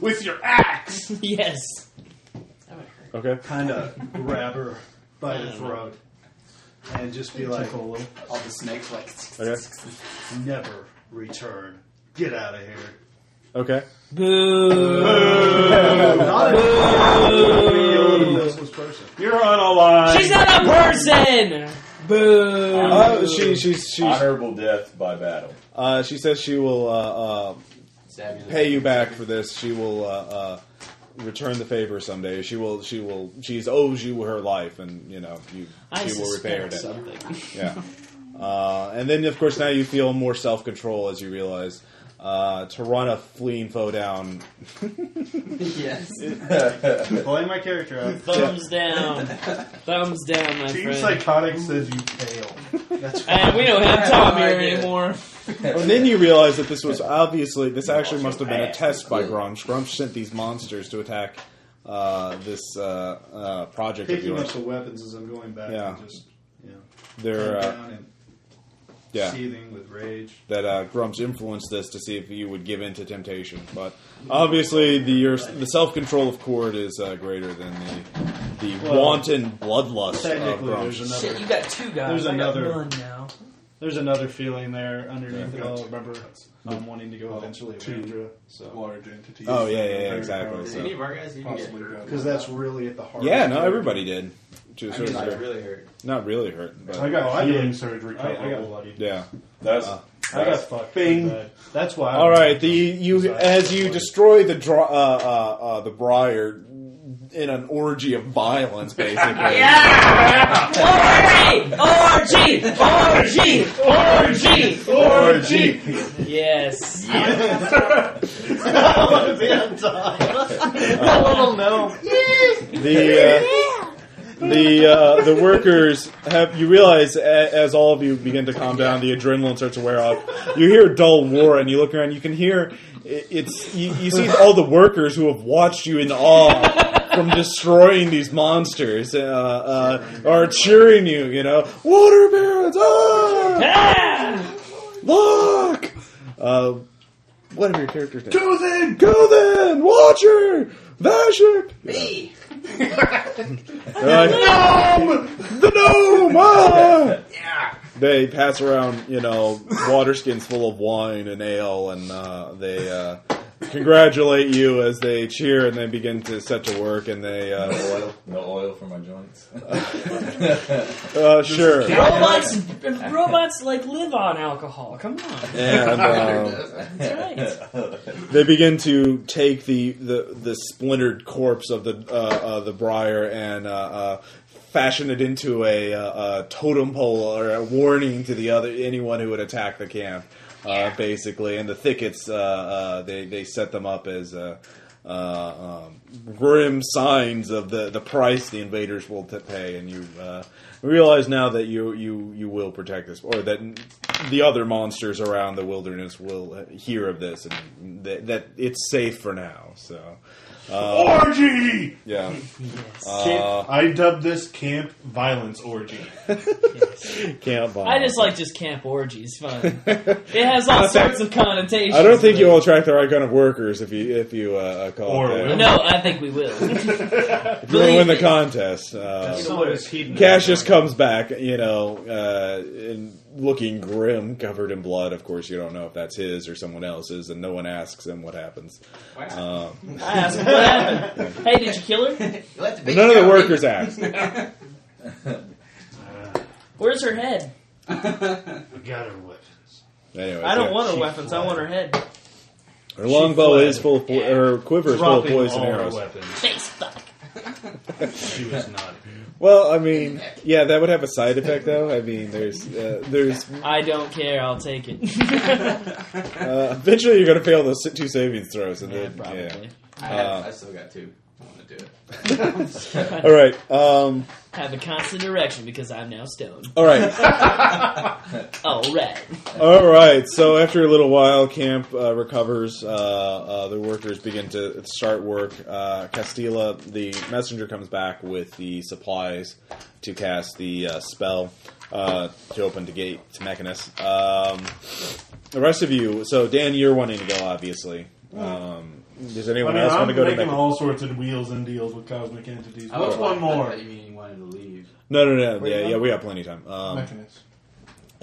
Speaker 7: With your axe.
Speaker 11: yes.
Speaker 1: Okay.
Speaker 7: Kind of grab her by the throat and just be like,
Speaker 5: All the snakes like.
Speaker 1: Okay.
Speaker 7: "Never return. Get out of here."
Speaker 1: Okay.
Speaker 7: Not a person.
Speaker 8: You're unalive.
Speaker 11: She's not a person. Boo.
Speaker 1: Uh, she she's she's
Speaker 8: honorable death by battle.
Speaker 1: uh, she says she will uh, uh,
Speaker 5: Stab you. in the
Speaker 1: pay you
Speaker 5: face.
Speaker 1: back for this. She will uh, uh, return the favor someday. She will. She will. She's owes you her life, and you know you.
Speaker 11: I
Speaker 1: she will repay her
Speaker 11: suspect
Speaker 1: debt.
Speaker 11: something.
Speaker 1: Yeah. Uh, and then, of course, now you feel more self control as you realize uh, to run a fleeing foe down.
Speaker 5: yes.
Speaker 7: Pulling my character out.
Speaker 11: Thumbs down. Thumbs down, my
Speaker 2: Team
Speaker 11: friend.
Speaker 2: Psychotic says you fail. That's
Speaker 11: and we don't have Tom here
Speaker 5: Yeah.
Speaker 11: anymore.
Speaker 1: and then you realize that this was obviously this actually must have been a
Speaker 11: ass.
Speaker 1: test by Grumsh. Grumsh sent these monsters to attack uh, this uh, uh, project of
Speaker 7: Picking up
Speaker 1: yours.
Speaker 7: the weapons as I'm going back.
Speaker 1: Yeah.
Speaker 7: And just you know,
Speaker 1: They're,
Speaker 7: head
Speaker 1: uh,
Speaker 7: down and
Speaker 1: yeah.
Speaker 7: seething with rage.
Speaker 1: that uh, Grumps influenced this to see if you would give in to temptation. But obviously, the your, the self control of Cord is uh, greater than the the
Speaker 7: Well,
Speaker 1: wanton bloodlust of
Speaker 7: Technically,
Speaker 1: Grumps.
Speaker 7: there's another.
Speaker 11: Shit, you got two guys.
Speaker 7: There's
Speaker 11: I got
Speaker 7: another-
Speaker 11: one now.
Speaker 7: There's another feeling there underneath it all. Remember, I'm wanting to go
Speaker 13: Oh,
Speaker 7: eventually
Speaker 13: two.
Speaker 7: to so
Speaker 13: large entities.
Speaker 1: Oh, yeah, yeah, yeah,
Speaker 13: Very
Speaker 1: exactly,
Speaker 13: powerful.
Speaker 1: so-
Speaker 5: Any of our guys didn't get
Speaker 13: Possibly
Speaker 5: hurt.
Speaker 13: got-
Speaker 7: because that's really at the heart.
Speaker 1: Yeah,
Speaker 7: of
Speaker 1: no,
Speaker 7: it.
Speaker 1: everybody did to a
Speaker 5: I
Speaker 1: certain
Speaker 5: mean, like,
Speaker 1: degree.
Speaker 5: really hurt.
Speaker 1: Not really hurt, but
Speaker 7: I got
Speaker 2: oh, I
Speaker 7: healing.
Speaker 2: healing surgery.
Speaker 7: I, I got
Speaker 2: comparable.
Speaker 7: bloody.
Speaker 1: yeah.
Speaker 8: That's.
Speaker 7: I got
Speaker 8: Uh, that's-
Speaker 7: fucked.
Speaker 2: Bing.
Speaker 7: pretty bad. That's why. I
Speaker 1: All
Speaker 7: was-
Speaker 1: right, the you as you destroy the dr- uh, uh, uh, the briar in an orgy of violence, basically.
Speaker 11: Yeah! Orgy! Orgy! Orgy! Orgy!
Speaker 1: Orgy.
Speaker 11: Yes.
Speaker 7: I want to be on top. I want to know.
Speaker 1: the uh, the uh, the workers have you realize a- as all of you begin to calm down, the adrenaline starts to wear off. You hear a dull roar, and you look around. You can hear it- it's you, you see all the workers who have watched you in awe from destroying these monsters uh, uh, are cheering you. You know, water barons, ah,
Speaker 11: Ah!
Speaker 1: look. Uh, what are your characters? Go then, go then, Watcher, Vashik.
Speaker 5: Me!
Speaker 1: They're like, the gnome! Ah!
Speaker 5: Yeah!
Speaker 1: They pass around, you know, water skins full of wine and ale, and uh, they uh, congratulate you as they cheer and they begin to set to work and they uh,
Speaker 8: No oil, no oil for my joints.
Speaker 1: uh, sure.
Speaker 6: Robots, robots like live on alcohol. Come on.
Speaker 1: And, um,
Speaker 6: That's right.
Speaker 1: they begin to take the the, the splintered corpse of the uh, uh, the briar and uh, uh, fashion it into a, uh a totem pole or a warning to the other anyone who would attack the camp. Uh, basically, in the thickets, uh, uh, they they set them up as uh, uh, um, grim signs of the, the price the invaders will to pay, and you uh, realize now that you you you will protect this, or that the other monsters around the wilderness will uh, hear of this, and that, that it's safe for now. So, uh,
Speaker 2: orgy!
Speaker 1: yeah,
Speaker 2: Camp-
Speaker 1: uh,
Speaker 2: I dubbed this Camp Violence Orgy.
Speaker 1: camp bomb.
Speaker 6: I just like just camp orgies. Fun. It has all sorts of connotations.
Speaker 1: I don't think
Speaker 6: but-
Speaker 1: you will attract the right kind of workers if you if you uh, call
Speaker 2: Or
Speaker 1: it that.
Speaker 2: will.
Speaker 6: No, I think we will.
Speaker 1: If you wanna win the
Speaker 6: Believe me.
Speaker 1: contest. Uh,
Speaker 7: That's somewhat as hedonism.
Speaker 1: Cassius comes back, you know, uh, and looking grim, covered in blood. Of course, you don't know if that's his or someone else's, and no one asks him what happens. Um,
Speaker 6: I asked him, what happened. Hey, did you kill her?
Speaker 1: but none of the workers asked.
Speaker 6: Where's her head?
Speaker 13: We got her weapons.
Speaker 1: Anyway,
Speaker 6: I don't
Speaker 1: so
Speaker 6: want her
Speaker 13: She
Speaker 6: weapons. I want her head.
Speaker 1: Her longbow
Speaker 13: fled.
Speaker 1: is full of po- her quiver is full of
Speaker 13: Dropping
Speaker 1: poison
Speaker 13: all her
Speaker 1: arrows.
Speaker 13: weapons.
Speaker 6: Face fuck.
Speaker 13: She was not.
Speaker 1: Well, I mean, yeah, that would have a side effect, though. I mean, there's, uh, there's.
Speaker 6: I don't care. I'll take it.
Speaker 1: Uh, eventually, you're going to fail those two savings throws, and then
Speaker 6: probably.
Speaker 1: yeah.
Speaker 5: I, have,
Speaker 1: Uh,
Speaker 5: I still got two. I want to do it.
Speaker 1: All right, um,
Speaker 6: Have a constant erection because I'm now stoned.
Speaker 1: all right.
Speaker 6: All right.
Speaker 1: All right. So after a little while, camp uh, recovers. Uh, uh, the workers begin to start work. Uh, Castilla, the messenger, comes back with the supplies to cast the uh, spell uh, to open the gate to Mechanus. Um, the rest of you. So Dan, you're wanting to go, obviously. Um, does anyone
Speaker 2: I mean,
Speaker 1: else
Speaker 2: I'm
Speaker 1: want to go to
Speaker 2: making
Speaker 1: Mechanus?
Speaker 2: all sorts of wheels and deals with cosmic entities.
Speaker 5: I
Speaker 2: What's
Speaker 5: thought-
Speaker 2: one
Speaker 5: I
Speaker 2: more?
Speaker 5: thought You mean you wanted to leave?
Speaker 1: No, no, no.
Speaker 2: Wait,
Speaker 1: Yeah,
Speaker 2: no?
Speaker 1: yeah. We got plenty of time. Um,
Speaker 2: Mechanus.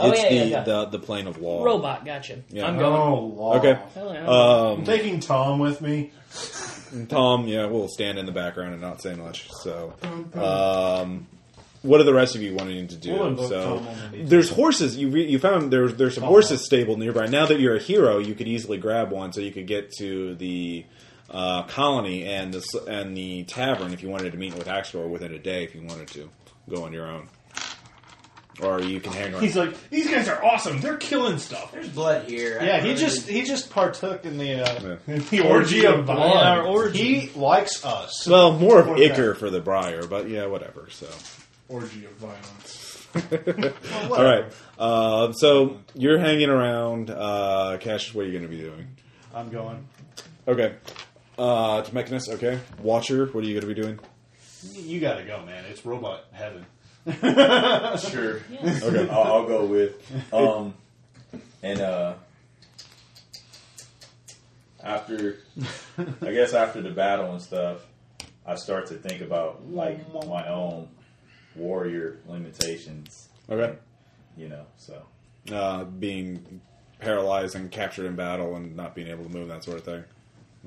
Speaker 6: Oh,
Speaker 1: it's
Speaker 6: yeah,
Speaker 1: the,
Speaker 6: yeah, yeah.
Speaker 1: the the plane of law.
Speaker 6: Robot, gotcha.
Speaker 1: Oh. Yeah.
Speaker 6: I'm going.
Speaker 2: Oh, law.
Speaker 1: Okay.
Speaker 6: Hell yeah.
Speaker 2: I'm
Speaker 1: Um,
Speaker 2: taking Tom with me.
Speaker 1: And Tom, Um, yeah, will stand in the background and not say much. So, um, what are the rest of you wanting to do?
Speaker 2: We'll invoke
Speaker 1: so,
Speaker 2: Tom on the beach.
Speaker 1: there's horses. You re- you found there's there's some horses stabled nearby. Now that you're a hero, you could easily grab one, so you could get to the uh, colony and the s- and the tavern if you wanted to meet with Axtor within a day. If you wanted to go on your own, or you can hang on.
Speaker 2: He's like, these guys are awesome. They're killing stuff.
Speaker 5: There's blood here. I
Speaker 7: Yeah,
Speaker 5: don't
Speaker 7: he
Speaker 5: really-
Speaker 7: just he just partook in the uh,
Speaker 2: the orgy of blood.
Speaker 7: Our orgy. He likes us.
Speaker 1: well, more of
Speaker 2: Or
Speaker 1: Icker for the Briar, but yeah, whatever. So.
Speaker 2: Orgy of violence.
Speaker 1: All right. Uh, so you're hanging around. Uh, Cash, what are you going to be doing?
Speaker 7: I'm going.
Speaker 1: Okay. Uh, to Mechanus, okay. Watcher, what are you going to be doing?
Speaker 7: You gotta go, man. It's robot heaven.
Speaker 8: Sure. Okay, I'll, I'll go with. Um, and uh, after, I guess after the battle and stuff, I start to think about like my own warrior limitations.
Speaker 1: Okay.
Speaker 8: You know, so
Speaker 1: Uh, being paralyzed and captured in battle and not being able to move, that sort of thing.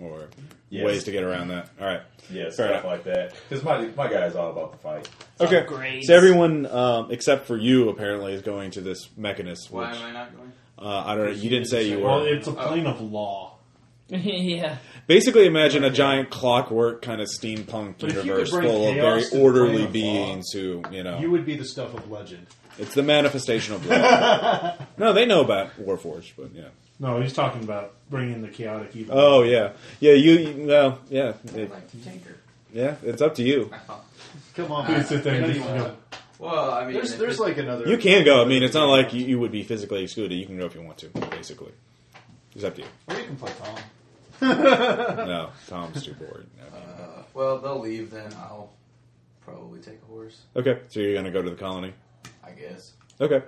Speaker 1: Or
Speaker 8: Yes.
Speaker 1: ways to get around that. All right.
Speaker 8: yeah,
Speaker 1: Fair
Speaker 8: stuff
Speaker 1: enough.
Speaker 8: like that. Because my my guy's all about the fight.
Speaker 1: Okay.
Speaker 6: Upgrades.
Speaker 1: So everyone, um, except for you, apparently, is going to this Mechanus, which
Speaker 5: Why am I not going?
Speaker 1: uh, I don't know. You didn't say you were.
Speaker 2: Well, it's a plane of law.
Speaker 6: yeah.
Speaker 1: Basically, imagine a giant clockwork kind of steampunk
Speaker 2: But if you could
Speaker 1: universe
Speaker 2: bring
Speaker 1: full of very
Speaker 2: chaos to the plane
Speaker 1: orderly
Speaker 2: of
Speaker 1: beings who, you know,
Speaker 7: You would be the stuff of legend.
Speaker 1: it's the manifestation of love. no, they know about Warforged, but yeah.
Speaker 2: No, he's talking about bringing the chaotic evil.
Speaker 1: Oh yeah, yeah. You you- well, yeah,
Speaker 5: I'd
Speaker 1: it-
Speaker 5: like to tinker.
Speaker 1: yeah. It's up to you.
Speaker 7: Come on,
Speaker 2: Please sit there and
Speaker 7: What do
Speaker 2: just
Speaker 7: you
Speaker 2: go.
Speaker 7: want?
Speaker 5: Well, I mean,
Speaker 7: There's
Speaker 5: if
Speaker 7: there's
Speaker 5: it-
Speaker 7: like another.
Speaker 1: You can go. I mean, it's not like you, you would be physically excluded. You can go if you want to. Basically, it's up to you.
Speaker 7: Or you can play Tom.
Speaker 1: No, Tom's too bored. I mean,
Speaker 5: uh, well, they'll leave then. I'll probably take a horse.
Speaker 1: okay, so you're gonna go to the colony.
Speaker 5: I guess.
Speaker 1: Okay,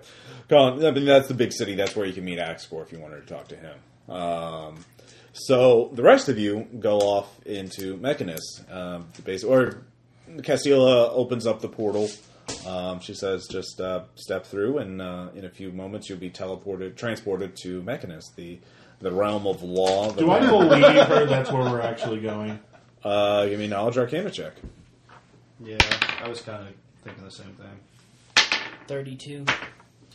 Speaker 1: Colin. I mean, that's the big city. That's where you can meet Axcor if you wanted to talk to him. Um, so the rest of you go off into Mechanus, um, the base, or Castilla opens up the portal. Um, she says, "Just uh, step through, and uh, in a few moments, you'll be teleported, transported to Mechanus, the the realm of law. the
Speaker 2: Do I
Speaker 1: realm-
Speaker 2: believe her that's where we're actually going?
Speaker 1: Uh, give me a knowledge arcana check.
Speaker 7: Yeah, I was kind of thinking the same thing.
Speaker 4: 32.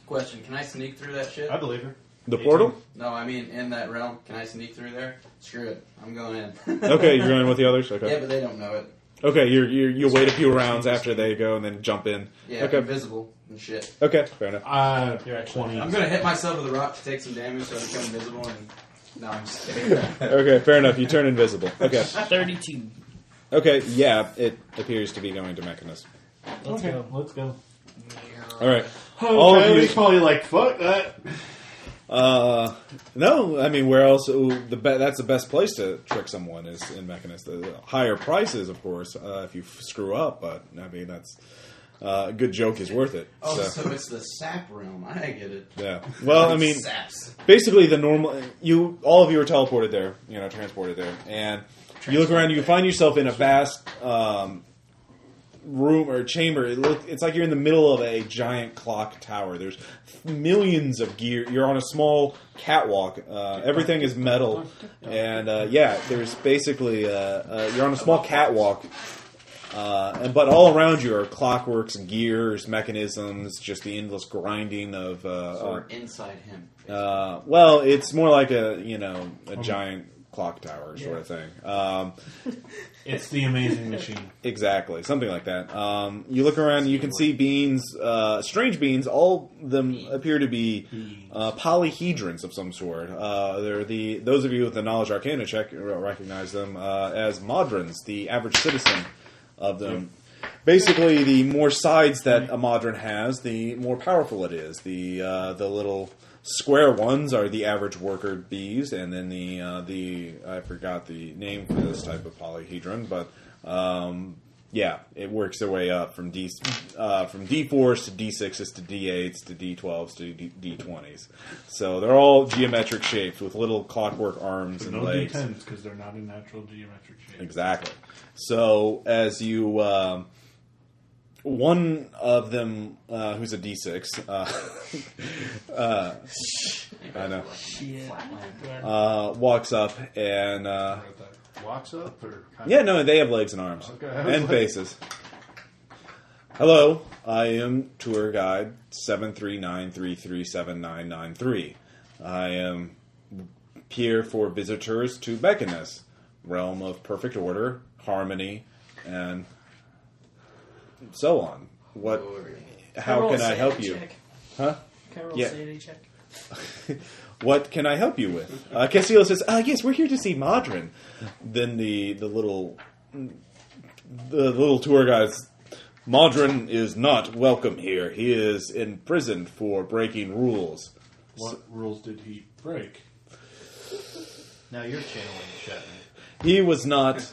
Speaker 5: Question: Can I sneak through that shit?
Speaker 7: I believe her.
Speaker 1: The portal?
Speaker 5: No, I mean in that realm. Can I sneak through there? Screw it. I'm going in.
Speaker 1: Okay, you're going with the others? Okay.
Speaker 5: Yeah, but they don't know it.
Speaker 1: Okay, you you you wait a few rounds after they go and then jump in.
Speaker 5: Yeah,
Speaker 1: okay.
Speaker 5: invisible and shit.
Speaker 1: Okay, fair enough.
Speaker 2: Uh,
Speaker 7: You're actually-
Speaker 2: 20.
Speaker 5: I'm gonna hit myself with a rock to take some damage so I become invisible and. No, I'm just kidding.
Speaker 1: okay, fair enough. You turn invisible. Okay.
Speaker 4: 32.
Speaker 1: Okay, yeah, it appears to be going to Mechanus.
Speaker 4: Let's
Speaker 2: okay,
Speaker 4: go.
Speaker 2: let's go.
Speaker 1: All right.
Speaker 2: Okay,
Speaker 1: All of you-
Speaker 2: Oh, he's probably like, fuck that.
Speaker 1: Uh, no, I mean, where else? ooh, the be- that's the best place to trick someone is in Mechanist. The higher prices, of course, uh, if you f- screw up. But I mean, that's uh, a good joke is worth it.
Speaker 5: Oh,
Speaker 1: so.
Speaker 5: so. it's the sap realm. I get it.
Speaker 1: Yeah. Well, I mean,
Speaker 5: saps.
Speaker 1: basically the normal. You all of you are teleported there. You know, transported there, and you look around. You find yourself in a vast um, room or chamber. It look, it's like you're in the middle of a giant clock tower. There's millions of gear. You're on a small catwalk. Uh, everything is metal, and uh, yeah, there's basically uh, uh, you're on a small catwalk. Uh, and but all around you are clockworks and gears, mechanisms, just the endless grinding of uh,
Speaker 5: So we're
Speaker 1: uh,
Speaker 5: inside him.
Speaker 1: uh, well, it's more like a you know a giant clock tower sort of thing. Um,
Speaker 2: It's the amazing machine.
Speaker 1: exactly, something like that. Um, you look around, you can see beans, uh, strange beans. All of them appear to be uh, polyhedrons of some sort. Uh, they're the those of you with the knowledge arcana check recognize them uh, as modrons, the average citizen of them. Basically, the more sides that a modron has, the more powerful it is. The uh, the little square ones are the average worker bees, and then the uh, the I forgot the name for this type of polyhedron, but um, yeah, it works their way up from d uh, from d fours to d sixes to d eights to d twelves to d twenties. So they're all geometric shapes with little clockwork arms and
Speaker 2: No
Speaker 1: legs.
Speaker 2: D10s because they're not a natural geometric shape.
Speaker 1: Exactly. So as you, um, one of them uh, who's a D6, uh, uh, I know, uh, walks up and uh,
Speaker 7: Walks up or kind
Speaker 1: yeah, no, they have legs and arms
Speaker 7: Okay.
Speaker 1: and faces. Hello, I am tour guide seven three nine three three seven nine nine three. I am here for visitors to Beckonus, realm of perfect order, harmony, and so on. What?
Speaker 5: Oh,
Speaker 1: How
Speaker 6: roll a
Speaker 1: can I help
Speaker 6: sanity
Speaker 1: you?
Speaker 6: check?
Speaker 1: Huh?
Speaker 6: Can I roll a
Speaker 1: Yeah.
Speaker 6: sanity check?
Speaker 1: what can I help you with? Uh, Castillo says, uh, yes, we're here to see Madrin. Then the, the little the little tour guides. Madrin is not welcome here. He is imprisoned for breaking rules.
Speaker 2: What rules did he break?
Speaker 18: Now you're channeling Shatner.
Speaker 1: He was not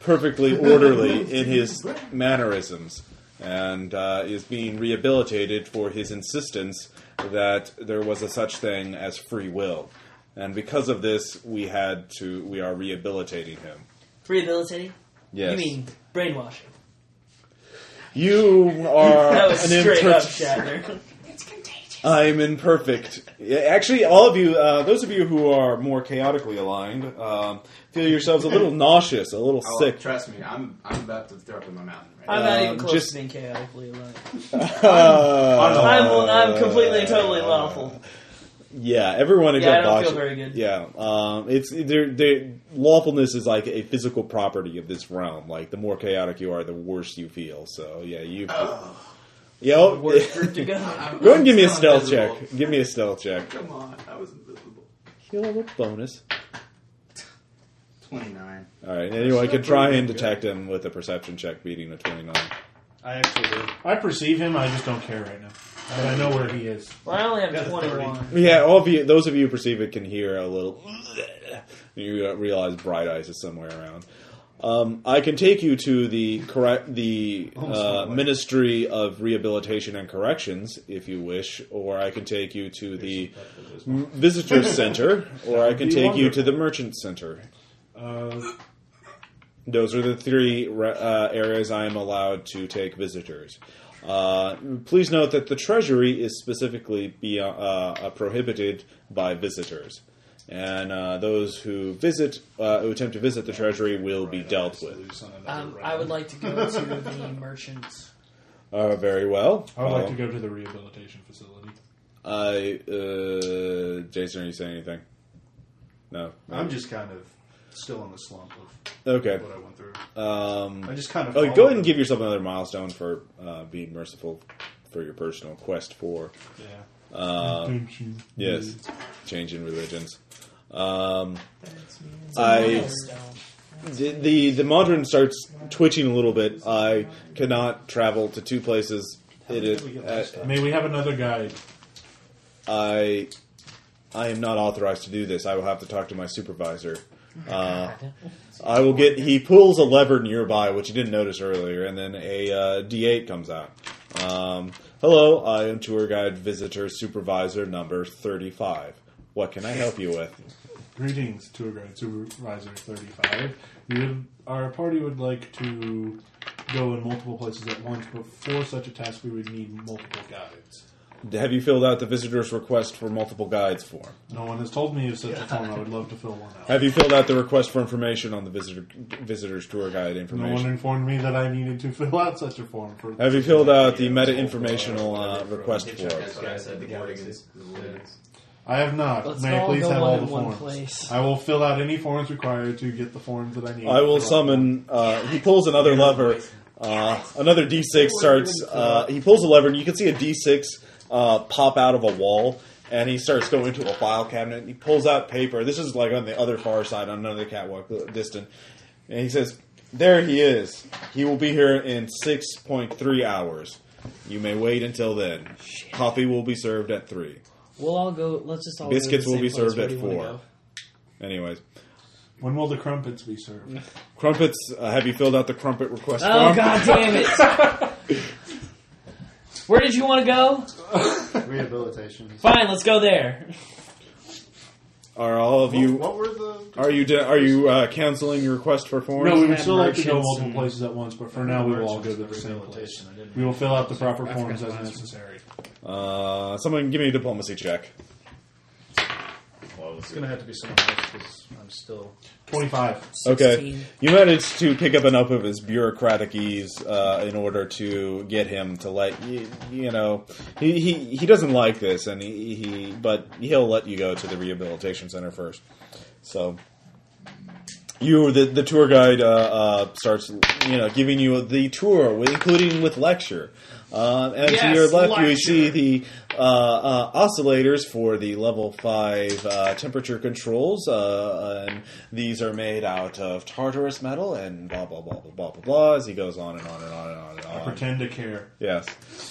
Speaker 1: perfectly orderly in his mannerisms and uh, is being rehabilitated for his insistence that there was a such thing as free will. And because of this, we had to we are rehabilitating him.
Speaker 6: Rehabilitating?
Speaker 1: Yes.
Speaker 6: You mean brainwashing?
Speaker 1: You are
Speaker 6: that was
Speaker 1: an
Speaker 6: straight up
Speaker 1: imperfect-
Speaker 6: Shatner.
Speaker 1: I'm imperfect. Yeah, Actually, all of you, uh, those of you who are more chaotically aligned, um, feel yourselves a little nauseous, a little
Speaker 5: Oh,
Speaker 1: sick.
Speaker 5: Trust me, I'm I'm about to throw up in my mouth. Right
Speaker 6: I'm
Speaker 5: now.
Speaker 6: not
Speaker 1: Um,
Speaker 6: even close
Speaker 1: just-
Speaker 6: to being chaotically aligned.
Speaker 1: Uh,
Speaker 6: I'm, I'm completely and totally lawful.
Speaker 1: Yeah, everyone
Speaker 6: Yeah, I
Speaker 1: except
Speaker 6: don't
Speaker 1: Bosch.
Speaker 6: feel very good.
Speaker 1: Yeah, um, it's they're, they're, lawfulness is like a physical property of this realm. Like the more chaotic you are, the worse you feel. So yeah, you. Yo, go
Speaker 6: Worst
Speaker 1: ahead
Speaker 6: group to go.
Speaker 5: I'm-
Speaker 1: and give me a
Speaker 5: I'm
Speaker 1: stealth
Speaker 5: invisible.
Speaker 1: check. Give me a stealth check.
Speaker 5: Come on, I was invisible.
Speaker 1: He'll have a bonus.
Speaker 5: Twenty nine.
Speaker 1: All right, anyone can try and detect him with a perception check beating a twenty-nine.
Speaker 7: I actually do.
Speaker 2: I perceive him, I just don't care right now. But I know where he is.
Speaker 6: Well, I only have
Speaker 7: That's
Speaker 6: 21.
Speaker 1: Yeah, all of you, those of you who perceive it can hear a little. You uh, realize Bright Eyes is somewhere around. Um, I can take you to the correct the
Speaker 2: Oh,
Speaker 1: uh, Ministry of Rehabilitation and Corrections if you wish, or I can take you to the Visitor Center, or I can
Speaker 2: be
Speaker 1: take you to
Speaker 2: wonderful.
Speaker 1: the Merchant Center.
Speaker 2: Uh,
Speaker 1: Those are the three re- uh, areas I am allowed to take visitors. Uh, please note that the treasury is specifically be, uh, uh, prohibited by visitors, and uh, those who visit uh, who attempt to visit the treasury will be dealt with.
Speaker 6: Um, I would like to go to the merchants.
Speaker 1: Uh, very well.
Speaker 2: I would like to
Speaker 1: Um,
Speaker 7: Oh.
Speaker 2: go to the rehabilitation facility.
Speaker 1: I uh, Jason, are you saying anything? No,
Speaker 7: I'm just kind of still in the slump of
Speaker 1: okay.
Speaker 7: what I went through.
Speaker 1: Um,
Speaker 7: I just kind of
Speaker 1: Oh,
Speaker 7: followed
Speaker 1: go ahead and give yourself another milestone for uh, being merciful for your personal quest for.
Speaker 2: Yeah.
Speaker 1: Uh,
Speaker 2: Redemption.
Speaker 1: yes, changing religions. Um,
Speaker 6: It's a
Speaker 1: I
Speaker 6: milestone.
Speaker 1: the, the the modern starts twitching a little bit. I cannot travel to two places. It is. uh,
Speaker 2: May we have another guide?
Speaker 1: I I am not authorized to do this. I will have to talk to my supervisor. Uh, I will get. He pulls a lever nearby, which you didn't notice earlier, and then a uh, D8 comes out. Um, Hello, I am tour guide visitor supervisor number thirty-five. What can I help you with?
Speaker 2: Greetings, tour guide supervisor 35. You, our party would like to go in multiple places at once, but for such a task, we would need multiple guides.
Speaker 1: Have you filled out the visitor's request for multiple guides form?
Speaker 2: No one has told me of such a form. I would love to fill one out.
Speaker 1: Have you filled out the request for information on the visitor visitor's tour guide
Speaker 2: No one
Speaker 1: information?
Speaker 2: informed me that I needed to fill out such a form. For
Speaker 1: Have you filled out the meta informational uh, request form?
Speaker 5: That's what I said. The boarding is
Speaker 2: I have not.
Speaker 6: Let's
Speaker 2: May I
Speaker 6: all
Speaker 2: please
Speaker 6: go
Speaker 2: have
Speaker 6: all
Speaker 2: all
Speaker 6: in
Speaker 2: the
Speaker 6: one
Speaker 2: forms?
Speaker 6: place.
Speaker 2: I will fill out any forms required to get the forms that I need.
Speaker 1: I will
Speaker 2: Fill out.
Speaker 1: summon. Uh, he pulls another lever. Uh, another D6 starts. Uh, he pulls a lever, and you can see a D6 uh, pop out of a wall. And he starts going to a file cabinet. He pulls out paper. This is like on the other far side, on another catwalk, uh, distant. And he says, "There he is. He will be here in six point three hours. You may wait until then. Coffee will be served at three.
Speaker 6: We'll all go. Let's just all go to the
Speaker 1: Biscuits will
Speaker 6: same
Speaker 1: be
Speaker 6: place.
Speaker 1: served
Speaker 6: Where
Speaker 1: at
Speaker 6: do you wanna
Speaker 1: four.
Speaker 6: go?
Speaker 1: Anyways,
Speaker 2: When will the crumpets be served?
Speaker 1: crumpets. Uh, have you filled out the crumpet request
Speaker 6: Oh
Speaker 1: form?
Speaker 6: god damn it! Where did you want to go?
Speaker 7: Rehabilitation.
Speaker 6: Fine, let's go there.
Speaker 1: Are all of you?
Speaker 7: What were the?
Speaker 1: Are you are you uh, canceling your request for forms?
Speaker 2: No, we would
Speaker 6: have
Speaker 2: still like to go
Speaker 6: merchants
Speaker 2: multiple
Speaker 6: and-
Speaker 2: places at once, but for now we will all go to the same place.
Speaker 7: Rehabilitation. I didn't.
Speaker 2: We will fill out the proper
Speaker 7: I
Speaker 2: forms as
Speaker 7: forgot the last
Speaker 2: necessary.
Speaker 1: Uh, someone give me a diplomacy check.
Speaker 8: Well, let's
Speaker 7: It's
Speaker 8: see.
Speaker 7: gonna have to be someone else because I'm still.
Speaker 2: 25.
Speaker 1: Okay, you managed to pick up enough of his bureaucratic ease uh, in order to get him to let you. You know, he, he, he doesn't like this, and he, he but he'll let you go to the rehabilitation center first. So you the the tour guide uh, uh, starts you know giving you the tour, with, including with lecture. Uh, and to
Speaker 6: Yes,
Speaker 1: your left, you
Speaker 6: lecture.
Speaker 1: see the uh, uh, oscillators for the level five uh, temperature controls, uh, and these are made out of tartarus metal and blah blah blah blah blah blah. blah as he goes on and on and on and on and
Speaker 2: I
Speaker 1: on.
Speaker 2: pretend to care.
Speaker 1: Yes.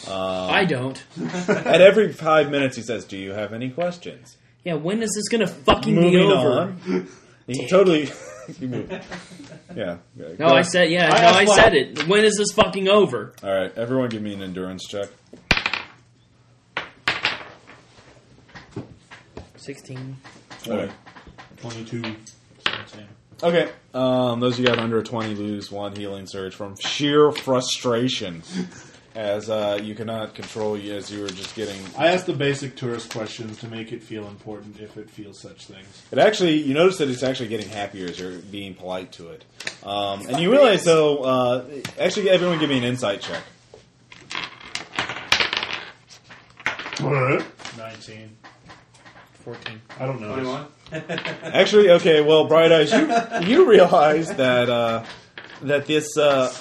Speaker 1: Um,
Speaker 4: I don't.
Speaker 1: At every five minutes, he says, "Do you have any questions?"
Speaker 4: Yeah, when is this gonna fucking be
Speaker 1: Moving
Speaker 4: over?
Speaker 1: on. He totally. you move. Yeah. yeah. Go-
Speaker 4: No, I said yeah.
Speaker 1: I
Speaker 4: no, I
Speaker 1: asked
Speaker 4: said it. When is this fucking over?
Speaker 1: All right, everyone, give me an endurance check.
Speaker 6: Sixteen.
Speaker 2: 22.
Speaker 1: Okay. Um, those of you got under a 20 lose one healing surge from sheer frustration. As uh, you cannot control, as you were just getting.
Speaker 2: I ask the basic tourist questions to make it feel important if it feels such things.
Speaker 1: It actually, you notice that it's actually getting happier as you're being polite to it. Um, and you realize, though, uh, actually, everyone give me an insight check.
Speaker 2: 19.
Speaker 4: Fourteen.
Speaker 2: I don't know.
Speaker 5: 21.
Speaker 1: Actually, okay. Well, Bright Eyes, you you realize that uh, that this uh,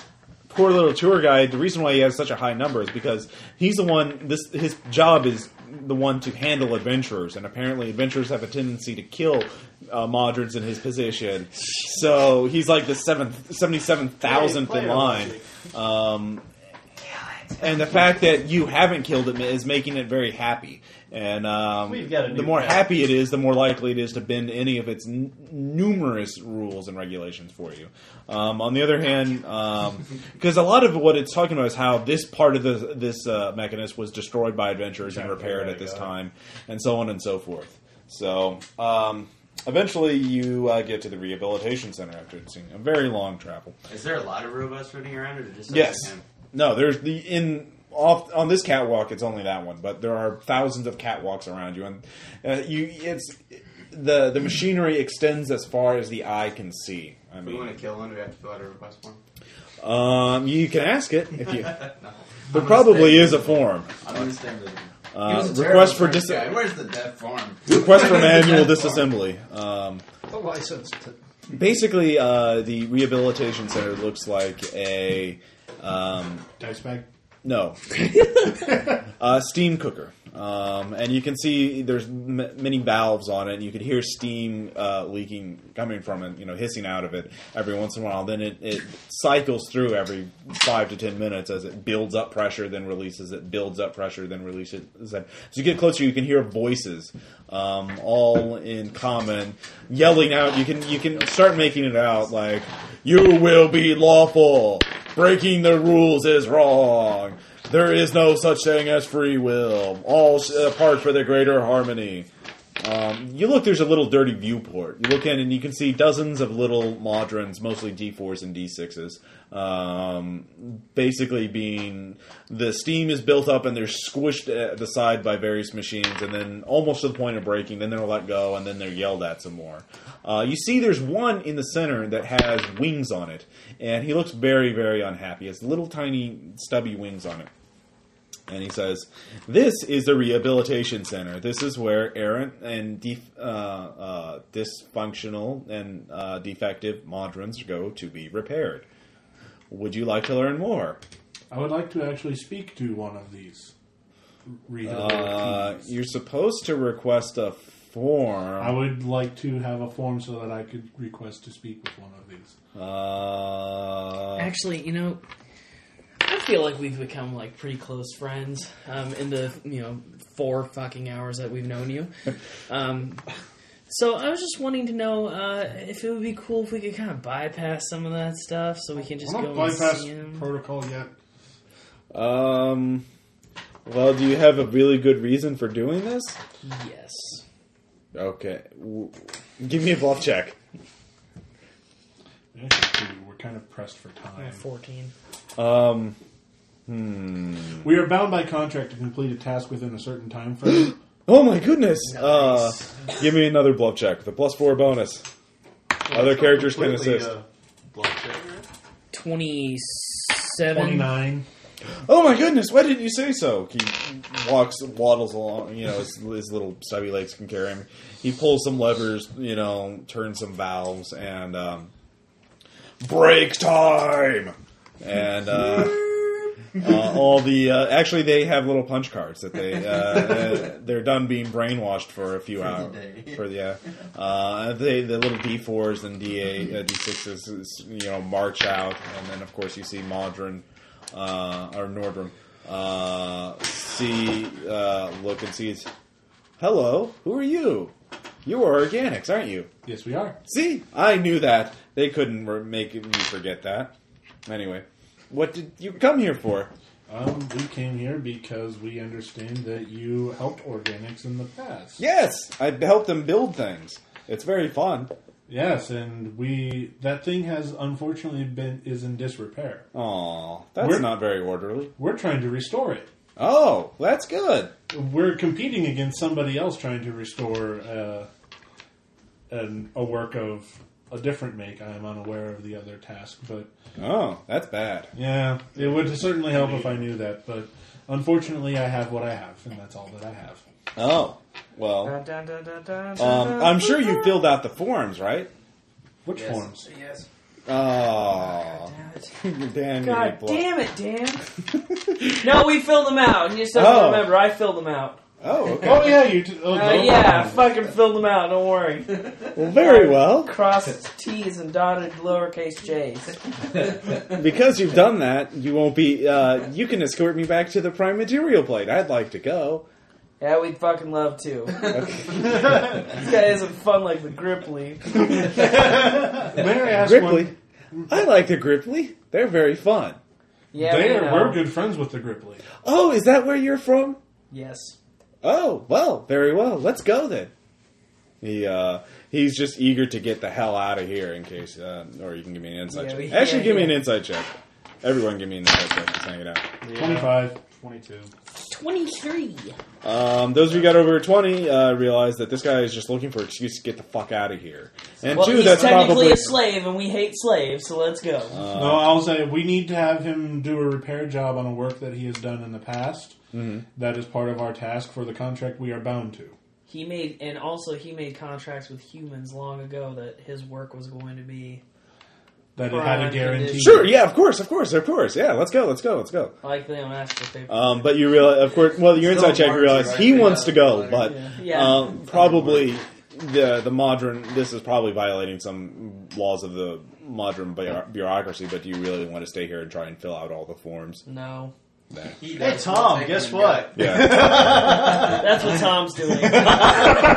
Speaker 1: poor little tour guide, the reason why he has such a high number is because he's the one. This his job is the one to handle adventurers, and apparently, adventurers have a tendency to kill uh, Modrons in his position. So he's like the seventh, seventy-seven thousandth in line. Um, and the fact that you haven't killed it is making it very happy. And um,
Speaker 7: We've got a
Speaker 1: the
Speaker 7: new
Speaker 1: more
Speaker 7: pet.
Speaker 1: happy it is, the more likely it is to bend any of its n- numerous rules and regulations for you. Um, on the other hand, because a lot of what it's talking about is how this part of the, this uh, mechanism was destroyed by adventurers and repaired at this time, and so on and so forth. So um, eventually, you uh, get to the rehabilitation center after seeing a very long travel.
Speaker 5: Is there a lot of robots running around, or just us
Speaker 1: Yes.
Speaker 5: and him?
Speaker 1: No, there's the in off on this catwalk. It's only that one, but there are thousands of catwalks around you, and uh, you it's the the machinery extends as far as the eye can see. I
Speaker 5: If we want
Speaker 1: mean,
Speaker 5: to kill one, do we have to fill out a request form?
Speaker 1: um, you can ask it if you.
Speaker 5: No.
Speaker 1: There
Speaker 5: I'm
Speaker 1: probably
Speaker 5: gonna
Speaker 1: is a
Speaker 5: stay-
Speaker 1: form.
Speaker 5: I'm gonna stay with him.
Speaker 1: Uh,
Speaker 5: He was a terrible
Speaker 1: request for
Speaker 5: first
Speaker 1: dis-
Speaker 5: guy. Where's the death form?
Speaker 1: Request for
Speaker 5: Where's the
Speaker 1: manual
Speaker 5: death form?
Speaker 1: disassembly. Um,
Speaker 13: A license to
Speaker 1: basically, uh, the rehabilitation center looks like a um,
Speaker 2: dice bag.
Speaker 1: No, uh, steam cooker, um, and you can see there's m- many valves on it, and you can hear steam uh, leaking coming from it, you know, hissing out of it every once in a while. Then it, it cycles through every five to ten minutes as it builds up pressure, then releases it, builds up pressure, then releases it. As you get closer, you can hear voices, um, all in common, yelling out. You can you can start making it out like, "You will be lawful." Breaking the rules is wrong. There is no such thing as free will. All s- apart for the greater harmony. Um, you look, there's a little dirty viewport. You look in and you can see dozens of little modrons, mostly D4s and D6s, um, basically being the steam is built up and they're squished at the side by various machines and then almost to the point of breaking. Then they're let go and then they're yelled at some more. Uh, you see, there's one in the center that has wings on it, and he looks very, very unhappy. It's little tiny stubby wings on it. And he says, "This is the rehabilitation center. This is where errant and def- uh, uh, dysfunctional and uh, defective modrons go to be repaired. Would you like to learn more?"
Speaker 2: I would like to actually speak to one of these. Read
Speaker 1: Uh, you're supposed to request a form.
Speaker 2: I would like to have a form so that I could request to speak with one of these.
Speaker 1: Uh,
Speaker 11: Actually, you know, I feel like we've become like pretty close friends um, in the you know four fucking hours that we've known you. Um, so I was just wanting to know uh, if it would be cool if we could kind of bypass some of that stuff, so we can just
Speaker 2: I'm
Speaker 11: go
Speaker 2: not bypass
Speaker 11: and see him.
Speaker 2: protocol yet.
Speaker 1: um, well, do you have a really good reason for doing this?
Speaker 11: Yes.
Speaker 1: Okay, w- give me a bluff check.
Speaker 2: Actually, we're kind of pressed for time.
Speaker 11: Fourteen.
Speaker 1: Um, hmm.
Speaker 2: We are bound by contract to complete a task within a certain time frame.
Speaker 1: Oh my goodness! Uh, give me another bluff check. The plus four bonus. Other characters can assist.
Speaker 7: uh,
Speaker 11: Twenty-seven.
Speaker 2: 29.
Speaker 1: Oh my goodness! Why didn't you say so? He walks, waddles along. You know, his, his little stubby legs can carry him. He pulls some levers. You know, turns some valves, and um, break time. And uh, uh, all the uh, actually, they have little punch cards that they uh, uh, they're done being brainwashed for a few hours for the yeah. Uh, they the little D fours and D eight uh, D sixes you know march out, and then of course you see Modron uh, or Nordrum uh, see uh, look and sees. Hello, who are you? You are organics, aren't you?
Speaker 2: Yes, we are.
Speaker 1: See, I knew that. They couldn't re- make me forget that. Anyway, what did you come here for?
Speaker 2: Um, we came here because we understand that you helped organics in the past.
Speaker 1: Yes, I helped them build things. It's very fun.
Speaker 2: Yes, and we that thing has unfortunately been is in disrepair.
Speaker 1: Aw, that's
Speaker 2: We're-
Speaker 1: not very orderly.
Speaker 2: We're trying to restore it.
Speaker 1: Oh, that's good.
Speaker 2: We're competing against somebody else trying to restore uh, an, a work of a different make. I am unaware of the other task, but
Speaker 1: Oh, that's bad.
Speaker 2: yeah, it would certainly help if I knew that. But unfortunately, I have what I have, and that's all that I have.
Speaker 1: Oh, well,
Speaker 4: Uh,
Speaker 1: um, I'm sure you filled out the forms, right?
Speaker 2: Which
Speaker 5: Yes.
Speaker 2: forms?
Speaker 5: Yes.
Speaker 1: Oh, damn you!
Speaker 6: God
Speaker 1: bluff.
Speaker 6: damn it, Dan. no, we filled them out. He just doesn't
Speaker 1: Oh.
Speaker 6: remember. I filled them out.
Speaker 1: Oh, okay.
Speaker 2: Oh yeah, you. T- oh,
Speaker 6: Uh,
Speaker 2: no.
Speaker 6: yeah, I fucking filled them out. Don't worry.
Speaker 1: Well, very well.
Speaker 6: Crossed T's and dotted lowercase J's.
Speaker 1: Because you've done that, you won't be. Uh, you can escort me back to the prime material plate. I'd like to go.
Speaker 6: Yeah, we'd fucking love to. this guy isn't fun like the Gripply.
Speaker 2: May I ask
Speaker 1: Gripply. I like the Gripply. They're very fun.
Speaker 6: Yeah,
Speaker 2: they
Speaker 6: we
Speaker 2: are,
Speaker 6: know.
Speaker 2: we're good friends with the Gripley.
Speaker 1: Oh, is that where you're from?
Speaker 6: Yes.
Speaker 1: Oh, well, very well. Let's go then. He uh, he's just eager to get the hell out of here in case, uh, or you can give me an insight
Speaker 6: Yeah,
Speaker 1: check.
Speaker 6: we-
Speaker 1: Actually,
Speaker 6: yeah,
Speaker 1: give me
Speaker 6: yeah.
Speaker 1: an insight check. Everyone, give me an insight check. Just hang it out.
Speaker 2: Twenty-five.
Speaker 13: 22.
Speaker 11: 23.
Speaker 1: Um, those of you who got over 20 uh, realize that this guy is just looking for an excuse to get the fuck out of here. And
Speaker 11: well,
Speaker 1: two,
Speaker 11: he's
Speaker 1: that's
Speaker 11: technically
Speaker 1: probably Uh.
Speaker 11: a slave, and we hate slaves, so let's go.
Speaker 6: Uh,
Speaker 2: no, I'll say we need to have him do a repair job on a work that he has done in the past.
Speaker 1: Mhm.
Speaker 2: That is part of our task for the contract we are bound to.
Speaker 11: He made, and also he made contracts with humans long ago that his work was going to be.
Speaker 2: That it had a
Speaker 11: prime
Speaker 2: guarantee.
Speaker 11: condition.
Speaker 1: sure. Yeah, of course, of course, of course. Yeah, let's go, let's go, let's go.
Speaker 11: Like they don't ask for paper.
Speaker 1: Um, but you realize, of course, well, your
Speaker 11: Still
Speaker 1: inside check
Speaker 11: marks
Speaker 1: you realize
Speaker 11: right
Speaker 1: he
Speaker 11: there.
Speaker 1: wants to go, but
Speaker 11: Yeah.
Speaker 1: Um, probably the the modern. This is probably violating some laws of the modern bu- bureaucracy. But do you really want to stay here and try and fill out all the forms?
Speaker 11: No.
Speaker 1: Nah.
Speaker 13: Hey, Tom, guess what?
Speaker 1: Yeah.
Speaker 11: That's what Tom's doing.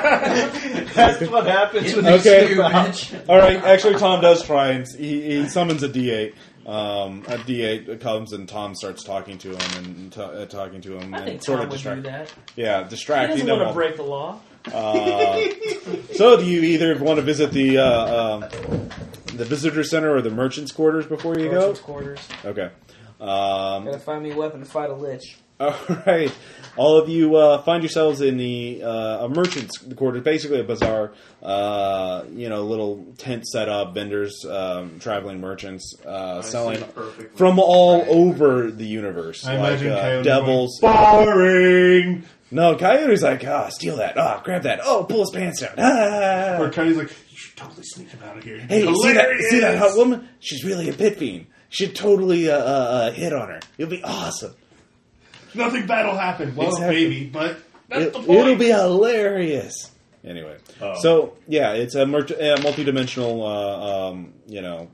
Speaker 13: That's what happens when
Speaker 1: okay.
Speaker 13: you match.
Speaker 1: All right. Actually, Tom does try and he, he summons a D8. Um, a D8 comes and Tom starts talking to him and t- uh, talking to him
Speaker 11: I
Speaker 1: and
Speaker 11: think
Speaker 1: sort
Speaker 11: Tom
Speaker 1: of
Speaker 11: would
Speaker 1: distract.
Speaker 11: do that.
Speaker 1: Yeah,
Speaker 11: He
Speaker 1: distract.
Speaker 11: doesn't
Speaker 1: you know,
Speaker 11: want to break the law.
Speaker 1: Uh, so, do you either want to visit the uh, uh, the visitor center or the merchants' quarters before you
Speaker 11: Merchants'
Speaker 1: go?
Speaker 11: quarters.
Speaker 1: Okay. Um,
Speaker 11: Gotta find me a weapon to fight a lich.
Speaker 1: all right. All of you uh, find yourselves in the uh, a merchant's quarters, basically a bazaar, uh, you know, little tent set up, vendors, um, traveling merchants uh, selling
Speaker 2: perfectly.
Speaker 1: from all over the universe.
Speaker 2: I
Speaker 1: like,
Speaker 2: imagine
Speaker 1: uh,
Speaker 2: Coyote's
Speaker 1: devils.
Speaker 2: Boring!
Speaker 1: No, Coyote's like, ah, steal that. Ah, grab that. Oh, pull his pants down. Ah.
Speaker 2: Or Cody's like, you should totally sneak him out of here.
Speaker 1: Hey, see that,
Speaker 2: Hilarious!
Speaker 1: see that hot woman? She's really a pit fiend. You should totally uh, uh, uh, hit on her. It'll be awesome.
Speaker 2: Nothing bad will happen. Well,
Speaker 1: Exactly.
Speaker 2: maybe, but that's
Speaker 1: It,
Speaker 2: the point.
Speaker 1: will be hilarious. Anyway,
Speaker 2: Oh.
Speaker 1: so yeah, it's a, mer- a multi-dimensional, uh, um, you know,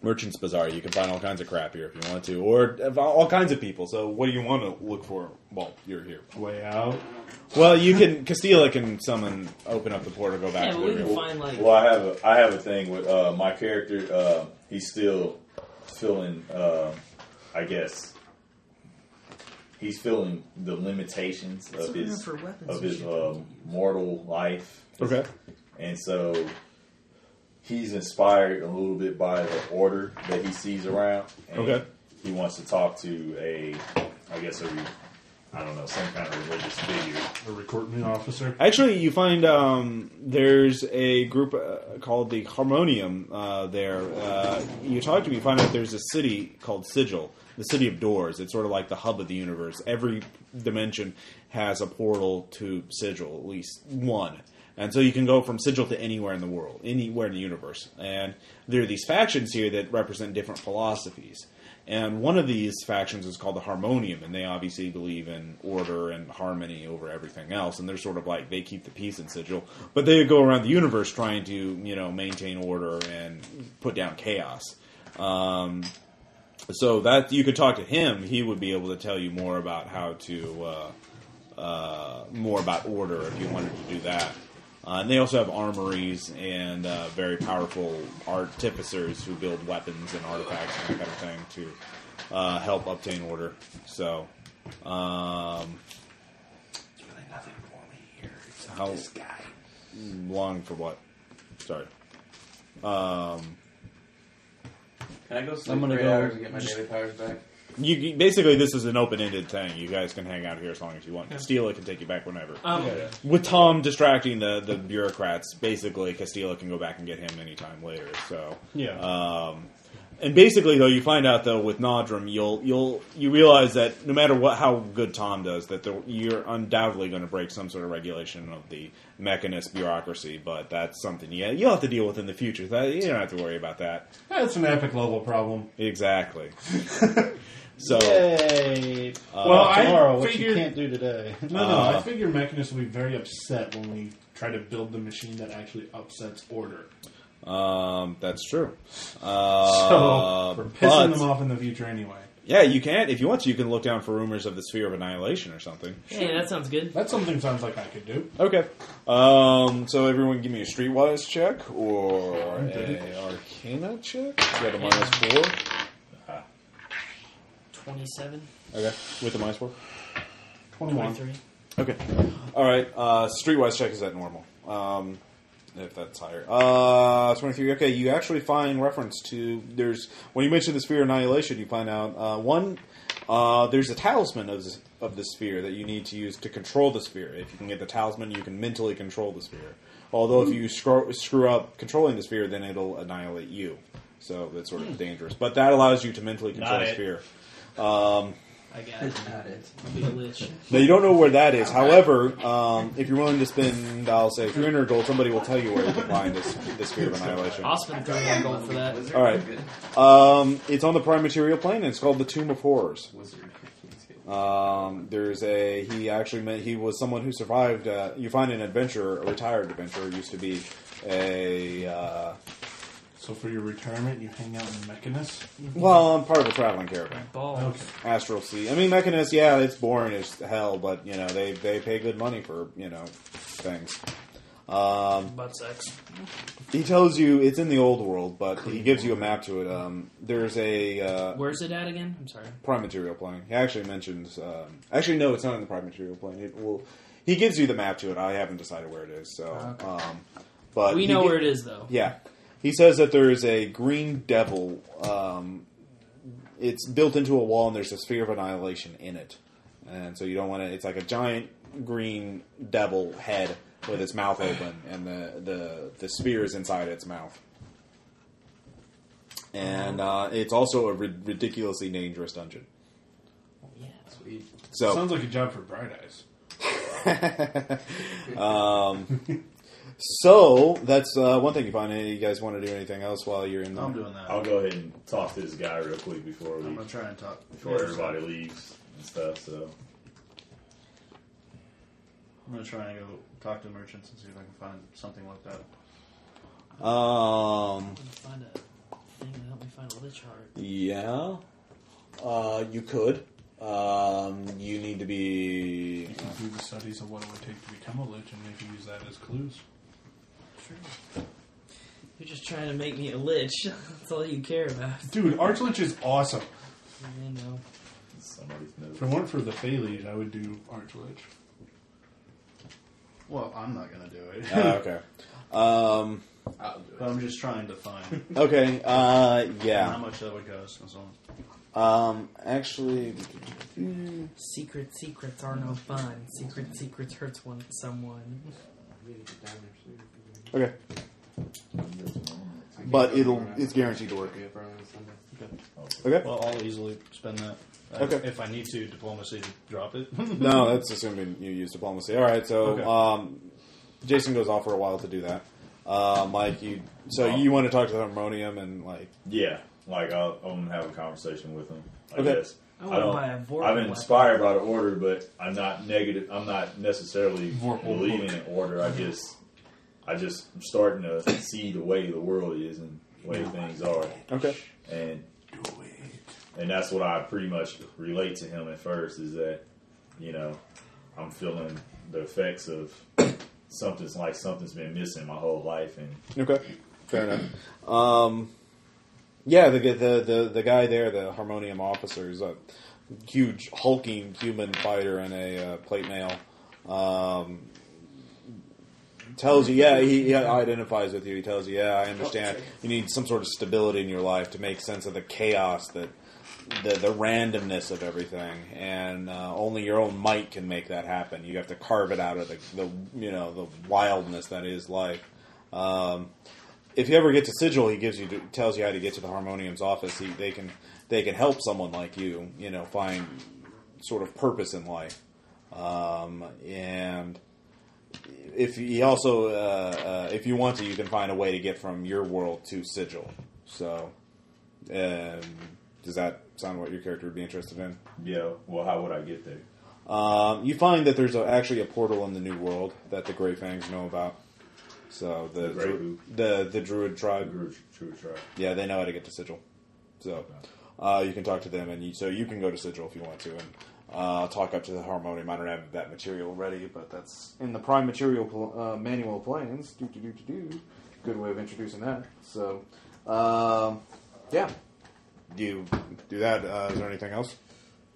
Speaker 1: merchant's bazaar. You can find all kinds of crap here if you want to, or uh, all kinds of people. So, what do you want to look for while you're here?
Speaker 2: Way out.
Speaker 1: Well, you can. Castilla can summon, open up the portal, go back to the room.
Speaker 8: Well, I have a, I have a thing with uh, my character. Uh, he's still feeling, uh, I guess, he's feeling the limitations
Speaker 11: Let's
Speaker 8: of
Speaker 11: look
Speaker 8: his
Speaker 11: for weapons
Speaker 8: of
Speaker 11: we
Speaker 8: his
Speaker 11: should
Speaker 8: um mortal life.
Speaker 1: Okay.
Speaker 8: and so he's inspired a little bit by the order that he sees around. And
Speaker 1: Okay.
Speaker 8: he wants to talk to a, I guess a, re- I don't know, some kind of religious figure.
Speaker 2: A recruitment officer.
Speaker 1: Actually, you find um, there's a group uh, called the Harmonium uh, there. Uh, you talk to me, you find out there's a city called Sigil, the city of doors. It's sort of like the hub of the universe. Every dimension has a portal to Sigil, at least one. And so you can go from Sigil to anywhere in the world, anywhere in the universe. And there are these factions here that represent different philosophies. And one of these factions is called the Harmonium, and they obviously believe in order and harmony over everything else. And they're sort of like they keep the peace in Sigil, but they go around the universe trying to you know maintain order and put down chaos. Um, so that you could talk to him; he would be able to tell you more about how to uh, uh, more about order if you wanted to do that. Uh, and they also have armories and uh, very powerful artificers who build weapons and artifacts and that kind of thing to uh, help obtain order. So, um, how long for what? Sorry. Um,
Speaker 5: Can I go sleep
Speaker 1: I'm gonna
Speaker 5: for eight
Speaker 1: go
Speaker 5: hours and get my
Speaker 1: just-
Speaker 5: daily powers back?
Speaker 1: you, you- basically this is an open-ended thing. You guys can hang out here as long as you want. Castilla can take you back whenever.
Speaker 5: Um, Yeah, yeah.
Speaker 1: With Tom distracting the, the bureaucrats, basically Castilla can go back and get him anytime later. So
Speaker 7: Yeah.
Speaker 1: Um, and basically though, you find out though with Nodrum, you'll you'll you realize that no matter what how good Tom does, that the, you're undoubtedly going to break some sort of regulation of the mechanist bureaucracy. But that's something you you'll have to deal with in the future. That, you don't have to worry about that.
Speaker 2: That's an epic level problem.
Speaker 1: Exactly. so.
Speaker 7: Yay.
Speaker 1: Uh,
Speaker 2: well,
Speaker 7: tomorrow,
Speaker 2: I
Speaker 7: what you
Speaker 2: figured,
Speaker 7: can't do today.
Speaker 2: No, no,
Speaker 1: Uh,
Speaker 2: I figure Mechanist will be very upset when we try to build the machine that actually upsets order.
Speaker 1: Um, that's true.
Speaker 2: so,
Speaker 1: Uh,
Speaker 2: we're pissing
Speaker 1: but-
Speaker 2: them off in the future anyway.
Speaker 1: Yeah, you can if you want to. You can look down for rumors of the sphere of annihilation or something.
Speaker 11: Hey, that sounds good.
Speaker 2: That's something sounds like I could do.
Speaker 1: Okay. Um, so everyone, give me a streetwise check or a arcana check. You got a minus four.
Speaker 11: 27.
Speaker 1: Okay, with a minus four.
Speaker 2: 21.
Speaker 11: 23.
Speaker 1: Okay. All right. Uh, streetwise check is at normal. Um, if that's higher. Uh, 23. Okay, you actually find reference to. There's. When you mention the sphere of annihilation, you find out. Uh, one, Uh, there's a talisman of, this, of the sphere that you need to use to control the sphere. If you can get the talisman, you can mentally control the sphere. Although if you screw, screw up controlling the sphere, then it'll annihilate you. So that's sort of dangerous. But that allows you to mentally control
Speaker 11: Not
Speaker 1: the
Speaker 11: it.
Speaker 1: sphere. Um,
Speaker 11: I got it. Not it. Glitch.
Speaker 1: now you don't know where that is. However, um, if you're willing to spend, I'll say, 300 gold, somebody will tell you where you can find this, this sphere of annihilation.
Speaker 11: I'll spend 31 gold for that.
Speaker 1: All right. Um, it's on the prime material plane. And it's called the Tomb of Horrors. Um, there's a he actually met, he was someone who survived. Uh, you find an adventurer, a retired adventurer, used to be a. Uh,
Speaker 2: So for your retirement, you hang out in Mechanus?
Speaker 1: well, I'm part of a traveling caravan.
Speaker 2: Balls. Okay.
Speaker 1: Astral Sea. I mean, Mechanist, yeah, it's boring as hell, but, you know, they, they pay good money for, you know, things. Um,
Speaker 11: Butt sex.
Speaker 1: He tells you it's in the old world, but he gives you a map to it. Um, there's a uh,
Speaker 11: Where's it at again? I'm sorry.
Speaker 1: prime material plane. He actually mentions. Um, actually, no, it's not in the prime material plane. It will. He gives you the map to it. I haven't decided where it is. So, um, but
Speaker 11: We
Speaker 1: he
Speaker 11: know
Speaker 1: gi-
Speaker 11: where it is, though.
Speaker 1: Yeah, he says that there is a green devil. Um, it's built into a wall, and there's a sphere of annihilation in it, and so you don't want to. It's like a giant green devil head with its mouth open, and the the the sphere is inside its mouth. And uh, it's also a rid- ridiculously dangerous dungeon.
Speaker 11: Yeah,
Speaker 5: sweet.
Speaker 1: So
Speaker 2: Sounds like a job for Bright Eyes.
Speaker 1: um, so that's uh, one thing you find. You guys want to do anything else while you're in?
Speaker 7: I'm
Speaker 1: there?
Speaker 7: doing that.
Speaker 8: I'll go ahead and talk to this guy real quick before we.
Speaker 7: I'm gonna try and talk.
Speaker 8: before
Speaker 7: Yeah.
Speaker 8: everybody leaves and stuff. So
Speaker 7: I'm gonna try and go talk to merchants and see if I can find something like that.
Speaker 1: Um,
Speaker 11: Find a thing to help me find a lich heart.
Speaker 1: yeah, uh, you could. Um, you need to be.
Speaker 2: You can do the studies of what it would take to become a lich, and maybe use that as clues.
Speaker 11: You're just trying to make me a lich. That's all you care about.
Speaker 2: Dude, Archlich is awesome.
Speaker 11: I know.
Speaker 8: somebody's
Speaker 2: If it weren't for the Phalanx, I would do Archlich.
Speaker 7: Well, I'm not gonna do it.
Speaker 1: Ah, okay. Um,
Speaker 7: But I'm just trying to find
Speaker 1: okay. Uh,
Speaker 7: how
Speaker 1: yeah.
Speaker 7: much that would cost and so on.
Speaker 1: Um, actually,
Speaker 11: Secret secrets are no fun. Secret secrets hurts one someone.
Speaker 1: okay. But it'll it's guaranteed to work. Okay.
Speaker 7: Well, I'll easily spend that. Uh,
Speaker 1: Okay.
Speaker 7: If I need to, diplomacy to drop it.
Speaker 1: no, that's assuming you use diplomacy. All right, so
Speaker 7: Okay.
Speaker 1: um, Jason goes off for a while to do that. Uh, Mike, you so you want to talk to the harmonium and like
Speaker 8: yeah, like I'll, I'm gonna have a conversation with him. I
Speaker 1: Okay.
Speaker 8: guess.
Speaker 11: I wanna buy a Vorpal
Speaker 8: I'm
Speaker 11: weapon.
Speaker 8: inspired by the order, but I'm not negative. I'm not necessarily believing in order. I just, I just am starting to see the way the world is and the way things are.
Speaker 1: Okay.
Speaker 8: And and that's what I pretty much relate to him at first is that, you know, I'm feeling the effects of something's like something's been missing my whole life, and
Speaker 1: okay, fair enough. Um, yeah, the, the the the guy there, the harmonium officer, is a huge hulking human fighter in a uh, plate mail. Um, tells you, yeah, he, he identifies with you. He tells you, yeah, I understand. You need some sort of stability in your life to make sense of the chaos that the the randomness of everything, and uh, only your own might can make that happen. You have to carve it out of the, the you know the wildness that is life. Um, if you ever get to Sigil, he gives you tells you how to get to the Harmonium's office. He, they can they can help someone like you, you know, find sort of purpose in life. Um, and if he also, uh, uh, if you want to, you can find a way to get from your world to Sigil. So, um, does that sound what your character would be interested in?
Speaker 8: yeah. Well, how would I get there?
Speaker 1: Um, you find that there's a, actually a portal in the New World that the Grey Fangs know about. So the
Speaker 8: The Grey who?
Speaker 1: the the Druid tribe,
Speaker 8: Druid, Druid tribe.
Speaker 1: yeah, they know how to get to Sigil. So uh, you can talk to them, and you, so you can go to Sigil if you want to, and uh, talk up to the Harmonium. I don't have that material ready, but that's in the Prime Material pl- uh, Manual Plans. Do do do do do. Good way of introducing that. So um, yeah, do you do that? Uh, is there anything else?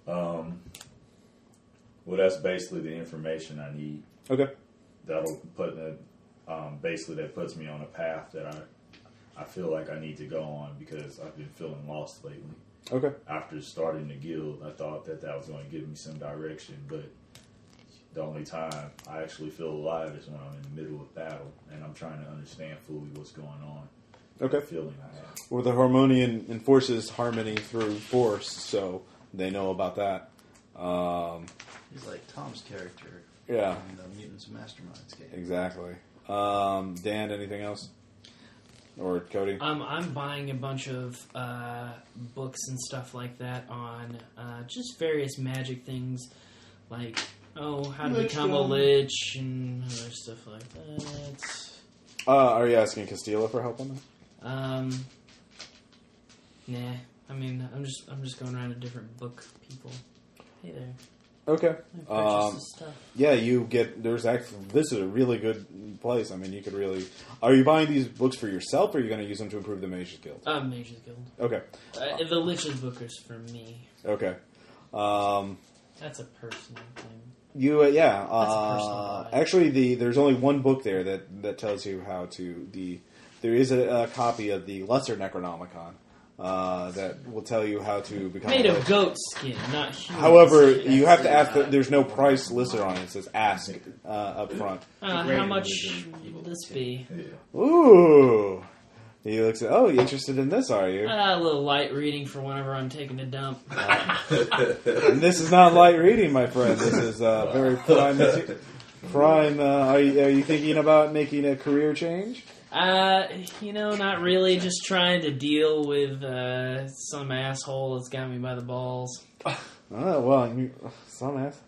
Speaker 8: Um, well, that's basically the information I need.
Speaker 1: Okay.
Speaker 8: That'll put the um, basically that puts me on a path that I I feel like I need to go on because I've been feeling lost lately.
Speaker 1: Okay.
Speaker 8: After starting the guild, I thought that that was going to give me some direction, but the only time I actually feel alive is when I'm in the middle of battle and I'm trying to understand fully what's going on.
Speaker 1: Okay.
Speaker 8: The feeling I have.
Speaker 1: Well, the Harmonian enforces harmony through force, so they know about that. Um,
Speaker 7: He's like Tom's character.
Speaker 1: Yeah.
Speaker 7: In the Mutants and uh, Masterminds game.
Speaker 1: exactly. Um, Dan, anything else? Or Cody?
Speaker 6: Um, I'm buying a bunch of uh, books and stuff like that on uh, just various magic things, like oh, how to
Speaker 19: Lich
Speaker 6: become a
Speaker 19: Dom.
Speaker 6: lich and other stuff like that.
Speaker 1: Uh, are you asking Castillo for help on that?
Speaker 6: Um, nah, I mean, I'm just I'm just going around to different book people. Hey there.
Speaker 1: Okay.
Speaker 6: I purchased
Speaker 1: Um,
Speaker 6: this stuff.
Speaker 1: yeah, you get. There's actually. This is a really good place. I mean, you could really. Are you buying these books for yourself, or are you going to use them to improve the Mages Guild?
Speaker 6: Uh, Mage's Guild.
Speaker 1: Okay.
Speaker 6: Uh, the Lich's Book is for me.
Speaker 1: Okay. Um,
Speaker 6: That's a personal thing.
Speaker 1: you uh, yeah.
Speaker 6: That's a personal
Speaker 1: Uh, actually, the there's only one book there that that tells you how to the. There is a, a copy of the Lesser Necronomicon uh, that will tell you how to become
Speaker 6: Made
Speaker 1: a
Speaker 6: of
Speaker 1: lich.
Speaker 6: goat skin, not human.
Speaker 1: However,
Speaker 6: skin.
Speaker 1: you have to ask. The, there's no price listed on it. It says ask uh, up front.
Speaker 6: Uh, how much will this be?
Speaker 1: Ooh. He looks at, oh, you interested in this, are you?
Speaker 6: Uh, a little light reading for whenever I'm taking a dump.
Speaker 1: and this is not light reading, my friend. This is uh, very prime. mate- Prime, uh, are, you, are you thinking about making a career change?
Speaker 6: Uh, you know, not really. Just trying to deal with uh, some asshole that's got me by the balls.
Speaker 1: Oh, well, you, some ass.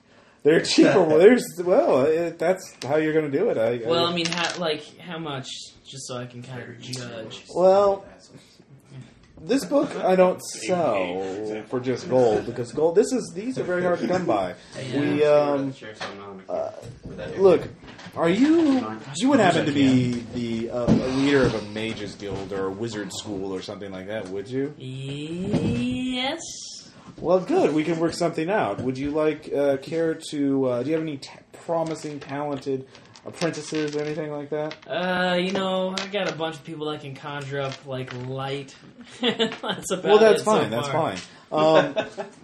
Speaker 1: They're cheaper. well, there's, well, it, that's how you're going to do it. I,
Speaker 6: Well, I mean, how, like how much? Just so I can kind of judge.
Speaker 1: Well, this book I don't sell for just gold because gold. This is these are very hard to come by. We um, uh, look. Are you? You would happen to be the uh, leader of a mages guild or a wizard school or something like that, would you?
Speaker 6: Yes.
Speaker 1: Well, good. We can work something out. Would you like uh, care to? Uh, do you have any t- promising, talented apprentices or anything like that?
Speaker 6: Uh, you know, I got a bunch of people that can conjure up like light. that's about
Speaker 1: well, that's
Speaker 6: it so
Speaker 1: fine. that's
Speaker 6: far.
Speaker 1: fine. Um,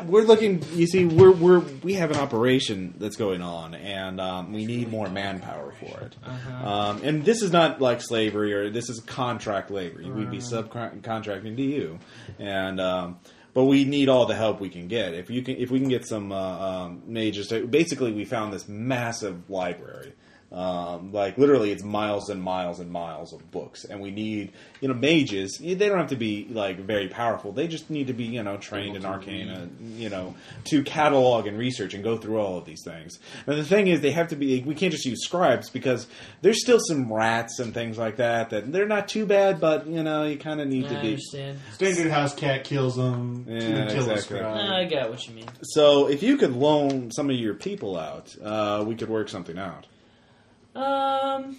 Speaker 1: we're looking. You see, we're we're we have an operation that's going on, and um, we need more manpower for it.
Speaker 6: Uh-huh.
Speaker 1: Um, and this is not like slavery, or this is contract labor. We'd be subcontracting to you, and um, but we need all the help we can get. If you can, if we can get some uh, um, mages, to, basically, we found this massive library. Um, like literally, it's miles and miles and miles of books, and we need you know mages. They don't have to be like very powerful. They just need to be you know trained in arcana, you know, to catalog and research and go through all of these things. And the thing is, they have to be. We can't just use scribes because there's still some rats and things like that that they're not too bad, but you know you kind of need
Speaker 6: I
Speaker 1: to be.
Speaker 6: understand.
Speaker 2: Standard house cat kills them.
Speaker 1: Yeah,
Speaker 2: kill the
Speaker 1: exactly.
Speaker 2: scribe.
Speaker 6: I got what you mean.
Speaker 1: So if you could loan some of your people out, uh, we could work something out.
Speaker 6: Um,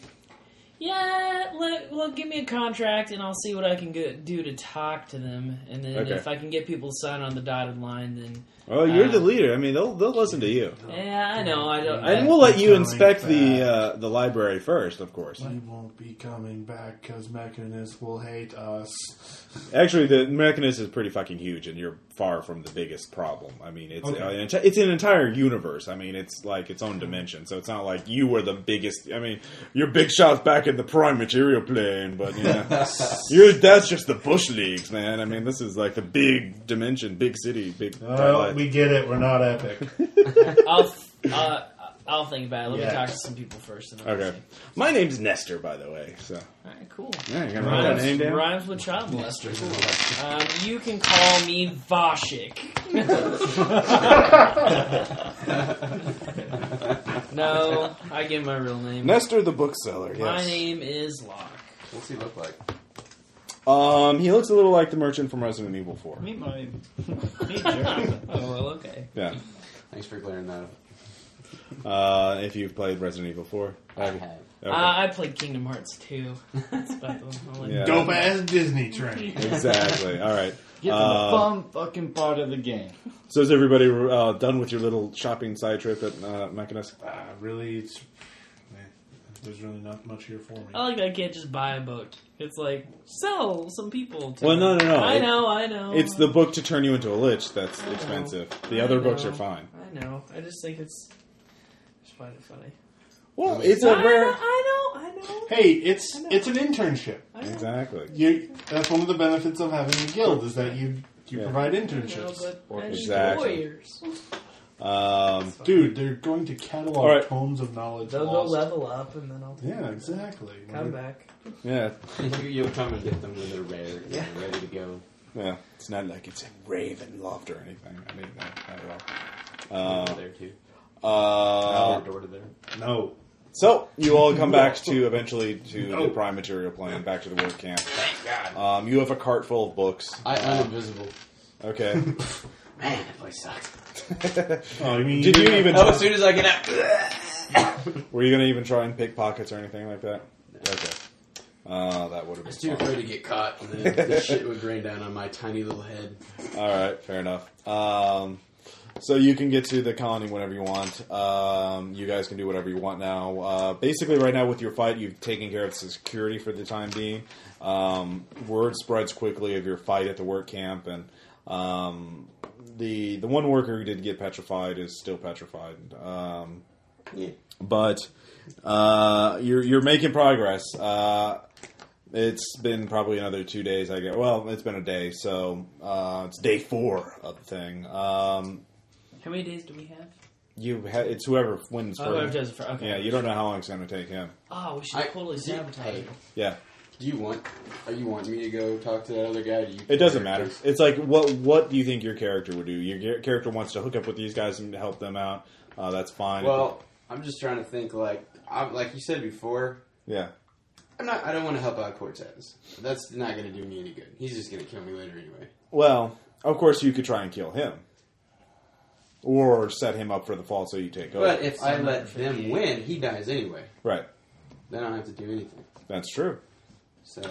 Speaker 6: yeah, let, well, give me a contract and I'll see what I can go, do to talk to them. And then
Speaker 1: Okay.
Speaker 6: if I can get people to sign on the dotted line, then.
Speaker 1: Oh, you're
Speaker 6: uh,
Speaker 1: the leader. I mean, they'll they'll listen to you.
Speaker 6: Yeah, I know. I don't. I,
Speaker 1: And we'll let you
Speaker 2: Going
Speaker 1: inspect the uh, the library first, of course.
Speaker 2: We won't be coming back because Mechanist will hate us.
Speaker 1: Actually, the Mechanist is pretty fucking huge, and you're far from the biggest problem. I mean, it's
Speaker 2: Okay.
Speaker 1: uh, an enti- it's an entire universe. I mean, it's like its own dimension. So it's not like you were the biggest. I mean, your big shots back in the prime material plane, but you know, you're, that's just the bush leagues, man. I mean, this is like the big dimension, big city, big.
Speaker 2: Oh, we get it. We're not epic.
Speaker 6: I'll, uh, I'll think about it. Let
Speaker 1: Yeah.
Speaker 6: me talk to some people first. And I'll
Speaker 1: okay, my name's Nestor, by the way. So
Speaker 6: All right, cool.
Speaker 1: Yeah, you gotta write that
Speaker 6: rhymes,
Speaker 1: name down.
Speaker 6: rhymes with child molester. Cool. Um, you can call me Voshik. no, I give my real name.
Speaker 1: Nestor the bookseller. Yes.
Speaker 6: My name is Locke.
Speaker 5: What's he look like?
Speaker 1: Um, he looks a little like the merchant from Resident Evil Four.
Speaker 6: Meet
Speaker 20: my.
Speaker 6: Meet Jeremy. oh, well, okay.
Speaker 1: Yeah.
Speaker 5: Thanks for clearing that. up.
Speaker 1: Uh, if you've played Resident Evil Four, I have.
Speaker 6: Uh, I played Kingdom Hearts 2. That's about the one I like.
Speaker 1: Yeah.
Speaker 2: Dope ass Disney train.
Speaker 1: exactly. All right.
Speaker 7: Get to
Speaker 1: Uh,
Speaker 7: the fun fucking part of the game.
Speaker 1: So is everybody uh, done with your little shopping side trip at uh, Mechanist?
Speaker 2: Uh, really, it's, man, There's really not much here for me.
Speaker 6: I like that I can't just buy a book. It's like sell some people. To
Speaker 1: Well, no, no, no.
Speaker 6: I
Speaker 1: It-
Speaker 6: know, I know.
Speaker 1: It's the book to turn you into a lich that's
Speaker 6: I know.
Speaker 1: expensive. The
Speaker 6: I
Speaker 1: other books
Speaker 6: know.
Speaker 1: are fine.
Speaker 6: I know. I just think it's. I just find it funny.
Speaker 1: Well, it's a
Speaker 6: I
Speaker 1: rare-
Speaker 6: Know, I know. I know.
Speaker 2: Hey, it's it's an internship.
Speaker 1: Exactly.
Speaker 2: You, that's one of the benefits of having a guild is that you you provide internships.
Speaker 6: Or
Speaker 1: Exactly.
Speaker 6: Warriors.
Speaker 1: Um,
Speaker 2: Dude, they're going to catalog
Speaker 1: All right.
Speaker 2: tomes of knowledge.
Speaker 6: They'll go
Speaker 2: lost.
Speaker 6: level up and then I'll
Speaker 2: Yeah, exactly.
Speaker 6: come back.
Speaker 1: Yeah.
Speaker 5: you, you'll come and get them when they're rare, yeah.
Speaker 6: Yeah.
Speaker 5: ready to go.
Speaker 1: Yeah, it's not like it's a raven loft or anything. I mean, not, not at all.
Speaker 5: Over
Speaker 1: Uh,
Speaker 5: there too.
Speaker 1: uh,
Speaker 5: Door to there.
Speaker 2: No.
Speaker 1: So you all come back to eventually to
Speaker 5: No.
Speaker 1: the prime material plan, back to the work camp. Thank God. Um, you have a cart full of books.
Speaker 5: I am invisible.
Speaker 1: Okay.
Speaker 5: Man, that place sucks.
Speaker 2: oh, you mean
Speaker 1: Did you even?
Speaker 5: Oh, as soon as I get out.
Speaker 1: Were you gonna even try and pick pockets or anything like that? Okay. Uh, that would have been.
Speaker 5: I was too
Speaker 1: fun.
Speaker 5: afraid to get caught, and then the shit would rain down on my tiny little head.
Speaker 1: All right, fair enough. Um, so you can get to the colony whenever you want. Um, you guys can do whatever you want now. Uh, basically, right now with your fight, you've taken care of security for the time being. Um, word spreads quickly of your fight at the work camp, and um, the the one worker who did get petrified is still petrified. Um, But uh, you're you're making progress. Uh, it's been probably another two days. I guess. Well, it's been a day, so uh, it's day four of the thing. Um,
Speaker 6: How many days do we have?
Speaker 1: you ha- it's whoever wins
Speaker 6: Oh,
Speaker 1: first.
Speaker 6: whoever does it fir- okay.
Speaker 1: Yeah, you don't know how long it's going to take him.
Speaker 6: Oh, we should
Speaker 5: I-
Speaker 6: totally
Speaker 5: do you-
Speaker 6: sabotage
Speaker 5: hey,
Speaker 6: it.
Speaker 1: Yeah,
Speaker 5: Do you want? Are you want me to go talk to that other guy? Do you
Speaker 1: it doesn't matter. It's like what what do you think your character would do? Your gar- character wants to hook up with these guys and help them out. Uh, that's fine.
Speaker 5: Well, I'm just trying to think. Like, I, like you said before,
Speaker 1: yeah,
Speaker 5: I'm not. I don't want to help out Cortez. That's not going to do me any good. He's just going to kill me later anyway.
Speaker 1: Well, of course you could try and kill him, or set him up for the fall so you take over.
Speaker 5: But if I let them win, he dies anyway.
Speaker 1: right,
Speaker 5: Then I don't have to do anything.
Speaker 1: that's true.
Speaker 5: So,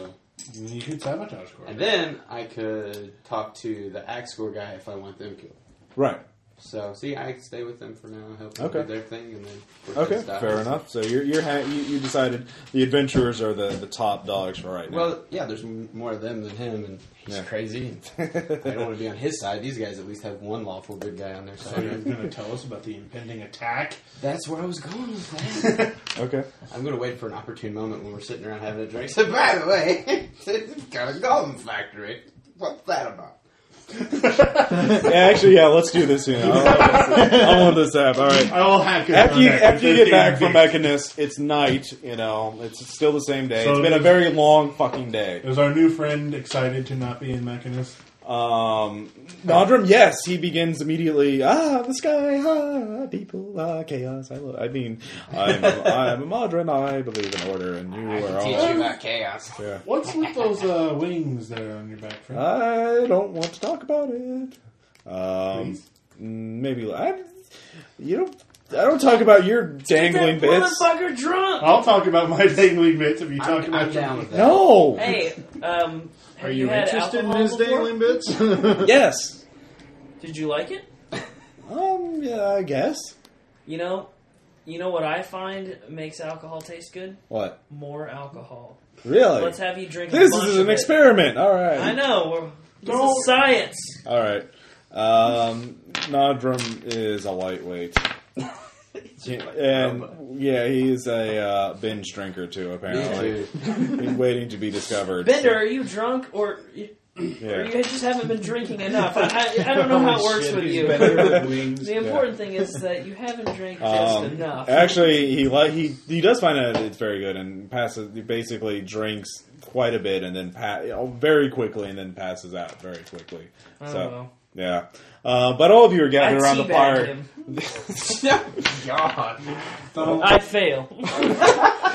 Speaker 2: You could sabotage Corey.
Speaker 5: and then I could talk to the Axe Corps guy if I want them killed.
Speaker 1: Right.
Speaker 5: So, see, I can stay with them for now, help them
Speaker 1: Okay.
Speaker 5: with their thing, and then Cortez
Speaker 1: Okay,
Speaker 5: dies.
Speaker 1: fair enough. So you're, you're ha- you, you decided the adventurers are the, the top dogs for right now.
Speaker 5: Well, yeah, there's m- more of them than him, and he's
Speaker 1: Yeah.
Speaker 5: crazy. And I don't want to be on his side. These guys at least have one lawful good guy on their
Speaker 2: So
Speaker 5: side.
Speaker 2: you're
Speaker 5: right?
Speaker 2: going to tell us about the impending attack?
Speaker 5: That's where I was going with that.
Speaker 1: okay.
Speaker 5: I'm going to wait for an opportune moment when we're sitting around having a drink. So, by the way, it's got a golden factory. What's that about?
Speaker 1: Yeah, actually, yeah. Let's do this. You know, I want this app. All right.
Speaker 2: I will hack it.
Speaker 1: After you,
Speaker 2: Okay,
Speaker 1: after you get
Speaker 2: Thursday
Speaker 1: back from
Speaker 2: beat.
Speaker 1: Mechanist, it's night. You know, it's still the same day.
Speaker 2: So
Speaker 1: it's been a
Speaker 2: there's-
Speaker 1: very long fucking day.
Speaker 2: Is our new friend excited to not be in Mechanist?
Speaker 1: Um, Nodrum, yes, he begins immediately. Ah, the sky, ah, people, ah, chaos. I, love, I mean, I'm, I'm a Modron. I believe in order, and you are
Speaker 5: I can
Speaker 1: all.
Speaker 5: teach you about chaos.
Speaker 1: Yeah.
Speaker 2: What's with those uh, wings there on your back, friend?
Speaker 1: I don't want to talk about it. Um,
Speaker 2: Please?
Speaker 1: maybe I, you don't. I don't talk about your dangling
Speaker 6: Get that
Speaker 1: bits.
Speaker 6: motherfucker drunk.
Speaker 2: I'll talk about my dangling bits if you
Speaker 5: I'm,
Speaker 2: talk about
Speaker 5: I'm
Speaker 2: your-
Speaker 5: down with that.
Speaker 1: No.
Speaker 6: Hey, um, have
Speaker 13: Are you,
Speaker 6: had
Speaker 13: interested in
Speaker 6: alcohol
Speaker 13: his
Speaker 6: before?
Speaker 13: dangling bits? Why
Speaker 1: Yes.
Speaker 6: Did you like it?
Speaker 1: Um. Yeah. I guess.
Speaker 6: You know, you know what I find makes alcohol taste good?
Speaker 1: What?
Speaker 6: More alcohol.
Speaker 1: Really?
Speaker 6: Let's have you drink. a
Speaker 1: this
Speaker 6: bunch
Speaker 1: is an
Speaker 6: of it.
Speaker 1: experiment. All
Speaker 6: I
Speaker 1: right.
Speaker 6: know. We're, this is
Speaker 2: Don't-
Speaker 6: science.
Speaker 1: All right. Um, Nodrum is a lightweight, and yeah, he's a uh, binge drinker too. Apparently,
Speaker 5: Me
Speaker 1: He's waiting to be discovered.
Speaker 6: Bender, are you drunk or, or
Speaker 1: Yeah.
Speaker 6: you just haven't been drinking enough? I, I, I don't know how it works with you. The important thing is that you haven't drank just
Speaker 1: Um,
Speaker 6: enough.
Speaker 1: Actually, he li- he he does find out it's very good and passes. He basically drinks quite a bit and then pa- oh, very quickly and then passes out very quickly.
Speaker 6: Oh,
Speaker 1: so
Speaker 6: well.
Speaker 1: yeah, uh, but all of you are
Speaker 6: I
Speaker 1: gathered around the
Speaker 6: teabagged
Speaker 1: fire.
Speaker 6: him.
Speaker 5: God.
Speaker 6: I fail.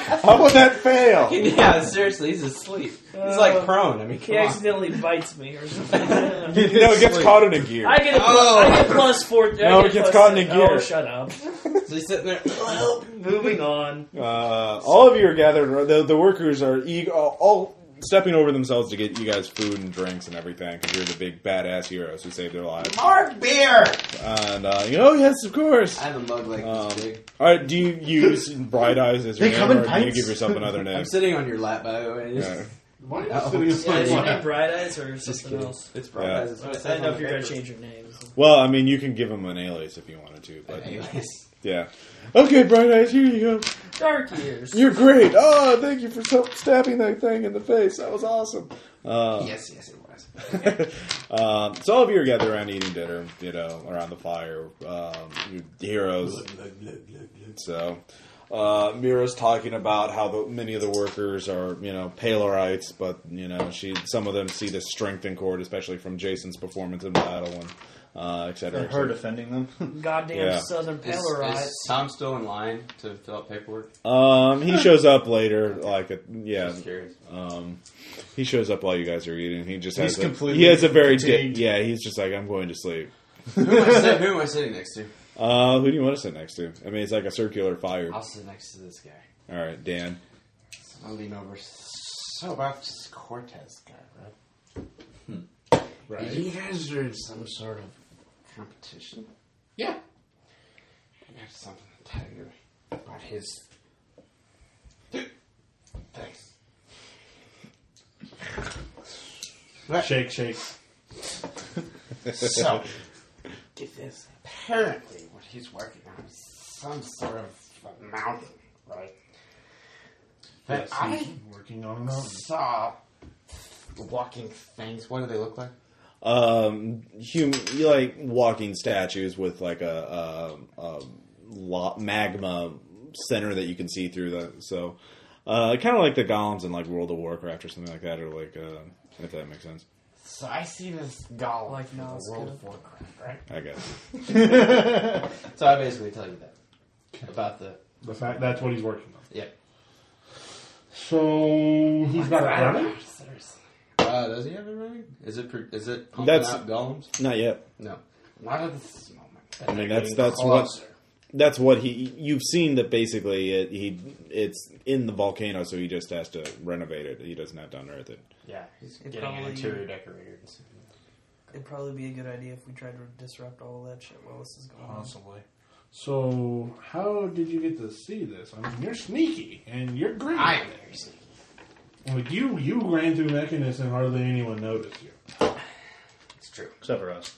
Speaker 1: How would that fail?
Speaker 5: Yeah, seriously, he's asleep. He's like prone. I mean,
Speaker 6: He
Speaker 5: come on.
Speaker 6: accidentally bites me or something. I
Speaker 1: no, it gets caught in a gear.
Speaker 6: get a plus,
Speaker 5: Oh.
Speaker 6: I get plus four.
Speaker 1: No,
Speaker 6: I
Speaker 1: it
Speaker 6: get
Speaker 1: gets
Speaker 6: plus
Speaker 1: caught in
Speaker 6: six.
Speaker 1: a gear.
Speaker 6: Oh, shut up.
Speaker 5: So he's sitting there.
Speaker 6: Moving on.
Speaker 1: Uh, all of you are gathered. The, the workers are eager. All stepping over themselves to get you guys food and drinks and everything because you're the big badass heroes who saved their lives.
Speaker 5: Mark beer.
Speaker 1: And uh, you know, yes, of course.
Speaker 5: I have a mug like
Speaker 1: Oh,
Speaker 5: this big.
Speaker 1: All right, do you use Bright Eyes as your
Speaker 5: They
Speaker 1: name,
Speaker 5: come in
Speaker 1: or do you
Speaker 5: pints?
Speaker 1: give yourself another name?
Speaker 5: I'm sitting on your lap, by the way. Just,
Speaker 1: Yeah.
Speaker 5: Why
Speaker 6: are you sitting on
Speaker 5: Oh. Yeah,
Speaker 6: my
Speaker 5: it's
Speaker 6: lap?
Speaker 5: like
Speaker 6: Bright Eyes or
Speaker 5: Just
Speaker 6: something
Speaker 5: kidding.
Speaker 6: else?
Speaker 5: It's bright
Speaker 1: Yeah.
Speaker 5: eyes. It's
Speaker 6: I
Speaker 5: what it says
Speaker 6: didn't know
Speaker 5: on
Speaker 6: if
Speaker 5: the
Speaker 6: you're gonna
Speaker 5: paper.
Speaker 6: change your name.
Speaker 1: Well, I mean, you can give him an alias if you wanted to, but
Speaker 5: An alias.
Speaker 1: yeah. Okay, Bright Eyes, here you go.
Speaker 6: Dark years.
Speaker 1: You're great. Oh, thank you for so- stabbing that thing in the face. That was awesome. Uh,
Speaker 5: yes, yes, it was.
Speaker 1: um, so all of you are gathered around eating dinner, you know, around the fire. Um, your heroes. So, uh, Mira's talking about how the, many of the workers are, you know, palerites, but you know, she some of them see the strength in court, especially from Jason's performance in battle and uh, et cetera.
Speaker 7: And
Speaker 1: et
Speaker 7: her
Speaker 1: cetera.
Speaker 7: defending them.
Speaker 6: Goddamn
Speaker 1: Yeah.
Speaker 6: Southern
Speaker 5: Is,
Speaker 6: Polarized.
Speaker 5: is Tom still in line to fill out paperwork?
Speaker 1: Um, he shows up later, like a, yeah.
Speaker 5: Just curious.
Speaker 1: Um, he shows up while you guys are eating. He just
Speaker 5: He's
Speaker 1: has a,
Speaker 5: completely
Speaker 1: he has a very di-
Speaker 5: fatigued.
Speaker 1: yeah. He's just like I'm going to sleep.
Speaker 5: who, am I sit- who am I sitting next to?
Speaker 1: Uh, who do you want to sit next to? I mean, it's like a circular fire.
Speaker 5: I'll sit next to this guy.
Speaker 1: All right, Dan.
Speaker 5: I'll lean over. So about this Cortez guy, right?
Speaker 2: Right.
Speaker 5: You guys are in some sort of competition. Yeah. I got something to tell you about his. Thanks.
Speaker 1: Uh,
Speaker 2: Shake, shake.
Speaker 5: So, get this. Apparently, what he's working on is some sort of mountain, right? That
Speaker 2: Yes,
Speaker 5: I
Speaker 2: he's working on a mountain.
Speaker 5: saw walking things. What do they look like?
Speaker 1: Um, hum- you like walking statues with like a, a, a lo- magma center that you can see through. That so, uh, kind of like the golems in like World of Warcraft or something like that, or like uh, if that makes sense.
Speaker 5: So I see this golem like from the
Speaker 6: Nazca.
Speaker 5: World of Warcraft, right?
Speaker 1: I guess.
Speaker 5: so I basically tell you that about the
Speaker 2: The fact that's what he's working on.
Speaker 5: Yep.
Speaker 2: So he's got it running.
Speaker 5: Uh, does he have it running? Is it pre- is it pumping
Speaker 1: That's-
Speaker 5: out golems?
Speaker 1: Not yet.
Speaker 5: No, not at this moment.
Speaker 1: I mean,
Speaker 5: They're
Speaker 1: that's
Speaker 5: getting
Speaker 1: that's what
Speaker 5: closer.
Speaker 1: that's what he. You've seen that basically it, he it's in the volcano, so he just has to renovate it. He doesn't have to unearth it.
Speaker 5: Yeah, he's
Speaker 6: It
Speaker 5: getting an
Speaker 6: probably-
Speaker 5: interior decorator. and stuff.
Speaker 6: It'd probably be a good idea if we tried to disrupt all of that shit while this is going on.
Speaker 2: Possibly. So how did you get to see this? I mean, you're sneaky and you're great.
Speaker 5: I am very sneaky.
Speaker 2: Like you, you ran through Mechanus and hardly anyone noticed you.
Speaker 5: It's true.
Speaker 7: Except for us.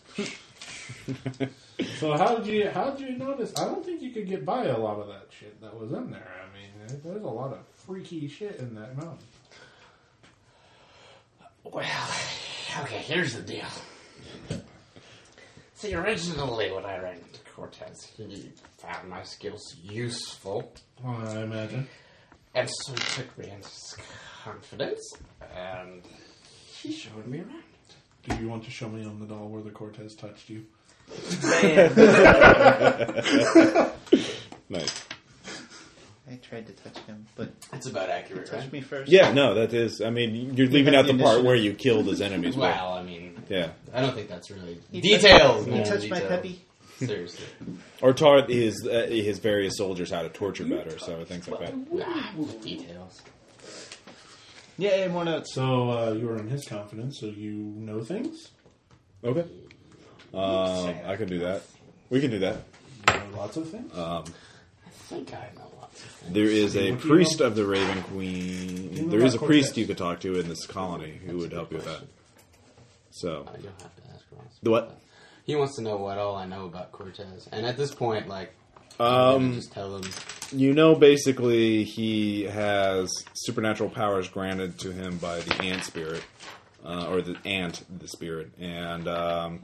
Speaker 2: So how did you how did you notice? I don't think you could get by a lot of that shit that was in there. I mean, there- there's a lot of freaky shit in that mountain.
Speaker 5: Well, okay, here's the deal. See, originally when I ran into Cortez, he found my skills useful,
Speaker 2: I imagine.
Speaker 5: and so he took me into his confidence, and he showed me around.
Speaker 2: Do you want to show me on the doll where the Cortez touched you?
Speaker 1: Nice.
Speaker 7: I tried to touch him, but
Speaker 5: That's about accurate,
Speaker 7: touch
Speaker 5: right?
Speaker 7: me first.
Speaker 1: Yeah, no, that is. I mean, you're leaving out
Speaker 7: had the
Speaker 1: the, part
Speaker 7: initiative.
Speaker 1: where you killed his enemies. but-
Speaker 5: Well, I mean,
Speaker 1: yeah,
Speaker 5: I don't think that's really
Speaker 7: He
Speaker 5: details.
Speaker 7: touched-
Speaker 5: man,
Speaker 7: he touched my
Speaker 5: details.
Speaker 7: puppy.
Speaker 5: Seriously,
Speaker 1: or taught his uh, his various soldiers how to torture better, so things like that.
Speaker 5: Ah, details.
Speaker 7: Yeah, and one out.
Speaker 2: So uh, you were in his confidence, so you know things.
Speaker 1: Okay, um, I can do that. We can do that.
Speaker 2: You know lots of things.
Speaker 5: I think I know lots of things.
Speaker 1: There is a
Speaker 2: What do you
Speaker 1: priest
Speaker 2: know?
Speaker 1: of the Raven Queen.
Speaker 2: know
Speaker 1: There is a
Speaker 2: about
Speaker 1: priest
Speaker 2: Cortez?
Speaker 1: you could talk to in this colony who would help you with that. So,
Speaker 5: Uh, You'll have to ask Ross.
Speaker 1: The what?
Speaker 5: He wants to know what all I know about Cortez, and at this point, like, I'm gonna
Speaker 1: um,
Speaker 5: just tell him.
Speaker 1: you know, basically, he has supernatural powers granted to him by the ant spirit, uh, or the ant, the spirit, and um,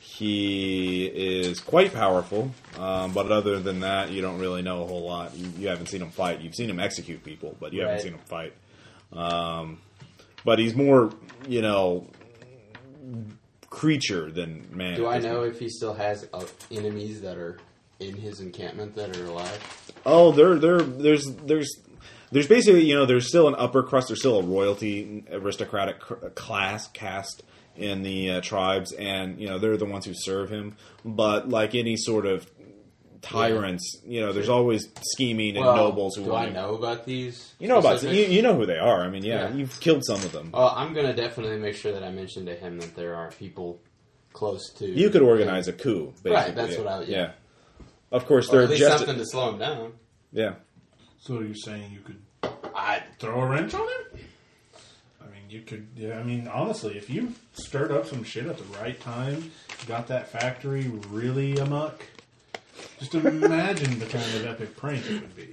Speaker 1: he is quite powerful. Um, but other than that, you don't really know a whole lot. You, you haven't seen him fight. You've seen him execute people, but you haven't
Speaker 5: Right.
Speaker 1: seen him fight. Um, but he's more, you know, creature than man.
Speaker 5: Do
Speaker 1: at
Speaker 5: I
Speaker 1: this
Speaker 5: know if he still has uh, enemies that are in his encampment that are alive?
Speaker 1: Oh, there, there, there's, there's, there's basically, you know, there's still an upper crust, there's still a royalty aristocratic cr- uh, class caste in the uh, tribes, and you know they're the ones who serve him. But like any sort of tyrants. You know, there's always scheming and
Speaker 5: Well,
Speaker 1: nobles who
Speaker 5: do
Speaker 1: want
Speaker 5: I
Speaker 1: to-
Speaker 5: know about these?
Speaker 1: You know about you,
Speaker 5: specifics?
Speaker 1: you know who they are. I mean, yeah,
Speaker 5: Yeah.
Speaker 1: you've killed some of them.
Speaker 5: Well, I'm gonna definitely make sure that I mention to him that there are people close to.
Speaker 1: You could organize a coup, basically.
Speaker 5: Right, that's what I would- yeah.
Speaker 1: Of course,
Speaker 5: Or
Speaker 1: they're
Speaker 5: at least
Speaker 1: just
Speaker 5: something to slow him down.
Speaker 1: yeah.
Speaker 2: So you're saying you could I throw a wrench on him? I mean, you could. Yeah, I mean, honestly, if you stirred up some shit at the right time, got that factory really amok. Just imagine the kind of epic prank it would be.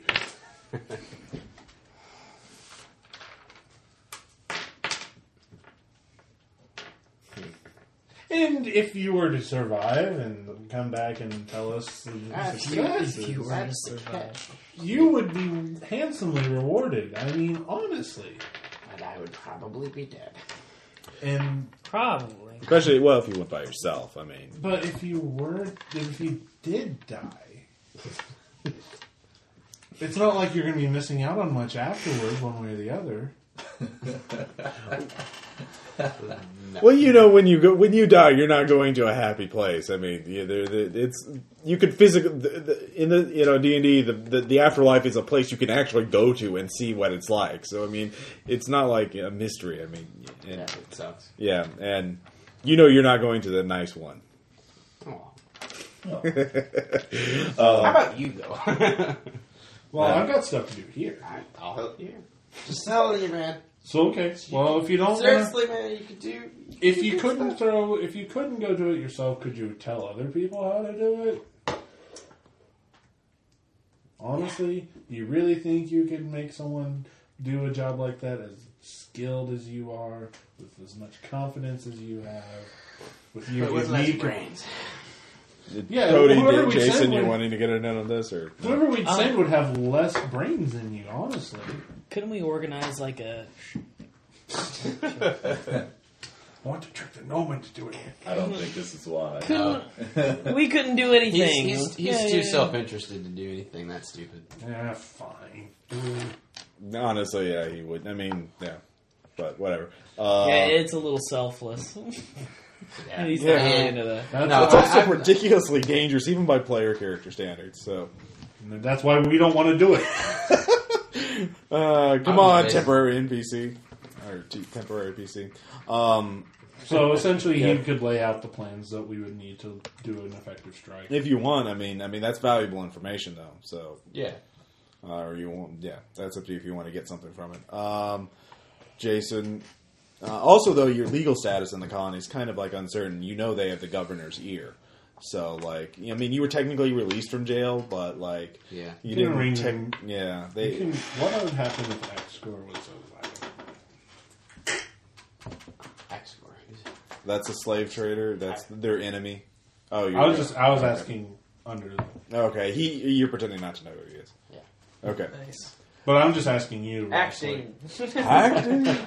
Speaker 2: And if you were to survive and come back and tell us the
Speaker 5: Ah,
Speaker 21: That's
Speaker 2: successes,
Speaker 21: good. If you were to That's the survive.
Speaker 2: you would be handsomely rewarded. I mean, honestly.
Speaker 5: And I would probably be dead.
Speaker 2: And
Speaker 21: probably,
Speaker 1: Especially well, if you went by yourself. I mean,
Speaker 2: but if you were, if you did die, it's not like you're going to be missing out on much afterward, one way or the other.
Speaker 1: well, you know, when you go when you die, you're not going to a happy place. I mean, yeah, there there- it's you could physically the, the, in the you know D and D the, the the afterlife is a place you can actually go to and see what it's like. So I mean, it's not like a mystery. I mean, and, yeah,
Speaker 5: it sucks.
Speaker 1: Yeah, and you know, you're not going to the nice one.
Speaker 5: Oh. How about you go?
Speaker 2: Well, I've got stuff to do here.
Speaker 5: I'll help you. Just telling you, man.
Speaker 2: So okay. Well, if you don't wanna-
Speaker 5: seriously, Oh, man, you could do.
Speaker 2: if you couldn't throw, if you couldn't go do it yourself, could you tell other people how to do it? Honestly, do you really think you could make someone do a job like that as skilled as you are, with as much confidence as you have, with your
Speaker 5: But with less
Speaker 2: unique
Speaker 5: brains?
Speaker 2: Yeah,
Speaker 1: Cody,
Speaker 2: whoever
Speaker 1: did
Speaker 2: we send
Speaker 1: Jason, you
Speaker 2: would-
Speaker 1: wanting to get in on this or
Speaker 2: Whoever we'd
Speaker 6: Um,
Speaker 2: send would have less brains than you, honestly.
Speaker 6: Couldn't we organize like a?
Speaker 2: I want to trick the gnome into doing it.
Speaker 8: I don't think this is why.
Speaker 6: Couldn't- we couldn't do anything.
Speaker 5: Oh. He's, he's, he's
Speaker 6: Yeah,
Speaker 5: too
Speaker 6: yeah, yeah.
Speaker 5: self-interested to do anything that stupid.
Speaker 2: Yeah, fine.
Speaker 1: honestly, yeah, he would. I mean, yeah, but whatever. Uh,
Speaker 6: yeah, it's a little selfless.
Speaker 5: yeah.
Speaker 6: He's
Speaker 1: Yeah.
Speaker 6: not really into that.
Speaker 2: That's
Speaker 1: no, it's
Speaker 2: why
Speaker 1: also
Speaker 2: I'm-
Speaker 1: ridiculously dangerous, even by player character standards. So,
Speaker 2: And that's why we don't want to do it.
Speaker 1: uh,
Speaker 2: I'm
Speaker 1: come on,
Speaker 2: amazed.
Speaker 1: temporary NPC or t- temporary PC. Um,
Speaker 2: So essentially,
Speaker 1: yeah.
Speaker 2: he could lay out the plans that we would need to do an effective strike.
Speaker 1: if you want, I mean, I mean that's valuable information though. So
Speaker 5: Yeah.
Speaker 1: uh, or you want, yeah, that's up to you if you want to get something from it. Um, Jason. Uh, also, though, your legal status in the colony is kind of like uncertain. You know they have the governor's ear. So, like, I mean, you were technically released from jail, but like,
Speaker 5: Yeah.
Speaker 1: you
Speaker 2: Can ring
Speaker 1: didn't.
Speaker 2: him.
Speaker 1: Tech- yeah,
Speaker 2: You
Speaker 1: they.
Speaker 2: can, what would happen if X score was over?
Speaker 5: X score.
Speaker 1: That's a slave trader. That's their enemy. Oh,
Speaker 2: I
Speaker 1: right.
Speaker 2: was just I was
Speaker 1: Okay.
Speaker 2: asking under,
Speaker 1: Okay, he. You're pretending not to know who he is. Yeah. Okay.
Speaker 21: Nice.
Speaker 2: but I'm just asking you.
Speaker 21: Acting.
Speaker 1: Acting?
Speaker 2: Like,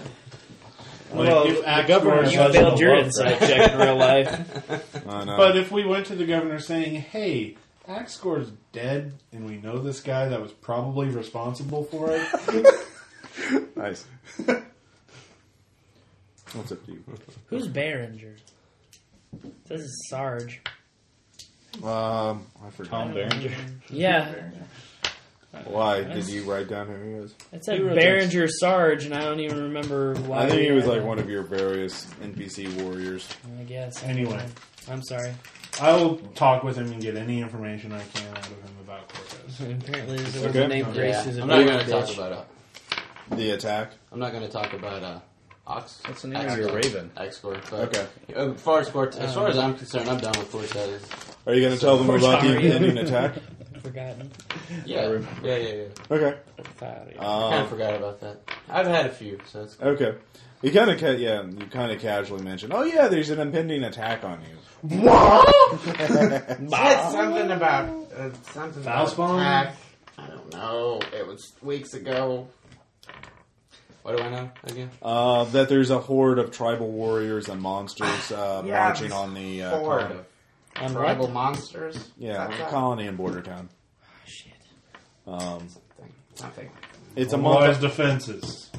Speaker 6: Well,
Speaker 2: if
Speaker 6: the
Speaker 2: Axe
Speaker 6: governor-
Speaker 2: Gore
Speaker 6: You
Speaker 2: was
Speaker 6: failed
Speaker 2: a
Speaker 6: your
Speaker 2: love
Speaker 6: insight
Speaker 2: threat.
Speaker 6: check in real life.
Speaker 1: I know.
Speaker 2: But if we went to the governor saying, "Hey, Axe Score's dead, and we know this guy that was probably responsible for it,"
Speaker 1: Nice. What's up to you?
Speaker 6: Who's Behringer? This is Sarge.
Speaker 1: Um, I forgot.
Speaker 6: Tom Berenger. Yeah.
Speaker 1: Why did you write down who he was?
Speaker 6: It said Behringer Sarge, and I don't even remember why.
Speaker 1: I think he
Speaker 6: we-
Speaker 1: was like one of your various NPC warriors.
Speaker 6: I guess.
Speaker 2: Anyway.
Speaker 6: I'm sorry.
Speaker 2: I will talk with him and get any information I can out of him about Cortez.
Speaker 6: Apparently there's a
Speaker 5: woman Okay. named Grace who's a I'm not big gonna bitch. talk about uh,
Speaker 1: The attack.
Speaker 5: I'm not going to talk about uh, Ox. What's
Speaker 4: the name of your raven?
Speaker 5: X score. But
Speaker 1: Okay.
Speaker 5: uh, As far as, Cort- as far as
Speaker 6: Um,
Speaker 5: I'm concerned, I'm done with Cortez.
Speaker 1: Are you going to tell them
Speaker 6: Or
Speaker 1: about the
Speaker 6: sorry.
Speaker 1: impending attack?
Speaker 6: I've forgotten.
Speaker 5: Yeah. Yeah, yeah, yeah.
Speaker 1: Okay.
Speaker 6: Uh,
Speaker 5: I kind
Speaker 1: Um,
Speaker 5: of forgot about that. I've had a few, so that's
Speaker 1: Okay. You kind of, ca- yeah, you kind of casually mentioned. Oh yeah, there's an impending attack on you.
Speaker 5: What? Said something about uh, something
Speaker 2: Mouse
Speaker 5: about
Speaker 2: bomb?
Speaker 5: attack. I don't know. It was weeks ago. What do I know again?
Speaker 1: Uh, that there's a horde of tribal warriors and monsters uh,
Speaker 5: Yeah,
Speaker 1: marching on the uh,
Speaker 5: horde.
Speaker 1: colony.
Speaker 6: On
Speaker 5: Tribal
Speaker 6: what?
Speaker 5: monsters.
Speaker 1: Yeah,
Speaker 5: That's not-
Speaker 1: colony in border town.
Speaker 6: Oh,
Speaker 1: Um,
Speaker 5: Something.
Speaker 1: it's a
Speaker 2: Mobilize
Speaker 1: monster.
Speaker 2: defenses.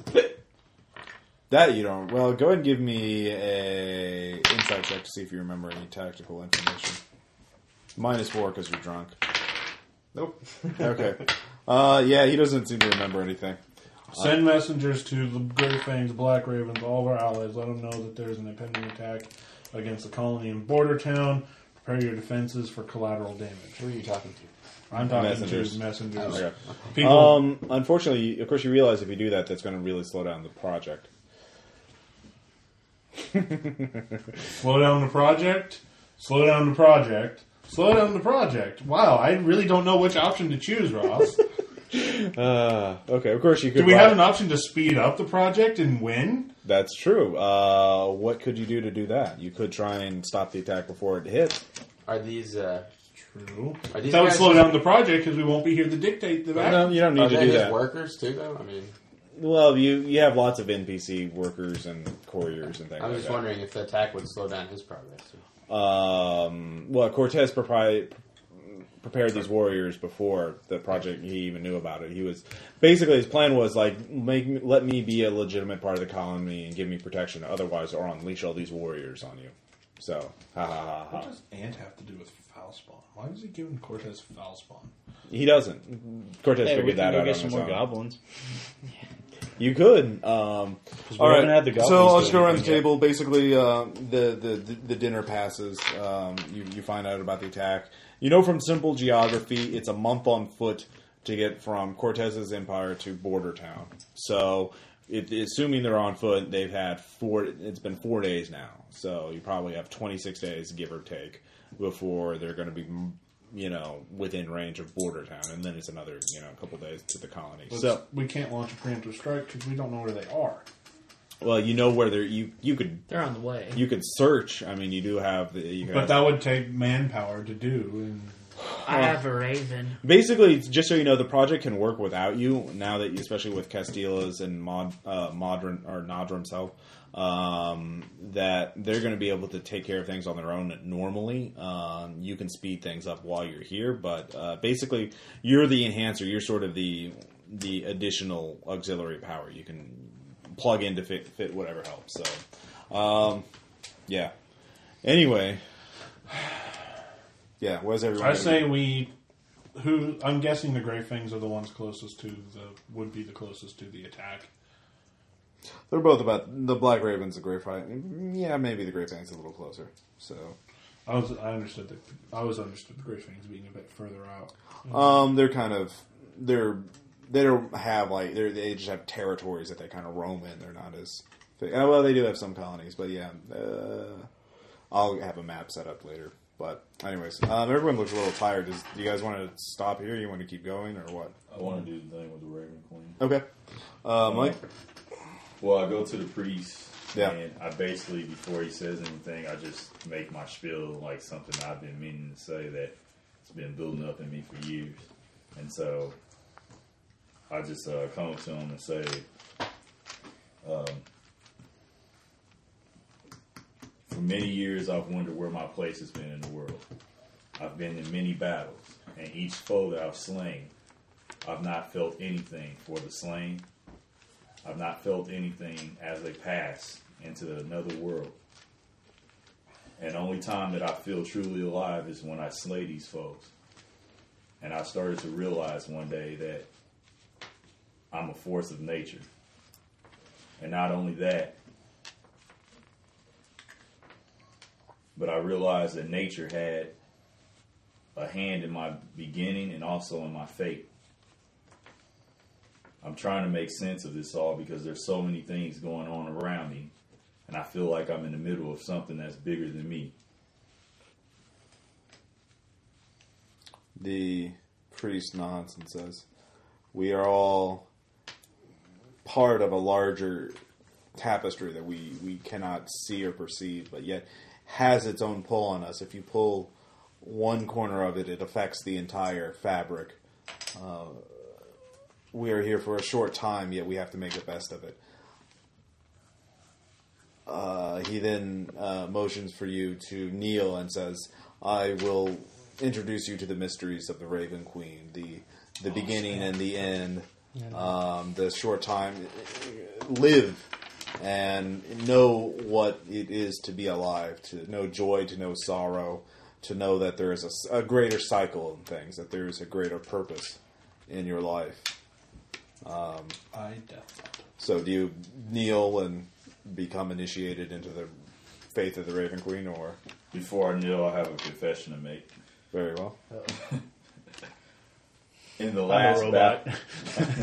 Speaker 1: That you don't. Well, go ahead and give me a insight check to see if you remember any tactical information. Minus four because you're drunk. Nope. okay. Uh, yeah, he doesn't seem to remember anything.
Speaker 2: Send messengers to the Grey Fangs, Black Ravens, all of our allies. Let them know that there's an impending attack against the colony in Border Town. Prepare your defenses for collateral damage. Who are you talking to? I'm talking
Speaker 1: Messengers. Oh,
Speaker 2: to messengers.
Speaker 1: Okay.
Speaker 2: People.
Speaker 1: Um, unfortunately, of course, you realize if you do that, that's going to really slow down the project.
Speaker 2: slow down the project. Slow down the project. Slow down the project. Wow, I really don't know which option to choose, Ross.
Speaker 1: Uh, okay, of course you could.
Speaker 2: Do we
Speaker 1: buy-
Speaker 2: have an option to speed up the project and win?
Speaker 1: That's true. Uh, what could you do to do that? You could try and stop the attack before it hits.
Speaker 5: Are these uh,
Speaker 2: true?
Speaker 5: Are these
Speaker 2: that would
Speaker 5: guys-
Speaker 2: slow down the project because we won't be here to dictate the. act.
Speaker 1: No, you don't need
Speaker 5: Are
Speaker 1: to
Speaker 5: they
Speaker 1: do
Speaker 5: his
Speaker 1: that.
Speaker 5: workers too, though. I mean,
Speaker 1: Well, you you have lots of NPC workers and couriers and things.
Speaker 5: I
Speaker 1: like
Speaker 5: was just
Speaker 1: that.
Speaker 5: wondering if the attack would slow down his progress. too.
Speaker 1: Um, well, Cortez prepi- prepared these warriors before the project. He even knew about it. He was basically his plan was like make me- let me be a legitimate part of the colony and give me protection. Otherwise, or unleash all these warriors on you. So, ha ha ha
Speaker 2: What
Speaker 1: ha.
Speaker 2: does Ant have to do with foul spawn? Why was he giving Cortez foul spawn?
Speaker 1: He doesn't. Cortez
Speaker 2: Hey, we
Speaker 1: figured that
Speaker 2: can go
Speaker 1: out.
Speaker 2: get
Speaker 1: on
Speaker 2: some
Speaker 1: his
Speaker 2: more
Speaker 1: own. You could. Um,
Speaker 12: 'Cause we
Speaker 1: all right.
Speaker 12: haven't had the goblins
Speaker 1: so I'll just
Speaker 12: do
Speaker 1: go around the
Speaker 12: anything yet.
Speaker 1: table. Basically, uh, the, the the- the dinner passes. Um, you you find out about the attack. You know from simple geography, it's a month on foot to get from Cortez's empire to Border Town. So, it, assuming they're on foot, they've had four. It's been four days now. So you probably have twenty six days, give or take, before they're going to be. You know, within range of Border Town, and then it's another you know couple days to the colony.
Speaker 2: Let's-
Speaker 1: so
Speaker 2: we can't launch a preemptive strike because we don't know where they are.
Speaker 1: well, you know where they're you you could
Speaker 2: They're on the way.
Speaker 1: You could search. I mean, you do have the. You
Speaker 2: But that would take manpower to do. And
Speaker 1: I have
Speaker 11: a raven.
Speaker 1: basically just so you know, the project can work without you now that, you, especially with Castilas and Mod uh, Modron or Nodra himself, um, that they're going to be able to take care of things on their own normally. Um, you can speed things up while you're here, but uh, basically, you're the enhancer. You're sort of the the additional auxiliary power you can plug in to fit, fit whatever helps. So, um, yeah. Anyway, yeah. What is everyone?
Speaker 2: I
Speaker 1: gonna
Speaker 2: say
Speaker 1: do?
Speaker 2: we. Who I'm guessing the Grey Fangs are the ones closest to the would be the closest to the attack.
Speaker 1: They're both about the Black Ravens, the Grey Fight. Yeah, maybe the Grey Fang's a little closer. So,
Speaker 2: I was I understood that I was understood the Grey Fangs being a bit further out.
Speaker 1: um, they're kind of they're they don't have like they they just have territories that they kind of roam in. They're not as big. Oh, well, they do have some colonies, but yeah, uh, I'll have a map set up later. But anyways, um, everyone looks a little tired. Does, do you guys want to stop here? You want to keep going or what?
Speaker 8: I want to do the thing with the Raven Queen.
Speaker 1: Okay, uh, Mike.
Speaker 8: Well, I go to the priest,
Speaker 1: Yeah.
Speaker 8: and I basically, before he says anything, I just make my spiel like something I've been meaning to say that it's been building up in me for years. And so I just uh, come up to him and say, um, For many years, I've wondered where my place has been in the world. I've been in many battles, and each foe that I've slain, I've not felt anything for the slain. I've not felt anything as they pass into another world. And the only time that I feel truly alive is when I slay these foes. And I started to realize one day that I'm a force of nature. And not only that, but I realized that nature had a hand in my beginning and also in my fate. I'm trying to make sense of this all because there's so many things going on around me, and I feel like I'm in the middle of something that's bigger than me.
Speaker 1: The priest nods and says, "We are all part of a larger tapestry that we we cannot see or perceive, but yet has its own pull on us. If you pull one corner of it, it affects the entire fabric. Uh, we are here for a short time, yet we have to make the best of it." Uh, he then uh, motions for you to kneel and says, "I will introduce you to the mysteries of the Raven Queen, the the beginning and the end, um, the short time. Live and know what it is to be alive, to know joy, to know sorrow, to know that there is a s- a, greater cycle in things, that there is a greater purpose in your life. Um,
Speaker 2: I definitely.
Speaker 1: so, do you kneel and become initiated into the faith of the Raven Queen, or
Speaker 8: before I kneel, I have a confession to make.
Speaker 1: Very well.
Speaker 8: In the
Speaker 1: I'm a
Speaker 8: last
Speaker 1: robot.
Speaker 8: battle,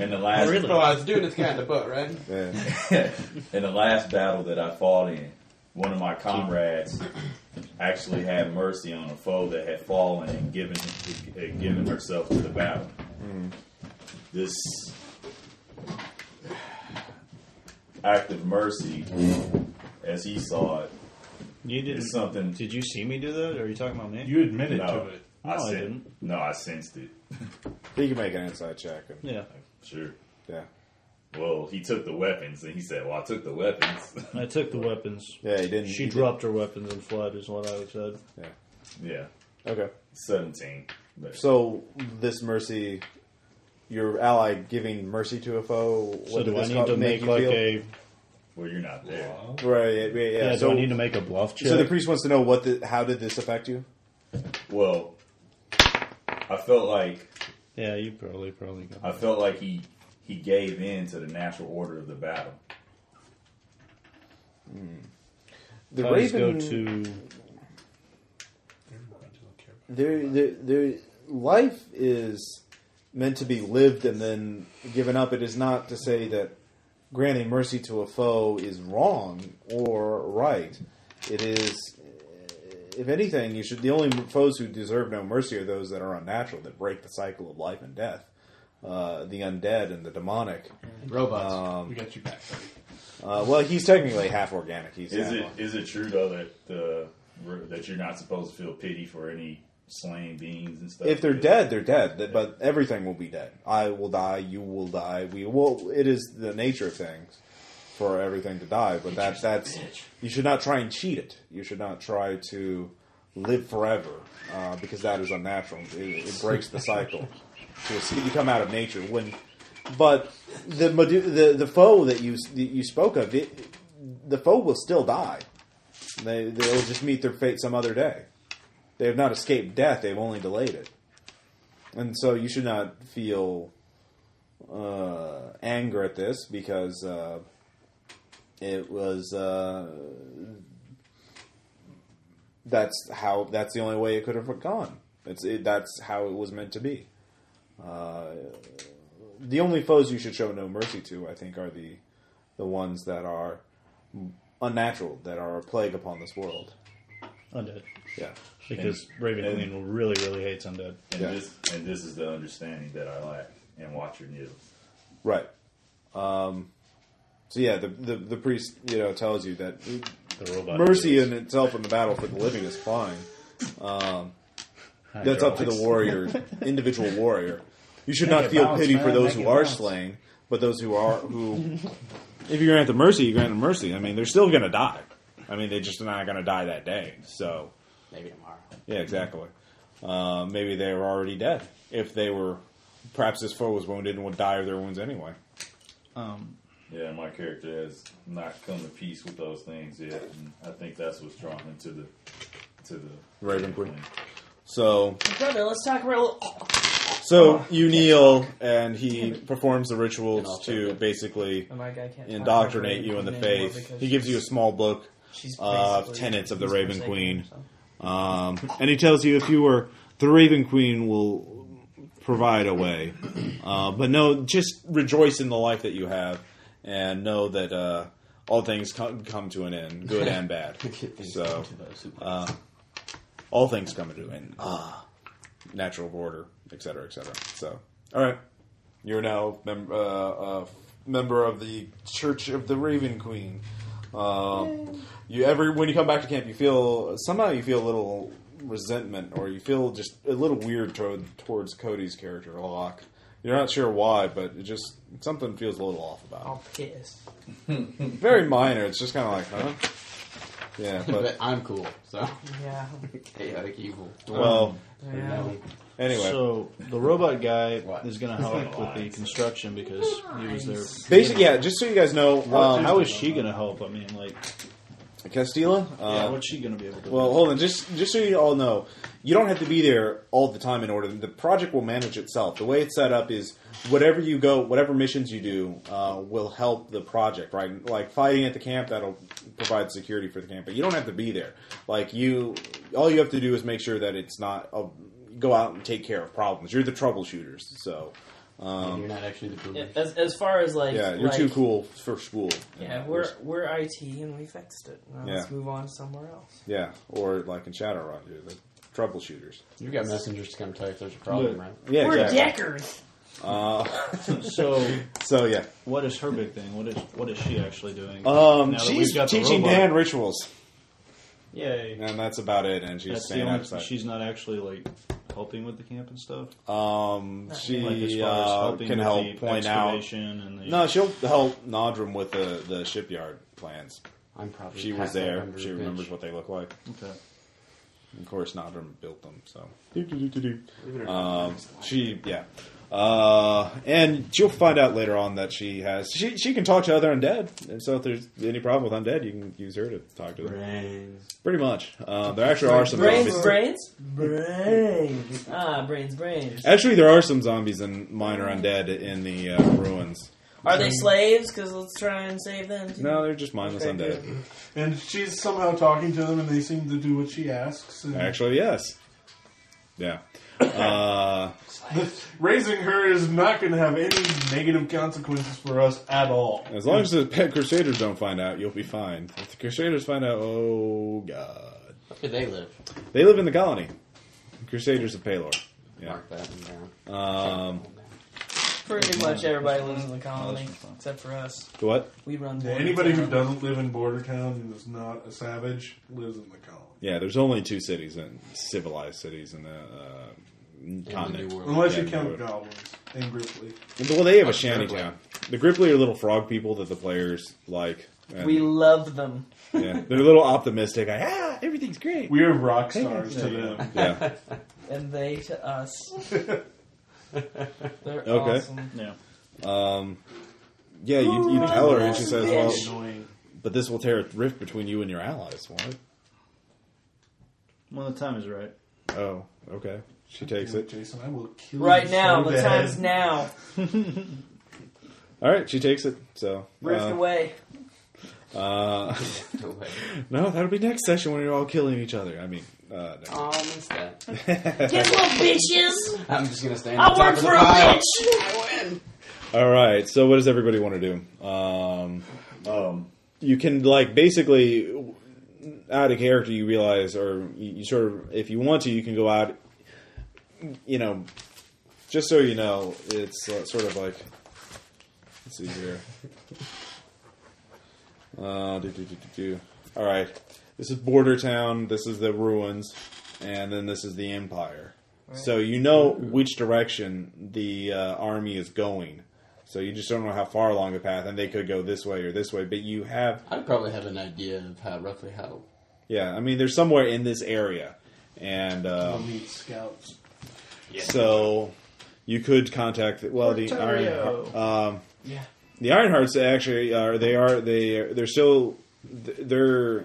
Speaker 8: in the last,
Speaker 5: Really? Oh, I was doing this guy in the butt, right?
Speaker 8: Yeah. in the last battle that I fought in, one of my comrades actually had mercy on a foe that had fallen and given had given herself to the battle. This act of mercy, as he saw it,
Speaker 7: You did
Speaker 8: something.
Speaker 7: Did you see me do that? Or are you talking about me?
Speaker 2: You admitted
Speaker 8: no,
Speaker 7: No,
Speaker 8: I,
Speaker 7: I,
Speaker 8: sen-
Speaker 7: didn't.
Speaker 8: No, I sensed it.
Speaker 1: He can make an inside check. And,
Speaker 7: Yeah.
Speaker 8: Sure.
Speaker 1: Yeah.
Speaker 8: Well, he took the weapons, and he said, "Well, I took the weapons."
Speaker 7: I took the weapons.
Speaker 1: Yeah, he didn't.
Speaker 7: She
Speaker 8: he
Speaker 7: dropped her weapons and fled, is what I would said.
Speaker 1: Yeah.
Speaker 8: Yeah.
Speaker 1: Okay.
Speaker 8: Seventeen. But
Speaker 1: So this mercy, your ally giving mercy to a foe.
Speaker 7: So
Speaker 1: what
Speaker 7: do
Speaker 1: did
Speaker 7: I
Speaker 1: this
Speaker 7: need
Speaker 1: co-
Speaker 7: to make
Speaker 1: you
Speaker 7: like
Speaker 1: feel?
Speaker 7: a?
Speaker 8: Well, you're not there.
Speaker 1: right? Yeah, yeah,
Speaker 7: Yeah, do
Speaker 1: so
Speaker 7: I need to make a bluff check?
Speaker 1: So the priest wants to know what the how did this affect you?
Speaker 8: Well, I felt like
Speaker 7: yeah, you probably probably got.
Speaker 8: I felt like he he gave in to the natural order of the battle.
Speaker 1: The
Speaker 7: I just go
Speaker 1: raven.
Speaker 7: to
Speaker 1: Their, their their life is meant to be lived and then given up. It is not to say that granting mercy to a foe is wrong or right. It is, if anything, you should. The only foes who deserve no mercy are those that are unnatural, that break the cycle of life and death. Uh, the undead and the demonic.
Speaker 5: Robots.
Speaker 1: Um,
Speaker 5: We got you back,
Speaker 1: Uh, well, he's technically half organic. He's
Speaker 8: Is
Speaker 1: half
Speaker 8: it is it true though that the that you're not supposed to feel pity for any slain beings and stuff?
Speaker 1: If they're dead, they're dead. Th- But everything will be dead. I will die. You will die. We will. It is the nature of things for everything to die. But that that's you should not try and cheat it. You should not try to live forever uh, because that is unnatural. It, it breaks the cycle. So it's- you come out of nature when. But the Medu- the the foe that you that you spoke of, it, the foe will still die. They they'll just meet their fate some other day. They have not escaped death. They've only delayed it, and so you should not feel uh, anger at this because uh, it was uh, that's how that's the only way it could have gone. It's it, that's how it was meant to be. Uh, the only foes you should show no mercy to, I think, are the the ones that are unnatural, that are a plague upon this world.
Speaker 7: undead.
Speaker 1: Yeah.
Speaker 7: Because Raven Queen will really, really hates undead.
Speaker 8: And this and this is the understanding that I lack. And watch your needle.
Speaker 1: Right. Um, so yeah, the, the the priest you know tells you that
Speaker 7: robot
Speaker 1: mercy in itself in the battle for the living is fine. Um, that's up to the
Speaker 22: Hydraulics.
Speaker 1: warrior, individual warrior. You should
Speaker 22: Make
Speaker 1: not
Speaker 22: it
Speaker 1: feel
Speaker 22: bounce,
Speaker 1: pity for
Speaker 22: man,
Speaker 1: those
Speaker 22: make
Speaker 1: who
Speaker 22: it
Speaker 1: are
Speaker 22: bounce.
Speaker 1: slain, but those who are who. If you grant them mercy, you grant them mercy. I mean, they're still going to die. I mean, they're just not going to die that day. So
Speaker 5: Maybe tomorrow.
Speaker 1: yeah, exactly. Uh, maybe they were already dead. If they were, perhaps this foe was wounded and would die of their wounds anyway.
Speaker 7: Um,
Speaker 8: yeah, my character has not come to peace with those things yet, and I think that's what's drawn him to the to the
Speaker 1: Raven Queen. So
Speaker 6: Brother, let's talk about a little. Oh.
Speaker 1: So you kneel, and he performs the rituals to basically
Speaker 6: And Oh my guy can't
Speaker 1: indoctrinate
Speaker 6: find
Speaker 1: you in the
Speaker 6: her anymore
Speaker 1: faith.
Speaker 6: because
Speaker 1: He gives you a small book
Speaker 6: she's
Speaker 1: of
Speaker 6: basically-
Speaker 1: tenets of the
Speaker 6: he's
Speaker 1: Raven
Speaker 6: forsaken
Speaker 1: Queen, um, and he tells you if you were the Raven Queen will provide a way, uh, but no, just rejoice in the life that you have, and know that uh, all things come, come to an end, good and bad. so uh, all things come to an end. Ah, natural order, etc., etc. So, all right, you're now mem- uh, a member of the Church of the Raven Queen. Um, you every when you come back to camp, you feel somehow you feel a little resentment, or you feel just a little weird toward, towards Cody's character Locke. You're not sure why, but it just something feels a little off about
Speaker 6: I'll piss.
Speaker 1: it. Very minor. It's just kind of like, huh? Yeah,
Speaker 5: but,
Speaker 1: but
Speaker 5: I'm cool, so
Speaker 6: Yeah.
Speaker 5: chaotic evil.
Speaker 1: Well,
Speaker 6: Yeah.
Speaker 1: Anyway.
Speaker 7: so the robot guy is going to help with the construction because he was there.
Speaker 1: Basically, yeah, just so you guys know,
Speaker 7: What-
Speaker 1: um,
Speaker 7: how is she going to help? I mean, like
Speaker 1: Castilla. Uh,
Speaker 7: Yeah, what's she gonna be able to do?
Speaker 1: Well, hold on. Just just so you all know, you don't have to be there all the time in order. The project will manage itself. The way it's set up is whatever you go, whatever missions you do, uh, will help the project. Right, like fighting at the camp that'll provide security for the camp, but you don't have to be there. Like you, all you have to do is make sure that it's not. A, go out and take care of problems. You're the troubleshooters, so. Um,
Speaker 5: you're not actually the
Speaker 6: Yeah,
Speaker 11: As, as far as like,
Speaker 1: yeah, you're
Speaker 11: like-
Speaker 1: too cool for school.
Speaker 11: Yeah, we're we're IT and we fixed it. Now let's
Speaker 1: Yeah.
Speaker 11: move on somewhere else.
Speaker 1: Yeah, or like in Shadowrun, you're the troubleshooters.
Speaker 5: You've got messengers to come tell you if there's a problem, right?
Speaker 1: Yeah,
Speaker 11: We're
Speaker 1: exactly.
Speaker 11: deckers.
Speaker 1: Uh,
Speaker 7: So,
Speaker 1: so yeah.
Speaker 7: What is her big thing? What is what is she actually doing?
Speaker 1: Um,
Speaker 7: now that
Speaker 1: she's
Speaker 7: we've got the
Speaker 1: teaching
Speaker 7: robot?
Speaker 1: Dan rituals,
Speaker 7: Yay!
Speaker 1: and that's about it. And she's
Speaker 7: That's the
Speaker 1: staying
Speaker 7: only.
Speaker 1: outside.
Speaker 7: She's not actually like helping with the camp and stuff.
Speaker 1: um, she
Speaker 7: Like, as far as
Speaker 1: uh,
Speaker 7: helping
Speaker 1: can
Speaker 7: with
Speaker 1: help
Speaker 7: the
Speaker 1: point out.
Speaker 7: excavation and the-
Speaker 1: No, she'll help Nodrim with the, the shipyard plans.
Speaker 5: I'm probably
Speaker 1: she was
Speaker 5: halfway
Speaker 1: there.
Speaker 5: under
Speaker 1: She
Speaker 5: the
Speaker 1: remembers
Speaker 5: bench.
Speaker 1: what they look like.
Speaker 7: Okay.
Speaker 1: Of course, Nodrim built them. So
Speaker 5: Leave it or not.
Speaker 1: Um, she, yeah. Uh, and you'll find out later on that she has she she can talk to other undead, and so if there's any problem with undead, you can use her to talk to them.
Speaker 5: Brains.
Speaker 1: Pretty much. Uh, there actually are some
Speaker 11: brains,
Speaker 1: zombies.
Speaker 11: brains, brains. Ah, brains, brains.
Speaker 1: Actually, there are some zombies and minor undead in the uh, ruins.
Speaker 11: Are they slaves? Because let's try and save them. too.
Speaker 1: Mm. No, they're just mindless
Speaker 11: Okay,
Speaker 1: undead.
Speaker 2: And she's somehow talking to them, and they seem to do what she asks. And
Speaker 1: Actually, yes. Yeah. Uh,
Speaker 2: raising her is not going to have any negative consequences for us at all.
Speaker 1: as long as the pet crusaders don't find out, you'll be fine. If the crusaders find out, oh god,
Speaker 5: Where do they live?
Speaker 1: they live in the colony. Crusaders of Palor. Yeah.
Speaker 5: Mark that one down.
Speaker 1: Um,
Speaker 11: Pretty much everybody lives in the colony except for us.
Speaker 1: what?
Speaker 11: We run.
Speaker 2: Yeah,
Speaker 11: Border
Speaker 2: Anybody who
Speaker 11: Town.
Speaker 2: doesn't live in Border Town and is not a savage lives in the colony.
Speaker 1: Yeah, there's only two cities and civilized cities in the uh, continent.
Speaker 2: Unless
Speaker 1: Yeah,
Speaker 2: you
Speaker 1: New
Speaker 2: count
Speaker 1: World.
Speaker 2: goblins and Griffley.
Speaker 1: Well, they have a shanty town. The Gripply are little frog people that the players like. and-
Speaker 11: We love them.
Speaker 1: yeah, they're a little optimistic. Like, ah, everything's great.
Speaker 2: We are rock stars to them.
Speaker 1: Yeah.
Speaker 11: and they to us. They're
Speaker 1: Okay.
Speaker 11: awesome.
Speaker 1: Um, yeah, you, you tell her, and she says,
Speaker 11: Bitch.
Speaker 1: "Well, but this will tear a rift between you and your allies." What?
Speaker 7: When the time is right.
Speaker 1: Oh, okay. She takes it.
Speaker 2: Jason, I will kill
Speaker 11: Right
Speaker 2: you
Speaker 11: now,
Speaker 2: so
Speaker 11: the
Speaker 2: bad.
Speaker 11: time's now.
Speaker 1: All right, she takes it. So,
Speaker 11: Rift
Speaker 1: uh,
Speaker 11: away.
Speaker 1: uh, no, that'll be next session when you're all killing each other. I mean, uh, no.
Speaker 5: Oh, I missed that.
Speaker 11: Get little bitches.
Speaker 5: I'm just going to stand
Speaker 11: I
Speaker 5: on top
Speaker 11: work
Speaker 5: of the
Speaker 11: for a
Speaker 5: pile.
Speaker 11: bitch. I win.
Speaker 1: All right. So, what does everybody want to do? Um, um, you can like basically out of character. You realize, or you, you sort of, if you want to, you can go out. You know, just so you know, it's uh, sort of like. Let's see here. Uh, do, do, do, do, do. All right. This is Border Town. This is the ruins, and then this is the Empire. So you know which direction the uh, army is going. So you just don't know how far along the path, and they could go this way or this way. But you have,
Speaker 5: I probably have an idea of how roughly how.
Speaker 1: yeah. I mean, they're somewhere in this area, and
Speaker 2: We'll
Speaker 1: um,
Speaker 2: need scouts.
Speaker 1: so you could contact. The, well, the
Speaker 2: Ontario.
Speaker 1: Iron, um,
Speaker 11: Yeah.
Speaker 1: The Ironhearts actually are they are they they're still they're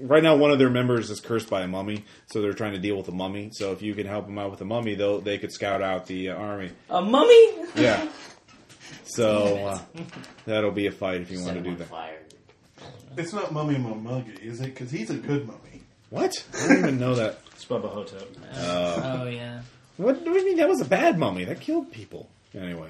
Speaker 1: right now one of their members is cursed by a mummy, so they're trying to deal with a mummy. So if you can help them out with a mummy, though, they could scout out the uh, army.
Speaker 11: A mummy?
Speaker 1: Yeah. So uh, that'll be a fight if you want to do that.
Speaker 2: It's not Mummy Mumuggy, is it? Because he's a good mummy.
Speaker 1: What? I didn't even know that.
Speaker 7: It's Bubba Hotep.
Speaker 1: Uh,
Speaker 11: Oh yeah.
Speaker 1: what do you mean? That was a bad mummy that killed people. Anyway,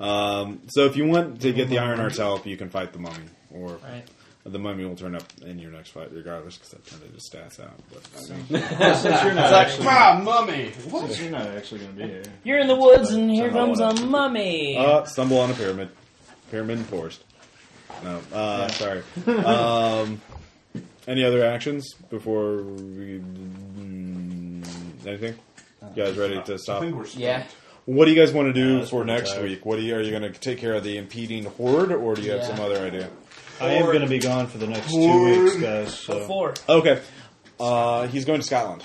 Speaker 1: um, so if you want to get the Ironheart's help, you can fight the mummy, or
Speaker 11: Right.
Speaker 1: the mummy will turn up in your next fight, regardless, because that kind of just stats out. But I mean,
Speaker 7: Since you're not
Speaker 5: It's like,
Speaker 7: actually,
Speaker 5: my mummy!
Speaker 7: since you're not actually going to be here.
Speaker 11: You're in the woods, and here
Speaker 1: Somehow
Speaker 11: comes a
Speaker 1: wanna-
Speaker 11: mummy.
Speaker 1: Uh, stumble on a pyramid. Pyramid and forest. No, uh, sorry. um, any other actions before we. mm, Anything? You guys ready to
Speaker 2: I
Speaker 1: stop?
Speaker 2: think we're scouts.
Speaker 11: Yeah.
Speaker 1: What do you guys want to do
Speaker 7: Yeah,
Speaker 1: for
Speaker 7: pretty
Speaker 1: next
Speaker 7: tired.
Speaker 1: week? What do you, are you going to take care of the impeding horde, or do you have
Speaker 11: Yeah.
Speaker 1: some other idea?
Speaker 7: I am going to be gone for the next two weeks, guys.
Speaker 11: A
Speaker 7: So
Speaker 11: four.
Speaker 1: Okay, uh, he's going to Scotland.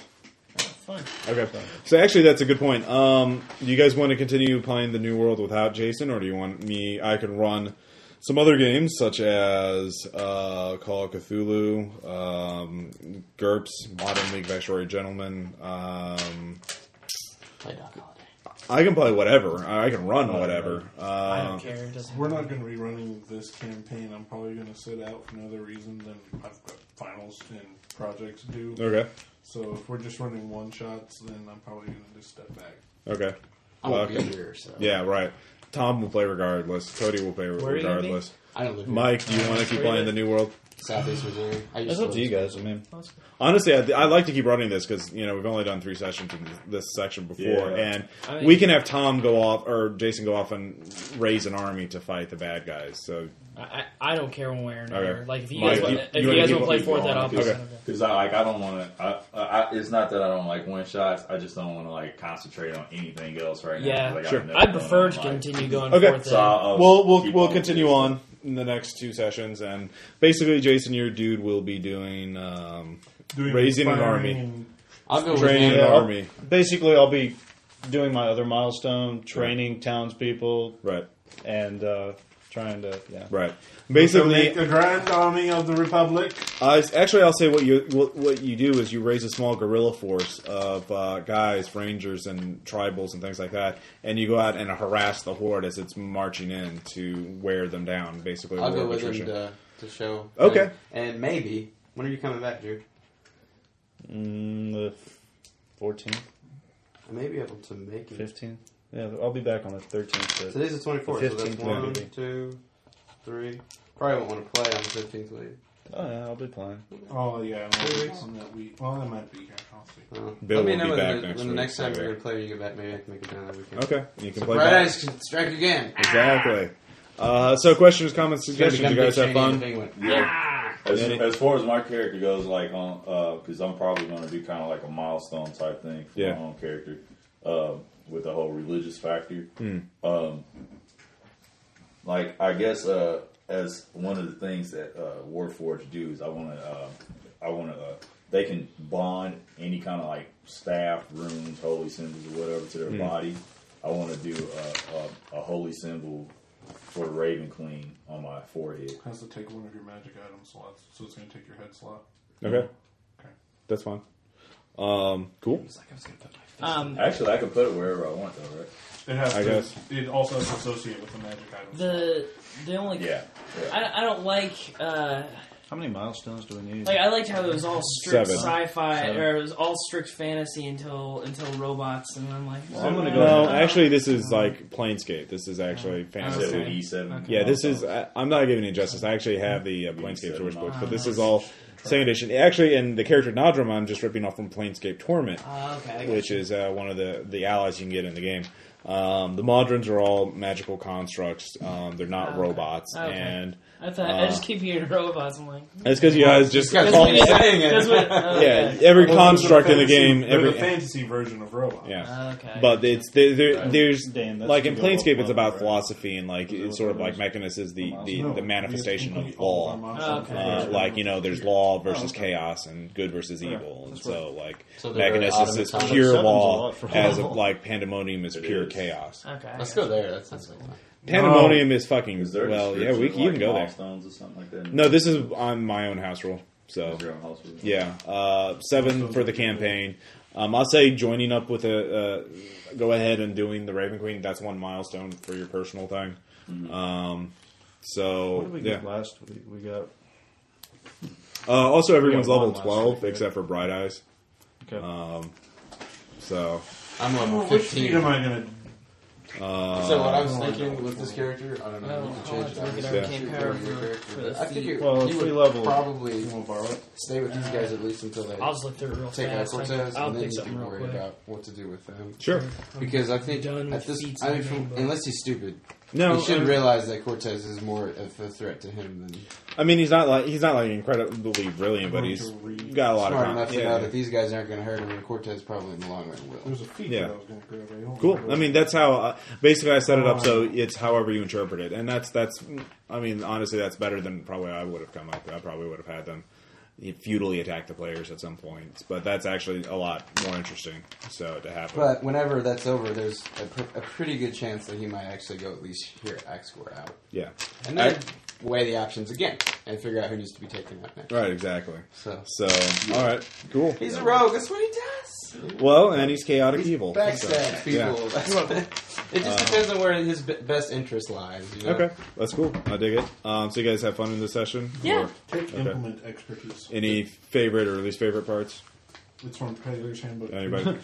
Speaker 11: Fun.
Speaker 1: Okay, so actually that's a good point. Um, do you guys want to continue playing the New World without Jason, or do you want me? I can run Some other games, such as uh, Call of Cthulhu, um, GURPS, Modern League of Extraordinary Gentlemen. Um, I can play whatever. I I can run whatever. Uh,
Speaker 2: We're not going to be running this campaign. I'm probably going to sit out for another reason than I've got finals and projects due.
Speaker 1: Okay.
Speaker 2: So if we're just running one shots, then I'm probably going to just step back.
Speaker 1: Okay.
Speaker 2: I won't
Speaker 1: Okay.
Speaker 2: be here, so.
Speaker 1: Yeah, right. Tom will play regardless. Cody will play
Speaker 2: Where are you gonna be?
Speaker 1: regardless.
Speaker 5: I don't live here.
Speaker 1: Mike, do you
Speaker 5: Uh,
Speaker 1: want to keep
Speaker 5: where you
Speaker 1: playing the
Speaker 5: live?
Speaker 1: New World?
Speaker 5: Southeast Missouri. I used
Speaker 1: That's
Speaker 5: to
Speaker 1: up to you
Speaker 5: live-
Speaker 1: guys. I mean, honestly, I, I like to keep running this because you know we've only done three sessions in this section before,
Speaker 8: Yeah.
Speaker 1: and
Speaker 8: I mean-
Speaker 1: we can have Tom go off or Jason go off and raise an army to fight the bad guys. So
Speaker 6: I, I I don't care one way or another.
Speaker 1: Okay.
Speaker 6: Like if you
Speaker 1: Mike,
Speaker 6: guys
Speaker 1: you-
Speaker 6: want, if
Speaker 1: you
Speaker 6: you guys
Speaker 1: wanna
Speaker 6: want to play
Speaker 1: keep
Speaker 6: fourth, that opposite.
Speaker 1: Okay.
Speaker 8: Because I like I don't want to. I, I, it's not that I don't like win shots. I just don't want to like concentrate on anything else right
Speaker 6: Yeah.
Speaker 8: now. 'cause I got
Speaker 6: Sure.
Speaker 8: enough
Speaker 6: I'd
Speaker 8: going
Speaker 6: prefer
Speaker 8: on
Speaker 6: to
Speaker 8: in life.
Speaker 6: continue going
Speaker 1: okay,
Speaker 6: forth So I'll- I'll
Speaker 1: we'll we'll,
Speaker 8: keep
Speaker 1: we'll
Speaker 8: on
Speaker 1: continue on in the next two sessions, and basically, Jason, your dude will be doing, um,
Speaker 2: Doing
Speaker 1: raising an
Speaker 2: firing
Speaker 1: army.
Speaker 2: and- I'll go with
Speaker 1: training
Speaker 2: that.
Speaker 1: an
Speaker 2: Yeah.
Speaker 1: army.
Speaker 7: Basically, I'll be doing my other milestone, training townspeople,
Speaker 1: right,
Speaker 7: and uh, trying to yeah,
Speaker 1: Right. Basically,
Speaker 2: the Grand Army of the Republic.
Speaker 1: I Uh, actually, I'll say what you what, what you do is you raise a small guerrilla force of uh, guys, rangers, and tribals and things like that, and you go out and harass the horde as it's marching in to wear them down. Basically,
Speaker 23: I'll
Speaker 1: war
Speaker 23: go
Speaker 1: of
Speaker 23: with him
Speaker 1: attrition.
Speaker 23: to, to show.
Speaker 1: Okay.
Speaker 23: And, and maybe when are you coming back, Drew?
Speaker 7: Mm, the fourteenth,
Speaker 23: I may be able to make it.
Speaker 7: fifteenth. Yeah, I'll be back on the thirteenth.
Speaker 23: Today's the twenty fourth, so that's one, two, three. Probably won't want to play on the fifteenth later.
Speaker 7: Oh yeah, I'll be playing.
Speaker 2: Oh yeah, I'm
Speaker 23: Three
Speaker 2: not
Speaker 23: weeks.
Speaker 2: on that week. Well, I might be here. I'll see.
Speaker 23: Oh.
Speaker 1: Bill
Speaker 23: Let me
Speaker 1: will
Speaker 23: know
Speaker 1: be
Speaker 23: when
Speaker 1: back
Speaker 23: the,
Speaker 1: next
Speaker 23: when the
Speaker 1: week,
Speaker 23: next time
Speaker 1: so-
Speaker 23: you're gonna play. When you get back, maybe I can make it down that weekend.
Speaker 1: Okay, you can play back.
Speaker 23: uh, Surprise! Can strike again.
Speaker 1: Exactly. Uh, so, questions, comments,
Speaker 23: It's gonna
Speaker 1: suggestions. You
Speaker 23: become
Speaker 1: guys have
Speaker 23: Big Shady and
Speaker 1: fun.
Speaker 23: the Penguin.
Speaker 1: uh,
Speaker 8: Yeah. As,
Speaker 1: Any-
Speaker 8: as far as my character goes, like on because I'm probably going to do kind of like a milestone type thing for
Speaker 1: Yeah.
Speaker 8: my own character um, with the whole religious factor.
Speaker 1: Hmm.
Speaker 8: Um, like I guess uh, as one of the things that uh, Warforged do is I want to uh, I want to uh, they can bond any kind of like staff rooms, holy symbols, or whatever to their
Speaker 1: Hmm.
Speaker 8: body. I want to do uh, a, a, a holy symbol for Raven Queen on my forehead.
Speaker 2: Has to take one of your magic item slots, so it's going to take your head slot.
Speaker 1: Okay. That's fine. Um, cool.
Speaker 6: Um,
Speaker 8: Actually, I can put it wherever I want, though, right?
Speaker 2: It has
Speaker 1: I
Speaker 2: to.
Speaker 1: guess.
Speaker 2: It also has to associate with the magic item.
Speaker 6: The the only
Speaker 8: Yeah,
Speaker 6: I, I don't like uh,
Speaker 7: How many milestones do we need?
Speaker 6: like I liked how it was all strict
Speaker 7: Seven.
Speaker 6: sci-fi
Speaker 7: Seven.
Speaker 6: or it was all strict fantasy until until robots and I'm like
Speaker 7: Well, I'm gonna go
Speaker 1: No,
Speaker 7: ahead. Oh,
Speaker 1: actually, this is like Planescape. This is actually fantasy.
Speaker 8: Seven E seven.
Speaker 1: Yeah, this is. I, I'm not giving you justice. I actually have the uh, Planescape source book, but this
Speaker 6: Ah.
Speaker 1: is all second edition. Actually, and the character Nadrum, I'm just ripping off from Planescape Torment,
Speaker 6: Ah, okay, I got
Speaker 1: which
Speaker 6: you.
Speaker 1: is uh, one of the the allies you can get in the game. Um, the Modrons are all magical constructs. Um, they're not robots,
Speaker 6: Okay.
Speaker 1: and
Speaker 6: I thought I
Speaker 1: uh,
Speaker 6: just keep hearing robots. I'm like,
Speaker 1: It's because you guys just
Speaker 6: That's
Speaker 1: call
Speaker 6: what you're saying it. That's what- okay.
Speaker 1: yeah. Every
Speaker 2: Well, those are
Speaker 1: construct in the
Speaker 2: fantasy-
Speaker 1: game,
Speaker 2: they're
Speaker 1: every
Speaker 2: the fantasy version of robot.
Speaker 1: Yeah,
Speaker 6: Okay.
Speaker 1: but it's there, there, there's
Speaker 2: Damn, that's
Speaker 1: like in
Speaker 2: the goal of
Speaker 1: Planescape, it's
Speaker 2: Modern,
Speaker 1: about
Speaker 2: right?
Speaker 1: philosophy and like it's sort of like Mechanus is the the,
Speaker 2: No,
Speaker 1: the manifestation of law.
Speaker 2: Oh, okay.
Speaker 1: Uh, like you know, there's law versus
Speaker 2: Oh, okay.
Speaker 1: chaos and good versus evil, and
Speaker 2: that's
Speaker 1: so
Speaker 2: right.
Speaker 1: like
Speaker 2: So they're very
Speaker 1: Mechanus is
Speaker 2: automatonic.
Speaker 1: pure
Speaker 2: Seven's a
Speaker 1: law,
Speaker 2: lot for
Speaker 1: as
Speaker 2: law. Oh.
Speaker 1: like Pandemonium is pure chaos.
Speaker 6: Okay.
Speaker 5: Let's go there. That sounds like fun.
Speaker 1: Pandemonium is fucking
Speaker 8: Is there a
Speaker 1: well, yeah.
Speaker 8: description
Speaker 1: We
Speaker 8: of,
Speaker 1: can you
Speaker 8: like,
Speaker 1: can go there.
Speaker 8: milestones or something like that?
Speaker 1: No, this is on my own house rule. So
Speaker 8: Your own house rule.
Speaker 1: yeah, uh, seven for the campaign. Um, I'll say joining up with a uh, go ahead and doing the Raven Queen. That's one milestone for your personal thing. Um, so
Speaker 7: What did we
Speaker 1: yeah.
Speaker 7: get last week? We got
Speaker 1: Uh, also, everyone's
Speaker 7: We got
Speaker 1: level
Speaker 7: one last
Speaker 1: twelve
Speaker 7: week, right?
Speaker 1: except for Bright Eyes. Okay. Um, so
Speaker 5: I'm level
Speaker 2: Which feat am I going to?
Speaker 1: Uh,
Speaker 5: so what I was thinking with this character, I don't know.
Speaker 6: Oh,
Speaker 5: you
Speaker 6: I'll
Speaker 5: can change it.
Speaker 6: have to look at Arcane Power
Speaker 5: I'm not sure what your
Speaker 6: for-
Speaker 5: character
Speaker 6: for
Speaker 5: is.
Speaker 6: the
Speaker 5: I figure
Speaker 6: feat. Well,
Speaker 5: you
Speaker 6: if we
Speaker 5: would
Speaker 6: level-
Speaker 5: probably stay with these guys at least until they.
Speaker 6: I'll just look through it real
Speaker 5: take
Speaker 6: fast.
Speaker 5: our
Speaker 6: I can-
Speaker 5: Cortez,
Speaker 6: I'll
Speaker 5: and then
Speaker 6: pick
Speaker 5: you
Speaker 6: something
Speaker 5: can
Speaker 6: real
Speaker 5: worry
Speaker 6: quick.
Speaker 5: about what to do with them.
Speaker 1: Sure.
Speaker 5: Because I think
Speaker 6: Done with
Speaker 5: at this,
Speaker 6: feats
Speaker 5: I mean,
Speaker 6: and
Speaker 5: from,
Speaker 6: rainbow.
Speaker 5: unless he's stupid,
Speaker 1: No,
Speaker 5: he should
Speaker 1: I'm-
Speaker 5: realize that Cortez is more of a threat to him than
Speaker 1: I mean, he's not like he's not like incredibly brilliant, but he's got a lot of
Speaker 5: smart
Speaker 1: con-
Speaker 5: enough to
Speaker 1: yeah,
Speaker 5: know
Speaker 1: yeah.
Speaker 5: that these guys aren't going to hurt him, and Cortez probably in the long run will.
Speaker 2: There's a feat
Speaker 1: Yeah.
Speaker 2: that I was going to grab. I don't
Speaker 1: Cool.
Speaker 2: remember.
Speaker 1: I mean, that's how. Uh, basically, I set it up so it's however you interpret it, and that's that's. I mean, honestly, that's better than probably I would have come up. with. I probably would have had them futilely attack the players at some points. But that's actually a lot more interesting. So to have,
Speaker 5: But whenever that's over, there's a, pr- a pretty good chance that he might actually go at least hear X score out.
Speaker 1: Yeah.
Speaker 5: And then weigh the options again and figure out who needs to be taken out next.
Speaker 1: right, exactly.
Speaker 5: So,
Speaker 1: so all right, cool.
Speaker 24: He's a rogue. That's what he does.
Speaker 1: Well, and he's chaotic evil. So,
Speaker 5: Backstab people.
Speaker 1: yeah.
Speaker 5: That's what- it just
Speaker 1: Uh,
Speaker 5: depends on where his be- best interest lies. You know?
Speaker 1: Okay, that's cool. I dig it. Um, so you guys have fun in this session.
Speaker 5: Yeah.
Speaker 1: Or-
Speaker 2: Take implement expertise.
Speaker 1: Any favorite or least favorite parts?
Speaker 2: It's from Predator's Handbook.
Speaker 1: Anybody?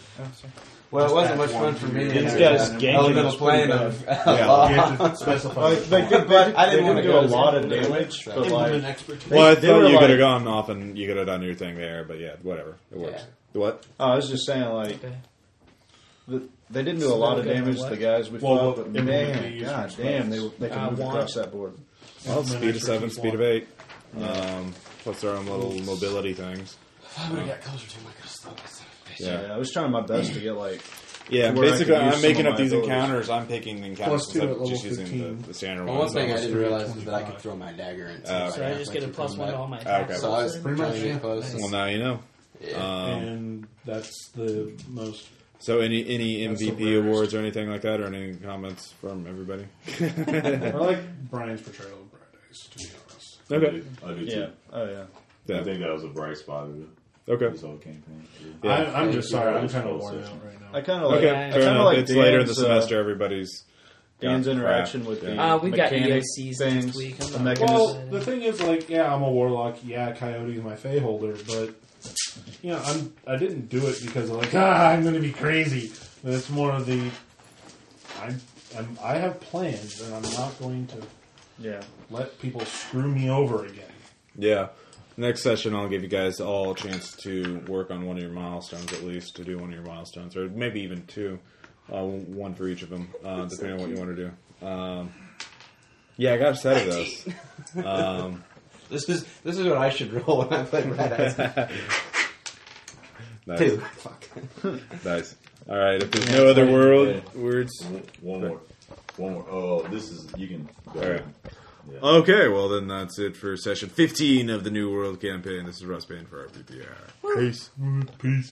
Speaker 5: Well, it wasn't
Speaker 2: that
Speaker 5: much
Speaker 2: one.
Speaker 5: fun for me.
Speaker 2: These
Speaker 5: to
Speaker 2: guys
Speaker 5: have
Speaker 2: ganked
Speaker 5: elemental
Speaker 2: us pretty
Speaker 5: plane of
Speaker 2: bad.
Speaker 5: of
Speaker 2: Yeah.
Speaker 5: law.
Speaker 2: You have to specify. Like, they could-
Speaker 5: but I didn't
Speaker 2: they
Speaker 5: want to
Speaker 2: could
Speaker 5: go
Speaker 2: do a
Speaker 5: to
Speaker 2: lot
Speaker 5: Zach
Speaker 2: of
Speaker 5: Blaine.
Speaker 2: damage, but,
Speaker 5: They-
Speaker 2: like- expertise.
Speaker 1: Well, I
Speaker 7: They- they
Speaker 1: thought
Speaker 7: were
Speaker 1: you could
Speaker 7: like-
Speaker 1: have gone off and you could have done your thing there, but yeah, whatever. It works. What?
Speaker 7: Oh, I was just saying, like, the, they didn't do a lot of damage to the guys we
Speaker 1: Well,
Speaker 7: fought, but
Speaker 1: implement
Speaker 7: man,
Speaker 1: these
Speaker 7: god
Speaker 1: from
Speaker 7: damn, they,
Speaker 1: spells.
Speaker 7: they can
Speaker 1: Uh,
Speaker 7: move
Speaker 1: one.
Speaker 7: across that board.
Speaker 1: Well, speed of seven, speed of eight.
Speaker 7: Yeah.
Speaker 1: Um, plus their own little mobility things.
Speaker 5: If I would have got closer to him, I could have stopped myself.
Speaker 1: Yeah.
Speaker 7: I was trying my best to get like.
Speaker 1: Yeah,
Speaker 7: to where I
Speaker 1: basically,
Speaker 7: could use
Speaker 1: I'm making
Speaker 7: some
Speaker 1: up
Speaker 7: of my
Speaker 1: these
Speaker 7: abilities.
Speaker 1: encounters. I'm picking the encounters
Speaker 5: Plus two
Speaker 1: instead
Speaker 5: at
Speaker 1: of
Speaker 5: level
Speaker 1: just using
Speaker 5: 15.
Speaker 1: the, the standard
Speaker 5: Well, one
Speaker 1: ones.
Speaker 5: thing I
Speaker 1: was-
Speaker 5: didn't realize was that I could throw my dagger and
Speaker 1: Oh,
Speaker 5: stuff
Speaker 1: okay.
Speaker 5: like that.
Speaker 1: Okay.
Speaker 5: So I was pretty much yeah. close.
Speaker 1: Well, now you know. Um,
Speaker 2: and that's the most.
Speaker 1: so, any any
Speaker 2: That's the
Speaker 1: MVP awards or anything like that, or any comments from everybody?
Speaker 2: I like Brian's portrayal of Paradise, to be honest.
Speaker 1: Okay.
Speaker 8: I do too.
Speaker 2: Yeah.
Speaker 7: Oh yeah.
Speaker 1: Yeah.
Speaker 8: I think that was a bright spot of it.
Speaker 1: Okay.
Speaker 8: This whole campaign.
Speaker 1: Yeah. I-
Speaker 2: I'm just sorry, I'm kinda
Speaker 8: Whole
Speaker 2: worn out
Speaker 8: session.
Speaker 2: right now.
Speaker 7: I kind of like.
Speaker 1: Okay,
Speaker 7: I
Speaker 1: fair
Speaker 7: kinda
Speaker 1: enough.
Speaker 7: like
Speaker 1: it's later in the
Speaker 7: Dan's, uh,
Speaker 1: semester. Everybody's
Speaker 7: Dan's
Speaker 1: got
Speaker 7: interaction
Speaker 1: crap.
Speaker 7: with the
Speaker 2: Yeah.
Speaker 6: Uh, we've got
Speaker 7: mechanic
Speaker 6: EOCs
Speaker 7: things,
Speaker 6: next week. I'm
Speaker 7: the
Speaker 6: not-
Speaker 7: mechanism.
Speaker 2: Well, the thing is, like, yeah, I'm a warlock. Yeah, coyote is my holder, but you know, I'm I didn't do it because of like, ah, I'm going to be crazy. But it's more of the I'm, I'm I have plans, and I'm not going to
Speaker 7: yeah
Speaker 2: let people screw me over again.
Speaker 1: Yeah. Next session, I'll give you guys all a chance to work on one of your milestones, at least to do one of your milestones, or maybe even two, uh, one for each of them, uh, depending on what you want to do. Um, yeah, I got a set of those. Um,
Speaker 5: This is this is what I should roll when I play Red Eyes.
Speaker 1: nice.
Speaker 5: Two. Fuck.
Speaker 1: nice. All right. If there's no other world words,
Speaker 8: One more. One more. Oh, this is you can. Go
Speaker 1: All right.
Speaker 8: Yeah.
Speaker 1: Okay, well then that's it for session 15 of the New World campaign. This is Russ Payne for RPPR. Peace.
Speaker 2: Peace.